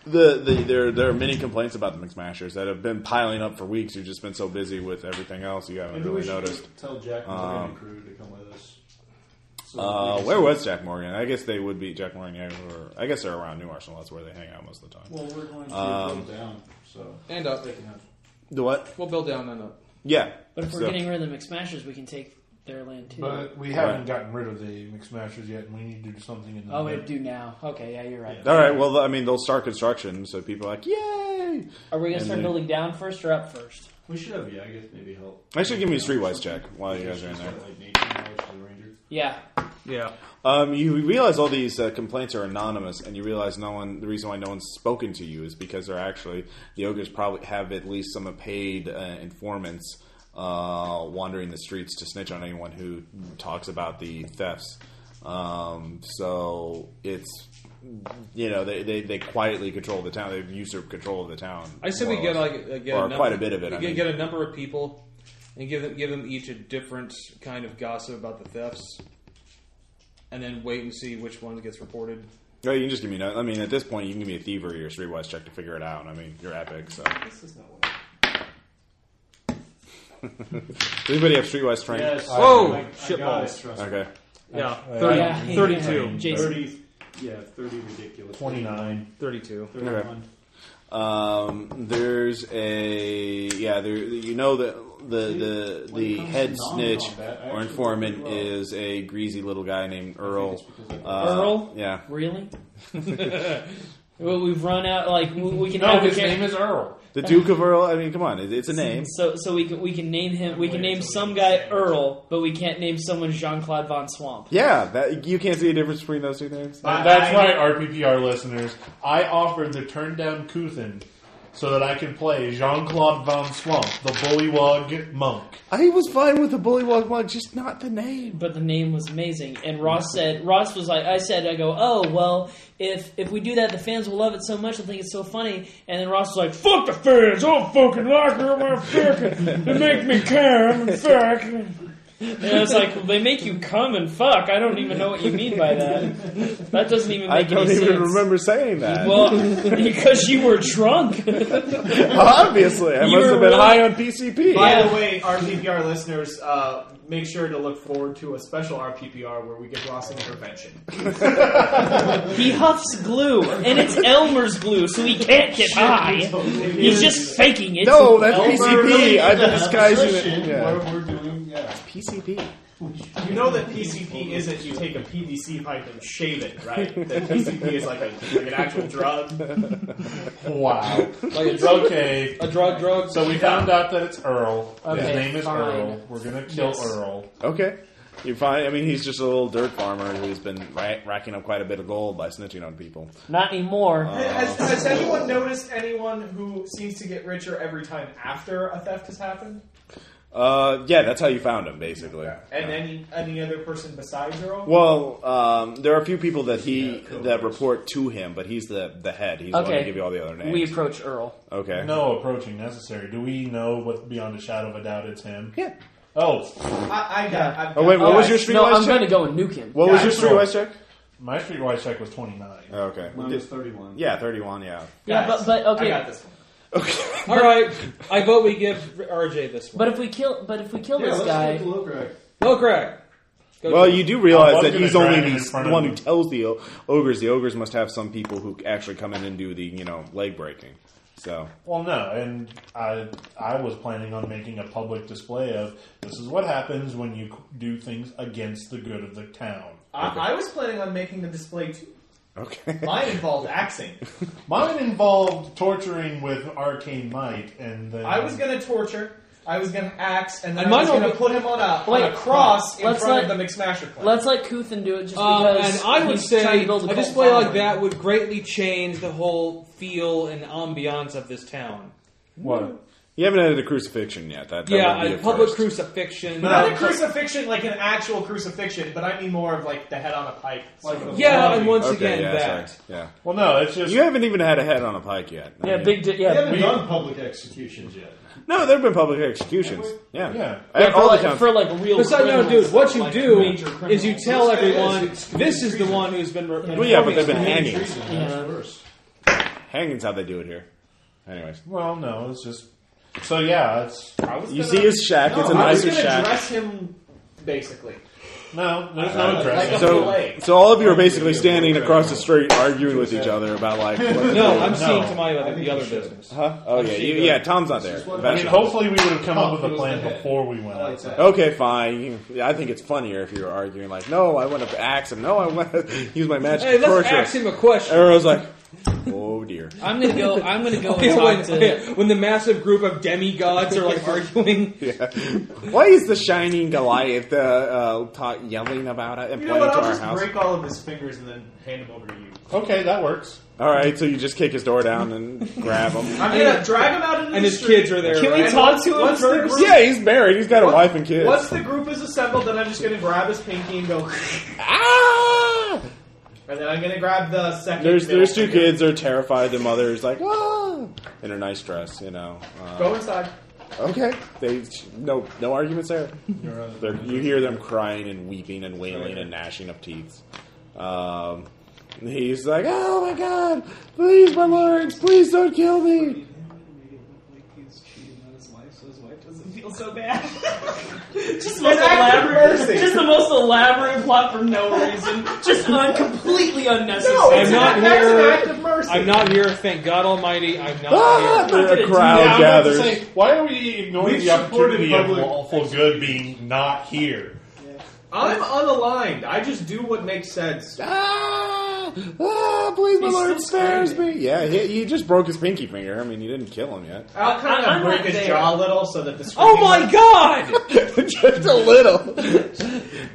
[SPEAKER 2] The, the there there are many complaints about the McSmashers that have been piling up for weeks. You've just been so busy with everything else, you haven't
[SPEAKER 1] Maybe we
[SPEAKER 2] really
[SPEAKER 1] should
[SPEAKER 2] noticed. um,
[SPEAKER 1] tell Jack Morgan and crew to come with us. So
[SPEAKER 2] Uh,
[SPEAKER 1] we can
[SPEAKER 2] where
[SPEAKER 1] see-
[SPEAKER 2] was Jack Morgan? I guess they would be Jack Morgan. yeah, Or I guess they're around New Arsenal. That's where they hang out most of the time.
[SPEAKER 1] Well, we're going to
[SPEAKER 2] Um,
[SPEAKER 1] go down, so
[SPEAKER 4] And up.
[SPEAKER 1] they can have.
[SPEAKER 2] The what?
[SPEAKER 4] We'll build down and uh, up.
[SPEAKER 2] Yeah.
[SPEAKER 6] But if we're
[SPEAKER 2] So-
[SPEAKER 6] getting rid of the McSmashers, we can take their land too.
[SPEAKER 8] But we haven't gotten rid of the McSmashers yet, and we need to do something in the
[SPEAKER 6] oh, we have to do now. Okay, yeah, you're right.
[SPEAKER 2] all right. Well, I mean, they'll start construction, so people are like, "Yay!"
[SPEAKER 6] Are we gonna
[SPEAKER 2] And
[SPEAKER 6] start
[SPEAKER 2] then-
[SPEAKER 6] building down first or up first?
[SPEAKER 1] We should have Yagath maybe help.
[SPEAKER 2] Actually, give me a streetwise check while you
[SPEAKER 1] Yeah,
[SPEAKER 2] guys are in
[SPEAKER 1] she's
[SPEAKER 2] there.
[SPEAKER 1] got, Like nature knowledge to the ranger.
[SPEAKER 6] Yeah.
[SPEAKER 16] Yeah.
[SPEAKER 2] Um, you realize all these uh, complaints are anonymous, and you realize no one. The reason why no one's spoken to you is because they're actually the ogres probably have at least some paid uh, informants uh, wandering the streets to snitch on anyone who talks about the thefts. Um, so it's you know they, they, they quietly control the town. They've usurped control of the town.
[SPEAKER 4] I said
[SPEAKER 2] more
[SPEAKER 4] we
[SPEAKER 2] or
[SPEAKER 4] get
[SPEAKER 2] less.
[SPEAKER 4] like a- get
[SPEAKER 2] Or
[SPEAKER 4] a number,
[SPEAKER 2] quite a bit of it,
[SPEAKER 4] we
[SPEAKER 2] I
[SPEAKER 4] get,
[SPEAKER 2] mean.
[SPEAKER 4] get a number of people and give them, give them each a different kind of gossip about the thefts, and then wait and see which one gets reported.
[SPEAKER 2] Yeah, you can just give me. no- I mean, at this point, you can give me a thievery or streetwise check to figure it out. I mean, you're epic. So
[SPEAKER 5] This is not what I
[SPEAKER 2] does anybody have streetwise strength?
[SPEAKER 1] Yes.
[SPEAKER 16] Whoa,
[SPEAKER 1] I- I
[SPEAKER 16] shit
[SPEAKER 1] got
[SPEAKER 16] balls.
[SPEAKER 1] it, trust me.
[SPEAKER 2] Okay.
[SPEAKER 16] Yeah.
[SPEAKER 4] Uh,
[SPEAKER 8] Yeah.
[SPEAKER 16] 30,
[SPEAKER 6] Yeah, yeah,
[SPEAKER 16] 32.
[SPEAKER 6] yeah. Jason,
[SPEAKER 1] Thirty. Yeah, thirty ridiculous.
[SPEAKER 8] 29.
[SPEAKER 16] 32.
[SPEAKER 1] 31.
[SPEAKER 2] Um, there's a yeah. There you know that the the
[SPEAKER 1] When it
[SPEAKER 2] the
[SPEAKER 1] comes
[SPEAKER 2] head
[SPEAKER 1] to
[SPEAKER 2] snitch
[SPEAKER 1] non-combat, I
[SPEAKER 2] or
[SPEAKER 1] actually
[SPEAKER 2] informant
[SPEAKER 1] do well.
[SPEAKER 2] is a greasy little guy named Earl.
[SPEAKER 1] it's because I-
[SPEAKER 2] Uh,
[SPEAKER 6] Earl?
[SPEAKER 2] Yeah.
[SPEAKER 6] really? well, we've run out. Like we, we can.
[SPEAKER 8] No,
[SPEAKER 6] have a
[SPEAKER 8] his
[SPEAKER 6] char-
[SPEAKER 8] name is Earl.
[SPEAKER 2] The Duke of Earl. I mean, come on, it, it's a name.
[SPEAKER 6] So, so we can we can name him. We can name some guy Earl, but we can't name someone Jean Claude Von Swamp.
[SPEAKER 2] Yeah, that you can't see a difference between those two names.
[SPEAKER 8] And that's right, RPPR listeners. I offered to turn down Kuthin so that I could play Jean Claude Van Swamp, the bullywug monk.
[SPEAKER 2] I was fine with the Bullywog one, just not the name.
[SPEAKER 6] But the name was amazing, and Ross said Ross was like I said I go oh well if if we do that the fans will love it so much they'll think it's so funny, and then Ross was like fuck the fans I don't fucking like them I fucking they make me come and fuck. And I was like, well, they make you come and fuck. I don't even know what you mean by that. That doesn't even
[SPEAKER 2] I
[SPEAKER 6] make
[SPEAKER 2] don't
[SPEAKER 6] any
[SPEAKER 2] even
[SPEAKER 6] sense.
[SPEAKER 2] remember saying that.
[SPEAKER 6] Well, because you were drunk.
[SPEAKER 2] Obviously, I must
[SPEAKER 6] You were
[SPEAKER 2] have been
[SPEAKER 6] really-
[SPEAKER 2] high on PCP.
[SPEAKER 5] By
[SPEAKER 6] Yeah.
[SPEAKER 5] the way, RPPR listeners, uh, make sure to look forward to a special RPPR where we give Ross an intervention.
[SPEAKER 6] He huffs glue, and it's Elmer's glue, so he can't get high. He's just faking it.
[SPEAKER 2] No, that's
[SPEAKER 6] Elmer-
[SPEAKER 2] PCP. I've been disguising it.
[SPEAKER 1] Session
[SPEAKER 2] Yeah.
[SPEAKER 1] Where we're doing, yeah.
[SPEAKER 2] PCP.
[SPEAKER 5] You know that PCP isn't you take a PVC pipe and shave it, right? That PCP is like, a, like an actual drug.
[SPEAKER 8] Wow.
[SPEAKER 16] Like a drug,
[SPEAKER 8] okay.
[SPEAKER 16] a drug, drug.
[SPEAKER 8] So we found out that it's Earl.
[SPEAKER 6] Okay,
[SPEAKER 8] His name is
[SPEAKER 6] fine.
[SPEAKER 8] Earl. We're gonna kill
[SPEAKER 6] Yes.
[SPEAKER 8] Earl.
[SPEAKER 2] Okay. You find, I mean, he's just a little dirt farmer who's been ra- racking up quite a bit of gold by snitching on people.
[SPEAKER 6] Not anymore.
[SPEAKER 2] Oh,
[SPEAKER 5] Has, has anyone noticed anyone who seems to get richer every time after a theft has happened?
[SPEAKER 2] Uh, yeah, that's how you found him, basically.
[SPEAKER 5] And any any other person besides Earl?
[SPEAKER 2] Well, um, there are a few people that he that report to him, but he's the the head. He's going to
[SPEAKER 6] Okay.
[SPEAKER 2] give you all the other names.
[SPEAKER 6] We approach Earl.
[SPEAKER 2] okay.
[SPEAKER 8] No approaching necessary. Do we know what beyond a shadow of a doubt it's him?
[SPEAKER 2] Yeah.
[SPEAKER 8] Oh,
[SPEAKER 5] I, I got. I've
[SPEAKER 2] Oh wait, what
[SPEAKER 6] Oh,
[SPEAKER 2] was your
[SPEAKER 6] I-
[SPEAKER 2] streetwise
[SPEAKER 6] No, I'm
[SPEAKER 2] check?
[SPEAKER 6] going to go and nuke him.
[SPEAKER 2] What was your streetwise check?
[SPEAKER 8] my streetwise check was twenty nine.
[SPEAKER 2] Oh, okay.
[SPEAKER 1] Mine was 31.
[SPEAKER 2] Yeah, thirty-one. Yeah.
[SPEAKER 6] Yeah, but but okay.
[SPEAKER 5] I got this one.
[SPEAKER 4] All right, I vote we give RJ this one.
[SPEAKER 6] But if we kill, but if we kill
[SPEAKER 1] Yeah,
[SPEAKER 6] this
[SPEAKER 1] let's
[SPEAKER 6] guy,
[SPEAKER 1] take a look, right?
[SPEAKER 4] No, Greg. Go
[SPEAKER 2] Well,
[SPEAKER 4] to-
[SPEAKER 2] you do
[SPEAKER 8] I
[SPEAKER 2] realize
[SPEAKER 8] was
[SPEAKER 2] that
[SPEAKER 8] gonna
[SPEAKER 2] he's only
[SPEAKER 8] drag it in
[SPEAKER 2] the,
[SPEAKER 8] front
[SPEAKER 2] the
[SPEAKER 8] of
[SPEAKER 2] one
[SPEAKER 8] him.
[SPEAKER 2] who tells the o- ogres. The ogres must have some people who actually come in and do the you know leg breaking. So
[SPEAKER 8] Well, no, and I I was planning on making a public display of this is what happens when you c- do things against the good of the town.
[SPEAKER 5] I, I was planning on making the display too.
[SPEAKER 2] okay.
[SPEAKER 5] Mine involved axing.
[SPEAKER 8] Mine involved torturing with arcane might, and then
[SPEAKER 5] I was gonna torture. I was gonna axe, and then
[SPEAKER 4] And
[SPEAKER 5] I was
[SPEAKER 4] mine
[SPEAKER 5] gonna
[SPEAKER 4] will be-
[SPEAKER 5] put him on a, on
[SPEAKER 6] Wait,
[SPEAKER 5] a cross in
[SPEAKER 6] let's
[SPEAKER 5] front of
[SPEAKER 6] not-
[SPEAKER 5] the McSmasher clan.
[SPEAKER 6] let's let Kuthin do it just
[SPEAKER 4] Um,
[SPEAKER 6] because
[SPEAKER 4] and I would
[SPEAKER 6] he's trying
[SPEAKER 4] say
[SPEAKER 6] to build a,
[SPEAKER 4] a
[SPEAKER 6] cult
[SPEAKER 4] display like
[SPEAKER 6] following.
[SPEAKER 4] that would greatly change the whole feel and ambiance of this town.
[SPEAKER 1] What?
[SPEAKER 2] You haven't added a crucifixion yet. That, that
[SPEAKER 4] yeah,
[SPEAKER 2] would be
[SPEAKER 4] a
[SPEAKER 2] a
[SPEAKER 4] public
[SPEAKER 2] first.
[SPEAKER 4] crucifixion.
[SPEAKER 5] Not a crucifixion, like an actual crucifixion, but I mean more of like the head on a pike.
[SPEAKER 1] Like the
[SPEAKER 4] yeah,
[SPEAKER 1] Barbie.
[SPEAKER 4] and once
[SPEAKER 2] Okay,
[SPEAKER 4] again
[SPEAKER 2] yeah,
[SPEAKER 4] that.
[SPEAKER 2] sorry. Yeah.
[SPEAKER 8] Well, no, it's just
[SPEAKER 2] You haven't even had a head on a pike yet. I
[SPEAKER 6] Yeah,
[SPEAKER 2] mean-
[SPEAKER 6] big. Di-
[SPEAKER 1] We
[SPEAKER 6] yeah,
[SPEAKER 1] haven't done public executions yet.
[SPEAKER 2] No, there have been public executions. Yeah.
[SPEAKER 8] Yeah.
[SPEAKER 2] I-
[SPEAKER 6] yeah, for,
[SPEAKER 2] all the
[SPEAKER 6] like,
[SPEAKER 2] time.
[SPEAKER 6] for like real.
[SPEAKER 4] But so, no,
[SPEAKER 6] criminals,
[SPEAKER 4] dude, what you
[SPEAKER 6] like,
[SPEAKER 4] do
[SPEAKER 6] major
[SPEAKER 4] is
[SPEAKER 6] criminals.
[SPEAKER 4] you tell
[SPEAKER 1] Yes, it is.
[SPEAKER 4] everyone
[SPEAKER 1] It's
[SPEAKER 4] this is the
[SPEAKER 1] treason.
[SPEAKER 4] one who's been. Re-
[SPEAKER 2] well, yeah, but they've been
[SPEAKER 4] performing this."
[SPEAKER 2] hanging.
[SPEAKER 1] Treason,
[SPEAKER 6] Yeah.
[SPEAKER 1] That's worse.
[SPEAKER 2] Hanging's how they do it here. Anyways,
[SPEAKER 8] well, no, it's just so yeah, it's
[SPEAKER 2] you see his shack. it's a nicer
[SPEAKER 5] gonna
[SPEAKER 2] shack.
[SPEAKER 5] dress him basically.
[SPEAKER 8] no, there's no address.
[SPEAKER 5] Uh, Like a
[SPEAKER 2] so,
[SPEAKER 5] fillet.
[SPEAKER 2] so all of you are basically standing across the street arguing with each other about like. what-
[SPEAKER 4] No, I'm
[SPEAKER 8] No.
[SPEAKER 4] seeing to my other,
[SPEAKER 1] think
[SPEAKER 4] the
[SPEAKER 1] you
[SPEAKER 4] other
[SPEAKER 1] should.
[SPEAKER 4] business.
[SPEAKER 2] Huh? Oh yeah, you, yeah. Tom's not there.
[SPEAKER 1] what-
[SPEAKER 8] I mean, hopefully we would have come up with a
[SPEAKER 1] Goes
[SPEAKER 8] plan
[SPEAKER 1] the head.
[SPEAKER 8] before we went.
[SPEAKER 1] I like
[SPEAKER 8] out.
[SPEAKER 1] that.
[SPEAKER 2] Okay, fine. You- yeah, I think it's funnier if you're arguing like, "No, I want to axe him. No, I want to use my magic
[SPEAKER 4] Hey,
[SPEAKER 2] to
[SPEAKER 4] let's
[SPEAKER 2] torture."
[SPEAKER 4] ask him a question.
[SPEAKER 2] Everyone's like, "Oh dear."
[SPEAKER 6] I'm gonna go. I'm gonna go and
[SPEAKER 4] Yeah, when,
[SPEAKER 6] talk to.
[SPEAKER 4] yeah, uh, when the massive group of demigods are like arguing,
[SPEAKER 2] Yeah. Why is the shining Goliath uh, uh, ta- yelling about it and
[SPEAKER 5] You know
[SPEAKER 2] playing
[SPEAKER 5] what?
[SPEAKER 2] to
[SPEAKER 5] I'll
[SPEAKER 2] our
[SPEAKER 5] just
[SPEAKER 2] house?
[SPEAKER 5] break all of his fingers and then hand him over to you.
[SPEAKER 8] Okay, that works.
[SPEAKER 2] All right, so you just kick his door down and grab him.
[SPEAKER 5] I'm gonna drag him out into
[SPEAKER 4] and
[SPEAKER 5] the
[SPEAKER 4] his
[SPEAKER 5] street.
[SPEAKER 4] kids are there.
[SPEAKER 6] Can we
[SPEAKER 4] right?
[SPEAKER 6] talk to him
[SPEAKER 5] Once the
[SPEAKER 6] first?
[SPEAKER 5] group-
[SPEAKER 2] yeah, he's married. He's got a
[SPEAKER 5] once-
[SPEAKER 2] wife and kids.
[SPEAKER 5] Once the group is assembled, then I'm just gonna grab his pinky and go,
[SPEAKER 2] Ah!
[SPEAKER 5] and then I'm gonna grab the second.
[SPEAKER 2] There's
[SPEAKER 5] middle
[SPEAKER 2] there's two
[SPEAKER 5] finger.
[SPEAKER 2] kids. They're terrified. The mother is like, ah, in her nice dress, you know. Uh,
[SPEAKER 5] Go inside.
[SPEAKER 2] okay, they no no arguments there.
[SPEAKER 1] You're right.
[SPEAKER 2] They're, you hear them crying and weeping and
[SPEAKER 8] Oh,
[SPEAKER 2] wailing and gnashing of teeth. Um, he's like, oh my god, please, my lords, please don't kill me.
[SPEAKER 17] He's cheating on his wife, so his wife doesn't feel so bad.
[SPEAKER 6] Just
[SPEAKER 5] An act of mercy.
[SPEAKER 6] Just the most elaborate plot for no reason. Just un- completely unnecessary.
[SPEAKER 5] No, it's
[SPEAKER 4] I'm not
[SPEAKER 5] an, that's
[SPEAKER 4] here.
[SPEAKER 5] an act of mercy.
[SPEAKER 4] I'm not here. Thank God Almighty, I'm
[SPEAKER 2] Ah,
[SPEAKER 4] not here.
[SPEAKER 2] the
[SPEAKER 6] gonna do
[SPEAKER 2] crowd
[SPEAKER 8] Yeah, I'm about to
[SPEAKER 2] gathers.
[SPEAKER 8] say, why are we ignoring
[SPEAKER 1] We've
[SPEAKER 8] the opportunity
[SPEAKER 1] supported
[SPEAKER 8] of
[SPEAKER 1] public-
[SPEAKER 8] lawful good being not here?
[SPEAKER 5] I'm unaligned. I just do what makes sense.
[SPEAKER 2] Ah, ah, please, my
[SPEAKER 6] He's
[SPEAKER 2] lord,
[SPEAKER 6] still
[SPEAKER 2] spares me. Yeah, he, he just broke his pinky finger. I mean, you didn't kill him yet.
[SPEAKER 5] I'll kind
[SPEAKER 6] I- I'm
[SPEAKER 5] of break
[SPEAKER 6] not
[SPEAKER 5] his
[SPEAKER 6] there.
[SPEAKER 5] jaw a little so that the
[SPEAKER 4] Oh my God!
[SPEAKER 2] just a little.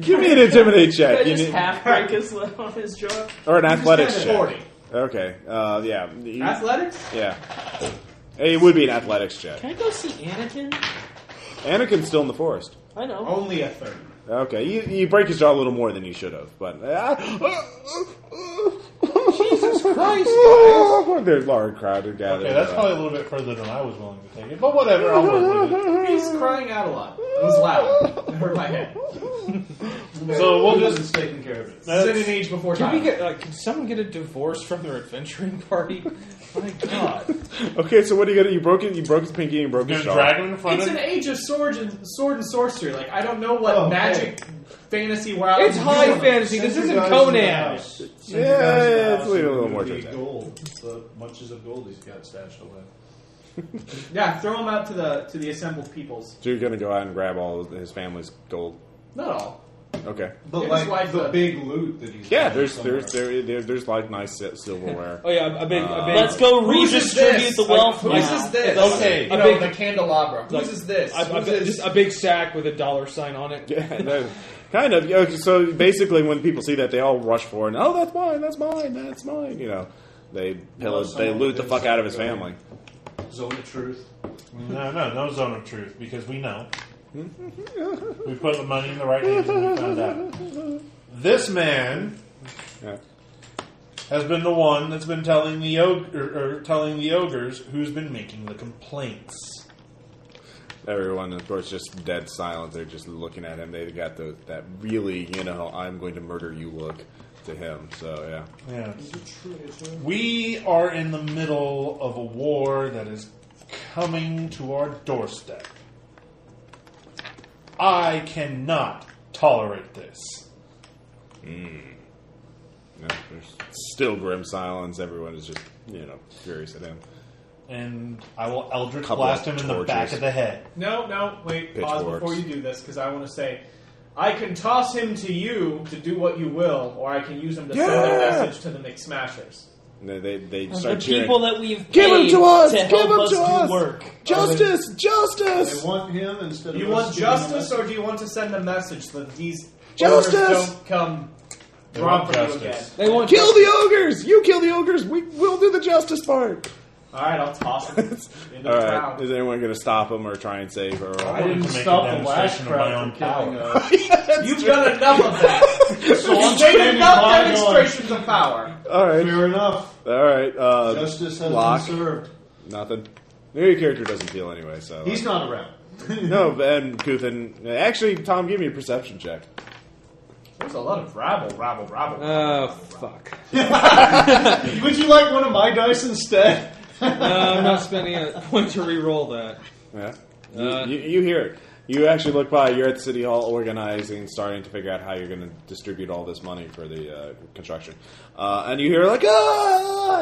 [SPEAKER 2] Give me an intimidate
[SPEAKER 6] I
[SPEAKER 2] check. You
[SPEAKER 6] just
[SPEAKER 2] need-
[SPEAKER 6] half break his lip on his jaw.
[SPEAKER 2] or an athletics check.
[SPEAKER 5] Forty
[SPEAKER 2] Okay, uh, yeah. You-
[SPEAKER 5] athletics.
[SPEAKER 2] yeah. It would be an athletics check.
[SPEAKER 6] Can I go see Anakin?
[SPEAKER 2] Anakin's still in the forest.
[SPEAKER 6] I know.
[SPEAKER 5] Only a third.
[SPEAKER 2] Okay, you, you break his jaw a little more than you should have, but. uh, Jesus Christ! There's a large crowd who gathered.
[SPEAKER 8] Okay, that's
[SPEAKER 2] uh,
[SPEAKER 8] probably a little bit further than I was willing to take it, but whatever, I'll work with it.
[SPEAKER 5] He's crying out a lot. It was loud. It hurt my head.
[SPEAKER 8] So we'll just
[SPEAKER 1] It's taken care of it.
[SPEAKER 5] It's in
[SPEAKER 8] That's-
[SPEAKER 5] an age before
[SPEAKER 4] Can we
[SPEAKER 5] time.
[SPEAKER 4] get? Uh, can someone get a divorce from their adventuring party? my God!
[SPEAKER 2] Okay, so what are you gonna? You broke it. You broke his pinky. and You broke his
[SPEAKER 8] just
[SPEAKER 2] jaw.
[SPEAKER 8] drag him in front
[SPEAKER 5] It's
[SPEAKER 8] of
[SPEAKER 5] an age of sword and sword and sorcery. Like I don't know what
[SPEAKER 1] Oh,
[SPEAKER 5] magic, fantasy, wow.
[SPEAKER 4] It's high fantasy. This
[SPEAKER 1] Send
[SPEAKER 4] isn't
[SPEAKER 1] you guys to the
[SPEAKER 4] Conan.
[SPEAKER 1] house. Send you
[SPEAKER 2] Yeah,
[SPEAKER 1] guys to the
[SPEAKER 2] let's
[SPEAKER 1] house
[SPEAKER 2] leave it a
[SPEAKER 1] and
[SPEAKER 2] little
[SPEAKER 1] give
[SPEAKER 2] more
[SPEAKER 1] me
[SPEAKER 2] to that.
[SPEAKER 1] Gold, the bunches of gold he's got stashed away.
[SPEAKER 5] Yeah, throw him out to the to the assembled peoples.
[SPEAKER 2] So you're gonna go out and grab all of his family's gold.
[SPEAKER 5] Not all.
[SPEAKER 2] Okay.
[SPEAKER 1] But
[SPEAKER 5] Give his
[SPEAKER 1] like
[SPEAKER 5] wife
[SPEAKER 1] the
[SPEAKER 5] a-
[SPEAKER 1] big loot that he's
[SPEAKER 2] Yeah,
[SPEAKER 1] got
[SPEAKER 2] there's
[SPEAKER 1] somewhere.
[SPEAKER 2] there's there, there, there's like nice si- silverware.
[SPEAKER 4] Oh yeah, a big, a big.
[SPEAKER 6] Let's go
[SPEAKER 5] Whose is
[SPEAKER 6] redistribute
[SPEAKER 5] this?
[SPEAKER 6] the wealth
[SPEAKER 5] Like, whose
[SPEAKER 6] now.
[SPEAKER 5] is this?
[SPEAKER 4] Okay,
[SPEAKER 5] you
[SPEAKER 4] a
[SPEAKER 5] know,
[SPEAKER 4] big-
[SPEAKER 5] the candelabra. Whose is this?
[SPEAKER 4] A, a,
[SPEAKER 5] Whose
[SPEAKER 4] big-
[SPEAKER 5] is-
[SPEAKER 4] just a big sack with a dollar sign on it.
[SPEAKER 2] Yeah, no, kind of. Okay, so basically, when people see that, they all rush for it. And, oh, that's mine. That's mine. That's mine. You know, they pillow, they loot the fuck out of his family.
[SPEAKER 1] Zone of truth.
[SPEAKER 8] No, no, no zone of truth because we know. We put the money in the right hands and we found out. This man has been the one that's been telling the og- or, or telling the ogres who's been making the complaints.
[SPEAKER 2] Everyone, of course, just dead silent. They're just looking at him. They got the, that really, you know, I'm going to murder you look to him. So, yeah.
[SPEAKER 8] Yeah. We are in the middle of a war that is coming to our doorstep. I cannot tolerate this.
[SPEAKER 2] Mm. No, there's still grim silence. Everyone is just, you know, furious at him.
[SPEAKER 8] And I will Eldritch
[SPEAKER 2] Couple
[SPEAKER 8] blast
[SPEAKER 2] of
[SPEAKER 8] him in the back
[SPEAKER 2] torches.
[SPEAKER 8] of the head.
[SPEAKER 5] No, no, wait, pause
[SPEAKER 2] Pitchforks.
[SPEAKER 5] before you do this, because I want to say I can toss him to you to do what you will, or I can use him to send a
[SPEAKER 2] Yeah!
[SPEAKER 5] message to the McSmashers.
[SPEAKER 2] They, they, they
[SPEAKER 5] The
[SPEAKER 2] start cheering.
[SPEAKER 5] people that we've
[SPEAKER 2] Give him
[SPEAKER 5] paid
[SPEAKER 2] to us!
[SPEAKER 5] to
[SPEAKER 2] Give
[SPEAKER 5] help
[SPEAKER 2] him
[SPEAKER 5] us
[SPEAKER 2] to
[SPEAKER 5] do
[SPEAKER 2] us!
[SPEAKER 5] work.
[SPEAKER 2] Justice! justice!
[SPEAKER 1] They want him instead
[SPEAKER 5] Do you
[SPEAKER 1] of
[SPEAKER 5] want
[SPEAKER 1] us giving them
[SPEAKER 5] justice, or do you want to send a message so that these
[SPEAKER 2] Justice!
[SPEAKER 5] orders don't come
[SPEAKER 2] They want
[SPEAKER 5] robbing you again?
[SPEAKER 2] justice. kill the ogres. You kill the ogres. We will do the justice part.
[SPEAKER 5] All right, I'll toss him into the
[SPEAKER 2] All
[SPEAKER 5] crowd.
[SPEAKER 2] right. Is anyone going to stop him or try and save her?
[SPEAKER 5] I didn't stop the last crowd from killing us. You've done
[SPEAKER 2] enough.
[SPEAKER 5] enough of that.
[SPEAKER 2] So I'm
[SPEAKER 5] You've made
[SPEAKER 2] standing
[SPEAKER 5] enough
[SPEAKER 2] by
[SPEAKER 5] demonstrations of power.
[SPEAKER 2] All right.
[SPEAKER 1] Fair enough.
[SPEAKER 2] All right. Uh,
[SPEAKER 1] Justice has
[SPEAKER 2] Locke.
[SPEAKER 1] been served.
[SPEAKER 2] Nothing. Your character doesn't feel anyway, so
[SPEAKER 1] He's
[SPEAKER 2] like-
[SPEAKER 1] not around.
[SPEAKER 2] no, and Kuthin. Actually, Tom, give me a perception check.
[SPEAKER 5] There's a lot of rabble, rabble, rabble.
[SPEAKER 4] Oh, fuck.
[SPEAKER 1] Would you like one of my dice instead?
[SPEAKER 4] No, Uh, I'm not spending a point to re-roll that.
[SPEAKER 2] Yeah. You, you, you hear it. You actually look by. You're at City Hall organizing, starting to figure out how you're going to distribute all this money for the uh, construction. Uh, and you hear like, ah,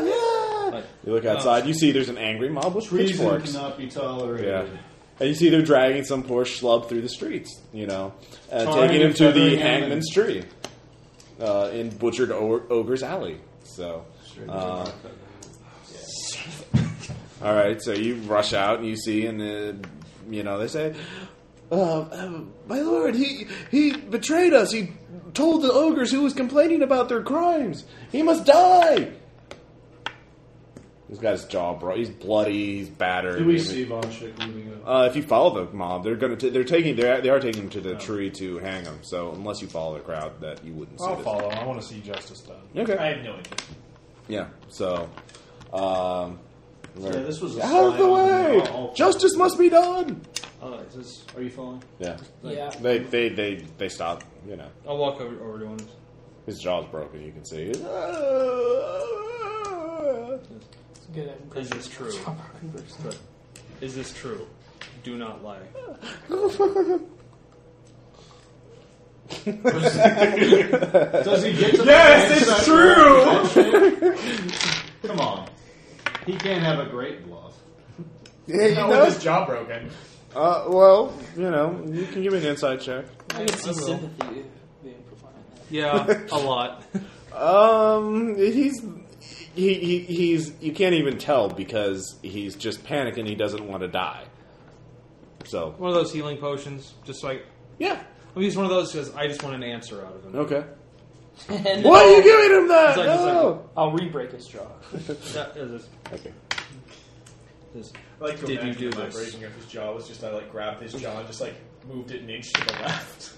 [SPEAKER 2] yeah. You look outside. You see there's an angry mob with
[SPEAKER 1] Treason
[SPEAKER 2] pitchforks.
[SPEAKER 1] cannot be tolerated.
[SPEAKER 2] Yeah. And you see they're dragging some poor schlub through the streets. You know, uh,
[SPEAKER 1] Tarring
[SPEAKER 2] taking him
[SPEAKER 1] and
[SPEAKER 2] to the
[SPEAKER 1] feathering him
[SPEAKER 2] hangman's tree uh, in butchered o- ogre's alley. So. Uh, all right, so you rush out and you see, and uh, you know they say,
[SPEAKER 18] Uh, um, my lord, he he betrayed us. He told the ogres who was complaining about their crimes. He must die.
[SPEAKER 2] He's got his jaw bro. He's bloody. He's battered.
[SPEAKER 1] Do we
[SPEAKER 2] He's-
[SPEAKER 1] see Von Schick moving up?
[SPEAKER 2] Uh, if you follow the mob, they're gonna t- they're taking they're, they are taking him to the tree to hang him. So unless you follow the crowd, that you wouldn't. See
[SPEAKER 8] I'll
[SPEAKER 2] this.
[SPEAKER 8] follow. I want to see justice done.
[SPEAKER 2] Okay.
[SPEAKER 5] I have no interest.
[SPEAKER 2] Yeah. So. Um,
[SPEAKER 1] Yeah, this was a
[SPEAKER 18] Out of the
[SPEAKER 1] sign.
[SPEAKER 18] way!
[SPEAKER 1] Oh, oh.
[SPEAKER 18] Justice must be done.
[SPEAKER 1] Oh, is this, are you following?
[SPEAKER 2] Yeah.
[SPEAKER 1] Yeah.
[SPEAKER 2] They they they they stop. You know,
[SPEAKER 9] I'll walk over, over to him.
[SPEAKER 2] his jaw's broken. You can see.
[SPEAKER 6] Good.
[SPEAKER 9] Is this true? Is this true? Do not lie.
[SPEAKER 1] Does he get to the
[SPEAKER 5] Yes,
[SPEAKER 1] same
[SPEAKER 5] it's
[SPEAKER 1] section? Come on. He can't have a great bluff.
[SPEAKER 2] Yeah, you
[SPEAKER 5] Not
[SPEAKER 2] know.
[SPEAKER 5] with his jaw broken.
[SPEAKER 2] Uh, well, you know, you can give me an inside check.
[SPEAKER 6] I can see sympathy being provided.
[SPEAKER 4] Yeah, a lot.
[SPEAKER 2] Um, he's he, he he's you can't even tell because he's just panicking. He doesn't want to die. So
[SPEAKER 4] One of those healing potions, just like
[SPEAKER 2] yeah.
[SPEAKER 4] I'll use one of those because I just want an answer out of him.
[SPEAKER 2] okay.
[SPEAKER 6] And
[SPEAKER 4] Why
[SPEAKER 6] I'll-
[SPEAKER 4] are you giving him that?
[SPEAKER 6] It's like- it's like-
[SPEAKER 4] No!
[SPEAKER 6] I'll re-break his jaw.
[SPEAKER 2] Okay.
[SPEAKER 5] I like to
[SPEAKER 4] Did you
[SPEAKER 5] imagine
[SPEAKER 4] do
[SPEAKER 5] the
[SPEAKER 4] this?
[SPEAKER 5] vibration of his jaw was just I like grabbed his jaw and just like moved it an inch to the left.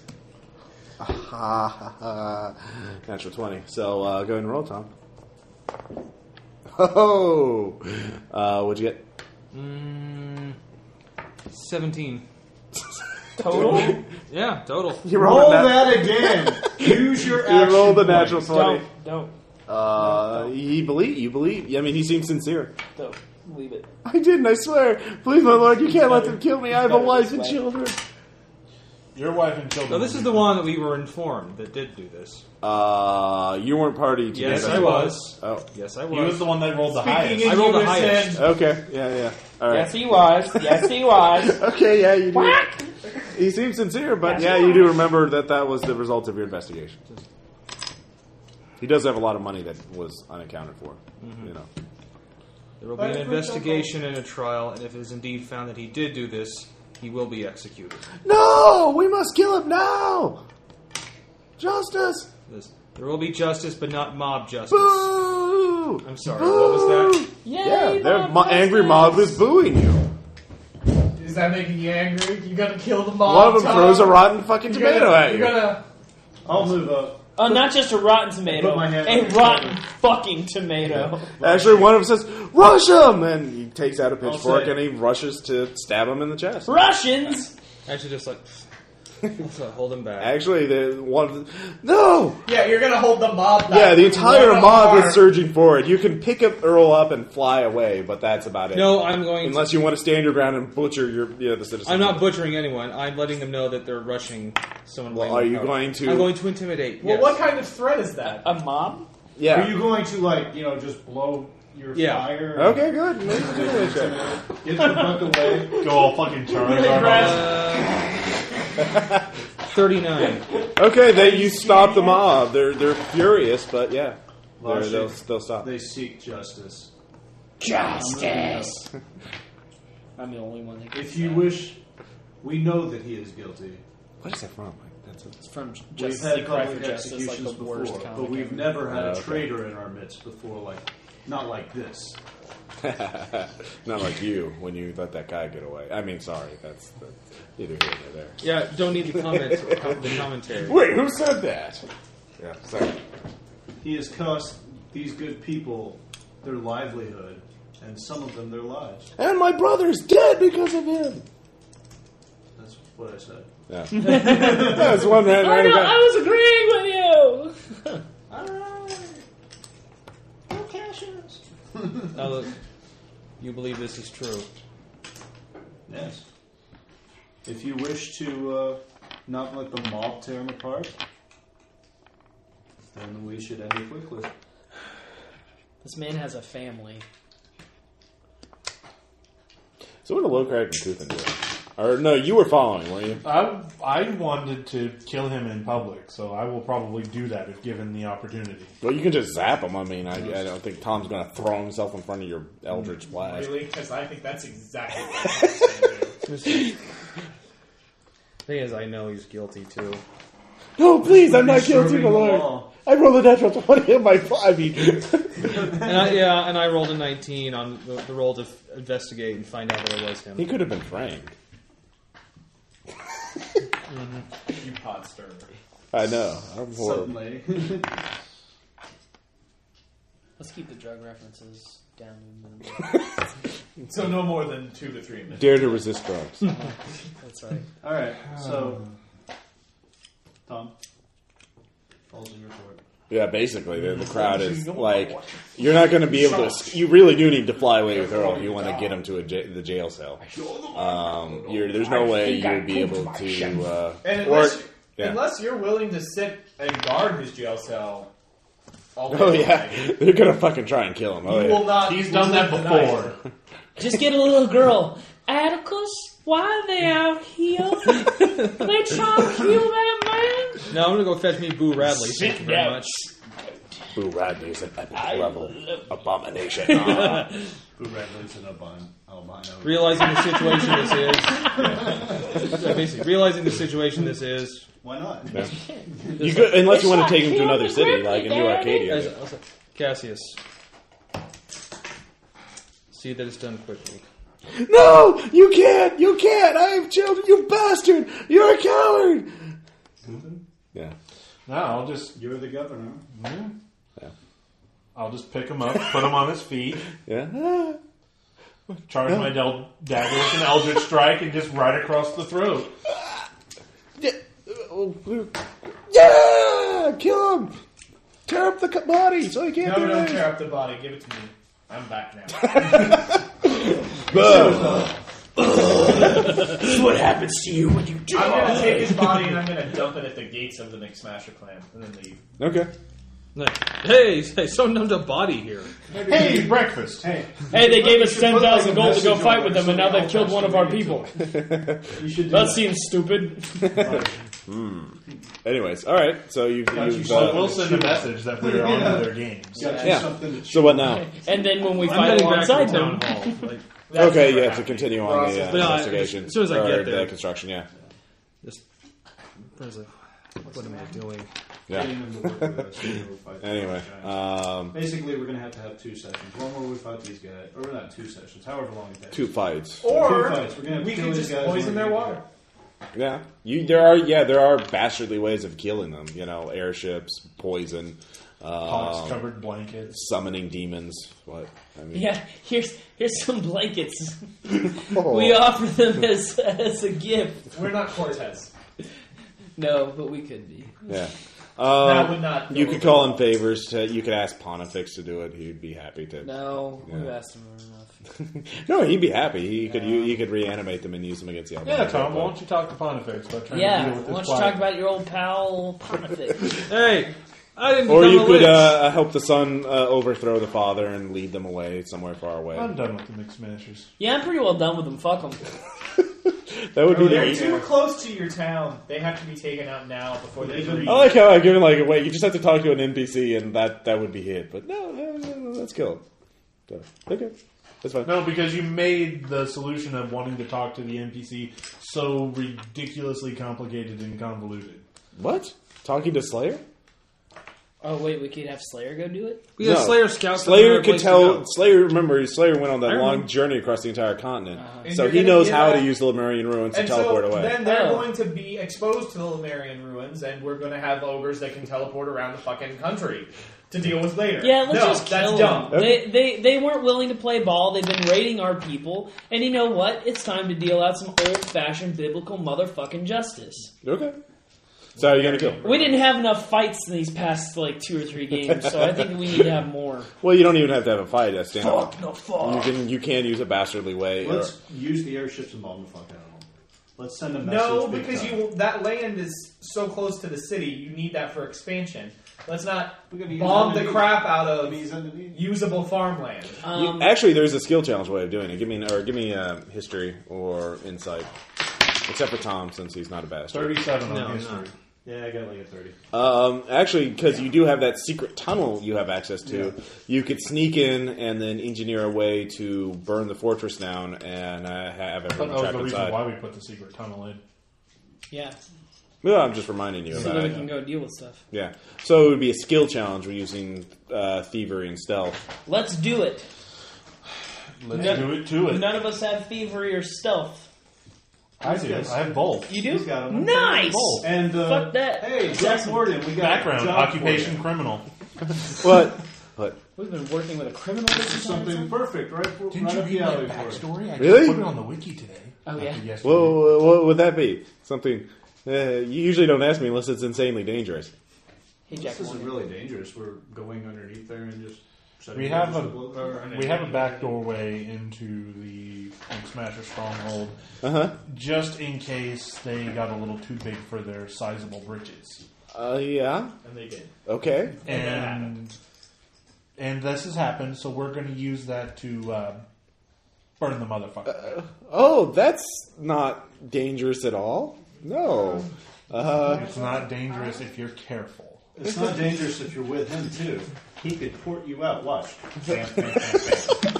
[SPEAKER 2] Natural twenty. So uh, go ahead and roll, Tom. Oh, uh, what'd you get?
[SPEAKER 4] Mm, Seventeen
[SPEAKER 6] Total?
[SPEAKER 4] yeah, total.
[SPEAKER 2] You rolled Roll a nat- that
[SPEAKER 1] again. Use your
[SPEAKER 2] You rolled a natural twenty.
[SPEAKER 6] Don't, don't,
[SPEAKER 2] Uh, he believe you believe. I mean, he seems sincere.
[SPEAKER 6] don't. Leave it.
[SPEAKER 18] I didn't. I swear. Please, my lord, you can't let them kill me. I have a wife and children.
[SPEAKER 8] Your wife and children.
[SPEAKER 4] No, this is the one that we were informed that did do this.
[SPEAKER 2] Uh, you weren't party to
[SPEAKER 4] Yes,
[SPEAKER 2] that.
[SPEAKER 4] I was.
[SPEAKER 2] Oh,
[SPEAKER 4] yes, I was.
[SPEAKER 8] He was the one that rolled the highest.
[SPEAKER 4] I rolled the highest.
[SPEAKER 2] Okay. Yeah. Yeah. All right.
[SPEAKER 6] Yes, he was. Yes, he was.
[SPEAKER 2] okay. Yeah. You do. He seems sincere, but
[SPEAKER 6] Yes,
[SPEAKER 2] yeah,
[SPEAKER 6] he
[SPEAKER 2] you
[SPEAKER 6] was.
[SPEAKER 2] do remember that that was the result of your investigation. He does have a lot of money that was unaccounted for. You know.
[SPEAKER 4] There will be an investigation and a trial, and if it is indeed found that he did do this, he will be executed.
[SPEAKER 18] No, we must kill him now. Justice.
[SPEAKER 4] This- There will be justice, but not mob justice.
[SPEAKER 18] Boo.
[SPEAKER 4] I'm sorry. What was that?
[SPEAKER 2] yeah, the mo- angry mob is booing you.
[SPEAKER 5] Is that making you angry? You're gonna kill the mob.
[SPEAKER 2] One of them
[SPEAKER 5] Tom?
[SPEAKER 2] throws a rotten fucking
[SPEAKER 5] You're gonna-
[SPEAKER 2] tomato at you.
[SPEAKER 5] You're gonna.
[SPEAKER 1] I'll move up.
[SPEAKER 6] Oh, not just a rotten tomato,
[SPEAKER 2] Put my hand
[SPEAKER 6] a
[SPEAKER 2] on the
[SPEAKER 6] rotten fucking tomato.
[SPEAKER 2] Actually, one of them says, "Rush him!" and he takes out a
[SPEAKER 6] I'll
[SPEAKER 2] pitchfork
[SPEAKER 6] say-
[SPEAKER 2] and he rushes to stab him in the chest.
[SPEAKER 6] Russians.
[SPEAKER 4] Actually, just like so hold him back.
[SPEAKER 2] Actually, the one no.
[SPEAKER 5] Yeah, you're gonna hold the mob. Back.
[SPEAKER 2] Yeah, the entire
[SPEAKER 5] Run
[SPEAKER 2] mob
[SPEAKER 5] apart.
[SPEAKER 2] is surging forward. You can pick up Earl up and fly away, but that's about it.
[SPEAKER 4] No, I'm going to-
[SPEAKER 2] Unless you want to stand your ground and butcher your yeah, the citizens.
[SPEAKER 4] I'm not butchering anyone. I'm letting them know that they're rushing someone.
[SPEAKER 2] Well,
[SPEAKER 4] laying
[SPEAKER 2] are
[SPEAKER 4] in
[SPEAKER 2] you
[SPEAKER 4] power.
[SPEAKER 2] going to-
[SPEAKER 4] I'm going to intimidate.
[SPEAKER 5] Well,
[SPEAKER 4] yes.
[SPEAKER 5] what kind of threat is that?
[SPEAKER 6] A mob?
[SPEAKER 2] Yeah.
[SPEAKER 19] Are you going to like you know just blow your
[SPEAKER 4] Yeah.
[SPEAKER 19] fire?
[SPEAKER 2] Okay, good. Maybe do that shit.
[SPEAKER 19] Get the fuck away.
[SPEAKER 8] Go all fucking Charizard. on
[SPEAKER 4] Uh, Thirty-nine.
[SPEAKER 2] Okay, they you stop the mob. They're they're furious, but yeah, they're,
[SPEAKER 1] Russian.
[SPEAKER 2] they'll they'll stop.
[SPEAKER 1] They seek justice.
[SPEAKER 9] Justice.
[SPEAKER 20] I'm the only one that gets
[SPEAKER 1] If you
[SPEAKER 20] that.
[SPEAKER 1] wish, we know that he is guilty.
[SPEAKER 2] What is that from? Like, that's a,
[SPEAKER 20] It's from
[SPEAKER 1] We've
[SPEAKER 20] Justice
[SPEAKER 1] had
[SPEAKER 20] the Cry for
[SPEAKER 1] public
[SPEAKER 20] Justice, like
[SPEAKER 1] executions
[SPEAKER 20] the worst
[SPEAKER 1] before,
[SPEAKER 20] comic
[SPEAKER 1] but we've
[SPEAKER 20] ever.
[SPEAKER 1] never had
[SPEAKER 2] Oh,
[SPEAKER 1] a
[SPEAKER 2] okay.
[SPEAKER 1] traitor in our midst before, like not like this.
[SPEAKER 2] Not like you when you let that guy get away. I mean, sorry, that's, that's either here or there.
[SPEAKER 4] Yeah, don't need the comment. the commentary.
[SPEAKER 2] Wait, who said that? Yeah, sorry.
[SPEAKER 1] He has cost these good people their livelihood, and some of them their lives.
[SPEAKER 2] And my brother's dead because of him.
[SPEAKER 1] That's what I said.
[SPEAKER 2] Yeah. That's one man.
[SPEAKER 6] I know. I was agreeing with you.
[SPEAKER 20] Ah.
[SPEAKER 4] Now look, you believe this is true.
[SPEAKER 1] Yes. If you wish to uh, not let the mob tear him apart, then we should end it quickly.
[SPEAKER 20] This man has a family.
[SPEAKER 2] So what a low crack and Kuthin do? Or no, you were following, weren't you?
[SPEAKER 8] I, I wanted to kill him in public, so I will probably do that if given the opportunity.
[SPEAKER 2] Well, you can just zap him. I mean, I, I don't think Tom's going to throw himself in front of your Eldritch blast.
[SPEAKER 5] Really? Because I think that's exactly what I'm saying.
[SPEAKER 4] Thing is, I know he's guilty too.
[SPEAKER 2] No, please, I'm not
[SPEAKER 4] Disturbing
[SPEAKER 2] guilty, my
[SPEAKER 4] the
[SPEAKER 2] lord.
[SPEAKER 4] law.
[SPEAKER 2] I rolled a natural 20 on my body.
[SPEAKER 4] And I, yeah, and I rolled a 19 on the, the roll to f- investigate and find out that it was him.
[SPEAKER 2] he could have been framed.
[SPEAKER 5] you pod stirrer.
[SPEAKER 2] I know. I'm horrible.
[SPEAKER 1] Suddenly.
[SPEAKER 20] Let's keep the drug references down.
[SPEAKER 5] So no more than two to three minutes.
[SPEAKER 2] Dare to resist drugs.
[SPEAKER 20] That's right.
[SPEAKER 1] All right. So,
[SPEAKER 2] Uh,
[SPEAKER 1] Tom, falls in your court.
[SPEAKER 2] Yeah, basically, the, the crowd is like, you're not going to be able to. You really do need to fly away with Earl if you want to get him to a j- the jail cell. Um, you're, there's no way you'd be able to. Uh,
[SPEAKER 5] And
[SPEAKER 2] or,
[SPEAKER 5] unless,
[SPEAKER 2] yeah.
[SPEAKER 5] unless you're willing to sit and guard his jail cell, all day
[SPEAKER 2] Oh
[SPEAKER 5] long,
[SPEAKER 2] yeah, they're gonna fucking try and kill him. Oh
[SPEAKER 5] you
[SPEAKER 2] yeah.
[SPEAKER 5] will not.
[SPEAKER 8] He's done that
[SPEAKER 5] live the night.
[SPEAKER 8] before.
[SPEAKER 6] Just get a little girl. Atticus, why are they out here? they trying to kill that man?
[SPEAKER 4] Now I'm gonna go fetch me Boo Radley. Thank you very
[SPEAKER 6] down.
[SPEAKER 4] much.
[SPEAKER 2] Boo Radley is an epic level abomination.
[SPEAKER 1] Who lives in a bun? Albino.
[SPEAKER 4] Realizing the situation this is, Yeah, basically realizing the situation this is.
[SPEAKER 1] Why not?
[SPEAKER 2] Yeah. You could, unless you want to take him to another city, like in New
[SPEAKER 4] As,
[SPEAKER 2] Arcadia.
[SPEAKER 4] also, Cassius, see that it's done quickly.
[SPEAKER 21] No, you can't. You can't. I have children. You bastard. You're a coward.
[SPEAKER 2] Yeah.
[SPEAKER 8] No, I'll just
[SPEAKER 1] You're the governor.
[SPEAKER 8] I'll just pick him up, put him on his feet,
[SPEAKER 2] Yeah. Ah.
[SPEAKER 8] charge my del- dagger with an Eldritch Strike, and just right across the throat.
[SPEAKER 21] Yeah, kill him. Tear up the co- body so he can't
[SPEAKER 5] No,
[SPEAKER 21] do
[SPEAKER 5] don't
[SPEAKER 21] anything.
[SPEAKER 5] tear up the body. Give it to me. I'm back now.
[SPEAKER 9] This is what happens to you when you do
[SPEAKER 5] I'm gonna take his body and I'm gonna dump it at the gates of the McSmasher clan and then leave.
[SPEAKER 2] Okay.
[SPEAKER 4] Like, hey, hey, someone dumped a body here.
[SPEAKER 8] Hey, breakfast.
[SPEAKER 1] Hey,
[SPEAKER 6] Hey, they gave us
[SPEAKER 1] You should put, like,
[SPEAKER 6] 10,000
[SPEAKER 1] a
[SPEAKER 6] gold to go
[SPEAKER 1] message
[SPEAKER 6] fight
[SPEAKER 1] on
[SPEAKER 6] with
[SPEAKER 1] it.
[SPEAKER 6] them, and now they've
[SPEAKER 1] Somebody
[SPEAKER 6] killed
[SPEAKER 1] else
[SPEAKER 6] one of
[SPEAKER 1] has
[SPEAKER 6] our
[SPEAKER 1] to read
[SPEAKER 6] people.
[SPEAKER 1] You should do
[SPEAKER 6] That
[SPEAKER 1] that.
[SPEAKER 6] seems stupid.
[SPEAKER 2] Anyways, all right. So you. you've
[SPEAKER 8] So
[SPEAKER 2] uh,
[SPEAKER 8] we'll send a message that we're on to their games.
[SPEAKER 1] Got you
[SPEAKER 2] Yeah.
[SPEAKER 1] something to
[SPEAKER 2] So what now?
[SPEAKER 6] And then when we
[SPEAKER 4] I'm
[SPEAKER 6] fight
[SPEAKER 4] heading back to
[SPEAKER 6] alongside
[SPEAKER 4] the
[SPEAKER 6] them,
[SPEAKER 4] town hall. Like,
[SPEAKER 5] That's
[SPEAKER 2] okay, you
[SPEAKER 5] never
[SPEAKER 2] have to
[SPEAKER 5] happened.
[SPEAKER 2] continue on the uh,
[SPEAKER 4] But, uh,
[SPEAKER 2] investigation.
[SPEAKER 4] as soon as I
[SPEAKER 2] or
[SPEAKER 4] get there.
[SPEAKER 2] the construction, yeah.
[SPEAKER 4] just, I was like, what am I doing?
[SPEAKER 2] Yeah.
[SPEAKER 1] Getting them to work with us. we will fight them.
[SPEAKER 2] Anyway, um,
[SPEAKER 1] Basically, we're going to have to have two sessions. One where we fight these guys, or not two sessions, however long it takes.
[SPEAKER 2] Two fights.
[SPEAKER 1] Or two
[SPEAKER 5] Or
[SPEAKER 1] fights. We're going to have
[SPEAKER 5] we
[SPEAKER 1] to kill
[SPEAKER 5] could
[SPEAKER 1] these
[SPEAKER 5] just
[SPEAKER 1] guys
[SPEAKER 5] poison
[SPEAKER 1] and
[SPEAKER 5] their
[SPEAKER 1] we're
[SPEAKER 5] water.
[SPEAKER 2] Yeah, you there are yeah there are bastardly ways of killing them. You know, airships, poison,
[SPEAKER 8] Pots
[SPEAKER 2] um,
[SPEAKER 8] covered blankets.
[SPEAKER 2] summoning demons. What I mean,
[SPEAKER 6] Yeah, here's here's some blankets. We offer them as as a gift.
[SPEAKER 5] We're not Cortez.
[SPEAKER 6] No, but we could be.
[SPEAKER 2] yeah. Um,
[SPEAKER 6] That would not go
[SPEAKER 2] You could
[SPEAKER 6] over
[SPEAKER 2] call in favors to. You could ask Pontifex to do it. He'd be happy to.
[SPEAKER 6] No,
[SPEAKER 2] Yeah.
[SPEAKER 6] we've asked him enough.
[SPEAKER 2] No, he'd be happy. He could you, he could reanimate them and use them against the
[SPEAKER 8] Yeah,
[SPEAKER 2] Albanians.
[SPEAKER 8] Tom, why don't you talk to Pontifex about trying
[SPEAKER 6] yeah, why
[SPEAKER 8] to deal with
[SPEAKER 6] don't
[SPEAKER 8] this
[SPEAKER 6] you
[SPEAKER 8] plight?
[SPEAKER 6] talk about your old pal Pontifex?
[SPEAKER 4] hey, I didn't.
[SPEAKER 2] Or
[SPEAKER 4] become
[SPEAKER 2] you
[SPEAKER 4] a
[SPEAKER 2] could
[SPEAKER 4] witch.
[SPEAKER 2] uh, help the son uh, overthrow the father and lead them away somewhere far away.
[SPEAKER 8] I'm done with the mixed masters.
[SPEAKER 6] yeah, I'm pretty well done with them. Fuck them.
[SPEAKER 2] That would be the
[SPEAKER 5] They're too close to your town. They have to be taken out now before they can
[SPEAKER 2] I like how I give him like, wait, you just have to talk to an NPC and that that would be it. But no, no, no, no, let's kill him. So, okay, that's fine.
[SPEAKER 8] No, because you made the solution of wanting to talk to the NPC so ridiculously complicated and convoluted.
[SPEAKER 2] What? Talking to Slayer?
[SPEAKER 6] Oh wait, we could have Slayer go do it.
[SPEAKER 2] No. Slayer could tell. Slayer, remember, Slayer went on
[SPEAKER 6] I
[SPEAKER 2] that
[SPEAKER 6] remember.
[SPEAKER 2] long journey across the entire continent,
[SPEAKER 5] Uh-huh. And
[SPEAKER 2] so
[SPEAKER 5] you're
[SPEAKER 2] he
[SPEAKER 5] gonna
[SPEAKER 2] knows
[SPEAKER 5] get
[SPEAKER 2] how
[SPEAKER 5] a-
[SPEAKER 2] to use the Lemurian ruins
[SPEAKER 5] And
[SPEAKER 2] to teleport
[SPEAKER 5] so
[SPEAKER 2] away.
[SPEAKER 5] then they're
[SPEAKER 6] Oh.
[SPEAKER 5] going to be exposed to the Lemurian ruins, and we're going to have ogres that can teleport around the fucking country to deal with later.
[SPEAKER 6] Yeah, let's
[SPEAKER 5] no,
[SPEAKER 6] just kill
[SPEAKER 5] that's
[SPEAKER 6] them.
[SPEAKER 5] dumb.
[SPEAKER 6] They, they they weren't willing to play ball. They've been raiding our people, and you know what? It's time to deal out some old fashioned biblical motherfucking justice.
[SPEAKER 2] Okay. So you're gonna kill.
[SPEAKER 6] We didn't have enough fights in these past like two or three games, so I think we need to have more.
[SPEAKER 2] Well, you don't even have to have a fight. That's stand up.
[SPEAKER 6] Fuck, no, fuck.
[SPEAKER 2] You can you can use a bastardly way. or-
[SPEAKER 1] Let's use the airships and bomb the fuck out of them. Let's send a message.
[SPEAKER 5] No,
[SPEAKER 1] big
[SPEAKER 5] because
[SPEAKER 1] time.
[SPEAKER 5] you that land is so close to the city. You need that for expansion. Let's not
[SPEAKER 1] We're gonna use
[SPEAKER 5] bomb the
[SPEAKER 1] underneath.
[SPEAKER 5] crap out of
[SPEAKER 1] underneath. Uh,
[SPEAKER 5] usable farmland.
[SPEAKER 2] You-
[SPEAKER 5] um,
[SPEAKER 2] actually, there's a skill challenge way of doing it. Give me or give me uh, history or insight, except for Tom since he's not a bastard.
[SPEAKER 8] Thirty-seven
[SPEAKER 1] No,
[SPEAKER 8] on
[SPEAKER 1] I'm
[SPEAKER 8] history.
[SPEAKER 1] Yeah, I got like a 30.
[SPEAKER 2] Um, actually, because you do have that secret tunnel you have access to, you could sneak in and then engineer a way to burn the fortress down and uh, have
[SPEAKER 8] I
[SPEAKER 2] everyone
[SPEAKER 8] thought that was
[SPEAKER 2] trapped
[SPEAKER 8] the reason
[SPEAKER 2] inside.
[SPEAKER 8] why we put the secret tunnel in.
[SPEAKER 6] Yeah,
[SPEAKER 2] Well, I'm just reminding you
[SPEAKER 6] so
[SPEAKER 2] about
[SPEAKER 6] that we
[SPEAKER 2] it.
[SPEAKER 6] can go deal with stuff.
[SPEAKER 2] Yeah, so it would be a skill challenge. We're using uh, thievery and stealth.
[SPEAKER 6] Let's do it.
[SPEAKER 8] Let's
[SPEAKER 6] Yeah.
[SPEAKER 8] do it to it.
[SPEAKER 6] None of us have thievery or stealth.
[SPEAKER 8] I do. I have both.
[SPEAKER 6] You do?
[SPEAKER 1] He's got them.
[SPEAKER 6] Nice.
[SPEAKER 8] Both.
[SPEAKER 1] And, uh,
[SPEAKER 6] Fuck that.
[SPEAKER 1] hey, Jack Morgan, we got a
[SPEAKER 8] Background:
[SPEAKER 1] job
[SPEAKER 8] occupation criminal.
[SPEAKER 2] What? What?
[SPEAKER 6] We've been working with a criminal.
[SPEAKER 1] For you.
[SPEAKER 6] This
[SPEAKER 1] Something perfect, right? For, right up the alley for you.
[SPEAKER 8] I
[SPEAKER 2] Really?
[SPEAKER 8] put it on the wiki today.
[SPEAKER 6] Oh
[SPEAKER 8] After
[SPEAKER 6] yeah.
[SPEAKER 8] yesterday.
[SPEAKER 2] Well, what, what would that be? Something. Uh, you usually don't ask me unless it's insanely dangerous.
[SPEAKER 6] Hey Jack
[SPEAKER 1] This isn't
[SPEAKER 6] Morgan.
[SPEAKER 1] really dangerous. We're going underneath there and just setting
[SPEAKER 8] We have
[SPEAKER 1] up
[SPEAKER 8] a
[SPEAKER 1] the- or an
[SPEAKER 8] we have a
[SPEAKER 1] engine.
[SPEAKER 8] back doorway into the Smasher stronghold,
[SPEAKER 2] Uh-huh.
[SPEAKER 8] just in case they got a little too big for their sizable britches.
[SPEAKER 2] Uh Yeah.
[SPEAKER 5] And they did.
[SPEAKER 2] Okay.
[SPEAKER 8] And uh, and this has happened, so we're going to use that to uh, burn the motherfucker.
[SPEAKER 2] Oh, that's not dangerous at all. No. Uh,
[SPEAKER 8] it's not dangerous if you're careful.
[SPEAKER 1] It's not dangerous if you're with him, too. He could port you out. Watch.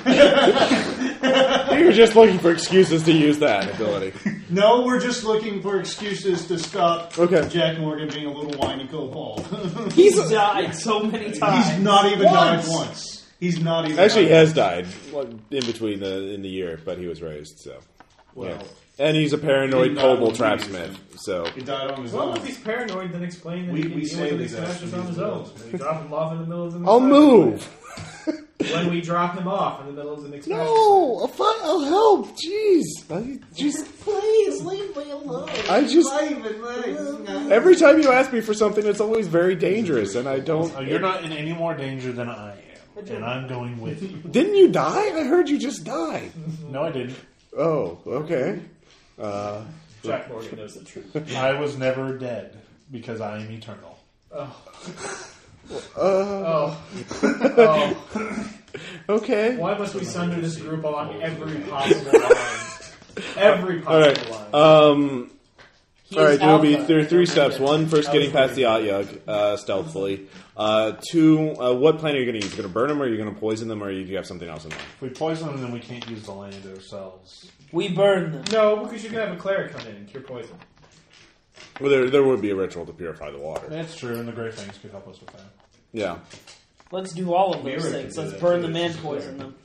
[SPEAKER 2] we were just looking for excuses to use that ability.
[SPEAKER 1] No, we're just looking for excuses to stop
[SPEAKER 2] Okay.
[SPEAKER 1] Jack Morgan being a little whiny ball.
[SPEAKER 2] He's
[SPEAKER 6] He's died so many times.
[SPEAKER 1] He's not even
[SPEAKER 5] Once.
[SPEAKER 1] died once. He's not even
[SPEAKER 2] actually he
[SPEAKER 1] died.
[SPEAKER 2] has died like, in between the in the year, but he was raised so.
[SPEAKER 1] Well,
[SPEAKER 2] Yeah. And he's a paranoid
[SPEAKER 1] He died
[SPEAKER 2] kobold
[SPEAKER 1] when we used
[SPEAKER 2] trapsmith.
[SPEAKER 1] him.
[SPEAKER 2] So
[SPEAKER 1] he died on his
[SPEAKER 5] Well,
[SPEAKER 1] own.
[SPEAKER 5] if he's paranoid, then explain that
[SPEAKER 1] We-
[SPEAKER 5] he can
[SPEAKER 1] we
[SPEAKER 5] deal
[SPEAKER 1] say
[SPEAKER 5] with the
[SPEAKER 1] these guys
[SPEAKER 5] smashes
[SPEAKER 1] should use
[SPEAKER 5] on his
[SPEAKER 1] the
[SPEAKER 5] own.
[SPEAKER 1] rules.
[SPEAKER 5] When we drop him off
[SPEAKER 2] I'll move.
[SPEAKER 5] in the middle of the When we drop him off in the middle of the next
[SPEAKER 2] No, I'll, fi- I'll help. Jeez, I just
[SPEAKER 1] Please leave me alone.
[SPEAKER 2] I just-
[SPEAKER 1] Ivan, let
[SPEAKER 2] every time you ask me for something, it's always very dangerous, and I don't.
[SPEAKER 8] Uh, you're not in any more danger than I am, and I'm going with you.
[SPEAKER 2] Didn't you die? I heard you just died.
[SPEAKER 8] No, I didn't.
[SPEAKER 2] Oh, okay. Uh,
[SPEAKER 5] Jack Morgan knows the truth.
[SPEAKER 8] I was never dead because I am eternal.
[SPEAKER 5] Oh, oh.
[SPEAKER 2] okay.
[SPEAKER 5] Why must we sunder this group along every possible line? Every
[SPEAKER 2] All right.
[SPEAKER 5] possible line.
[SPEAKER 2] Um,
[SPEAKER 6] He
[SPEAKER 2] all
[SPEAKER 6] is
[SPEAKER 2] right. There will be
[SPEAKER 6] alpha.
[SPEAKER 2] there are three steps. One, first getting past the Atyag uh, stealthily. Uh, two, uh, what plan are you going to use? You're going to burn them, or are you going to poison them, or do you have something else in mind?
[SPEAKER 8] If we poison them, then we can't use the land ourselves.
[SPEAKER 6] We burn them.
[SPEAKER 5] No, because you're gonna have a cleric come in and cure poison.
[SPEAKER 2] Well, there, there would be a ritual to purify the water.
[SPEAKER 8] That's true, and the Great Fangs could help us with that.
[SPEAKER 2] Yeah.
[SPEAKER 6] Let's do all of those
[SPEAKER 8] Mirror
[SPEAKER 6] things.
[SPEAKER 8] can do
[SPEAKER 6] Let's
[SPEAKER 8] that
[SPEAKER 6] burn
[SPEAKER 8] too,
[SPEAKER 6] them
[SPEAKER 8] it's
[SPEAKER 6] and
[SPEAKER 8] just
[SPEAKER 6] poison them.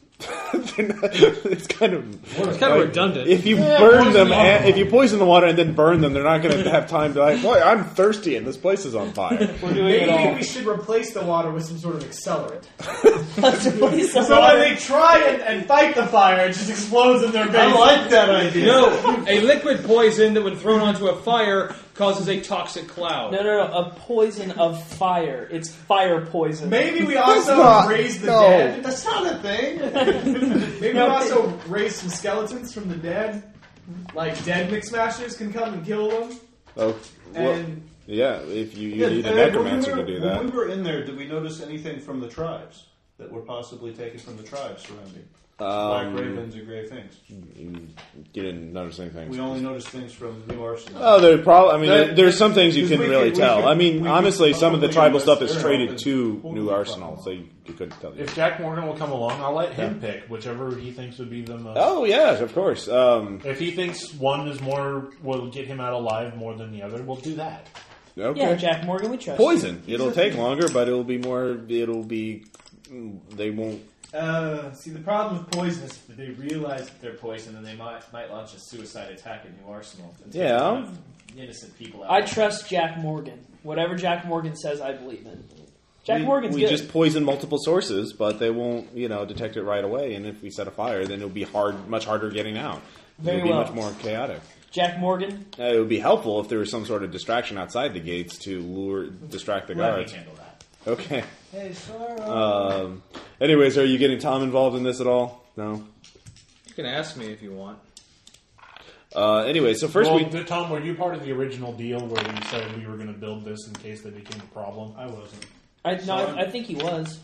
[SPEAKER 2] it's kind of
[SPEAKER 6] It's kind of redundant.
[SPEAKER 2] If you
[SPEAKER 6] Yeah,
[SPEAKER 2] burn
[SPEAKER 6] poison
[SPEAKER 2] them,
[SPEAKER 6] the
[SPEAKER 2] and,
[SPEAKER 6] water.
[SPEAKER 2] if you poison the water and then burn them, they're not going to have time to like. Boy, I'm thirsty, and this place is on fire.
[SPEAKER 5] We're
[SPEAKER 2] doing
[SPEAKER 5] Maybe
[SPEAKER 2] it all.
[SPEAKER 5] we should replace the water with some sort of accelerant.
[SPEAKER 6] so
[SPEAKER 5] when they try and, and fight the fire, it just explodes in their face.
[SPEAKER 4] No, a liquid poison that when thrown onto a fire causes a toxic cloud.
[SPEAKER 6] No, no, no. A poison of fire. It's fire poison.
[SPEAKER 5] Maybe we also raise the dead. That's not a thing. Maybe we also raise some skeletons from the dead. Like dead mixmasters can come and kill them.
[SPEAKER 2] Oh, well,
[SPEAKER 5] And-
[SPEAKER 2] yeah. If you, you
[SPEAKER 5] Yeah,
[SPEAKER 2] need a
[SPEAKER 5] uh,
[SPEAKER 2] necromancer
[SPEAKER 5] when
[SPEAKER 2] to
[SPEAKER 5] we
[SPEAKER 2] do
[SPEAKER 5] were-
[SPEAKER 2] that.
[SPEAKER 1] When we were in there, did we notice anything from the tribes that were possibly taken from the tribes surrounding?
[SPEAKER 2] Um,
[SPEAKER 1] Black ravens and gray things.
[SPEAKER 2] You didn't notice anything.
[SPEAKER 1] We only noticed things from New Arsenal.
[SPEAKER 2] Oh, there probably. I mean,
[SPEAKER 1] That-
[SPEAKER 2] there, there's some things you
[SPEAKER 1] because
[SPEAKER 2] can
[SPEAKER 1] we
[SPEAKER 2] really
[SPEAKER 1] could- we
[SPEAKER 2] tell.
[SPEAKER 1] could-
[SPEAKER 2] I mean,
[SPEAKER 1] we could
[SPEAKER 2] honestly, some of the
[SPEAKER 1] probably
[SPEAKER 2] tribal stuff is
[SPEAKER 1] invest their
[SPEAKER 2] traded
[SPEAKER 1] help
[SPEAKER 2] to
[SPEAKER 1] in-
[SPEAKER 2] New Arsenal, so you, you couldn't tell.
[SPEAKER 8] If Jack Morgan will come along, I'll let him pick whichever he thinks would be the most.
[SPEAKER 2] Oh yes, of course. Um,
[SPEAKER 8] If he thinks one is more, will get him out alive more than the other, we'll do that.
[SPEAKER 2] okay.
[SPEAKER 6] Yeah, Jack Morgan, we trust.
[SPEAKER 2] Poison.
[SPEAKER 6] you.
[SPEAKER 2] It'll take longer, but it'll be more. It'll be. They won't.
[SPEAKER 5] Uh, see, the problem with poison is that they realize that they're poison, and they might might launch a suicide attack at New Arsenal. and take
[SPEAKER 2] Yeah.
[SPEAKER 5] kind of innocent people. Out
[SPEAKER 6] I trust Jack Morgan. Whatever Jack Morgan says, I believe in. Jack
[SPEAKER 2] we,
[SPEAKER 6] Morgan's
[SPEAKER 2] we
[SPEAKER 6] good.
[SPEAKER 2] just poison multiple sources, but they won't, you know, detect it right away. And if we set a fire, then it'll be hard, much harder getting out.
[SPEAKER 6] Very
[SPEAKER 2] it'll be
[SPEAKER 6] well.
[SPEAKER 2] much more chaotic.
[SPEAKER 6] Jack Morgan.
[SPEAKER 2] Uh, it would be helpful if there was some sort of distraction outside the gates to lure, distract the
[SPEAKER 6] Let me
[SPEAKER 2] guards.
[SPEAKER 6] handle
[SPEAKER 2] Okay.
[SPEAKER 6] Hey,
[SPEAKER 2] Um, anyways, are you getting Tom involved in this at all? No.
[SPEAKER 4] You can ask me if you want.
[SPEAKER 2] Uh, anyway, so first
[SPEAKER 8] Well,
[SPEAKER 2] we
[SPEAKER 8] th- Tom, were you part of the original deal where we said we were going to build this in case they became a problem?
[SPEAKER 1] I wasn't.
[SPEAKER 6] I, no, I, I think he was.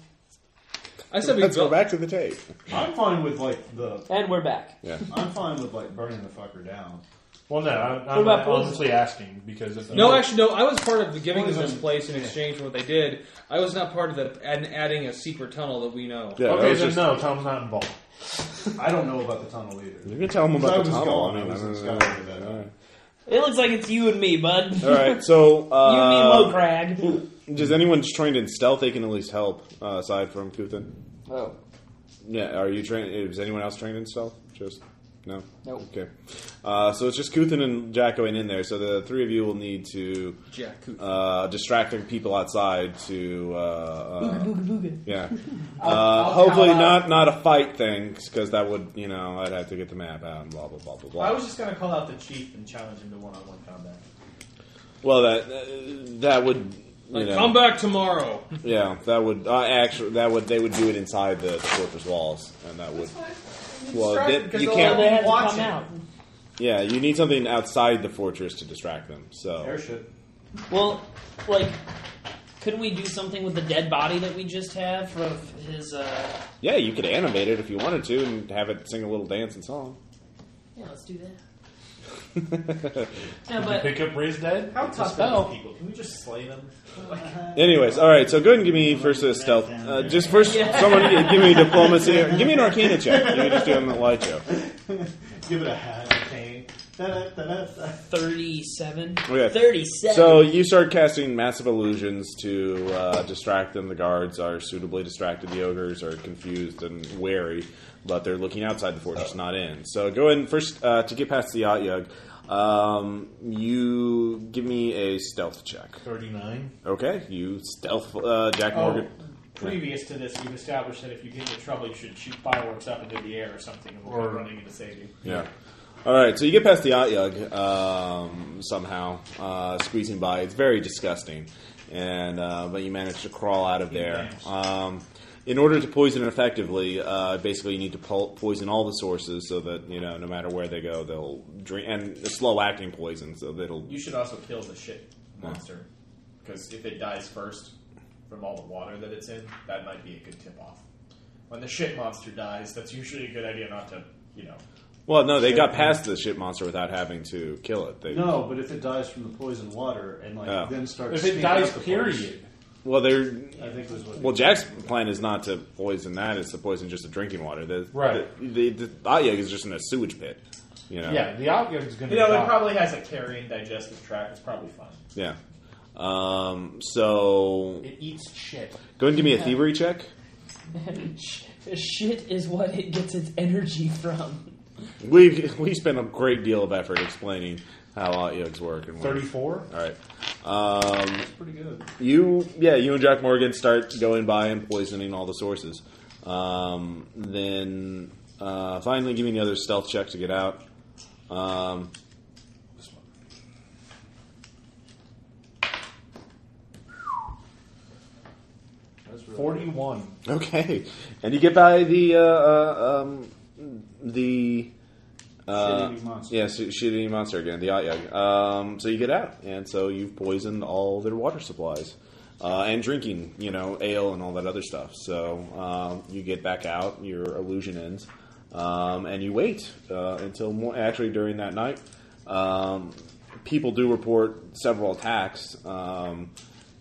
[SPEAKER 4] I said we
[SPEAKER 2] let's
[SPEAKER 4] built.
[SPEAKER 2] go back to the tape.
[SPEAKER 1] I'm fine with like the.
[SPEAKER 6] And we're back.
[SPEAKER 2] Yeah.
[SPEAKER 1] I'm fine with like burning the fucker down.
[SPEAKER 8] Well, no, I,
[SPEAKER 6] What
[SPEAKER 8] I'm
[SPEAKER 6] about poison?
[SPEAKER 8] honestly asking because if
[SPEAKER 4] No, actually, no. I was part of the giving them
[SPEAKER 8] Poison.
[SPEAKER 4] this place in exchange for what they did. I was not part of the and adding a secret tunnel that we know.
[SPEAKER 2] Yeah, that
[SPEAKER 8] okay,
[SPEAKER 2] was
[SPEAKER 8] then
[SPEAKER 2] just-
[SPEAKER 8] no, Tom's not involved.
[SPEAKER 1] I don't know about the tunnel either.
[SPEAKER 2] You can tell them
[SPEAKER 1] Because I
[SPEAKER 2] about
[SPEAKER 1] was
[SPEAKER 2] the tunnel.
[SPEAKER 1] gone.
[SPEAKER 2] I mean,
[SPEAKER 1] I was
[SPEAKER 2] I
[SPEAKER 1] in
[SPEAKER 2] don't
[SPEAKER 1] Scotland
[SPEAKER 2] know.
[SPEAKER 1] at that
[SPEAKER 2] All right.
[SPEAKER 6] It looks like it's you and me, bud.
[SPEAKER 2] All right, so uh,
[SPEAKER 6] you and me, and Mo Crag.
[SPEAKER 2] Does anyone who's trained in stealth they can at least help uh, aside from Kuthin?
[SPEAKER 6] Oh.
[SPEAKER 2] Yeah, are you trained? Is anyone else trained in stealth? Just no.
[SPEAKER 6] Nope.
[SPEAKER 2] Okay. Uh, so it's just Kuthin and Jack going in there. So the three of you will need to
[SPEAKER 4] Jack Kuthin.
[SPEAKER 2] uh, distracting people outside to uh, uh,
[SPEAKER 6] Booga, booga, booga.
[SPEAKER 2] yeah.
[SPEAKER 6] I'll
[SPEAKER 2] Uh,
[SPEAKER 6] tell
[SPEAKER 2] hopefully
[SPEAKER 6] her.
[SPEAKER 2] not not a fight thing because that would you know I'd have to get the map out and blah blah blah blah blah.
[SPEAKER 5] I was just gonna call out the chief and challenge him to one-on-one combat.
[SPEAKER 2] well that uh, that would you
[SPEAKER 4] Like,
[SPEAKER 2] know,
[SPEAKER 4] come back tomorrow.
[SPEAKER 2] Yeah, that would uh, actually that would they would do it inside the fortress walls, and that would. Well,
[SPEAKER 5] Distract
[SPEAKER 2] that-
[SPEAKER 5] them 'cause
[SPEAKER 2] you
[SPEAKER 5] they'll
[SPEAKER 2] can't.
[SPEAKER 5] all be
[SPEAKER 6] They had to
[SPEAKER 5] watching.
[SPEAKER 6] come out.
[SPEAKER 2] Yeah, you need something outside the fortress to distract them. So
[SPEAKER 1] Airship.
[SPEAKER 6] Well, like, couldn't we do something with the dead body that we just have from his? Uh,
[SPEAKER 2] yeah, you could animate it if you wanted to, and have it sing a little dance and song.
[SPEAKER 6] yeah, let's do that.
[SPEAKER 8] Did
[SPEAKER 6] No, but
[SPEAKER 8] you pick up Raised Dead?
[SPEAKER 5] How
[SPEAKER 8] It's a
[SPEAKER 5] tough are
[SPEAKER 8] spell.
[SPEAKER 5] these people? Can we just slay them?
[SPEAKER 2] Anyways, all right. So go ahead and give me first a stealth. Uh, just first, someone gi- give me diplomacy. Or, give me an Arcana check. You can just do it on the light show.
[SPEAKER 5] Give it a hat. Okay.
[SPEAKER 6] thirty-seven.
[SPEAKER 2] Okay.
[SPEAKER 6] Thirty-seven.
[SPEAKER 2] Oh, So you start casting massive illusions to uh, distract them. The guards are suitably distracted. The ogres are confused and wary, but they're looking outside the fortress, not in. So go in first uh, to get past the Yatyug. Um, you give me a stealth check.
[SPEAKER 8] 39.
[SPEAKER 2] Okay, you stealth uh, Jack
[SPEAKER 5] Oh,
[SPEAKER 2] Morgan.
[SPEAKER 5] previous to this, we've established that if you get into trouble, you should shoot fireworks up into the air or something, and we're
[SPEAKER 8] Or-
[SPEAKER 5] running in to save you.
[SPEAKER 2] Yeah. All right, so you get past the Atyug um, somehow, uh, squeezing by. It's very disgusting, and uh, but you manage to crawl out of there. Um, in order to poison it effectively, uh, basically you need to po- poison all the sources so that you know no matter where they go, they'll drink. And it's slow acting poison, so that it'll
[SPEAKER 5] You should also kill the shit monster because if it dies first from all the water that it's in, that might be a good tip off. When the shit monster dies, that's usually a good idea not to, you know.
[SPEAKER 2] Well, no, they got past the shit monster without having to kill it. They,
[SPEAKER 1] No, but if it dies from the poison water and like
[SPEAKER 2] Oh.
[SPEAKER 1] then starts.
[SPEAKER 8] If it
[SPEAKER 1] stinking up
[SPEAKER 8] dies,
[SPEAKER 1] the place,
[SPEAKER 8] period.
[SPEAKER 2] Well, they're
[SPEAKER 1] I think was what.
[SPEAKER 2] Well, Jack's plan is not to poison that; it's to poison just the drinking water. The,
[SPEAKER 8] Right.
[SPEAKER 2] The, the, the Atyag is just in a sewage pit. You know?
[SPEAKER 8] Yeah, the outgoing's going to
[SPEAKER 5] You know,
[SPEAKER 8] die.
[SPEAKER 5] it probably has a carrying digestive tract. It's probably fine.
[SPEAKER 2] Yeah. Um, so.
[SPEAKER 8] It eats shit.
[SPEAKER 2] Go ahead and give me a
[SPEAKER 6] Yeah.
[SPEAKER 2] thievery check.
[SPEAKER 6] Sh- Shit is what it gets its energy from.
[SPEAKER 2] We we spent a great deal of effort explaining how audios work. And where-
[SPEAKER 8] 34?
[SPEAKER 2] All right. Um,
[SPEAKER 5] pretty good.
[SPEAKER 2] You yeah, you and Jack Morgan start going by and poisoning all the sources. Um, then uh, finally, give me another stealth check to get out. Um,
[SPEAKER 5] That's
[SPEAKER 8] 41.
[SPEAKER 2] Okay, and you get by the uh, uh, um, the uh,
[SPEAKER 1] Shitty monster.
[SPEAKER 2] yeah, sh- shitty monster again, the Atyag. Um So you get out, and so you've poisoned all their water supplies uh, and drinking, you know, ale and all that other stuff. So um, you get back out, your illusion ends, um, and you wait uh, until mo actually during that night. Um, people do report several attacks. Um,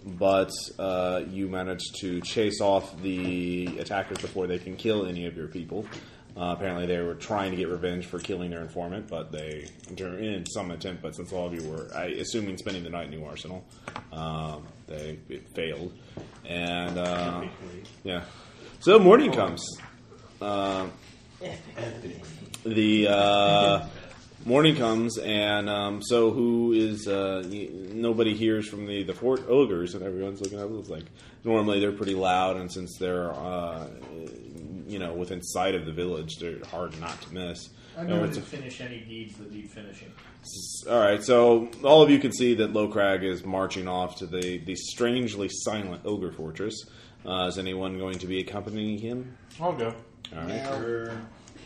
[SPEAKER 2] but uh, you manage to chase off the attackers before they can kill any of your people. Uh, apparently, they were trying to get revenge for killing their informant, but they, in some attempt, but since all of you were, I assuming, spending the night in New Arsenal, um, they it failed. And uh, yeah, so morning comes.
[SPEAKER 5] Uh,
[SPEAKER 2] Um the uh, morning comes, and um, so who is uh, y- nobody hears from the the fort ogres, and everyone's looking up. It's like normally they're pretty loud, and since they're uh, you know within sight of the village, they're hard not to miss.
[SPEAKER 5] I
[SPEAKER 2] And
[SPEAKER 5] know
[SPEAKER 2] it's
[SPEAKER 5] to finish any deeds that need finishing.
[SPEAKER 2] all right, so all of you can see that Lokrag is marching off to the, the strangely silent ogre fortress. Uh, is anyone going to be accompanying him?
[SPEAKER 8] I'll go.
[SPEAKER 2] All right.
[SPEAKER 6] Yeah. Sure.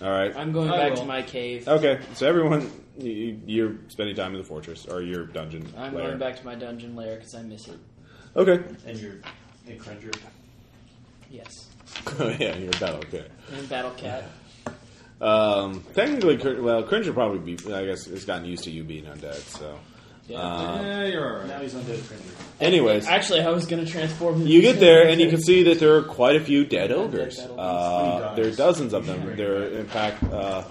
[SPEAKER 2] All right.
[SPEAKER 6] I'm going I back will. to my cave.
[SPEAKER 2] Okay, so everyone, you, you're spending time in the fortress or your dungeon.
[SPEAKER 6] I'm
[SPEAKER 2] lair.
[SPEAKER 6] going back to my dungeon lair because I miss it.
[SPEAKER 2] Okay.
[SPEAKER 1] And you're a cringer.
[SPEAKER 6] Yes.
[SPEAKER 2] yeah, you're battle cat.
[SPEAKER 6] And Battle Cat.
[SPEAKER 2] Um, technically, Cr- well, Cringer probably be. I guess has gotten used to you being undead. So. um,
[SPEAKER 1] Now he's undead cringer.
[SPEAKER 2] Anyways,
[SPEAKER 6] Actually, I was going to transform him.
[SPEAKER 2] You get
[SPEAKER 6] into-
[SPEAKER 2] there, and you can see that there are quite a few dead ogres. Uh,
[SPEAKER 6] Three
[SPEAKER 2] there are dozens of them. There are, in fact, uh,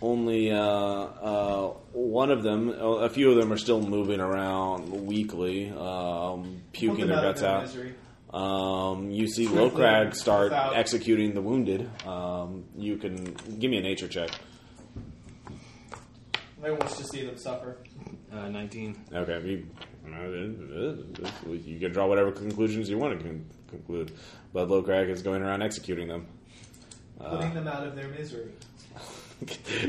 [SPEAKER 2] only uh, uh, one of them. A few of them are still moving around weakly, um, puking
[SPEAKER 1] Put them
[SPEAKER 2] their
[SPEAKER 1] out of
[SPEAKER 2] guts
[SPEAKER 1] their
[SPEAKER 2] out.
[SPEAKER 1] misery.
[SPEAKER 2] Um, you see
[SPEAKER 1] Quickly,
[SPEAKER 2] Lokrag start
[SPEAKER 1] without-
[SPEAKER 2] executing the wounded. Um, you can give me a nature check.
[SPEAKER 5] I wants to see them suffer.
[SPEAKER 4] Uh, 19.
[SPEAKER 2] Okay, you, you can draw whatever conclusions you want to con- conclude, but Lokrag is going around executing them. Uh,
[SPEAKER 5] Putting them out of their misery.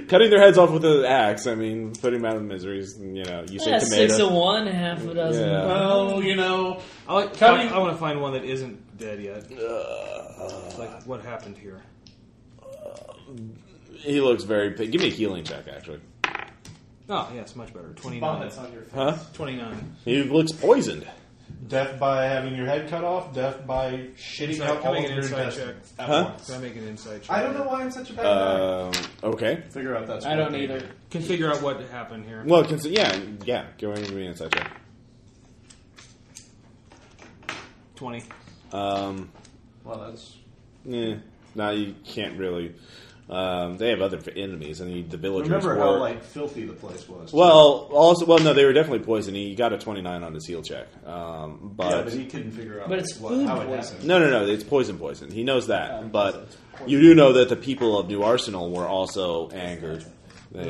[SPEAKER 2] cutting their heads off with an axe. I mean, putting them out of miseries. You know, you say
[SPEAKER 6] Yeah,
[SPEAKER 2] tomato.
[SPEAKER 6] six of one, half a dozen.
[SPEAKER 2] Yeah.
[SPEAKER 4] Well, you know, I, like,
[SPEAKER 6] Coming-
[SPEAKER 4] I want to find one that isn't dead yet. like, what happened here?
[SPEAKER 2] He looks very. Big. Give me a healing check, actually.
[SPEAKER 4] Oh, yes, much better. 29.
[SPEAKER 5] Vomits on your face.
[SPEAKER 2] Huh?
[SPEAKER 4] 29.
[SPEAKER 2] He looks poisoned.
[SPEAKER 8] Death by having your head cut off, death by shitting
[SPEAKER 4] Inside-
[SPEAKER 8] out
[SPEAKER 4] can I
[SPEAKER 8] all of
[SPEAKER 4] make an
[SPEAKER 8] your
[SPEAKER 4] inside
[SPEAKER 8] intestines.
[SPEAKER 4] check?
[SPEAKER 8] at
[SPEAKER 2] Huh?
[SPEAKER 8] once.
[SPEAKER 4] Can I make an insight check?
[SPEAKER 5] I don't know why I'm such a bad guy.
[SPEAKER 2] Um, okay.
[SPEAKER 1] Figure out that's.
[SPEAKER 4] I don't either. Can figure out what happened here.
[SPEAKER 2] Well, cons- yeah, yeah. Go ahead and give me an insight check.
[SPEAKER 4] 20.
[SPEAKER 2] Um,
[SPEAKER 1] Well, that's.
[SPEAKER 2] eh, now you can't really. Um, they have other enemies, and he, the villagers
[SPEAKER 1] Remember
[SPEAKER 2] were.
[SPEAKER 1] how like filthy the place was.
[SPEAKER 2] well, also, well, no, they were definitely poisoned. He got a twenty-nine on his heal check, um, but
[SPEAKER 1] yeah, but he couldn't figure out.
[SPEAKER 6] But it's
[SPEAKER 1] what,
[SPEAKER 6] food
[SPEAKER 1] how it
[SPEAKER 6] poison.
[SPEAKER 1] happened.
[SPEAKER 2] No, no, no. It's poison, poison. He knows that, but you do know that the people of New Arsenal were also angered. They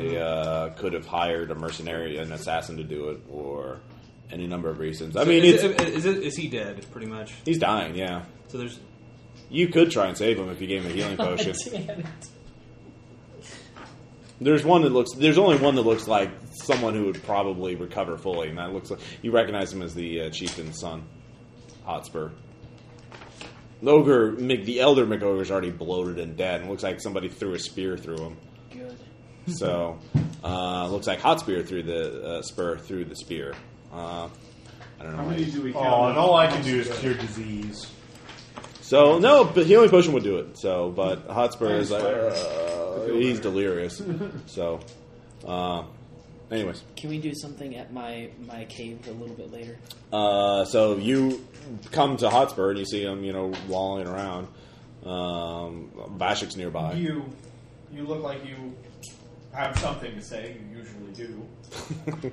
[SPEAKER 2] uh,
[SPEAKER 1] Mm-hmm.
[SPEAKER 2] could have hired a mercenary, an assassin, to do it, or any number of reasons. I
[SPEAKER 4] So
[SPEAKER 2] mean,
[SPEAKER 4] is,
[SPEAKER 2] it's,
[SPEAKER 4] it- is, it- is he dead, pretty much?
[SPEAKER 2] he's dying. Yeah,
[SPEAKER 4] So there's.
[SPEAKER 2] you could try and save him if you gave him a healing
[SPEAKER 1] Oh,
[SPEAKER 6] God
[SPEAKER 2] potion.
[SPEAKER 6] damn it.
[SPEAKER 2] There's one that looks. There's only one that looks like someone who would probably recover fully, and that looks like you recognize him as the uh, chieftain's son, Hotspur. The ogre, Mc, the elder McOgre's already bloated and dead, and looks like somebody threw a spear through him.
[SPEAKER 6] Good.
[SPEAKER 2] So, uh, looks like Hotspur through the uh, spur through the spear. Uh, I don't know.
[SPEAKER 1] How
[SPEAKER 2] why-
[SPEAKER 1] many do we count?
[SPEAKER 8] Oh, and all I can do is cure disease.
[SPEAKER 2] So no, but healing potion would do it. So, but Hotspur
[SPEAKER 1] I'm
[SPEAKER 2] is like
[SPEAKER 1] inspired.
[SPEAKER 2] uh,
[SPEAKER 1] I feel
[SPEAKER 2] he's
[SPEAKER 1] better.
[SPEAKER 2] delirious. so, uh, anyways.
[SPEAKER 6] Can we do something at my my cave a little bit later?
[SPEAKER 2] Uh, so you come to Hotspur and you see him, you know, lolling around. Um, Vashik's nearby.
[SPEAKER 5] You, you look like you have something to say. You usually do.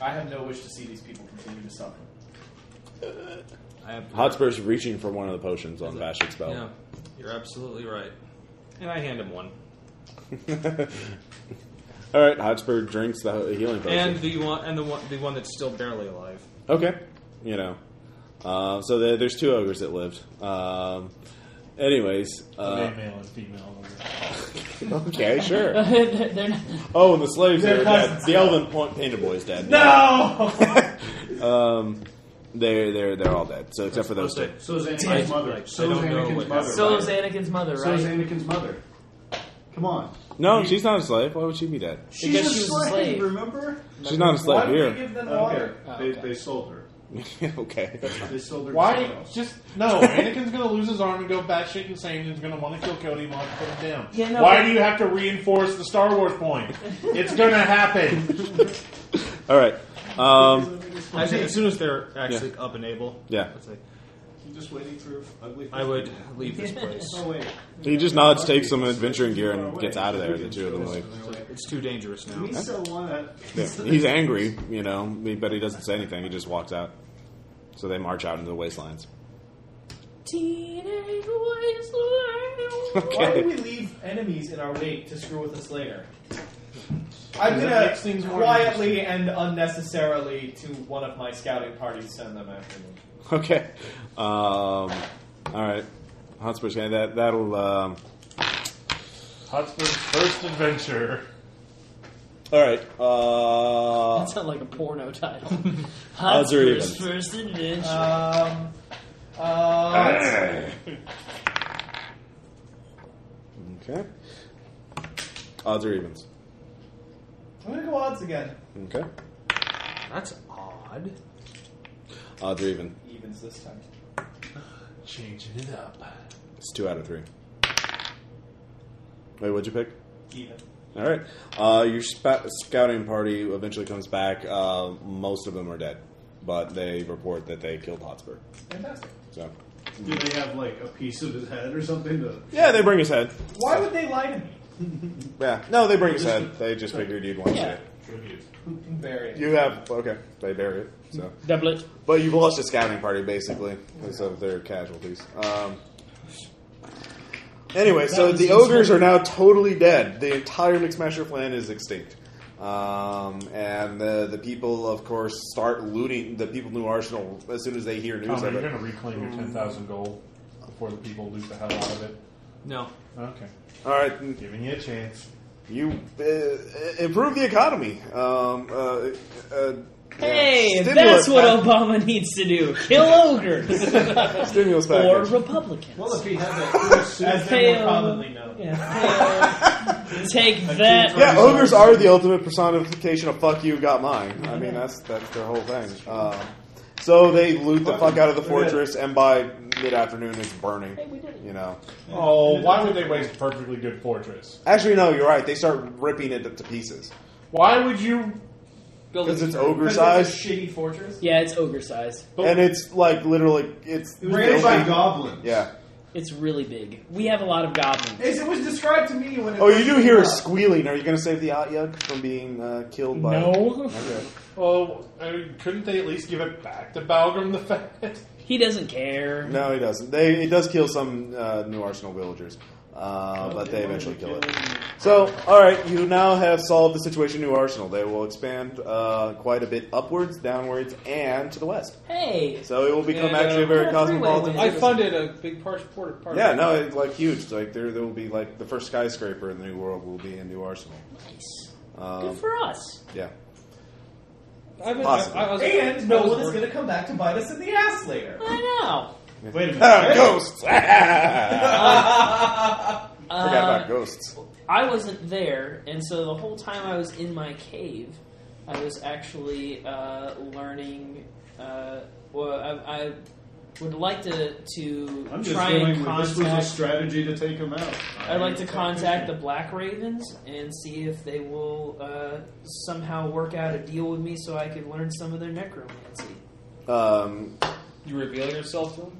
[SPEAKER 5] I have no wish to see these people continue to suffer.
[SPEAKER 4] I have
[SPEAKER 2] Hotspur's reaching for one of the potions on Bashard's belt.
[SPEAKER 4] Yeah, you're absolutely right. And I hand him one.
[SPEAKER 2] All right, Hotspur drinks the healing potion.
[SPEAKER 4] And the one, and the one, the one that's still barely alive.
[SPEAKER 2] Okay, you know. Uh, so there, there's two ogres that lived. Um, anyways, uh,
[SPEAKER 8] Male and female.
[SPEAKER 2] okay, sure.
[SPEAKER 6] They're not-
[SPEAKER 2] Oh, and the slaves
[SPEAKER 6] They're
[SPEAKER 2] are dead.
[SPEAKER 6] cousins.
[SPEAKER 2] The Elven Point Panda Boy's dead.
[SPEAKER 6] No!
[SPEAKER 2] um, they're they're they're all dead. So except for those two.
[SPEAKER 1] So is Anakin's mother. So is Anakin's mother.
[SPEAKER 22] So is
[SPEAKER 1] right?
[SPEAKER 22] Anakin's mother,
[SPEAKER 1] So
[SPEAKER 22] right?
[SPEAKER 1] is Anakin's mother. Come on.
[SPEAKER 2] No, she's not a slave. Why would she be dead?
[SPEAKER 1] She's a
[SPEAKER 22] she was a
[SPEAKER 1] slave,
[SPEAKER 22] slave.
[SPEAKER 1] remember?
[SPEAKER 2] She's not a slave
[SPEAKER 1] Why did
[SPEAKER 2] here.
[SPEAKER 1] They, give them
[SPEAKER 5] Okay.
[SPEAKER 1] water?
[SPEAKER 5] Oh,
[SPEAKER 1] they, they sold her.
[SPEAKER 2] okay.
[SPEAKER 1] They sold her. to
[SPEAKER 8] Why?
[SPEAKER 1] someone else.
[SPEAKER 8] Just no. Anakin's gonna lose his arm and go batshit insane. He's gonna want to kill Cody. Want to put him down.
[SPEAKER 22] Yeah, no,
[SPEAKER 8] Why
[SPEAKER 22] but-
[SPEAKER 8] do you have to reinforce the Star Wars point? it's gonna happen.
[SPEAKER 2] All right. Um,
[SPEAKER 9] I think as soon as they're actually up and able,
[SPEAKER 2] Yeah.
[SPEAKER 9] I'd say,
[SPEAKER 1] You're just waiting for ugly.
[SPEAKER 9] I would leave this place.
[SPEAKER 1] Oh wait.
[SPEAKER 2] he just nods, takes some adventuring gear, and gets out of there. The two of them leave.
[SPEAKER 9] It's too dangerous now.
[SPEAKER 1] We still want to.
[SPEAKER 2] Yeah, He's angry, you know, but he doesn't say anything. He just walks out. So they march out into the wastelands.
[SPEAKER 6] Teenage
[SPEAKER 1] Oh.
[SPEAKER 6] wasteland.
[SPEAKER 2] Okay.
[SPEAKER 5] Why do we leave enemies in our wake to screw with us later? I'm
[SPEAKER 8] Does that
[SPEAKER 5] gonna
[SPEAKER 8] make things more
[SPEAKER 5] quietly and unnecessarily to one of my scouting parties send them after me.
[SPEAKER 2] Okay. Um, all right. Hotspur's hand. That that'll. Um,
[SPEAKER 8] Hotspur's first adventure.
[SPEAKER 2] all right. Uh,
[SPEAKER 6] That sounds like a porno title.
[SPEAKER 1] Oh,
[SPEAKER 2] Odds or
[SPEAKER 6] Hotspur's
[SPEAKER 2] evens?
[SPEAKER 6] First adventure.
[SPEAKER 5] Um, uh,
[SPEAKER 2] okay. Odds or evens.
[SPEAKER 5] I'm gonna go odds again.
[SPEAKER 2] Okay.
[SPEAKER 9] That's odd.
[SPEAKER 2] Odds or even.
[SPEAKER 5] Evens this time.
[SPEAKER 8] Changing it up.
[SPEAKER 2] It's two out of three. Wait, what'd you pick?
[SPEAKER 5] Even.
[SPEAKER 2] All right. Uh, your spa- scouting party eventually comes back. Uh, most of them are dead, but they report that they killed Hotspur.
[SPEAKER 5] Fantastic.
[SPEAKER 2] So.
[SPEAKER 1] Do they have like a piece of his head or something? To,
[SPEAKER 2] Yeah, they bring his head.
[SPEAKER 5] Why would they lie to me?
[SPEAKER 2] Yeah, no, they bring his head. They just figured you'd want to see it.
[SPEAKER 5] Bury it.
[SPEAKER 2] You have okay. They bury it. So,
[SPEAKER 6] Double it.
[SPEAKER 2] but you've lost a scouting party basically because of their casualties. Um, anyway, so the ogres are now totally dead. The entire Mixmasher clan is extinct, um, and the the people, of course, start looting the people in New Arsenal as soon as they hear news
[SPEAKER 8] Connor,
[SPEAKER 2] of
[SPEAKER 9] Oh,
[SPEAKER 8] you're
[SPEAKER 2] it.
[SPEAKER 8] gonna reclaim
[SPEAKER 9] Mm.
[SPEAKER 8] your ten thousand gold before the people loot the hell out of it.
[SPEAKER 9] No.
[SPEAKER 8] Okay,
[SPEAKER 2] All right,
[SPEAKER 8] giving you a chance.
[SPEAKER 2] you uh, improve the economy. Um, uh, uh,
[SPEAKER 6] Hey,
[SPEAKER 2] stimulus
[SPEAKER 6] that's what
[SPEAKER 2] pack-
[SPEAKER 6] Obama needs to do. Kill ogres.
[SPEAKER 2] stimulus
[SPEAKER 6] or
[SPEAKER 2] package.
[SPEAKER 6] Republicans.
[SPEAKER 1] well, if he had that suit,
[SPEAKER 5] As they
[SPEAKER 6] Fail.
[SPEAKER 5] more commonly know.
[SPEAKER 6] Yeah, fail. Take
[SPEAKER 1] keep
[SPEAKER 6] that.
[SPEAKER 2] Yeah, ogres are the ultimate personification of "fuck you, got mine." I mean, that's that's their whole thing. Um, so they loot the fuck out of the fortress, and by mid-afternoon, it's burning. You know,
[SPEAKER 8] Oh, why would they waste a perfectly good fortress?
[SPEAKER 2] actually, no, you're right. They start ripping it to pieces
[SPEAKER 8] Why would you?
[SPEAKER 2] because it's ogre
[SPEAKER 5] Because it's
[SPEAKER 2] sized,
[SPEAKER 5] a shitty fortress.
[SPEAKER 6] Yeah, it's ogre size.
[SPEAKER 2] and it's like literally, it's
[SPEAKER 1] it was raised by goblins.
[SPEAKER 2] yeah.
[SPEAKER 6] It's really big. We have a lot of goblins.
[SPEAKER 5] As it was described to me when it
[SPEAKER 2] Oh, you
[SPEAKER 5] first
[SPEAKER 2] do
[SPEAKER 5] came
[SPEAKER 2] hear a
[SPEAKER 5] up.
[SPEAKER 2] squealing. Are you going to save the Atyug from being uh, killed by?
[SPEAKER 8] No.
[SPEAKER 2] Okay.
[SPEAKER 8] Oh, I mean, couldn't they at least give it back to Balgrim the Fat?
[SPEAKER 6] He doesn't care.
[SPEAKER 2] No, he doesn't. They it does kill some uh, New Arsenal villagers, uh, but they eventually kill it. So, all right, you now have solved the situation. in New Arsenal. They will expand uh, quite a bit upwards, downwards, and to the west.
[SPEAKER 6] Hey,
[SPEAKER 2] So it will become
[SPEAKER 9] And, uh,
[SPEAKER 2] actually a very
[SPEAKER 6] what a freeway
[SPEAKER 2] cosmopolitan.
[SPEAKER 9] I
[SPEAKER 6] win.
[SPEAKER 9] funded a big part, part, part
[SPEAKER 2] Yeah,
[SPEAKER 9] of
[SPEAKER 2] no, it's like huge. Like there, there will be like the first skyscraper in the new world will be in New Arsenal.
[SPEAKER 6] nice.
[SPEAKER 2] Um,
[SPEAKER 6] Good for us.
[SPEAKER 2] yeah.
[SPEAKER 9] I was,
[SPEAKER 2] Possibly.
[SPEAKER 9] I, I was,
[SPEAKER 5] And no
[SPEAKER 9] I was
[SPEAKER 5] one is
[SPEAKER 9] worried.
[SPEAKER 5] going to come back to bite us in the ass later.
[SPEAKER 6] I know.
[SPEAKER 5] Wait a minute.
[SPEAKER 2] ghosts. Forgot about ghosts.
[SPEAKER 6] I wasn't there, and so the whole time I was in my cave, I was actually uh, learning. Uh, well, I, I would like to to
[SPEAKER 1] I'm just
[SPEAKER 6] try
[SPEAKER 1] feeling
[SPEAKER 6] and
[SPEAKER 1] like this was a
[SPEAKER 6] contact.
[SPEAKER 1] strategy to take him out.
[SPEAKER 6] I'd like to contact the Black Ravens and see if they will uh, somehow work out a deal with me so I could learn some of their necromancy.
[SPEAKER 2] Um,
[SPEAKER 9] You reveal yourself to him?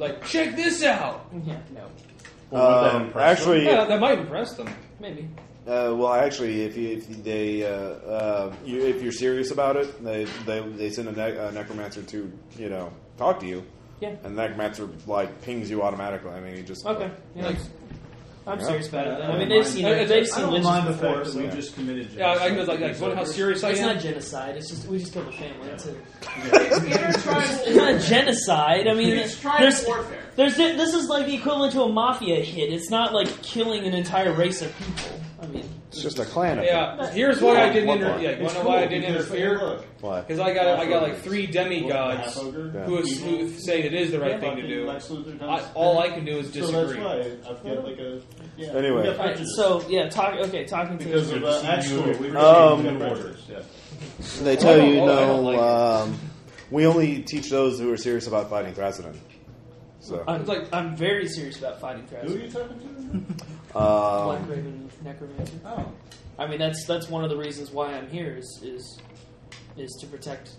[SPEAKER 9] Like, check this out!
[SPEAKER 6] Yeah, no.
[SPEAKER 23] Well, would that
[SPEAKER 2] Um,
[SPEAKER 23] impress
[SPEAKER 2] actually,
[SPEAKER 23] them? Yeah,
[SPEAKER 4] that might impress them.
[SPEAKER 6] Maybe.
[SPEAKER 2] Uh, well, actually, if you, if they uh, uh, you, if you're serious about it, they they, they send a, ne- a necromancer to you know talk to you.
[SPEAKER 6] Yeah.
[SPEAKER 2] And the necromancer like pings you automatically. I mean, he just
[SPEAKER 6] Okay.
[SPEAKER 2] like,
[SPEAKER 6] Yeah. I'm
[SPEAKER 2] Yeah.
[SPEAKER 6] serious about it. Then. I
[SPEAKER 2] Yeah.
[SPEAKER 6] mean, they've seen
[SPEAKER 4] I- I-
[SPEAKER 6] they've
[SPEAKER 4] I
[SPEAKER 6] seen
[SPEAKER 4] don't
[SPEAKER 6] lynches
[SPEAKER 4] mind the
[SPEAKER 6] before,
[SPEAKER 4] fact that
[SPEAKER 6] so-
[SPEAKER 4] we just committed Yeah, I- I know, like- like, what- how serious I
[SPEAKER 6] it's
[SPEAKER 4] am?
[SPEAKER 6] not genocide. It's just we just killed a family. That's it.
[SPEAKER 24] Intertribal
[SPEAKER 6] it's not genocide. I mean,
[SPEAKER 24] It's tribal
[SPEAKER 6] there's,
[SPEAKER 24] warfare.
[SPEAKER 6] There's thi- this is like the equivalent to a mafia hit. It's not like killing an entire race of people. I mean,
[SPEAKER 2] It's just a clan.
[SPEAKER 4] Yeah, here's why I didn't.
[SPEAKER 2] One
[SPEAKER 4] Inter-
[SPEAKER 2] line.
[SPEAKER 4] yeah, you
[SPEAKER 2] It's
[SPEAKER 4] wanna know why I
[SPEAKER 2] cool
[SPEAKER 4] didn't
[SPEAKER 2] because they
[SPEAKER 4] interfere?
[SPEAKER 2] look. Why?
[SPEAKER 4] Because I got I got like
[SPEAKER 2] Half-ogres.
[SPEAKER 4] three
[SPEAKER 2] Half
[SPEAKER 4] demigods
[SPEAKER 2] ogre?
[SPEAKER 4] who, is,
[SPEAKER 2] Yeah.
[SPEAKER 4] who say it is the right
[SPEAKER 2] Yeah,
[SPEAKER 4] thing
[SPEAKER 2] I
[SPEAKER 4] to
[SPEAKER 2] think
[SPEAKER 4] do.
[SPEAKER 2] Lex Luthor
[SPEAKER 4] I,
[SPEAKER 2] does
[SPEAKER 4] all I can do
[SPEAKER 2] So
[SPEAKER 4] is
[SPEAKER 2] that's
[SPEAKER 4] disagree.
[SPEAKER 2] why
[SPEAKER 9] I've got like a. Yeah.
[SPEAKER 2] Anyway.
[SPEAKER 9] We got
[SPEAKER 6] Alright,
[SPEAKER 9] prejudice.
[SPEAKER 6] so yeah, talk. Okay, talking to
[SPEAKER 9] Because of uh, Axe Store, we
[SPEAKER 2] Um,
[SPEAKER 9] received new orders. Yeah.
[SPEAKER 2] They tell you no. um, we only teach those who are serious about fighting Thrasadon. So
[SPEAKER 6] I'm like I'm very serious about fighting Thrasadon.
[SPEAKER 9] Who are you talking
[SPEAKER 2] um,
[SPEAKER 6] Black Raven Necromancer. Oh, I mean that's that's one of the reasons why I'm here is is is to protect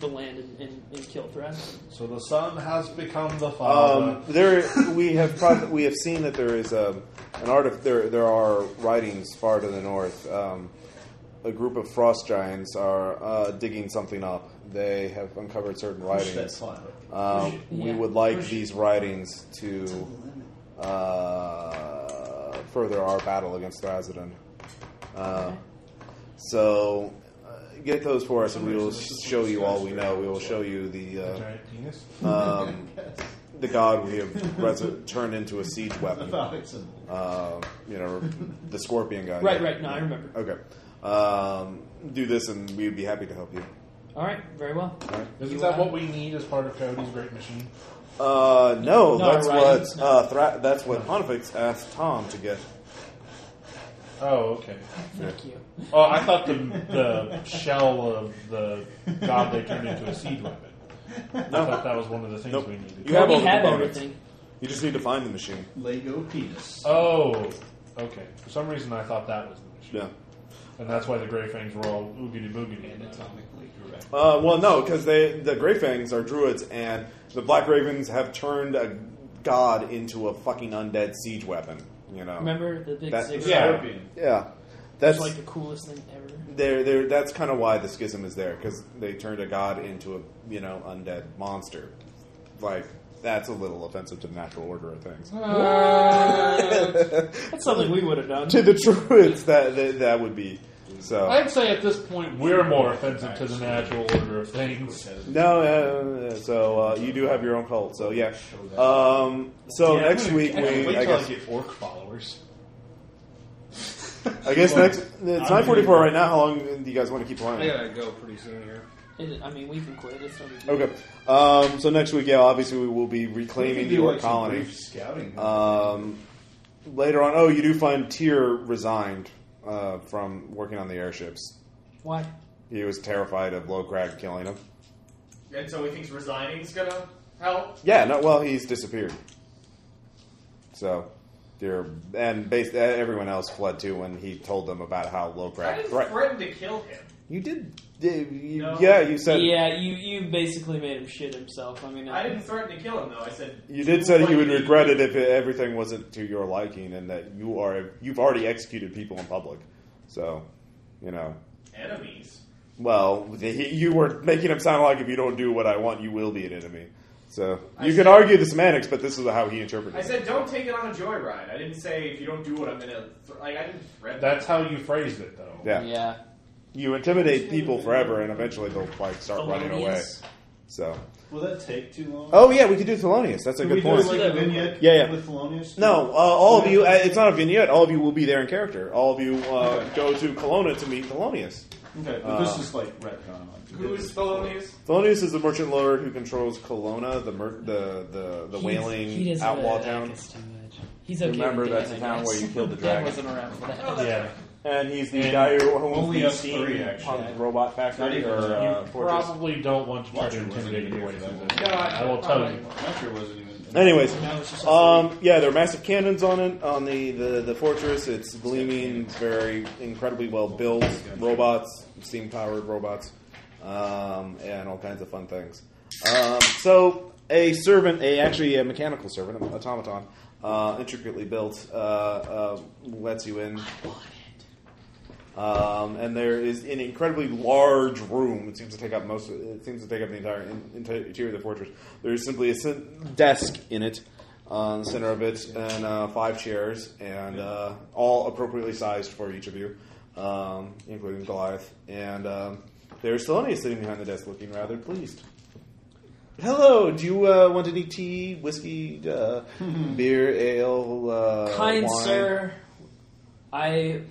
[SPEAKER 6] the land and, and, and kill Thrasadon.
[SPEAKER 8] So the son has become the father.
[SPEAKER 2] Um, there, we have prob- we have seen that there is um, an art of there. There are writings far to the north. Um, a group of frost giants are uh, digging something up. They have uncovered certain
[SPEAKER 1] Push that
[SPEAKER 2] writings.
[SPEAKER 1] slide.
[SPEAKER 2] Uh,
[SPEAKER 1] Push it.
[SPEAKER 2] we
[SPEAKER 1] Yeah.
[SPEAKER 2] would like
[SPEAKER 1] Push it.
[SPEAKER 2] these writings to uh, further our battle against Thrasadon. Uh, so. uh, Get those for us, and we will show you all we know. We will show you the uh,
[SPEAKER 8] Giant penis?
[SPEAKER 2] um, the god we have resu- turned into a siege weapon.
[SPEAKER 9] Phallic symbol.
[SPEAKER 2] Uh, you know, the scorpion god.
[SPEAKER 6] Right, right. No, I remember.
[SPEAKER 2] Okay. Um, do this, and we'd be happy to help you.
[SPEAKER 6] All right, very well.
[SPEAKER 8] Isn't that what we need as part of Cody's great mission?
[SPEAKER 2] Uh, no,
[SPEAKER 8] No,
[SPEAKER 2] that's
[SPEAKER 8] right.
[SPEAKER 2] what uh, Thra- that's what Pontifex asked Tom to get.
[SPEAKER 8] Oh, okay.
[SPEAKER 6] Thank you.
[SPEAKER 8] Oh, I thought the, the shell of the god they turned into a seed weapon. I thought that was one of the things we needed.
[SPEAKER 2] You have all the components. You just need to find the machine.
[SPEAKER 1] Lego penis.
[SPEAKER 8] Oh, okay. For some reason, I thought that was the machine.
[SPEAKER 2] Yeah.
[SPEAKER 8] And that's why the Grey Fangs were all oogity boogity. Anatomically correct.
[SPEAKER 2] Uh, well, no, because they the Grey Fangs are druids, and the Black Ravens have turned a god into a fucking undead siege weapon. You know,
[SPEAKER 6] Remember the big
[SPEAKER 2] That-
[SPEAKER 6] ziggurat?
[SPEAKER 2] yeah, yeah. That's
[SPEAKER 6] It's like the coolest thing ever.
[SPEAKER 2] They're, they're, that's kind of why the schism is there because they turned a god into a you know undead monster. Like that's a little offensive to the natural order of things.
[SPEAKER 6] Uh, that's something we would have done.
[SPEAKER 2] to the druids, that, that that would be so.
[SPEAKER 8] I'd say at this point we're more offensive to the natural order of things.
[SPEAKER 2] No, uh, so uh, you do have your own cult. So yeah. Um, so
[SPEAKER 8] Yeah,
[SPEAKER 2] next
[SPEAKER 8] I'm gonna-
[SPEAKER 2] week
[SPEAKER 8] I'm gonna
[SPEAKER 2] we,
[SPEAKER 8] wait
[SPEAKER 2] I
[SPEAKER 8] till
[SPEAKER 2] guess,
[SPEAKER 8] get orc followers.
[SPEAKER 2] I guess
[SPEAKER 8] Well,
[SPEAKER 2] next it's
[SPEAKER 8] I'm
[SPEAKER 2] nine forty four
[SPEAKER 8] gonna-
[SPEAKER 2] right now. How long do you guys want to keep
[SPEAKER 4] I
[SPEAKER 2] playing?
[SPEAKER 4] gotta go pretty soon here.
[SPEAKER 6] It, I mean, we can quit. It's not a big deal.
[SPEAKER 2] Okay. Um, so next week, yeah, obviously we will be
[SPEAKER 1] We
[SPEAKER 2] reclaiming
[SPEAKER 1] could do,
[SPEAKER 2] the orc
[SPEAKER 1] like, some
[SPEAKER 2] colony.
[SPEAKER 1] brief scouting.
[SPEAKER 2] Um, later on, oh, you do find Tyr resigned uh, from working on the airships.
[SPEAKER 6] Why?
[SPEAKER 2] He was terrified of Low Crag killing him.
[SPEAKER 5] And so he thinks resigning's gonna help.
[SPEAKER 2] Yeah, no, well, he's disappeared. So, Tyr and bas- uh, everyone else fled too when he told them about how Low
[SPEAKER 5] I
[SPEAKER 2] Crag.
[SPEAKER 5] didn't
[SPEAKER 2] Right.
[SPEAKER 5] threaten to kill him.
[SPEAKER 2] You did. you- Yeah, you said.
[SPEAKER 6] Yeah, you you basically made him shit himself. I mean, uh,
[SPEAKER 5] I didn't threaten to kill him though. I said
[SPEAKER 2] You did say that you
[SPEAKER 5] What
[SPEAKER 2] would
[SPEAKER 5] did
[SPEAKER 2] regret it if everything wasn't to your liking, and that you are you've already executed people in public. So, you know,
[SPEAKER 5] enemies.
[SPEAKER 2] well, he, you were making him sound like if you don't do what I want, you will be an enemy. So you can argue the semantics, but this is how he interpreted
[SPEAKER 5] I
[SPEAKER 2] it.
[SPEAKER 5] said don't take it on a joyride. I didn't say if you don't do what I'm gonna. Th- like I didn't threaten.
[SPEAKER 8] That's how you phrased it, though.
[SPEAKER 2] Yeah.
[SPEAKER 6] Yeah.
[SPEAKER 2] You intimidate people forever, and eventually they'll like start running away.
[SPEAKER 1] Thelonious.
[SPEAKER 2] So,
[SPEAKER 1] Will that take too long?
[SPEAKER 2] oh yeah, we could do Thelonious. That's a
[SPEAKER 1] Can
[SPEAKER 2] good
[SPEAKER 1] we do,
[SPEAKER 2] point.
[SPEAKER 1] like, a vignette
[SPEAKER 2] yeah, yeah.
[SPEAKER 1] with Thelonious?
[SPEAKER 2] No, uh, all of you. Uh, it's not a vignette. All of you will be there in character. All of you uh, go to Kelowna to meet Thelonious.
[SPEAKER 1] Okay, but this
[SPEAKER 2] Uh,
[SPEAKER 1] is like retcon. Like,
[SPEAKER 5] Who is Thelonious?
[SPEAKER 2] Thelonious is the merchant lord who controls Kelowna, the mer- the the, the
[SPEAKER 6] He's-
[SPEAKER 2] whaling
[SPEAKER 6] he doesn't
[SPEAKER 2] outlaw
[SPEAKER 6] like
[SPEAKER 2] town.
[SPEAKER 6] us too much. He's okay
[SPEAKER 2] Remember,
[SPEAKER 6] with
[SPEAKER 2] that's
[SPEAKER 6] Dan,
[SPEAKER 2] the
[SPEAKER 6] I
[SPEAKER 2] town
[SPEAKER 6] guess.
[SPEAKER 2] where you killed the
[SPEAKER 6] Dan
[SPEAKER 2] dragon.
[SPEAKER 6] wasn't around for that.
[SPEAKER 2] yeah. And he's the guy who owns
[SPEAKER 8] only
[SPEAKER 2] the
[SPEAKER 8] us
[SPEAKER 2] steam
[SPEAKER 8] three, actually.
[SPEAKER 2] punk robot factory or
[SPEAKER 8] you
[SPEAKER 2] uh, fortress.
[SPEAKER 8] probably don't want to try to intimidate your way through this. I, will tell you.
[SPEAKER 2] Anyways, um, yeah, there are massive cannons on it on the, the, the fortress. It's gleaming, very incredibly well built robots, steam powered robots, um, and all kinds of fun things. Um, so a servant, a actually a mechanical servant, an automaton, uh, intricately built, uh, uh, lets you in. Um, and there is an incredibly large room. It seems to take up most. Of, it seems to take up the entire in, interior of the fortress. There is simply a sen- desk in it, uh, in the center of it, and uh, five chairs, and uh, all appropriately sized for each of you, um, including Goliath. And um, there's Salonia sitting behind the desk, looking rather pleased. Hello. Do you uh, want any tea, whiskey, uh, beer, ale? Uh,
[SPEAKER 6] Kind
[SPEAKER 2] wine?
[SPEAKER 6] sir, I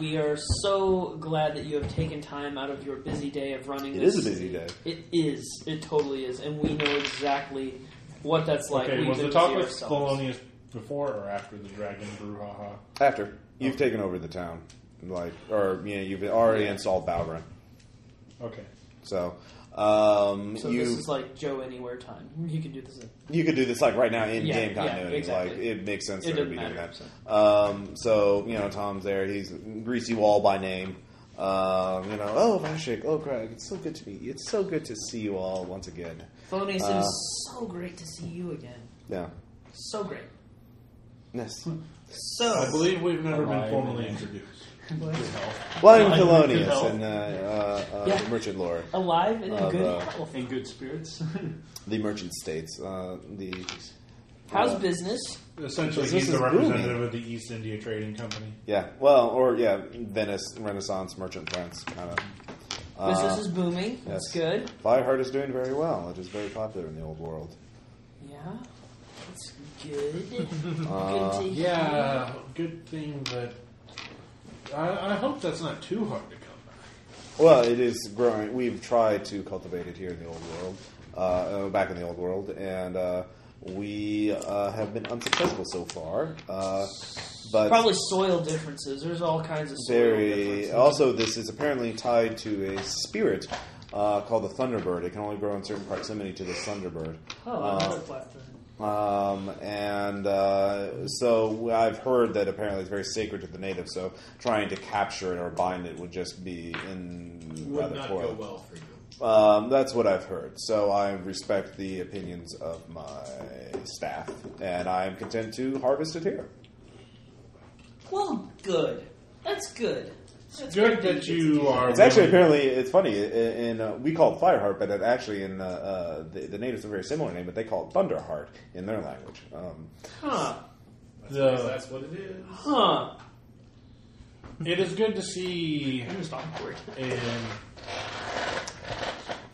[SPEAKER 6] we are so glad that you have taken time out of your busy day of running.
[SPEAKER 2] It
[SPEAKER 6] this.
[SPEAKER 2] is a busy day.
[SPEAKER 6] It is. It totally is, and we know exactly what that's like.
[SPEAKER 8] okay,
[SPEAKER 6] We've
[SPEAKER 8] was the
[SPEAKER 6] been
[SPEAKER 8] talk
[SPEAKER 6] busy
[SPEAKER 8] with
[SPEAKER 6] ourselves.
[SPEAKER 8] Thelonious before or after the dragon brouhaha?
[SPEAKER 2] After
[SPEAKER 6] Oh.
[SPEAKER 2] you've taken over the town, like or you know, you've already installed Balron.
[SPEAKER 8] Okay.
[SPEAKER 2] So, um,
[SPEAKER 6] So
[SPEAKER 2] you
[SPEAKER 6] this is like Joe anywhere time. You can do this. In,
[SPEAKER 2] you could do this like right now in
[SPEAKER 6] Yeah,
[SPEAKER 2] game
[SPEAKER 6] yeah,
[SPEAKER 2] continuity.
[SPEAKER 6] exactly.
[SPEAKER 2] Like it makes sense
[SPEAKER 6] It
[SPEAKER 2] to
[SPEAKER 6] doesn't
[SPEAKER 2] be doing
[SPEAKER 6] matter,
[SPEAKER 2] that. Um, so you know, Tom's there. He's Greasy Wall by name. Um, you know, oh Vashik, oh Craig, it's so good to meet you. It's so good to see you all once again.
[SPEAKER 6] Thelonious, it
[SPEAKER 2] Uh,
[SPEAKER 6] is so great to see you again.
[SPEAKER 2] yeah.
[SPEAKER 6] So great.
[SPEAKER 2] Yes.
[SPEAKER 6] So
[SPEAKER 8] I believe we've never been
[SPEAKER 2] Alive
[SPEAKER 8] formally
[SPEAKER 2] and-
[SPEAKER 8] introduced.
[SPEAKER 6] What?
[SPEAKER 2] Well, I'm
[SPEAKER 8] Alive and in good
[SPEAKER 2] Thelonious
[SPEAKER 8] health.
[SPEAKER 2] and uh, uh, uh,
[SPEAKER 8] Yeah.
[SPEAKER 2] merchant lore.
[SPEAKER 6] Alive and in
[SPEAKER 2] of,
[SPEAKER 6] good
[SPEAKER 2] uh,
[SPEAKER 6] health.
[SPEAKER 1] In good spirits.
[SPEAKER 2] the merchant states. Uh, the
[SPEAKER 6] How's
[SPEAKER 2] uh,
[SPEAKER 6] business?
[SPEAKER 8] Essentially,
[SPEAKER 2] Business
[SPEAKER 8] he's the
[SPEAKER 2] is booming.
[SPEAKER 8] representative of the East India Trading Company.
[SPEAKER 2] Yeah, well, or yeah, Venice Renaissance merchant France kind of.
[SPEAKER 6] Business is booming. That's good.
[SPEAKER 2] Fireheart is doing very well. It is very popular in the old world.
[SPEAKER 6] Yeah, that's good.
[SPEAKER 2] Uh,
[SPEAKER 6] good to hear.
[SPEAKER 8] Yeah, good thing that. I, I hope that's not too hard to come by.
[SPEAKER 2] Well, it is growing. We've tried to cultivate it here in the old world, uh, uh, back in the old world, and uh, we uh, have been unsuccessful so far. Uh, but
[SPEAKER 6] Probably soil differences. There's all kinds of soil
[SPEAKER 2] very.
[SPEAKER 6] differences.
[SPEAKER 2] Also, this is apparently tied to a spirit uh, called the Thunderbird. It can only grow in certain proximity to the Thunderbird.
[SPEAKER 25] Oh,
[SPEAKER 2] Uh,
[SPEAKER 25] another platform.
[SPEAKER 2] Um, and uh, so I've heard that apparently it's very sacred to the natives, so trying to capture it or bind it would just be in
[SPEAKER 26] Would
[SPEAKER 2] rather
[SPEAKER 26] not go
[SPEAKER 2] foil.
[SPEAKER 26] well for
[SPEAKER 2] Um, that's what I've heard. So I respect the opinions of my staff, and I'm content to harvest it here.
[SPEAKER 6] Well, good. That's good. That's
[SPEAKER 8] Good
[SPEAKER 6] great
[SPEAKER 8] that
[SPEAKER 6] you
[SPEAKER 8] you are.
[SPEAKER 2] It's actually
[SPEAKER 8] willing-
[SPEAKER 2] apparently it's funny. i- In uh, we call it Fireheart, but it actually in uh, uh, the, the natives have a very similar name, but they call it Thunderheart in their language. Um,
[SPEAKER 6] Huh.
[SPEAKER 8] The-
[SPEAKER 5] that's what it is.
[SPEAKER 6] Huh.
[SPEAKER 8] It is good to see. And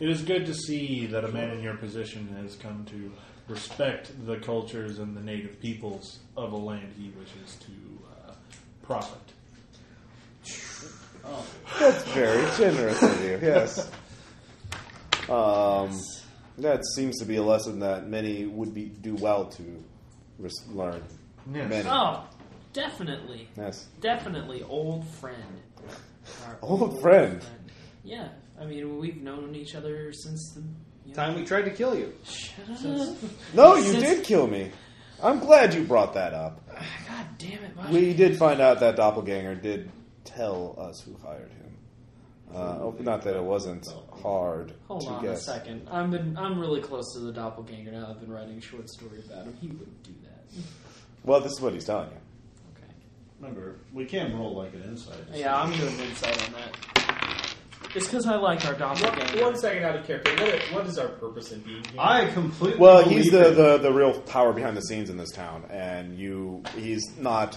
[SPEAKER 8] it is good to see that a man in your position has come to respect the cultures and the native peoples of a land he wishes to uh, profit.
[SPEAKER 2] That's very generous of you. Yes. Um, that seems to be a lesson that many would be do well to res- learn. Many.
[SPEAKER 6] Oh, definitely.
[SPEAKER 2] Yes.
[SPEAKER 6] Definitely, old friend. Our
[SPEAKER 2] Old friend.
[SPEAKER 6] Yeah, I mean we've known each other since the you know,
[SPEAKER 27] Time we tried to kill you.
[SPEAKER 6] Shut up.
[SPEAKER 2] No, you
[SPEAKER 6] Since-
[SPEAKER 2] did kill me. I'm glad you brought that up.
[SPEAKER 6] God damn it! Why?
[SPEAKER 2] We did find out that doppelganger did tell us who hired him. Uh, oh, not that it wasn't hard
[SPEAKER 6] Hold
[SPEAKER 2] to
[SPEAKER 6] on
[SPEAKER 2] guess.
[SPEAKER 6] a second. I'm been, I'm really close to the doppelganger now. I've been writing a short story about him. He wouldn't do that.
[SPEAKER 2] Well, this is what he's telling you.
[SPEAKER 1] Remember, we can roll like an insight.
[SPEAKER 6] Yeah, I'm doing insight on that. It's because I like our doppelganger.
[SPEAKER 5] One second out of character. What, what is our purpose in being here?
[SPEAKER 1] I completely.
[SPEAKER 2] Well, he's the, the, the real power behind the scenes in this town, and you he's not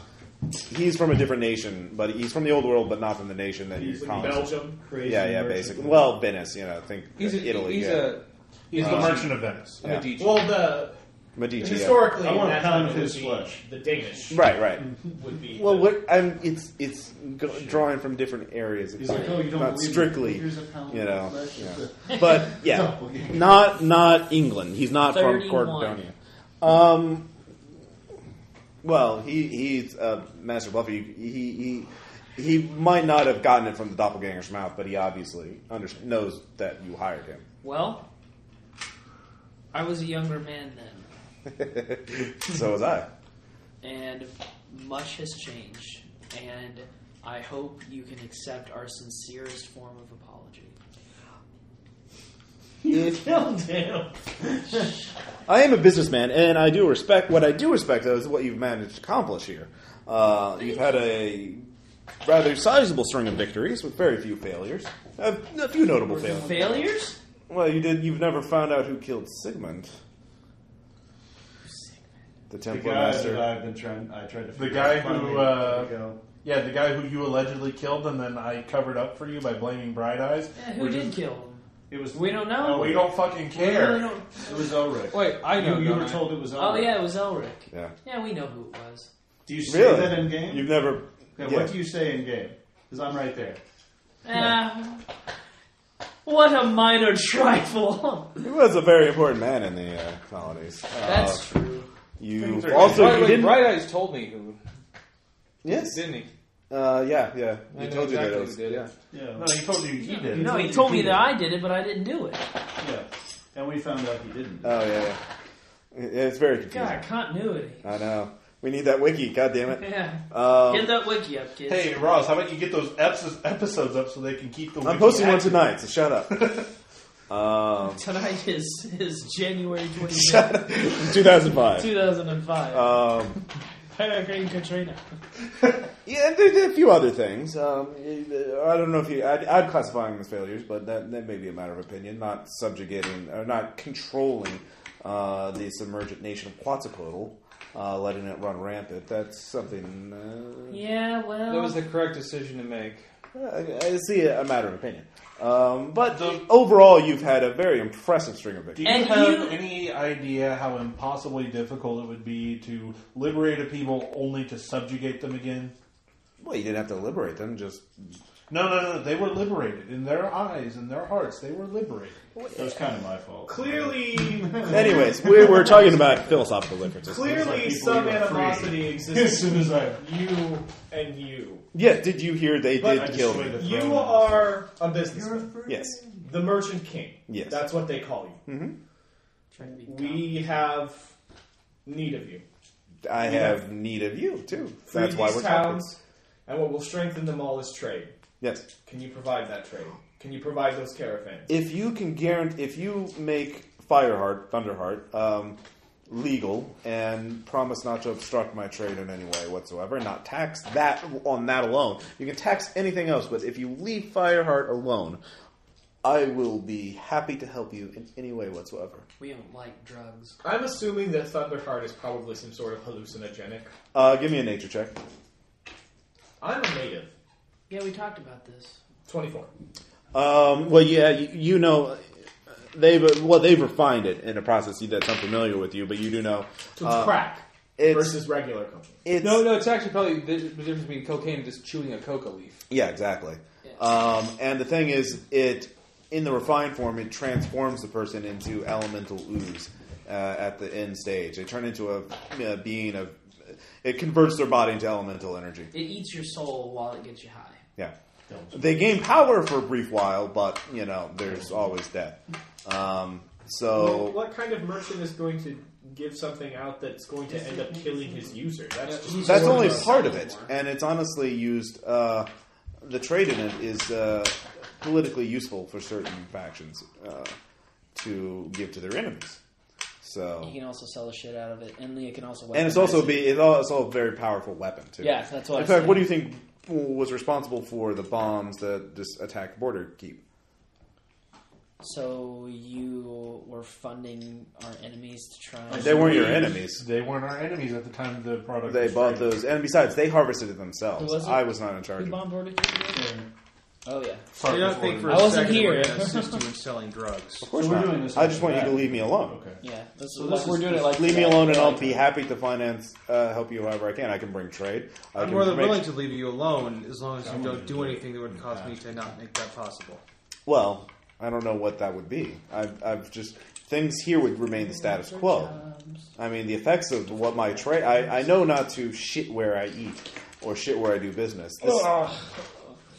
[SPEAKER 2] he's from a different nation, but he's from the old world, but not from the nation that
[SPEAKER 5] He's
[SPEAKER 2] he's
[SPEAKER 5] in
[SPEAKER 2] from.
[SPEAKER 5] Belgium, crazy
[SPEAKER 2] yeah, yeah,
[SPEAKER 5] merchant.
[SPEAKER 2] basically. Well, Venice, you know, think
[SPEAKER 5] He's a-
[SPEAKER 2] Italy.
[SPEAKER 5] he's
[SPEAKER 2] yeah. Um,
[SPEAKER 5] a-
[SPEAKER 8] he's the merchant of Venice.
[SPEAKER 2] Yeah.
[SPEAKER 5] Well, the
[SPEAKER 2] Medici, yeah.
[SPEAKER 5] historically,
[SPEAKER 1] I want
[SPEAKER 5] that
[SPEAKER 1] a pound
[SPEAKER 5] time
[SPEAKER 1] of
[SPEAKER 5] it
[SPEAKER 1] his
[SPEAKER 5] would be
[SPEAKER 1] flesh.
[SPEAKER 5] The Danish,
[SPEAKER 2] Right, right.
[SPEAKER 1] Mm-hmm.
[SPEAKER 5] would be
[SPEAKER 2] Well, what I'm it's it's go, drawing from different areas. It's
[SPEAKER 1] He's like,
[SPEAKER 2] not-
[SPEAKER 1] "Oh, you don't
[SPEAKER 2] not
[SPEAKER 1] believe me.
[SPEAKER 2] strictly,
[SPEAKER 1] Here's a pound
[SPEAKER 2] you know.
[SPEAKER 1] of flesh of
[SPEAKER 2] yeah.
[SPEAKER 1] the-
[SPEAKER 2] But yeah,
[SPEAKER 1] Doppelganger.
[SPEAKER 2] not not England. He's not from
[SPEAKER 6] 31.
[SPEAKER 2] Cordonia. Um, well, he he's uh, master bluffer. He, he he he might not have gotten it from the doppelganger's mouth, but he obviously under, knows that you hired him.
[SPEAKER 6] Well, I was a younger man then.
[SPEAKER 2] so was I.
[SPEAKER 6] and much has changed. And I hope you can accept our sincerest form of apology.
[SPEAKER 28] if
[SPEAKER 6] Killed him.
[SPEAKER 2] I am a businessman, and I do respect what I do respect though is what you've managed to accomplish here. Uh, you've had a rather sizable string of victories with very few failures, a, a few notable failures.
[SPEAKER 6] Failures?
[SPEAKER 2] Well, you did. You've never found out who killed Sigmund. The
[SPEAKER 29] The
[SPEAKER 2] Templar
[SPEAKER 29] guy
[SPEAKER 2] Master.
[SPEAKER 29] that
[SPEAKER 1] uh,
[SPEAKER 29] I've been trying, I tried to.
[SPEAKER 8] The guy who, uh, yeah, the guy who you allegedly killed, and then I covered up for you by blaming Bright Eyes.
[SPEAKER 6] Yeah, who
[SPEAKER 8] which
[SPEAKER 6] did
[SPEAKER 8] is-
[SPEAKER 6] kill him?
[SPEAKER 29] It was.
[SPEAKER 6] We don't know.
[SPEAKER 8] Oh, we don't fucking
[SPEAKER 6] We really
[SPEAKER 8] care.
[SPEAKER 6] don't-
[SPEAKER 29] It was Elric.
[SPEAKER 4] Wait, I know.
[SPEAKER 29] You, you
[SPEAKER 4] don't
[SPEAKER 29] were
[SPEAKER 4] I?
[SPEAKER 29] told it was.
[SPEAKER 6] Oh
[SPEAKER 29] Elric.
[SPEAKER 6] yeah, it was Elric.
[SPEAKER 2] Yeah.
[SPEAKER 6] Yeah, we know who it was.
[SPEAKER 29] Do you say
[SPEAKER 2] Really?
[SPEAKER 29] that in game?
[SPEAKER 2] You've never.
[SPEAKER 29] Okay,
[SPEAKER 2] yeah.
[SPEAKER 29] What do you say in game? Because I'm right there.
[SPEAKER 6] Ah, what a minor trifle.
[SPEAKER 2] He was a very important man in the uh, colonies. Uh,
[SPEAKER 6] That's true.
[SPEAKER 2] You
[SPEAKER 4] Things are-
[SPEAKER 2] also
[SPEAKER 4] Wait,
[SPEAKER 2] you
[SPEAKER 4] wait,
[SPEAKER 2] didn't.
[SPEAKER 4] Bright Eyes told me who.
[SPEAKER 2] Yes.
[SPEAKER 4] didn't he?
[SPEAKER 2] Uh, yeah, yeah.
[SPEAKER 4] I
[SPEAKER 2] He
[SPEAKER 4] know
[SPEAKER 2] told you that. It
[SPEAKER 4] exactly who
[SPEAKER 2] was,
[SPEAKER 4] did it.
[SPEAKER 2] yeah.
[SPEAKER 29] Yeah.
[SPEAKER 8] No, he told you he did.
[SPEAKER 6] no, he told me that I did it, but I didn't do it.
[SPEAKER 29] Yeah. And we found out he didn't.
[SPEAKER 2] Oh yeah, yeah. It- It's very confusing.
[SPEAKER 6] God, continuity.
[SPEAKER 2] I know. We need that wiki. God damn it.
[SPEAKER 6] Yeah.
[SPEAKER 2] Uh, Um,
[SPEAKER 6] Get that wiki up, kids.
[SPEAKER 8] Hey Ross, how about you get those episodes episodes up so they can keep the.
[SPEAKER 2] I'm
[SPEAKER 8] wiki
[SPEAKER 2] posting one
[SPEAKER 8] active?
[SPEAKER 2] tonight, so shut up. um,
[SPEAKER 6] Tonight is is January twenty
[SPEAKER 2] Shut up. 2005.
[SPEAKER 6] 2005.
[SPEAKER 2] Um,
[SPEAKER 6] Hurricane Katrina.
[SPEAKER 2] yeah, and there, there are a few other things. Um, I don't know if you, I'd, I'd classify them as failures, but that, that may be a matter of opinion. Not subjugating or not controlling uh, the submergent nation of Quetzalcoatl, uh, letting it run rampant. That's something. Uh,
[SPEAKER 6] Yeah, well.
[SPEAKER 4] That was the correct decision to make.
[SPEAKER 2] I, I see a, a matter of opinion. Um, but overall, you've had a very impressive string of
[SPEAKER 8] Do
[SPEAKER 2] victories.
[SPEAKER 8] you
[SPEAKER 6] And
[SPEAKER 8] have
[SPEAKER 6] you-
[SPEAKER 8] any idea how impossibly difficult it would be to liberate a people only to subjugate them again?
[SPEAKER 2] Well, you didn't have to liberate them, just
[SPEAKER 8] No, no, no. They were liberated in their eyes, in their hearts. They were liberated.
[SPEAKER 29] That was kind of my fault.
[SPEAKER 12] Clearly,
[SPEAKER 2] Anyways, we're, we're talking about philosophical differences.
[SPEAKER 12] clearly,
[SPEAKER 29] people
[SPEAKER 12] some
[SPEAKER 29] who are free.
[SPEAKER 12] animosity
[SPEAKER 29] As
[SPEAKER 12] exists
[SPEAKER 29] soon as I-
[SPEAKER 12] between you and you.
[SPEAKER 2] Yeah, did you hear they
[SPEAKER 12] But
[SPEAKER 2] did kill me?
[SPEAKER 12] You are a businessman.
[SPEAKER 2] Yes.
[SPEAKER 12] The merchant king.
[SPEAKER 2] Yes. Mm-hmm.
[SPEAKER 12] That's what they call you.
[SPEAKER 6] Trying to be
[SPEAKER 12] We have need of you.
[SPEAKER 2] I
[SPEAKER 12] You
[SPEAKER 2] have need of you, too.
[SPEAKER 12] Free
[SPEAKER 2] That's why
[SPEAKER 12] these
[SPEAKER 2] we're talking.
[SPEAKER 12] towns, and what will strengthen them all is trade.
[SPEAKER 2] Yes.
[SPEAKER 12] Can you provide that trade? Can you provide those caravans?
[SPEAKER 2] If you can guarantee, if you make Fireheart, Thunderheart, um, legal and promise not to obstruct my trade in any way whatsoever, and not tax that on that alone, you can tax anything else, but if you leave Fireheart alone, I will be happy to help you in any way whatsoever.
[SPEAKER 6] We don't like drugs.
[SPEAKER 12] I'm assuming that Thunderheart is probably some sort of hallucinogenic.
[SPEAKER 2] Uh, give me a nature check.
[SPEAKER 12] I'm a native.
[SPEAKER 6] Yeah, we talked about this.
[SPEAKER 12] 24.
[SPEAKER 2] Um, well, yeah, you, you know, they've well they've refined it in a process that's unfamiliar with you, but you do know
[SPEAKER 12] So it's
[SPEAKER 2] uh,
[SPEAKER 12] crack
[SPEAKER 2] it's-
[SPEAKER 12] versus regular cocaine.
[SPEAKER 2] It's,
[SPEAKER 4] No, no, it's actually probably the the difference between cocaine and just chewing a coca leaf.
[SPEAKER 2] yeah, exactly. Um, and the thing is, it in the refined form, it transforms the person into elemental ooze uh, at the end stage. They turn into a, a being of. It converts their body into elemental energy.
[SPEAKER 6] It eats your soul while it gets you high.
[SPEAKER 2] Yeah. They gain power for a brief while, but you know, there's always death. Um, so
[SPEAKER 12] Well, what kind of merchant is going to give something out that's going to end up killing his user? That's just
[SPEAKER 2] That's
[SPEAKER 12] one
[SPEAKER 2] only
[SPEAKER 12] of those.
[SPEAKER 2] part of it, and it's honestly used. Uh, the trade in it is uh, politically useful for certain factions uh, to give to their enemies. So,
[SPEAKER 6] You can also sell the shit out of it, and you can also.
[SPEAKER 2] and it's
[SPEAKER 6] weaponize
[SPEAKER 2] also
[SPEAKER 6] it.
[SPEAKER 2] be it's all, it's all a very powerful weapon too.
[SPEAKER 6] Yeah, that's what
[SPEAKER 2] In
[SPEAKER 6] I
[SPEAKER 2] fact,
[SPEAKER 6] said.
[SPEAKER 2] what do you think was responsible for the bombs that just attacked border keep?
[SPEAKER 6] So you were funding our enemies to try.
[SPEAKER 30] Oh,
[SPEAKER 6] and-
[SPEAKER 2] They weren't your enemies.
[SPEAKER 8] They weren't our enemies at the time the product.
[SPEAKER 2] They
[SPEAKER 8] was
[SPEAKER 2] bought
[SPEAKER 8] traded.
[SPEAKER 2] those, and besides, they harvested it
[SPEAKER 6] Who
[SPEAKER 2] themselves.
[SPEAKER 6] was it?
[SPEAKER 2] I was not in charge.
[SPEAKER 6] Who
[SPEAKER 2] of it.
[SPEAKER 6] bombed Border Kingdom? Oh yeah.
[SPEAKER 8] Far
[SPEAKER 4] I don't
[SPEAKER 8] before
[SPEAKER 4] think
[SPEAKER 8] the-
[SPEAKER 4] for a
[SPEAKER 6] I wasn't
[SPEAKER 4] second
[SPEAKER 6] here.
[SPEAKER 4] we're gonna assist you in selling drugs.
[SPEAKER 2] Of course
[SPEAKER 29] So we're
[SPEAKER 2] not.
[SPEAKER 29] doing this
[SPEAKER 2] I just
[SPEAKER 29] after
[SPEAKER 2] want you to
[SPEAKER 29] that.
[SPEAKER 2] leave me alone.
[SPEAKER 29] Okay.
[SPEAKER 6] Yeah. This
[SPEAKER 29] So
[SPEAKER 6] is
[SPEAKER 29] this
[SPEAKER 6] what
[SPEAKER 29] we're doing it like
[SPEAKER 2] Leave me alone, and I'll be happy to finance, uh, help you however I can. I can bring trade. I
[SPEAKER 4] I'm
[SPEAKER 2] can
[SPEAKER 4] more than
[SPEAKER 2] make-
[SPEAKER 4] willing to leave you alone as long as you don't do anything that would cause me to not make that possible.
[SPEAKER 2] Well, I don't know what that would be. I've, I've just things here would remain the status quo.
[SPEAKER 30] um,
[SPEAKER 2] I mean, the effects of what my trade. I, I know not to shit where I eat or shit where I do business.
[SPEAKER 4] Oh,
[SPEAKER 2] This,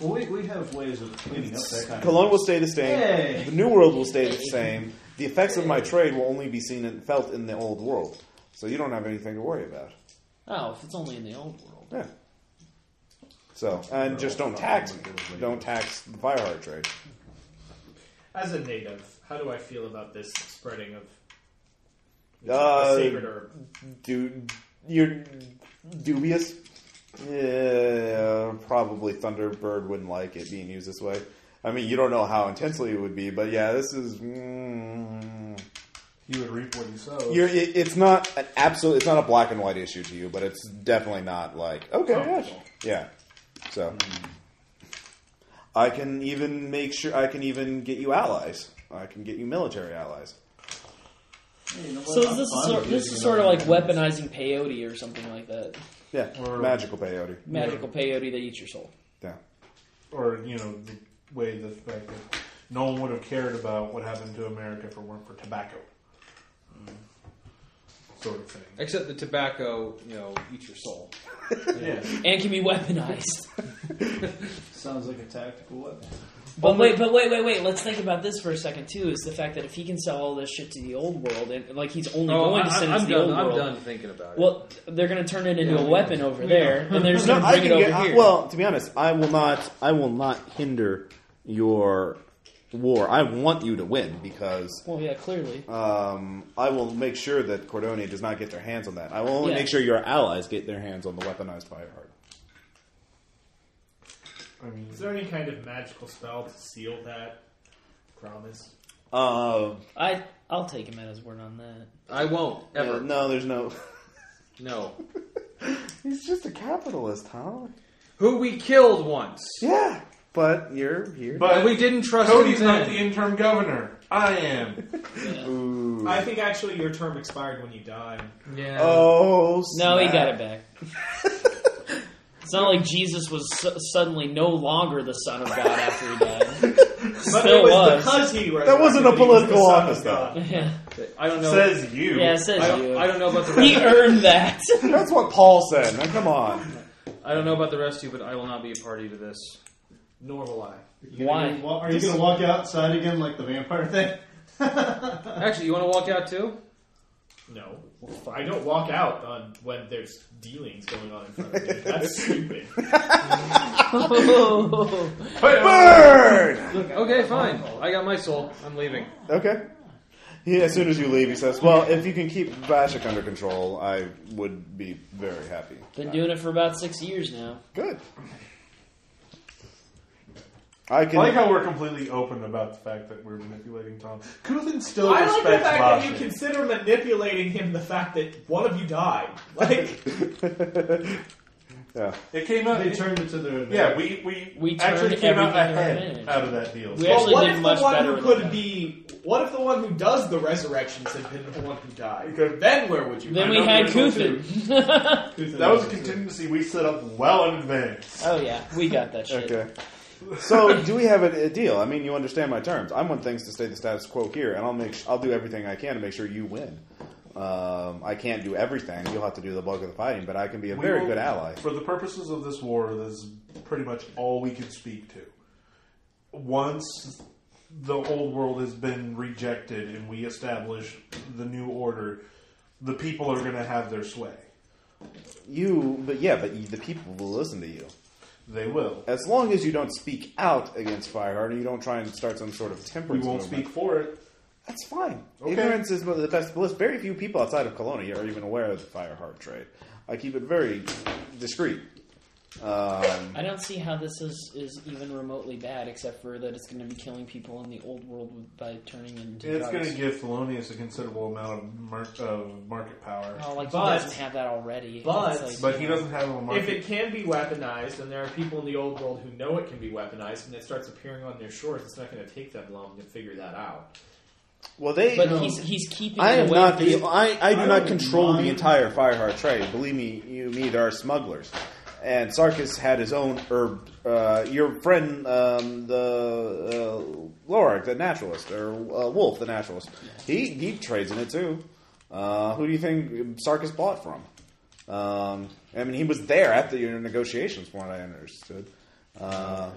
[SPEAKER 29] Well, we, we have ways of cleaning up that kind
[SPEAKER 2] Cologne
[SPEAKER 29] of.
[SPEAKER 2] will stay the same.
[SPEAKER 29] Hey.
[SPEAKER 2] The New World will stay the same. The effects of my trade will only be seen and felt in the old world. So you don't have anything to worry about.
[SPEAKER 6] Oh, if it's only in the old world.
[SPEAKER 2] Yeah. So and just don't tax, don't tax the fireheart trade.
[SPEAKER 5] As a native, how do I feel about this spreading of
[SPEAKER 2] Uh,
[SPEAKER 5] sacred herb?
[SPEAKER 2] du- you're dubious. Yeah, probably Thunderbird wouldn't like it being used this way. I mean, you don't know how intensely it would be, but yeah, this is. Mm,
[SPEAKER 8] You would reap what you sow.
[SPEAKER 2] you're, it, it's not an absolute. It's not a black and white issue to you, but it's definitely not like okay, yeah, yeah. So I can even make sure. I can even get you allies. I can get you military allies.
[SPEAKER 6] So is this is sort, this is sort of like weaponizing peyote or something like that.
[SPEAKER 2] Yeah, magical peyote.
[SPEAKER 6] Magical peyote that eats your soul.
[SPEAKER 2] Yeah.
[SPEAKER 8] Or, you know, the way the fact that no one would have cared about what happened to America if it weren't for tobacco.
[SPEAKER 5] Mm.
[SPEAKER 8] Sort of thing.
[SPEAKER 4] Except the tobacco, you know, eats your soul.
[SPEAKER 8] Yeah.
[SPEAKER 6] And can be weaponized.
[SPEAKER 31] Sounds like a tactical weapon.
[SPEAKER 6] But wait, but wait, wait, wait. Let's think about this for a second too. Is the fact that if he can sell all this shit to the old world, and like he's only
[SPEAKER 30] Oh,
[SPEAKER 6] going
[SPEAKER 30] I-
[SPEAKER 6] to send
[SPEAKER 30] I'm
[SPEAKER 6] it to the
[SPEAKER 30] done-
[SPEAKER 6] old
[SPEAKER 30] I'm
[SPEAKER 6] world.
[SPEAKER 30] done thinking about it.
[SPEAKER 6] Well, they're going to turn it into
[SPEAKER 30] Yeah,
[SPEAKER 6] a
[SPEAKER 30] we-
[SPEAKER 6] weapon over
[SPEAKER 30] we
[SPEAKER 6] there,
[SPEAKER 30] know.
[SPEAKER 6] and they're just going to
[SPEAKER 2] I
[SPEAKER 6] bring
[SPEAKER 2] can
[SPEAKER 6] it over
[SPEAKER 2] get- I-
[SPEAKER 6] here.
[SPEAKER 2] well, to be honest, I will not. I will not hinder your war. I want you to win because
[SPEAKER 6] well, yeah, clearly.
[SPEAKER 2] um, I will make sure that Cordonia does not get their hands on that. I will only
[SPEAKER 6] Yeah.
[SPEAKER 2] make sure your allies get their hands on the weaponized fireheart.
[SPEAKER 8] I mean,
[SPEAKER 5] is there any kind of magical spell to seal that promise?
[SPEAKER 2] Um,
[SPEAKER 6] I I'll take him at his word on that.
[SPEAKER 4] I won't
[SPEAKER 2] ever. no, there's no.
[SPEAKER 4] No.
[SPEAKER 2] He's just a capitalist, huh?
[SPEAKER 4] Who we killed once.
[SPEAKER 2] Yeah, but you're here.
[SPEAKER 4] But we didn't trust
[SPEAKER 8] Cody's
[SPEAKER 4] him
[SPEAKER 8] not
[SPEAKER 4] then.
[SPEAKER 8] the interim governor. I am.
[SPEAKER 5] I think actually your term expired when you died.
[SPEAKER 4] Yeah.
[SPEAKER 2] Oh,
[SPEAKER 6] no, he
[SPEAKER 2] snap.
[SPEAKER 6] got it back. it's not like Jesus was su- suddenly no longer the son of God after he died.
[SPEAKER 5] But
[SPEAKER 6] Still
[SPEAKER 5] it was, because
[SPEAKER 6] was.
[SPEAKER 5] he
[SPEAKER 2] That wasn't a
[SPEAKER 5] resurrected, he was the
[SPEAKER 2] political
[SPEAKER 5] son of
[SPEAKER 2] office, though.
[SPEAKER 5] God.
[SPEAKER 6] Yeah.
[SPEAKER 4] I don't know.
[SPEAKER 8] Says you.
[SPEAKER 6] Yeah, it says
[SPEAKER 4] I don't,
[SPEAKER 6] you.
[SPEAKER 4] I don't know about the
[SPEAKER 6] He
[SPEAKER 4] rest.
[SPEAKER 6] earned that.
[SPEAKER 2] That's what Paul said. Now, come on.
[SPEAKER 4] I don't know about the rest of you, but I will not be a party to this.
[SPEAKER 5] Nor will I.
[SPEAKER 6] Why?
[SPEAKER 1] Wa- Are you going to walk outside again like the vampire thing?
[SPEAKER 4] Actually, you want to walk out too?
[SPEAKER 5] No, I don't walk out on when there's dealings going on in front of me. That's stupid.
[SPEAKER 2] Burn!
[SPEAKER 4] Okay, fine. I got my soul. I'm leaving.
[SPEAKER 2] Okay. He, as soon as you leave, he says, "Well, if you can keep Vashik under control, I would be very happy."
[SPEAKER 6] Been doing it for about six years now.
[SPEAKER 2] Good. I
[SPEAKER 8] I
[SPEAKER 2] can.
[SPEAKER 8] like how we're completely open about the fact that we're manipulating Tom. Kuthin still
[SPEAKER 5] I like
[SPEAKER 8] respects
[SPEAKER 5] the fact that you
[SPEAKER 8] Bashi.
[SPEAKER 5] consider manipulating him the fact that one of you died. Like,
[SPEAKER 2] yeah.
[SPEAKER 8] It came out.
[SPEAKER 1] They
[SPEAKER 8] it-
[SPEAKER 1] turned it to their
[SPEAKER 8] yeah, we we,
[SPEAKER 6] We
[SPEAKER 8] actually
[SPEAKER 6] turned
[SPEAKER 8] came out
[SPEAKER 6] everything in our
[SPEAKER 8] ahead
[SPEAKER 6] advantage.
[SPEAKER 8] out of that deal.
[SPEAKER 6] We
[SPEAKER 5] well,
[SPEAKER 6] actually
[SPEAKER 5] what
[SPEAKER 6] did
[SPEAKER 5] if
[SPEAKER 6] much
[SPEAKER 5] the one
[SPEAKER 6] better
[SPEAKER 5] who
[SPEAKER 6] than
[SPEAKER 5] could
[SPEAKER 6] that.
[SPEAKER 5] be? What if the one who does the resurrections had been the one who died? Then where would you?
[SPEAKER 6] Then
[SPEAKER 5] be?
[SPEAKER 6] we
[SPEAKER 8] know
[SPEAKER 6] had
[SPEAKER 8] we were
[SPEAKER 6] Kuthin.
[SPEAKER 8] that was a contingency we set up well in advance.
[SPEAKER 6] oh yeah, we got that shit.
[SPEAKER 2] Okay. So, do we have a, a deal? I mean, you understand my terms. I want things to stay the status quo here, and I'll make. I'll do everything I can to make sure you win. Um, I can't do everything. You'll have to do the bulk of the fighting, but I can be a
[SPEAKER 8] We
[SPEAKER 2] very
[SPEAKER 8] will-
[SPEAKER 2] good ally.
[SPEAKER 8] For the purposes of this war, that's pretty much all we can speak to. Once the old world has been rejected and we establish the new order, the people are going to have their sway.
[SPEAKER 2] You, but yeah, but you, the people will listen to you.
[SPEAKER 8] They will.
[SPEAKER 2] As long as you don't speak out against Fireheart and you don't try and start some sort of
[SPEAKER 8] We
[SPEAKER 2] temperance
[SPEAKER 8] won't
[SPEAKER 2] movement,
[SPEAKER 8] speak for it.
[SPEAKER 2] that's fine.
[SPEAKER 8] Okay.
[SPEAKER 2] Ignorance is one of the best bliss. Very few people outside of Colonia are even aware of the Fireheart trade. I keep it very discreet. Um,
[SPEAKER 6] I don't see how this is, is even remotely bad, except for that it's going to be killing people in the old world with- by turning into
[SPEAKER 8] It's going
[SPEAKER 6] drugs.
[SPEAKER 8] to give Thelonious a considerable amount of, mar- of market power.
[SPEAKER 6] Oh, like
[SPEAKER 5] But-
[SPEAKER 6] he doesn't have that already.
[SPEAKER 5] but-
[SPEAKER 6] It's like,
[SPEAKER 8] But he doesn't have a market.
[SPEAKER 5] If it can be weaponized, and there are people in the old world who know it can be weaponized, and it starts appearing on their shores, it's not going to take them long to figure that out.
[SPEAKER 2] well, they.
[SPEAKER 6] but he's he's keeping.
[SPEAKER 2] I
[SPEAKER 6] it
[SPEAKER 2] am
[SPEAKER 6] away
[SPEAKER 2] not
[SPEAKER 6] from
[SPEAKER 2] the. I, I do
[SPEAKER 1] I
[SPEAKER 2] not
[SPEAKER 1] don't
[SPEAKER 2] control the
[SPEAKER 1] mind.
[SPEAKER 2] entire Fireheart trade. Believe me, you me. There are smugglers, and Sarkis had his own herb. Uh, your friend, um, the uh, Lorik, the naturalist, or uh, Wolf, the naturalist. He he trades in it too. Uh, who do you think Sarkis bought from? Um, I mean, he was there at the negotiations, from what I understood. Uh,
[SPEAKER 1] a uh,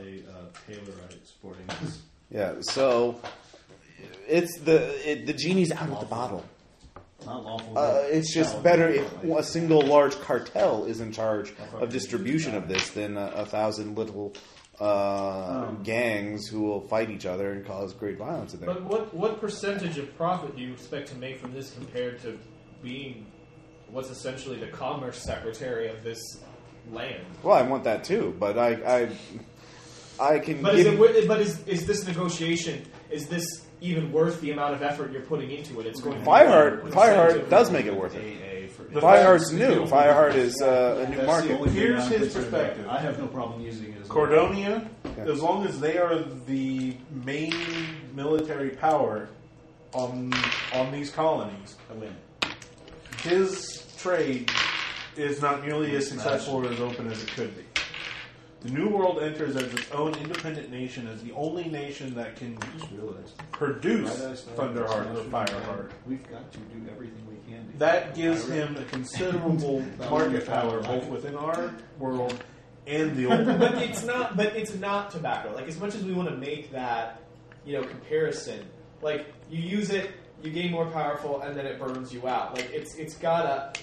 [SPEAKER 1] Taylorite sporting. goods.
[SPEAKER 2] yeah, so it's the it, the genie's out of the bottle.
[SPEAKER 1] Not lawful.
[SPEAKER 2] Uh, it's just better if a single large cartel is in charge of distribution of this than a, a thousand little uh, gangs who will fight each other and cause great violence in there.
[SPEAKER 5] Um. But what what percentage of profit do you expect to make from this compared to being what's essentially the commerce secretary of this land?
[SPEAKER 2] Well, I want that too, but I I, I can.
[SPEAKER 5] But is
[SPEAKER 2] give-
[SPEAKER 5] it wor- but is is this negotiation is this even worth the amount of effort you're putting into it? It's going to be
[SPEAKER 2] Fireheart,
[SPEAKER 5] a
[SPEAKER 2] Fireheart
[SPEAKER 5] percentage.
[SPEAKER 2] does make it worth it. Fireheart's new. Fireheart is uh, a
[SPEAKER 32] That's
[SPEAKER 2] new
[SPEAKER 32] the
[SPEAKER 2] market.
[SPEAKER 32] only thing
[SPEAKER 1] Here's
[SPEAKER 32] I'm
[SPEAKER 1] his
[SPEAKER 32] concerned about.
[SPEAKER 1] perspective.
[SPEAKER 32] I have no problem using it as well.
[SPEAKER 8] Cordonia,
[SPEAKER 32] Yeah.
[SPEAKER 8] as long as they are the main military power on on these colonies, I win. His trade is not nearly as successful or as open as it could be. The New World enters as its own independent nation as the only nation that can produce Thunderheart or Fireheart.
[SPEAKER 1] We've got to do everything we can. to-
[SPEAKER 8] That gives him a considerable
[SPEAKER 1] That would be
[SPEAKER 8] market power
[SPEAKER 1] fine.
[SPEAKER 8] both within our world and the old
[SPEAKER 5] but it's not. But it's not tobacco. Like as much as we want to make that, you know, comparison. Like you use it, you gain more powerful, and then it burns you out. Like it's it's gotta.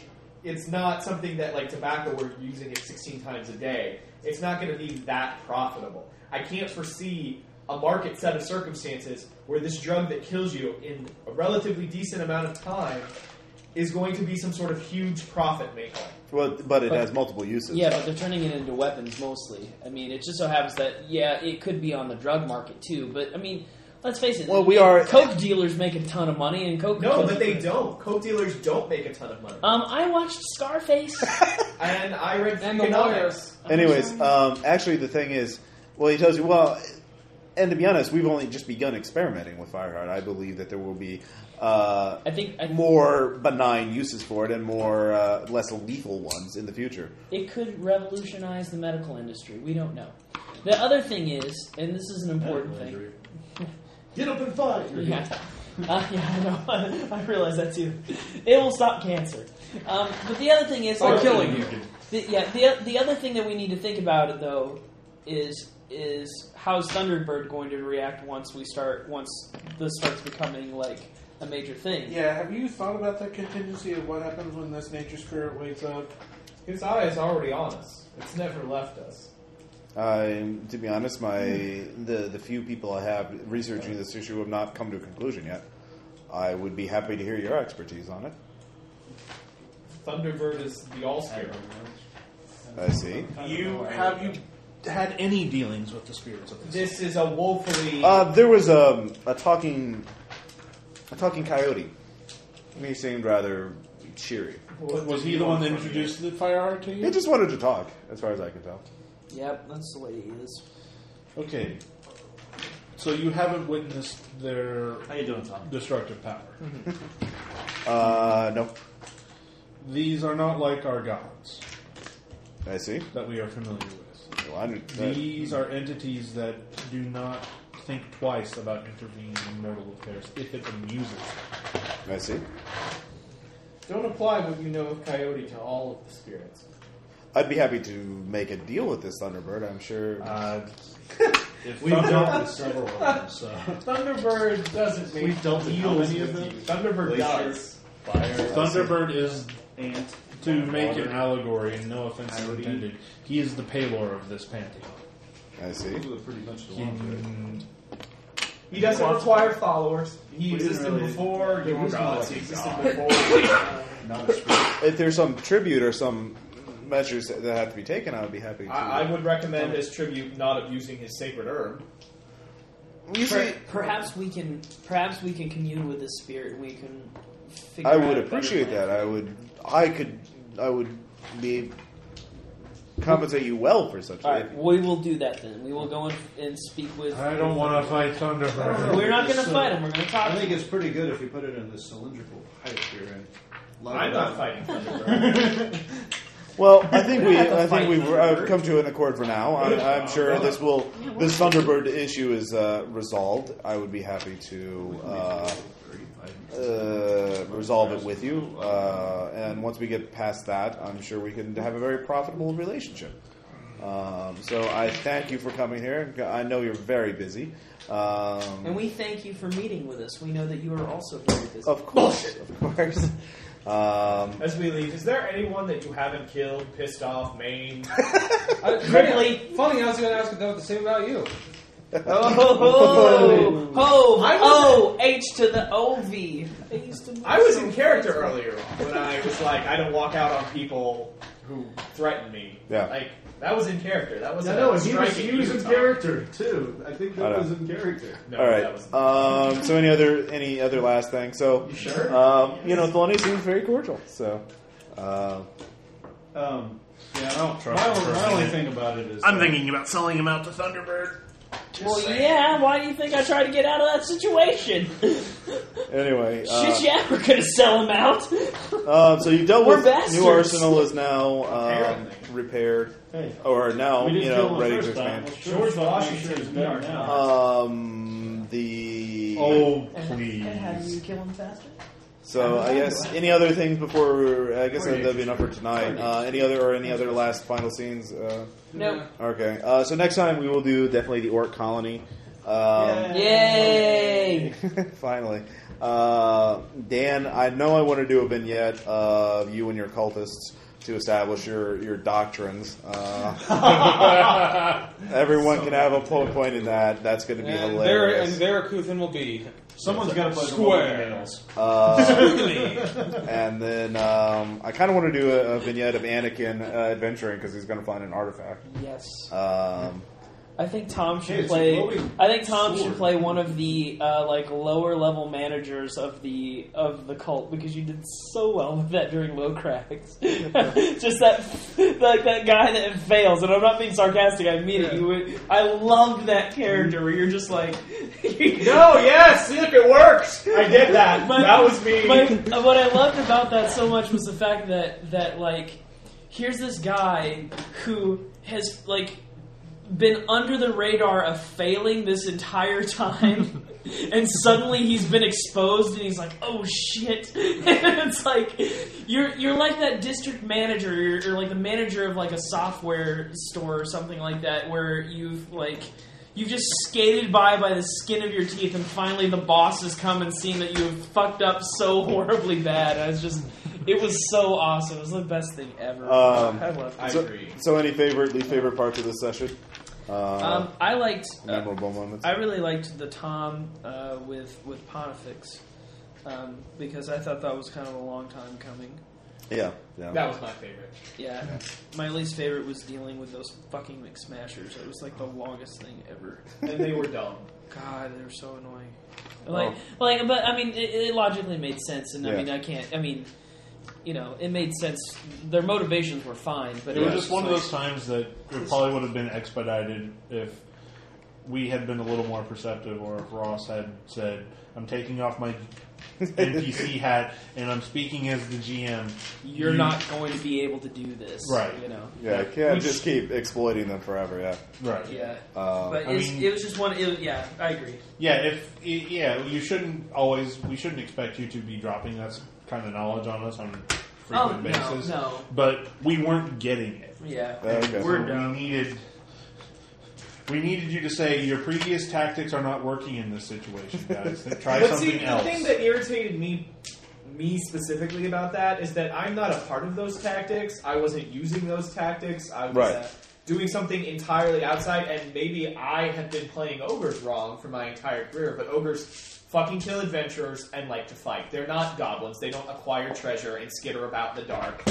[SPEAKER 5] It's not something that like tobacco. We're using it 16 times a day. It's not going to be that profitable. I can't foresee a market set of circumstances where this drug that kills you in a relatively decent amount of time is going to be some sort of huge profit maker.
[SPEAKER 2] Well, but it
[SPEAKER 5] But-
[SPEAKER 2] has multiple uses.
[SPEAKER 6] Yeah, but they're turning it into weapons mostly. I mean, it just so happens that yeah, it could be on the drug market too. But I mean, let's face it.
[SPEAKER 2] Well, we are-
[SPEAKER 6] coke dealers make a ton of money, and coke.
[SPEAKER 5] No, but they don't. Coke dealers don't make a ton of money.
[SPEAKER 6] Um, I watched Scarface.
[SPEAKER 5] and I read
[SPEAKER 6] and the
[SPEAKER 5] Freakonomics.
[SPEAKER 6] lawyers.
[SPEAKER 2] Anyways, um, actually, the thing is, well, he tells you, well, and to be honest, we've only just begun experimenting with Fireheart. I believe that there will be, uh,
[SPEAKER 6] I think,
[SPEAKER 2] more benign uses for it and more uh, less lethal ones in the future.
[SPEAKER 6] It could revolutionize the medical industry. We don't know. The other thing is, and this is an important thing.
[SPEAKER 5] Get up and fight.
[SPEAKER 6] Yeah. Uh, yeah, I know. I realize that too. It will stop cancer. Um, but the other thing is,
[SPEAKER 4] By
[SPEAKER 6] like,
[SPEAKER 4] killing you.
[SPEAKER 6] The, yeah. The, the other thing that we need to think about though is is how's Thunderbird going to react once we start once this starts becoming like a major thing.
[SPEAKER 8] Yeah, have you thought about that contingency of what happens when this nature spirit wakes up?
[SPEAKER 5] Its eye is already on us. It's never left us.
[SPEAKER 2] I, to be honest, my the the few people I have researching this issue have not come to a conclusion yet. I would be happy to hear your expertise on it.
[SPEAKER 5] Thunderbird is the all spirit.
[SPEAKER 2] I see.
[SPEAKER 8] You have you had any dealings with the spirits of
[SPEAKER 5] This is a woefully.
[SPEAKER 2] Uh, there was a, a talking a talking coyote. And he seemed rather cheery.
[SPEAKER 8] Was he the one that introduced the fire to you?
[SPEAKER 2] He just wanted to talk, as far as I can tell.
[SPEAKER 6] Yep, that's the way it is.
[SPEAKER 8] Okay. So you haven't witnessed their destructive power.
[SPEAKER 2] Uh, no.
[SPEAKER 8] These are not like our gods
[SPEAKER 2] I see.
[SPEAKER 8] that we are familiar with.
[SPEAKER 2] Well, I didn't- that-
[SPEAKER 8] These are entities that do not think twice about intervening in mortal affairs if it amuses them.
[SPEAKER 2] I see.
[SPEAKER 5] Don't apply what you know of Coyote to all of the spirits.
[SPEAKER 2] I'd be happy to make a deal with this Thunderbird, I'm sure.
[SPEAKER 8] Uh,
[SPEAKER 5] We've dealt with several of them, so. Thunderbird doesn't make
[SPEAKER 8] We've dealt with how
[SPEAKER 5] deals
[SPEAKER 8] many of
[SPEAKER 5] with
[SPEAKER 8] them?
[SPEAKER 5] you. Thunderbird
[SPEAKER 8] Glacier,
[SPEAKER 5] does.
[SPEAKER 8] Thunderbird is
[SPEAKER 5] Ant.
[SPEAKER 8] to make an allegory, and no offense
[SPEAKER 5] Coyote.
[SPEAKER 8] intended. He is the paylor of this pantheon.
[SPEAKER 2] I see.
[SPEAKER 1] Pretty much the
[SPEAKER 8] He- Mm,
[SPEAKER 5] He doesn't require followers. He existed before your gods. He existed before.
[SPEAKER 2] If there's some tribute or some measures that that have to be taken, I would be happy to.
[SPEAKER 5] I, I would recommend as tribute not abusing his sacred herb.
[SPEAKER 6] Per- perhaps we can perhaps we can commune with the spirit. We can. Figure
[SPEAKER 2] I
[SPEAKER 6] out
[SPEAKER 2] would
[SPEAKER 6] a better
[SPEAKER 2] appreciate
[SPEAKER 6] plan.
[SPEAKER 2] that. I would. I could. I would be compensate you well for such.
[SPEAKER 6] All
[SPEAKER 2] a
[SPEAKER 6] right, we will do that then. We will go and, and speak with.
[SPEAKER 8] I don't want uh, to fight Thunderbird.
[SPEAKER 6] We're not going to fight him. We're going to talk.
[SPEAKER 1] I
[SPEAKER 6] to
[SPEAKER 1] think
[SPEAKER 6] him.
[SPEAKER 1] it's pretty good if you put it in this cylindrical pipe here and. light
[SPEAKER 5] I'm
[SPEAKER 1] it
[SPEAKER 5] not
[SPEAKER 1] up.
[SPEAKER 5] fighting Thunderbird.
[SPEAKER 2] Well, I think
[SPEAKER 5] We
[SPEAKER 2] we,
[SPEAKER 5] don't have to
[SPEAKER 2] I
[SPEAKER 5] fight
[SPEAKER 2] think we've uh, come to an accord for now. I'm, I'm sure this will, this Thunderbird issue is uh, resolved. I would be happy to uh, uh, resolve it with you. Uh, and once we get past that, I'm sure we can have a very profitable relationship. Um, so I thank you for coming here. I know you're very busy. Um,
[SPEAKER 6] And we thank you for meeting with us. We know that you are also very busy.
[SPEAKER 2] of course, of course. Um,
[SPEAKER 5] As we leave, is there anyone that you haven't killed, pissed off, maimed?
[SPEAKER 4] Really? Funny, I was going to ask about the same about you.
[SPEAKER 9] Oh, oh, oh, H to the OV. They used to-
[SPEAKER 5] I was in character earlier on when I was like, I don't walk out on people who threaten me.
[SPEAKER 2] Yeah.
[SPEAKER 5] Like, that was in character. That wasn't
[SPEAKER 1] no,
[SPEAKER 5] a
[SPEAKER 1] no, he was,
[SPEAKER 5] striking
[SPEAKER 1] he was in
[SPEAKER 5] evil
[SPEAKER 1] character too. I think
[SPEAKER 2] I
[SPEAKER 1] that
[SPEAKER 2] know.
[SPEAKER 1] was in character.
[SPEAKER 5] No,
[SPEAKER 2] All
[SPEAKER 5] that
[SPEAKER 2] right.
[SPEAKER 5] was-
[SPEAKER 2] Um, so any other any other last thing? So
[SPEAKER 1] You sure?
[SPEAKER 2] Um, you know, Thelony seems very cordial. So uh,
[SPEAKER 1] Um, yeah, I
[SPEAKER 2] don't
[SPEAKER 1] trust my,
[SPEAKER 2] him for a
[SPEAKER 1] my only
[SPEAKER 2] minute.
[SPEAKER 1] thing about it is
[SPEAKER 2] I'm
[SPEAKER 1] thinking
[SPEAKER 33] about selling him out to Thunderbird.
[SPEAKER 6] well, yeah. Why do you think I tried to get out of that situation?
[SPEAKER 2] anyway, uh,
[SPEAKER 6] Shit, yeah, we're gonna sell him out.
[SPEAKER 2] uh, so you dealt
[SPEAKER 6] We're
[SPEAKER 2] with
[SPEAKER 6] bastards.
[SPEAKER 2] new arsenal is now um, repaired
[SPEAKER 1] Hey.
[SPEAKER 2] or now
[SPEAKER 1] We didn't
[SPEAKER 2] you
[SPEAKER 1] kill
[SPEAKER 2] know
[SPEAKER 1] him
[SPEAKER 2] ready to
[SPEAKER 1] first time.
[SPEAKER 2] expand.
[SPEAKER 1] George Washington is better now.
[SPEAKER 2] Um, the
[SPEAKER 1] Oh,
[SPEAKER 9] you kill him faster?
[SPEAKER 2] So I guess any other things before I guess that'll be enough for tonight. Uh, any other or any other last final scenes? Uh,
[SPEAKER 6] Nope.
[SPEAKER 2] Okay. Uh, so next time we will do definitely the orc colony. Um,
[SPEAKER 6] Yay!
[SPEAKER 2] Finally, uh, Dan, I know I want to do a vignette of you and your cultists to establish your your doctrines. Uh, everyone can have a po- point in that. That's going to be
[SPEAKER 4] And there, and
[SPEAKER 2] hilarious.
[SPEAKER 4] Veracruzan will be.
[SPEAKER 1] Someone's gotta play the
[SPEAKER 4] square.
[SPEAKER 2] Uh, and then um, I kind of want to do a, a vignette of Anakin uh, adventuring because he's going to find an artifact.
[SPEAKER 6] Yes.
[SPEAKER 2] Um,
[SPEAKER 6] I think Tom should
[SPEAKER 2] Hey, it's a
[SPEAKER 6] play.
[SPEAKER 2] glowing
[SPEAKER 6] I think Tom
[SPEAKER 2] sword.
[SPEAKER 6] should play one of the uh, like lower level managers of the of the cult because you did so well with that during low cracks. Just that like that guy that fails, and I'm not being sarcastic. I mean it. You would, I loved that character where you're just like,
[SPEAKER 5] No, Oh, yes, look, it works. I did that. that was me.
[SPEAKER 6] my- what I loved about that so much was the fact that that like here's this guy who has like been under the radar of failing this entire time. And suddenly he's been exposed, and he's like, "Oh shit!" And it's like you're you're like that district manager, you're, you're like the manager of like a software store or something like that, where you've like you've just skated by by the skin of your teeth, and finally the boss has come and seen that you've fucked up so horribly bad. I was just, it was so awesome. It was the best thing ever.
[SPEAKER 2] um,
[SPEAKER 6] I loved it.
[SPEAKER 2] so, so any favorite, least favorite parts of this session? Uh,
[SPEAKER 6] Um, I liked.
[SPEAKER 2] memorable moments.
[SPEAKER 6] I really liked the Tom uh, with with Pontifex um, because I thought that was kind of a long time coming.
[SPEAKER 2] yeah, yeah.
[SPEAKER 5] That was my favorite.
[SPEAKER 6] Yeah, my least favorite was dealing with those fucking McSmashers. It was like the longest thing ever.
[SPEAKER 5] And they were dumb.
[SPEAKER 6] God, they were so annoying. Like, like, but I mean, it, it logically made sense, and I
[SPEAKER 1] Yeah.
[SPEAKER 6] mean, I can't. I mean, you know, it made sense. Their motivations were fine, but
[SPEAKER 8] it was
[SPEAKER 6] was
[SPEAKER 8] just one of
[SPEAKER 6] like-
[SPEAKER 8] those times that it probably would have been expedited if we had been a little more perceptive, or if Ross had said, "I'm taking off my NPC hat and I'm speaking as the GM."
[SPEAKER 6] You're
[SPEAKER 8] You-
[SPEAKER 6] not going to be able to do this,
[SPEAKER 8] Right.
[SPEAKER 6] You know,
[SPEAKER 2] Yeah, I can't
[SPEAKER 6] Which-
[SPEAKER 2] just keep exploiting them forever. Yeah,
[SPEAKER 8] Right.
[SPEAKER 6] Yeah.
[SPEAKER 2] Um,
[SPEAKER 6] but
[SPEAKER 8] I
[SPEAKER 6] it's,
[SPEAKER 8] mean-
[SPEAKER 6] it was just one. It, yeah, I agree.
[SPEAKER 8] Yeah, if i- yeah, you shouldn't always. We shouldn't expect you to be dropping that kind of knowledge on us on a frequent
[SPEAKER 6] Oh, no,
[SPEAKER 8] basis.
[SPEAKER 6] no.
[SPEAKER 8] But we weren't getting it.
[SPEAKER 6] Yeah.
[SPEAKER 2] Oh, Okay.
[SPEAKER 8] We're We needed. We needed you to say your previous tactics are not working in this situation, guys. Try
[SPEAKER 5] but
[SPEAKER 8] something
[SPEAKER 5] see, the
[SPEAKER 8] else.
[SPEAKER 5] thing that irritated me, me specifically about that is that I'm not a part of those tactics. I wasn't using those tactics. I was
[SPEAKER 2] Right.
[SPEAKER 5] uh, doing something entirely outside, and maybe I have been playing ogres wrong for my entire career. But ogres fucking kill adventurers and like to fight. They're not goblins. They don't acquire treasure and skitter about the dark.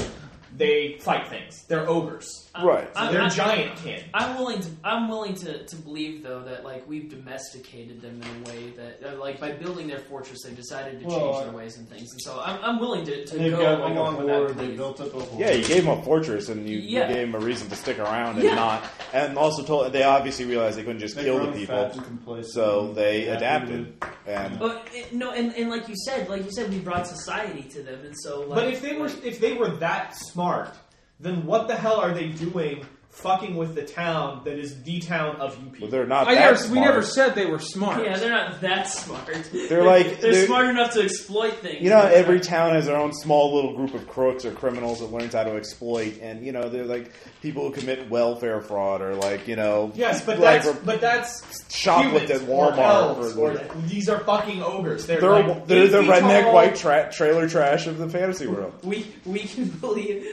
[SPEAKER 5] They fight things. They're ogres.
[SPEAKER 2] Right.
[SPEAKER 6] I'm-
[SPEAKER 5] They're
[SPEAKER 6] I'm-
[SPEAKER 5] giant kin.
[SPEAKER 6] I'm willing to. I'm willing to, to believe though that like we've domesticated them in a way that uh, like by building their fortress they decided to
[SPEAKER 1] Well,
[SPEAKER 6] change their ways and things. And so I'm, I'm willing to, to
[SPEAKER 1] They've
[SPEAKER 6] go
[SPEAKER 1] got like
[SPEAKER 6] along
[SPEAKER 1] a
[SPEAKER 6] with that.
[SPEAKER 1] horde. They built up a horde.
[SPEAKER 2] Yeah, you gave them a fortress, and you,
[SPEAKER 6] Yeah.
[SPEAKER 2] you gave them a reason to stick around and
[SPEAKER 6] Yeah.
[SPEAKER 2] not. And also told they obviously realized they couldn't just
[SPEAKER 1] They've
[SPEAKER 2] kill the
[SPEAKER 1] grown
[SPEAKER 2] people,
[SPEAKER 1] fat and complacent
[SPEAKER 2] so
[SPEAKER 1] and
[SPEAKER 2] they
[SPEAKER 1] happy
[SPEAKER 2] adapted. And
[SPEAKER 6] But it- no, and, and like you said, like you said, we brought society to them, and so like.
[SPEAKER 5] But if they were if they were that smart, then what the hell are they doing fucking with the town that is the town of you people.
[SPEAKER 2] they're not
[SPEAKER 5] I
[SPEAKER 2] that
[SPEAKER 5] never- we
[SPEAKER 2] smart.
[SPEAKER 5] never
[SPEAKER 4] said they were smart.
[SPEAKER 9] Yeah, they're not that smart.
[SPEAKER 2] They're like-
[SPEAKER 9] they're,
[SPEAKER 2] they're-
[SPEAKER 9] smart enough to exploit things.
[SPEAKER 2] You know, how every town has their own small little group of crooks or criminals that learns how to exploit, and you know, they're like people who commit welfare fraud or like you know,
[SPEAKER 5] Yes, but
[SPEAKER 2] like,
[SPEAKER 5] that's but that's
[SPEAKER 2] shoplift
[SPEAKER 5] humans
[SPEAKER 2] at
[SPEAKER 5] or
[SPEAKER 2] Walmart
[SPEAKER 5] elves
[SPEAKER 2] or-
[SPEAKER 5] or- these are fucking ogres. They're
[SPEAKER 2] they're they're,
[SPEAKER 5] like eight
[SPEAKER 2] the
[SPEAKER 5] feet
[SPEAKER 2] redneck
[SPEAKER 5] tall.
[SPEAKER 2] white tra- trailer trash of the fantasy world.
[SPEAKER 9] we we can believe.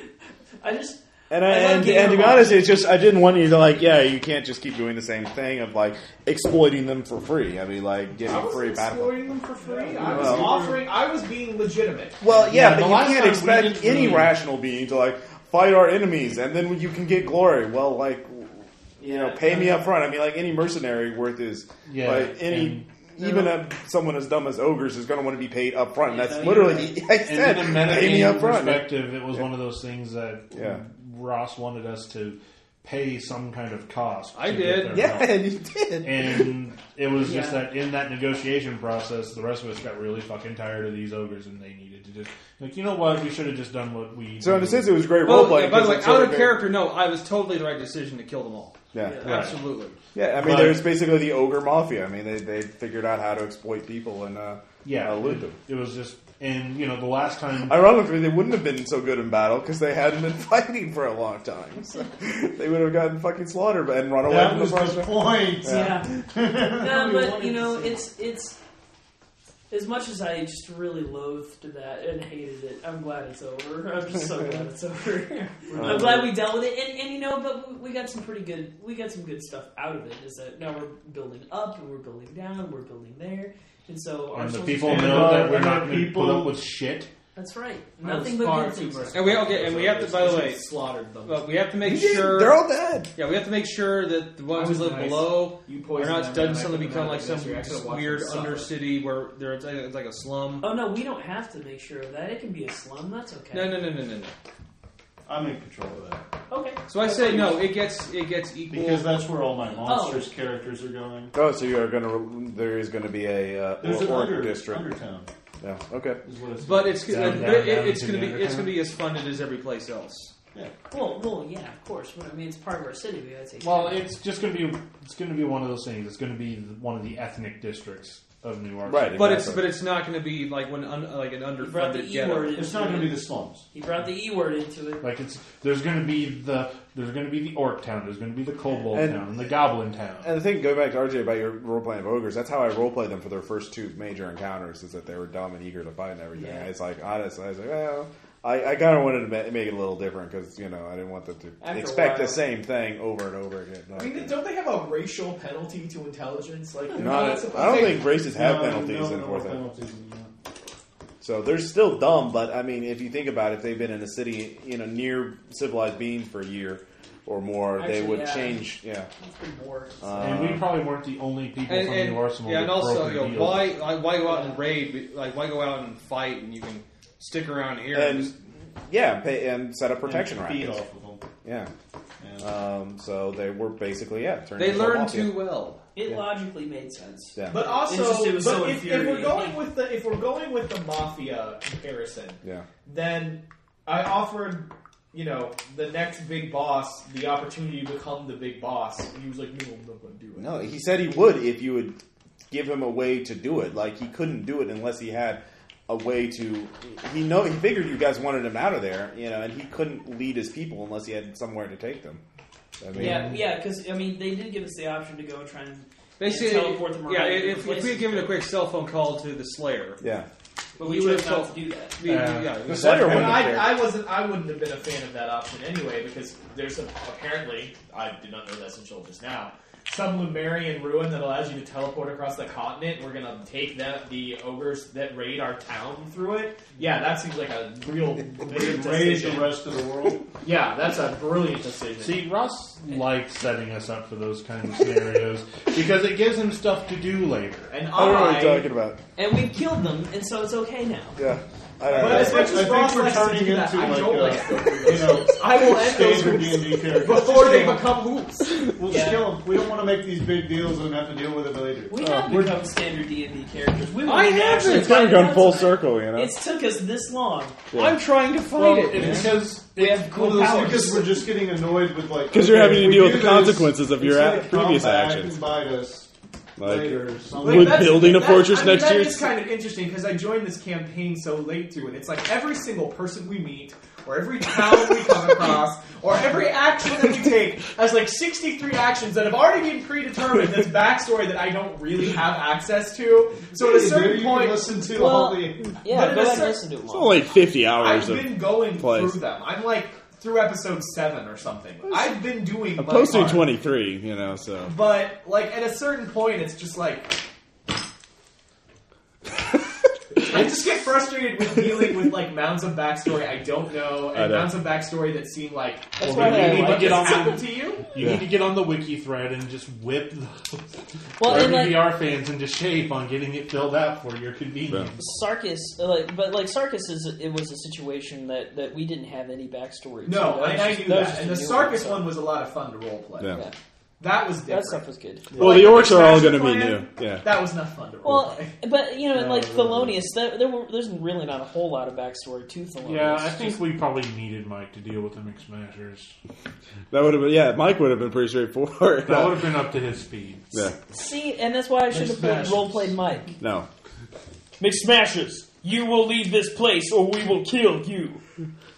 [SPEAKER 9] I just
[SPEAKER 2] And, I,
[SPEAKER 9] I like
[SPEAKER 2] and,
[SPEAKER 9] getting
[SPEAKER 2] and to be
[SPEAKER 9] them all.
[SPEAKER 2] honest, it's just I didn't want you to like, yeah, you can't just keep doing the same thing of like exploiting them for free. I mean, like
[SPEAKER 5] I
[SPEAKER 2] getting
[SPEAKER 5] was
[SPEAKER 2] free battle.
[SPEAKER 5] exploiting them for free. I was
[SPEAKER 2] Well-
[SPEAKER 5] offering. I was being legitimate.
[SPEAKER 2] Well, yeah,
[SPEAKER 5] the
[SPEAKER 2] but
[SPEAKER 5] last
[SPEAKER 2] you can't
[SPEAKER 5] time we
[SPEAKER 2] expect
[SPEAKER 5] didn't
[SPEAKER 2] any
[SPEAKER 5] really-
[SPEAKER 2] rational being to like fight our enemies and then you can get glory. Well, like you know, pay me up front. I mean, like any mercenary worth is
[SPEAKER 8] Yeah,
[SPEAKER 2] like any. Even a, someone as dumb as ogres is going to want to be paid up front. and That's literally,
[SPEAKER 8] And
[SPEAKER 2] I said,
[SPEAKER 8] in the
[SPEAKER 2] pay me
[SPEAKER 8] metagaming
[SPEAKER 2] up front.
[SPEAKER 8] perspective, it was one of those things that
[SPEAKER 2] Yeah.
[SPEAKER 8] Ross wanted us to pay some kind of cost.
[SPEAKER 4] I
[SPEAKER 8] to
[SPEAKER 4] did.
[SPEAKER 8] get
[SPEAKER 4] Yeah,
[SPEAKER 8] their help.
[SPEAKER 4] and you did.
[SPEAKER 8] And it was just
[SPEAKER 4] Yeah.
[SPEAKER 8] that in that negotiation process, the rest of us got really fucking tired of these ogres, and they needed to just like, you know what, we should have just done what we.
[SPEAKER 2] So in a sense, it was great
[SPEAKER 4] Well,
[SPEAKER 2] role playing.
[SPEAKER 4] By the way, out of character, no, I was totally the right decision to kill them all.
[SPEAKER 2] Yeah. Right.
[SPEAKER 4] absolutely.
[SPEAKER 2] Yeah, I mean, there's basically the ogre mafia. I mean, they, they figured out how to exploit people and uh,
[SPEAKER 8] Yeah,
[SPEAKER 2] uh, loot
[SPEAKER 8] it-
[SPEAKER 2] them.
[SPEAKER 8] It was just, and you know, the last time
[SPEAKER 2] Ironically, they wouldn't have been so good in battle because they hadn't been fighting for a long time. So they would have gotten fucking slaughtered and run away
[SPEAKER 1] That
[SPEAKER 2] from
[SPEAKER 1] was
[SPEAKER 2] the,
[SPEAKER 1] the
[SPEAKER 2] Russian.
[SPEAKER 1] point.
[SPEAKER 2] Yeah.
[SPEAKER 9] no,
[SPEAKER 1] We
[SPEAKER 9] but
[SPEAKER 1] wanted
[SPEAKER 9] you know,
[SPEAKER 1] to see
[SPEAKER 9] it's it's as much as I just really loathed that and hated it. I'm glad it's over. I'm just so glad it's over. I'm
[SPEAKER 8] Uh,
[SPEAKER 9] glad we dealt with it, and, and you know, but we- we got some pretty good we got some good stuff out of it. Is that now we're building up and we're building down and we're building there, and so our
[SPEAKER 8] and the
[SPEAKER 9] soldiers-
[SPEAKER 8] people
[SPEAKER 4] And
[SPEAKER 8] know
[SPEAKER 4] the-
[SPEAKER 8] that we're
[SPEAKER 4] and
[SPEAKER 8] not
[SPEAKER 4] the
[SPEAKER 8] going to
[SPEAKER 4] people-
[SPEAKER 8] put up with shit.
[SPEAKER 9] That's right.
[SPEAKER 4] That was
[SPEAKER 9] Nothing but
[SPEAKER 4] far
[SPEAKER 9] good
[SPEAKER 4] too
[SPEAKER 9] things.
[SPEAKER 4] much. And we okay, and we have to. By the way,
[SPEAKER 5] slaughtered them.
[SPEAKER 4] Well, we have to make
[SPEAKER 2] You did.
[SPEAKER 4] sure
[SPEAKER 2] They're all dead.
[SPEAKER 4] Yeah, we have to make sure that the
[SPEAKER 5] I
[SPEAKER 4] ones who
[SPEAKER 5] was
[SPEAKER 4] live
[SPEAKER 5] nice.
[SPEAKER 4] below
[SPEAKER 5] You
[SPEAKER 4] are
[SPEAKER 5] poisoned
[SPEAKER 4] not
[SPEAKER 5] them, and
[SPEAKER 4] done
[SPEAKER 5] I
[SPEAKER 4] suddenly
[SPEAKER 5] put them
[SPEAKER 4] become
[SPEAKER 5] out
[SPEAKER 4] like
[SPEAKER 5] of
[SPEAKER 4] some
[SPEAKER 5] misery. I could've
[SPEAKER 4] just
[SPEAKER 5] watched
[SPEAKER 4] weird
[SPEAKER 5] them suffer.
[SPEAKER 4] undercity where there's like, it's like a slum.
[SPEAKER 9] Oh no, we don't have to make sure of that. It can be a slum. That's okay.
[SPEAKER 4] No, no, no, no, no, no.
[SPEAKER 1] I'm in control of that.
[SPEAKER 9] Okay.
[SPEAKER 4] So I say no. It gets it gets equal
[SPEAKER 1] Because that's where all
[SPEAKER 4] Oh.
[SPEAKER 1] my monsters characters are going.
[SPEAKER 2] Oh, so you are going to. There is going to be a uh,
[SPEAKER 1] There's an
[SPEAKER 2] orc
[SPEAKER 1] under-
[SPEAKER 2] district.
[SPEAKER 1] undertown.
[SPEAKER 2] Yeah. Okay.
[SPEAKER 4] But it's
[SPEAKER 2] Down,
[SPEAKER 4] but
[SPEAKER 2] down,
[SPEAKER 4] it,
[SPEAKER 2] down
[SPEAKER 4] it's
[SPEAKER 2] to
[SPEAKER 4] gonna
[SPEAKER 2] the
[SPEAKER 4] be
[SPEAKER 2] underground.
[SPEAKER 4] it's gonna be as funded as every place else.
[SPEAKER 1] Yeah.
[SPEAKER 9] Well, well, yeah, of course. But I mean, it's part of our city. We gotta take. care
[SPEAKER 8] Well,
[SPEAKER 9] of it.
[SPEAKER 8] it's just going to be it's going to be one of those things. It's going to be one of the ethnic districts of New York. City.
[SPEAKER 4] But it's but it's not going to be like when un, like an
[SPEAKER 9] He brought the
[SPEAKER 4] underfunded
[SPEAKER 9] E word
[SPEAKER 4] ghetto.
[SPEAKER 9] into it. He brought the E word into it.
[SPEAKER 8] like it's there's going to be the there's going to be the orc town. There's going to be the kobold
[SPEAKER 2] And-
[SPEAKER 8] town and the goblin town.
[SPEAKER 2] And I think going back to RJ about your role playing of ogres, that's how I role played them for their first two major encounters. Is that they were dumb and eager to fight and everything.
[SPEAKER 9] Yeah.
[SPEAKER 2] It's like honestly, I was like, well, I, I kind of wanted to ma- make it a little different because you know I didn't want them to
[SPEAKER 5] After a
[SPEAKER 2] expect the
[SPEAKER 5] while.
[SPEAKER 2] same thing over and over again.
[SPEAKER 5] I mean, don't they have a racial penalty to intelligence? Like, they're
[SPEAKER 2] Not-
[SPEAKER 5] supposed
[SPEAKER 2] I don't
[SPEAKER 5] to-
[SPEAKER 2] think races have
[SPEAKER 5] No,
[SPEAKER 2] penalties
[SPEAKER 5] no,
[SPEAKER 2] in
[SPEAKER 5] no
[SPEAKER 2] Fortnite.
[SPEAKER 5] penalties.
[SPEAKER 1] uh,
[SPEAKER 2] So they're still dumb, but I mean, if you think about it, if they've been in a city, you know, near civilized beings for a year or more, they
[SPEAKER 9] Actually,
[SPEAKER 2] would
[SPEAKER 9] yeah.
[SPEAKER 2] change. Yeah.
[SPEAKER 9] It's been war.
[SPEAKER 2] Uh,
[SPEAKER 8] and we probably weren't the only people
[SPEAKER 4] And,
[SPEAKER 8] from
[SPEAKER 4] and-
[SPEAKER 8] the arsenal.
[SPEAKER 4] yeah,
[SPEAKER 8] that
[SPEAKER 4] and also
[SPEAKER 8] broke
[SPEAKER 4] you
[SPEAKER 8] the
[SPEAKER 4] know,
[SPEAKER 8] deal.
[SPEAKER 4] why like, why go out and raid? Like why go out and fight and you can stick around here and,
[SPEAKER 2] and
[SPEAKER 4] just,
[SPEAKER 2] yeah, pay, and set up protection
[SPEAKER 1] And feed
[SPEAKER 2] rackets.
[SPEAKER 1] off of them.
[SPEAKER 2] Yeah. Um, so they were basically yeah. Turned
[SPEAKER 4] they
[SPEAKER 2] into a
[SPEAKER 4] learn
[SPEAKER 2] mafia.
[SPEAKER 4] too well.
[SPEAKER 9] It logically made sense.
[SPEAKER 2] Yeah.
[SPEAKER 5] But also,
[SPEAKER 9] It's just it was
[SPEAKER 5] but
[SPEAKER 9] so
[SPEAKER 5] if, if we're
[SPEAKER 9] infuriating.
[SPEAKER 5] going with the if we're going with the mafia comparison,
[SPEAKER 2] Yeah.
[SPEAKER 5] then I offered you know the next big boss the opportunity to become the big boss, and he was like, "No, I'm not going to do it."
[SPEAKER 2] No, he said he would if you would give him a way to do it. Like he couldn't do it unless he had a way to. He know he figured you guys wanted him out of there, you know, and he couldn't lead his people unless he had somewhere to take them. I mean,
[SPEAKER 9] yeah, yeah, because I mean, they did give us the option to go and try and
[SPEAKER 4] Basically,
[SPEAKER 9] and teleport them around.
[SPEAKER 4] yeah.
[SPEAKER 9] to
[SPEAKER 4] If, if
[SPEAKER 9] different
[SPEAKER 4] we had
[SPEAKER 9] places.
[SPEAKER 4] given a quick cell phone call to the Slayer,
[SPEAKER 2] yeah.
[SPEAKER 9] but we
[SPEAKER 4] would
[SPEAKER 9] chose
[SPEAKER 4] have
[SPEAKER 9] not
[SPEAKER 4] felt-
[SPEAKER 9] to do that.
[SPEAKER 4] we-
[SPEAKER 8] Uh,
[SPEAKER 4] yeah,
[SPEAKER 2] the Slayer
[SPEAKER 5] And
[SPEAKER 2] wouldn't have cared.
[SPEAKER 5] I, I wasn't. I wouldn't have been a fan of that option anyway because there's a, apparently I did not know this until just now. Some Lumerian ruin that allows you to teleport across the continent. We're gonna take that the ogres that raid our town through it. Yeah, that seems like a real brilliant
[SPEAKER 1] raid the
[SPEAKER 5] decision.
[SPEAKER 1] rest of the world.
[SPEAKER 5] Yeah, that's a brilliant decision.
[SPEAKER 8] See, Ross liked setting us up for those kinds of scenarios because it gives him stuff to do later.
[SPEAKER 2] I
[SPEAKER 5] and
[SPEAKER 2] don't know what
[SPEAKER 5] I-
[SPEAKER 2] you're talking about.
[SPEAKER 9] And we've killed them, and so it's okay now.
[SPEAKER 2] Yeah.
[SPEAKER 28] I don't
[SPEAKER 5] But
[SPEAKER 28] know.
[SPEAKER 5] as much as Ross
[SPEAKER 34] we're
[SPEAKER 5] likes to
[SPEAKER 34] turning
[SPEAKER 5] do that,
[SPEAKER 34] into
[SPEAKER 5] I
[SPEAKER 34] like
[SPEAKER 2] uh,
[SPEAKER 5] don't
[SPEAKER 34] a,
[SPEAKER 5] like to do
[SPEAKER 34] you know,
[SPEAKER 5] those. I will end those
[SPEAKER 34] standard
[SPEAKER 5] hoops
[SPEAKER 34] D&D character.
[SPEAKER 5] before they become hoops.
[SPEAKER 1] We'll
[SPEAKER 5] Yeah.
[SPEAKER 1] just kill them. We don't want to make these big deals and have to deal with it later.
[SPEAKER 35] We have become standard D and D characters. We
[SPEAKER 1] I
[SPEAKER 35] were
[SPEAKER 1] haven't!
[SPEAKER 35] naturally
[SPEAKER 2] uh, It's kind of
[SPEAKER 35] like
[SPEAKER 2] gone full circle, you know.
[SPEAKER 35] It's took us this long.
[SPEAKER 2] Yeah. I'm
[SPEAKER 35] trying to
[SPEAKER 1] Well, it's because
[SPEAKER 35] we
[SPEAKER 1] it's
[SPEAKER 35] have
[SPEAKER 1] one
[SPEAKER 35] cool
[SPEAKER 1] of those things
[SPEAKER 35] powers.
[SPEAKER 1] because we're just getting annoyed with like
[SPEAKER 2] 'Cause you're
[SPEAKER 1] okay,
[SPEAKER 2] having to
[SPEAKER 1] if we
[SPEAKER 2] deal
[SPEAKER 1] do
[SPEAKER 2] with
[SPEAKER 1] this,
[SPEAKER 2] consequences of
[SPEAKER 1] it's
[SPEAKER 2] your
[SPEAKER 1] gonna
[SPEAKER 2] ac- previous
[SPEAKER 1] come back
[SPEAKER 2] actions.
[SPEAKER 1] and bite us
[SPEAKER 2] Like,
[SPEAKER 1] later or something.
[SPEAKER 2] Would building a fortress
[SPEAKER 5] I mean,
[SPEAKER 2] next
[SPEAKER 5] that
[SPEAKER 2] year-
[SPEAKER 5] is kind of interesting because I joined this campaign so late to, and it's like every single person we meet, or every town we come across, or every action that we take has like 63 actions that have already been predetermined. That's backstory that I don't really have access to. So at a
[SPEAKER 1] Maybe
[SPEAKER 5] certain
[SPEAKER 1] you can
[SPEAKER 5] point,
[SPEAKER 1] listen to
[SPEAKER 5] Well,
[SPEAKER 1] all the
[SPEAKER 5] yeah,
[SPEAKER 1] but
[SPEAKER 5] go
[SPEAKER 1] at a
[SPEAKER 5] ahead and
[SPEAKER 1] cer-
[SPEAKER 5] listen to it
[SPEAKER 2] It's only like 50
[SPEAKER 5] I've
[SPEAKER 2] hours of
[SPEAKER 5] been going
[SPEAKER 2] plays.
[SPEAKER 5] through them. I'm like through episode seven or something. I've been doing.
[SPEAKER 2] I'm
[SPEAKER 5] my
[SPEAKER 2] close to
[SPEAKER 5] part.
[SPEAKER 2] 23, you know, so.
[SPEAKER 5] But like at a certain point, it's just like I just get frustrated with dealing with like mounds of backstory I don't know
[SPEAKER 2] I
[SPEAKER 5] and
[SPEAKER 2] know.
[SPEAKER 5] mounds of backstory that seem like
[SPEAKER 8] That's
[SPEAKER 5] well,
[SPEAKER 8] why I
[SPEAKER 5] maybe you need
[SPEAKER 8] like
[SPEAKER 5] to
[SPEAKER 8] it.
[SPEAKER 5] get on
[SPEAKER 8] It's
[SPEAKER 5] happened to you.
[SPEAKER 8] You
[SPEAKER 5] Yeah.
[SPEAKER 8] need to get on the wiki thread and just whip the
[SPEAKER 9] Well,
[SPEAKER 8] our
[SPEAKER 9] and, like-
[SPEAKER 8] PBR fans into shape on getting it filled out for your convenience.
[SPEAKER 9] Sarkis, like, but like Sarkis is, it was a situation that, that we didn't have any backstory. to.
[SPEAKER 5] No,
[SPEAKER 9] was
[SPEAKER 5] and I
[SPEAKER 9] just-
[SPEAKER 5] knew
[SPEAKER 9] was
[SPEAKER 5] that.
[SPEAKER 9] just
[SPEAKER 5] And
[SPEAKER 9] a
[SPEAKER 5] the
[SPEAKER 9] new one,
[SPEAKER 5] Sarkis
[SPEAKER 9] so.
[SPEAKER 5] one was a lot of fun to roleplay.
[SPEAKER 2] Yeah.
[SPEAKER 9] Yeah.
[SPEAKER 5] That was different.
[SPEAKER 9] That stuff was good.
[SPEAKER 2] Well, the orcs are all going to be new. Yeah.
[SPEAKER 5] That was not fun to roleplay.
[SPEAKER 9] Well, but you know,
[SPEAKER 8] No,
[SPEAKER 9] like
[SPEAKER 8] it really
[SPEAKER 9] Thelonious, there, there were, there's really not a whole lot of backstory to Thelonious.
[SPEAKER 8] Yeah, I think we probably needed Mike to deal with the mixed mashers.
[SPEAKER 2] That would have been, yeah, Mike would have been pretty straightforward.
[SPEAKER 8] That would have been up to his speed.
[SPEAKER 2] Yeah.
[SPEAKER 9] See, and that's why I should have played
[SPEAKER 8] Smashes.
[SPEAKER 9] role played Mike.
[SPEAKER 2] No.
[SPEAKER 6] McSmashers, you will leave this place or we will kill you.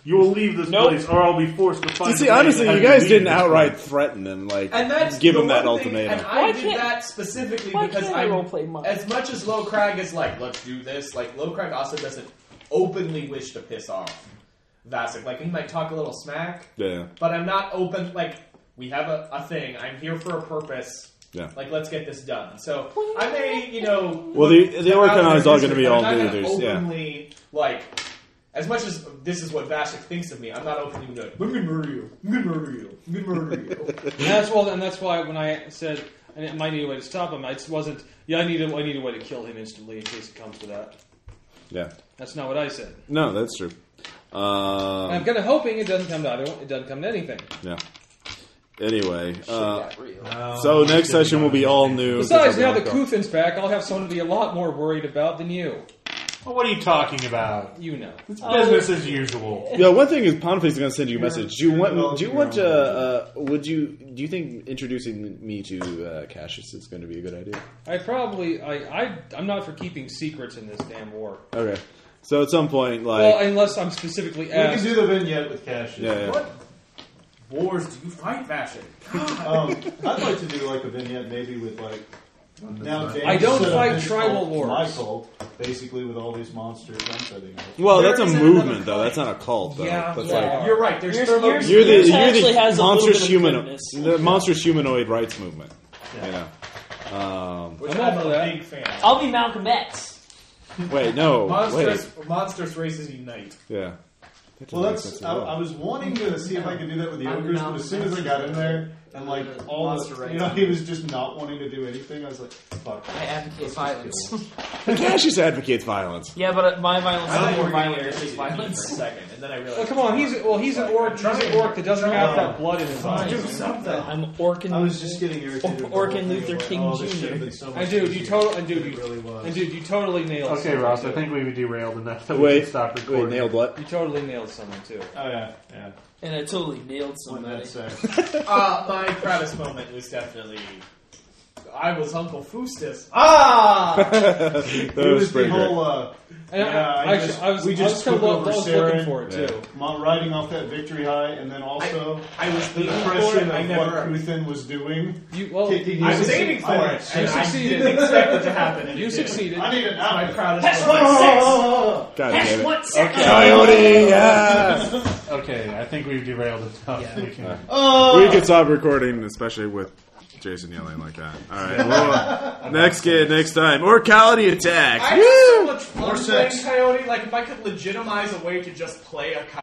[SPEAKER 8] You will leave this
[SPEAKER 6] Nope.
[SPEAKER 8] place, or I'll be forced to find.
[SPEAKER 2] See,
[SPEAKER 8] a way
[SPEAKER 2] honestly,
[SPEAKER 8] to have
[SPEAKER 2] you guys
[SPEAKER 8] leave
[SPEAKER 2] didn't
[SPEAKER 8] this
[SPEAKER 2] outright
[SPEAKER 8] place.
[SPEAKER 2] threaten them. Like,
[SPEAKER 5] And that's
[SPEAKER 2] give
[SPEAKER 5] the
[SPEAKER 2] them that
[SPEAKER 5] one thing-
[SPEAKER 2] ultimatum.
[SPEAKER 5] And I
[SPEAKER 9] Why
[SPEAKER 5] did
[SPEAKER 9] can't-
[SPEAKER 5] that specifically
[SPEAKER 9] why
[SPEAKER 5] because
[SPEAKER 9] can't
[SPEAKER 5] I
[SPEAKER 9] I roleplay Mike?
[SPEAKER 5] as much as Low Crag is like, let's do this. Like Low Crag also doesn't openly wish to piss off Vasic. Like he might talk a little smack,
[SPEAKER 2] Yeah.
[SPEAKER 5] but I'm not open. Like we have a, a thing. I'm here for a purpose.
[SPEAKER 2] Yeah.
[SPEAKER 5] Like let's get this done. So I may, you know.
[SPEAKER 2] Well, the-
[SPEAKER 5] look
[SPEAKER 2] the Orcanon
[SPEAKER 5] around
[SPEAKER 2] is all
[SPEAKER 5] history,
[SPEAKER 2] gonna be
[SPEAKER 5] but I'm
[SPEAKER 2] all
[SPEAKER 5] not gonna
[SPEAKER 2] new, there's- yeah.
[SPEAKER 5] Openly, like. As much as this is what Vasic thinks of me, I'm not openly going to, I'm going to murder you. I'm going to murder you. I'm going to murder you.
[SPEAKER 4] And that's well, and that's why when I said and it might need a way to stop him, I just wasn't. Yeah, I need a, I need a way to kill him instantly in case it comes to that.
[SPEAKER 2] Yeah.
[SPEAKER 4] That's not what I said.
[SPEAKER 2] No, that's true.
[SPEAKER 4] And I'm
[SPEAKER 2] Um,
[SPEAKER 4] kind of hoping it doesn't come to either one. It doesn't come to anything.
[SPEAKER 2] yeah. Anyway, uh,
[SPEAKER 4] No,
[SPEAKER 2] so
[SPEAKER 4] it's
[SPEAKER 2] next
[SPEAKER 4] gonna
[SPEAKER 2] session will be all new. 'cause
[SPEAKER 4] Besides, now
[SPEAKER 2] I'll be
[SPEAKER 4] that
[SPEAKER 2] on
[SPEAKER 4] Kuthin's back, I'll have someone to be a lot more worried about than you.
[SPEAKER 8] Well, what are you talking about?
[SPEAKER 4] You know.
[SPEAKER 8] It's business as usual.
[SPEAKER 2] call. Yeah, one thing is Pontifex is going to send you a message. Do you want? Do you
[SPEAKER 8] You're
[SPEAKER 2] want? Uh, uh,
[SPEAKER 8] on
[SPEAKER 2] would you? Do you think introducing me to uh, Cassius is going to be a good idea?
[SPEAKER 4] I probably I, I I'm not for keeping secrets in this damn war.
[SPEAKER 2] Okay. So at some point, like,
[SPEAKER 4] well, unless I'm specifically
[SPEAKER 1] We can
[SPEAKER 4] asked.
[SPEAKER 1] do the vignette with Cassius.
[SPEAKER 2] Yeah, yeah.
[SPEAKER 5] What wars do you fight, Vasic?
[SPEAKER 1] um, I'd like to do like a vignette maybe with like. Now Dan
[SPEAKER 4] I don't
[SPEAKER 1] set up
[SPEAKER 4] fight
[SPEAKER 1] his
[SPEAKER 4] tribal
[SPEAKER 1] cult,
[SPEAKER 4] wars.
[SPEAKER 1] My cult, basically with all these monsters. I'm setting up.
[SPEAKER 2] well, that's a
[SPEAKER 5] There is
[SPEAKER 2] movement
[SPEAKER 5] another
[SPEAKER 2] though. That's not a cult though.
[SPEAKER 4] Yeah,
[SPEAKER 2] that's
[SPEAKER 4] yeah.
[SPEAKER 2] like
[SPEAKER 5] You're right. There's thermo-
[SPEAKER 2] you're the
[SPEAKER 9] Yours
[SPEAKER 2] you're
[SPEAKER 9] actually
[SPEAKER 2] the
[SPEAKER 9] has a little bit
[SPEAKER 2] monstrous
[SPEAKER 9] of
[SPEAKER 2] human
[SPEAKER 9] goodness.
[SPEAKER 2] the monstrous humanoid rights movement.
[SPEAKER 1] Yeah.
[SPEAKER 2] You know. Um,
[SPEAKER 5] Which
[SPEAKER 4] I'm
[SPEAKER 5] I'm,
[SPEAKER 4] all for
[SPEAKER 5] a
[SPEAKER 4] that.
[SPEAKER 5] big fan. of.
[SPEAKER 9] I'll be Malcolm X.
[SPEAKER 2] wait, no, wait,
[SPEAKER 5] monsters, monsters races unite.
[SPEAKER 2] yeah. That doesn't
[SPEAKER 1] Well,
[SPEAKER 2] make
[SPEAKER 1] that's.
[SPEAKER 2] sense at
[SPEAKER 1] I,
[SPEAKER 2] all.
[SPEAKER 1] I was wanting to see if I could do that with the ogres, but as soon as I got in there and like all the, you know, he was just not wanting to do anything. I was like, fuck.
[SPEAKER 35] I advocate violence.
[SPEAKER 2] Cassius advocates violence.
[SPEAKER 35] yeah, but uh, my violence
[SPEAKER 5] I
[SPEAKER 35] is
[SPEAKER 5] thought you
[SPEAKER 35] more
[SPEAKER 5] were going to
[SPEAKER 35] violent.
[SPEAKER 5] say violent Oh, for a second, and then I realized.
[SPEAKER 4] Well, Uh, come on, he's well, he's an orc. He's an orc that doesn't have that blood in his
[SPEAKER 5] Do
[SPEAKER 4] eyes.
[SPEAKER 5] something.
[SPEAKER 9] I'm Orkin.
[SPEAKER 1] I was just getting irritated. with the
[SPEAKER 9] Orkin
[SPEAKER 1] whole thing
[SPEAKER 9] Luther
[SPEAKER 1] of, like,
[SPEAKER 9] King
[SPEAKER 1] oh, this should've
[SPEAKER 9] Jr..
[SPEAKER 1] been so much
[SPEAKER 4] And dude, you
[SPEAKER 1] easier.
[SPEAKER 4] totally and dude,
[SPEAKER 1] It
[SPEAKER 4] you,
[SPEAKER 1] really was.
[SPEAKER 4] and dude, you totally nailed.
[SPEAKER 8] Okay,
[SPEAKER 4] someone,
[SPEAKER 8] Ross,
[SPEAKER 4] too.
[SPEAKER 8] I think we derailed enough that we
[SPEAKER 2] Wait,
[SPEAKER 8] can stop
[SPEAKER 2] wait,
[SPEAKER 8] recording.
[SPEAKER 2] nailed what?
[SPEAKER 4] you totally nailed someone too.
[SPEAKER 1] Oh yeah, yeah.
[SPEAKER 9] And I totally nailed
[SPEAKER 1] When
[SPEAKER 9] somebody.
[SPEAKER 1] that sex.
[SPEAKER 5] Uh, my proudest moment was definitely. I was Uncle Fustus. Ah!
[SPEAKER 2] that
[SPEAKER 1] it was,
[SPEAKER 2] was
[SPEAKER 1] the
[SPEAKER 2] pretty great.
[SPEAKER 1] whole. Uh,
[SPEAKER 4] And I-
[SPEAKER 1] yeah, I,
[SPEAKER 4] I,
[SPEAKER 1] just,
[SPEAKER 4] I was,
[SPEAKER 1] we
[SPEAKER 4] I
[SPEAKER 1] just
[SPEAKER 4] was kind of
[SPEAKER 1] took
[SPEAKER 4] lo- I
[SPEAKER 1] over
[SPEAKER 4] was
[SPEAKER 1] Saren,
[SPEAKER 4] looking for it
[SPEAKER 2] Yeah.
[SPEAKER 4] too.
[SPEAKER 1] mo- riding off that victory high, and then also
[SPEAKER 5] I was
[SPEAKER 1] the
[SPEAKER 5] aiming for
[SPEAKER 1] impression
[SPEAKER 5] it. I
[SPEAKER 1] of what
[SPEAKER 5] never.
[SPEAKER 1] Kuthin was doing.
[SPEAKER 4] You well,
[SPEAKER 1] Kicking
[SPEAKER 5] I
[SPEAKER 1] his-
[SPEAKER 5] was aiming for
[SPEAKER 1] I-
[SPEAKER 5] it, and
[SPEAKER 4] You
[SPEAKER 5] I
[SPEAKER 4] succeeded.
[SPEAKER 5] didn't expect it to happen. and it
[SPEAKER 4] you
[SPEAKER 5] did.
[SPEAKER 4] succeeded.
[SPEAKER 1] I Oh! need it
[SPEAKER 5] That's my
[SPEAKER 1] now.
[SPEAKER 5] proudest
[SPEAKER 35] That's
[SPEAKER 5] moment.
[SPEAKER 35] what sex!
[SPEAKER 2] God damn it.
[SPEAKER 35] sex?
[SPEAKER 2] Coyote, yeah.
[SPEAKER 8] Okay, I think we've derailed enough. We can-
[SPEAKER 2] we could stop recording, especially with Jason yelling like that. All right, well, next kid, next time. Orcality attack.
[SPEAKER 5] I had so much
[SPEAKER 1] More
[SPEAKER 5] fun
[SPEAKER 1] sex.
[SPEAKER 5] playing Coyote. Like, if I could legitimize a way to just play a Coyote.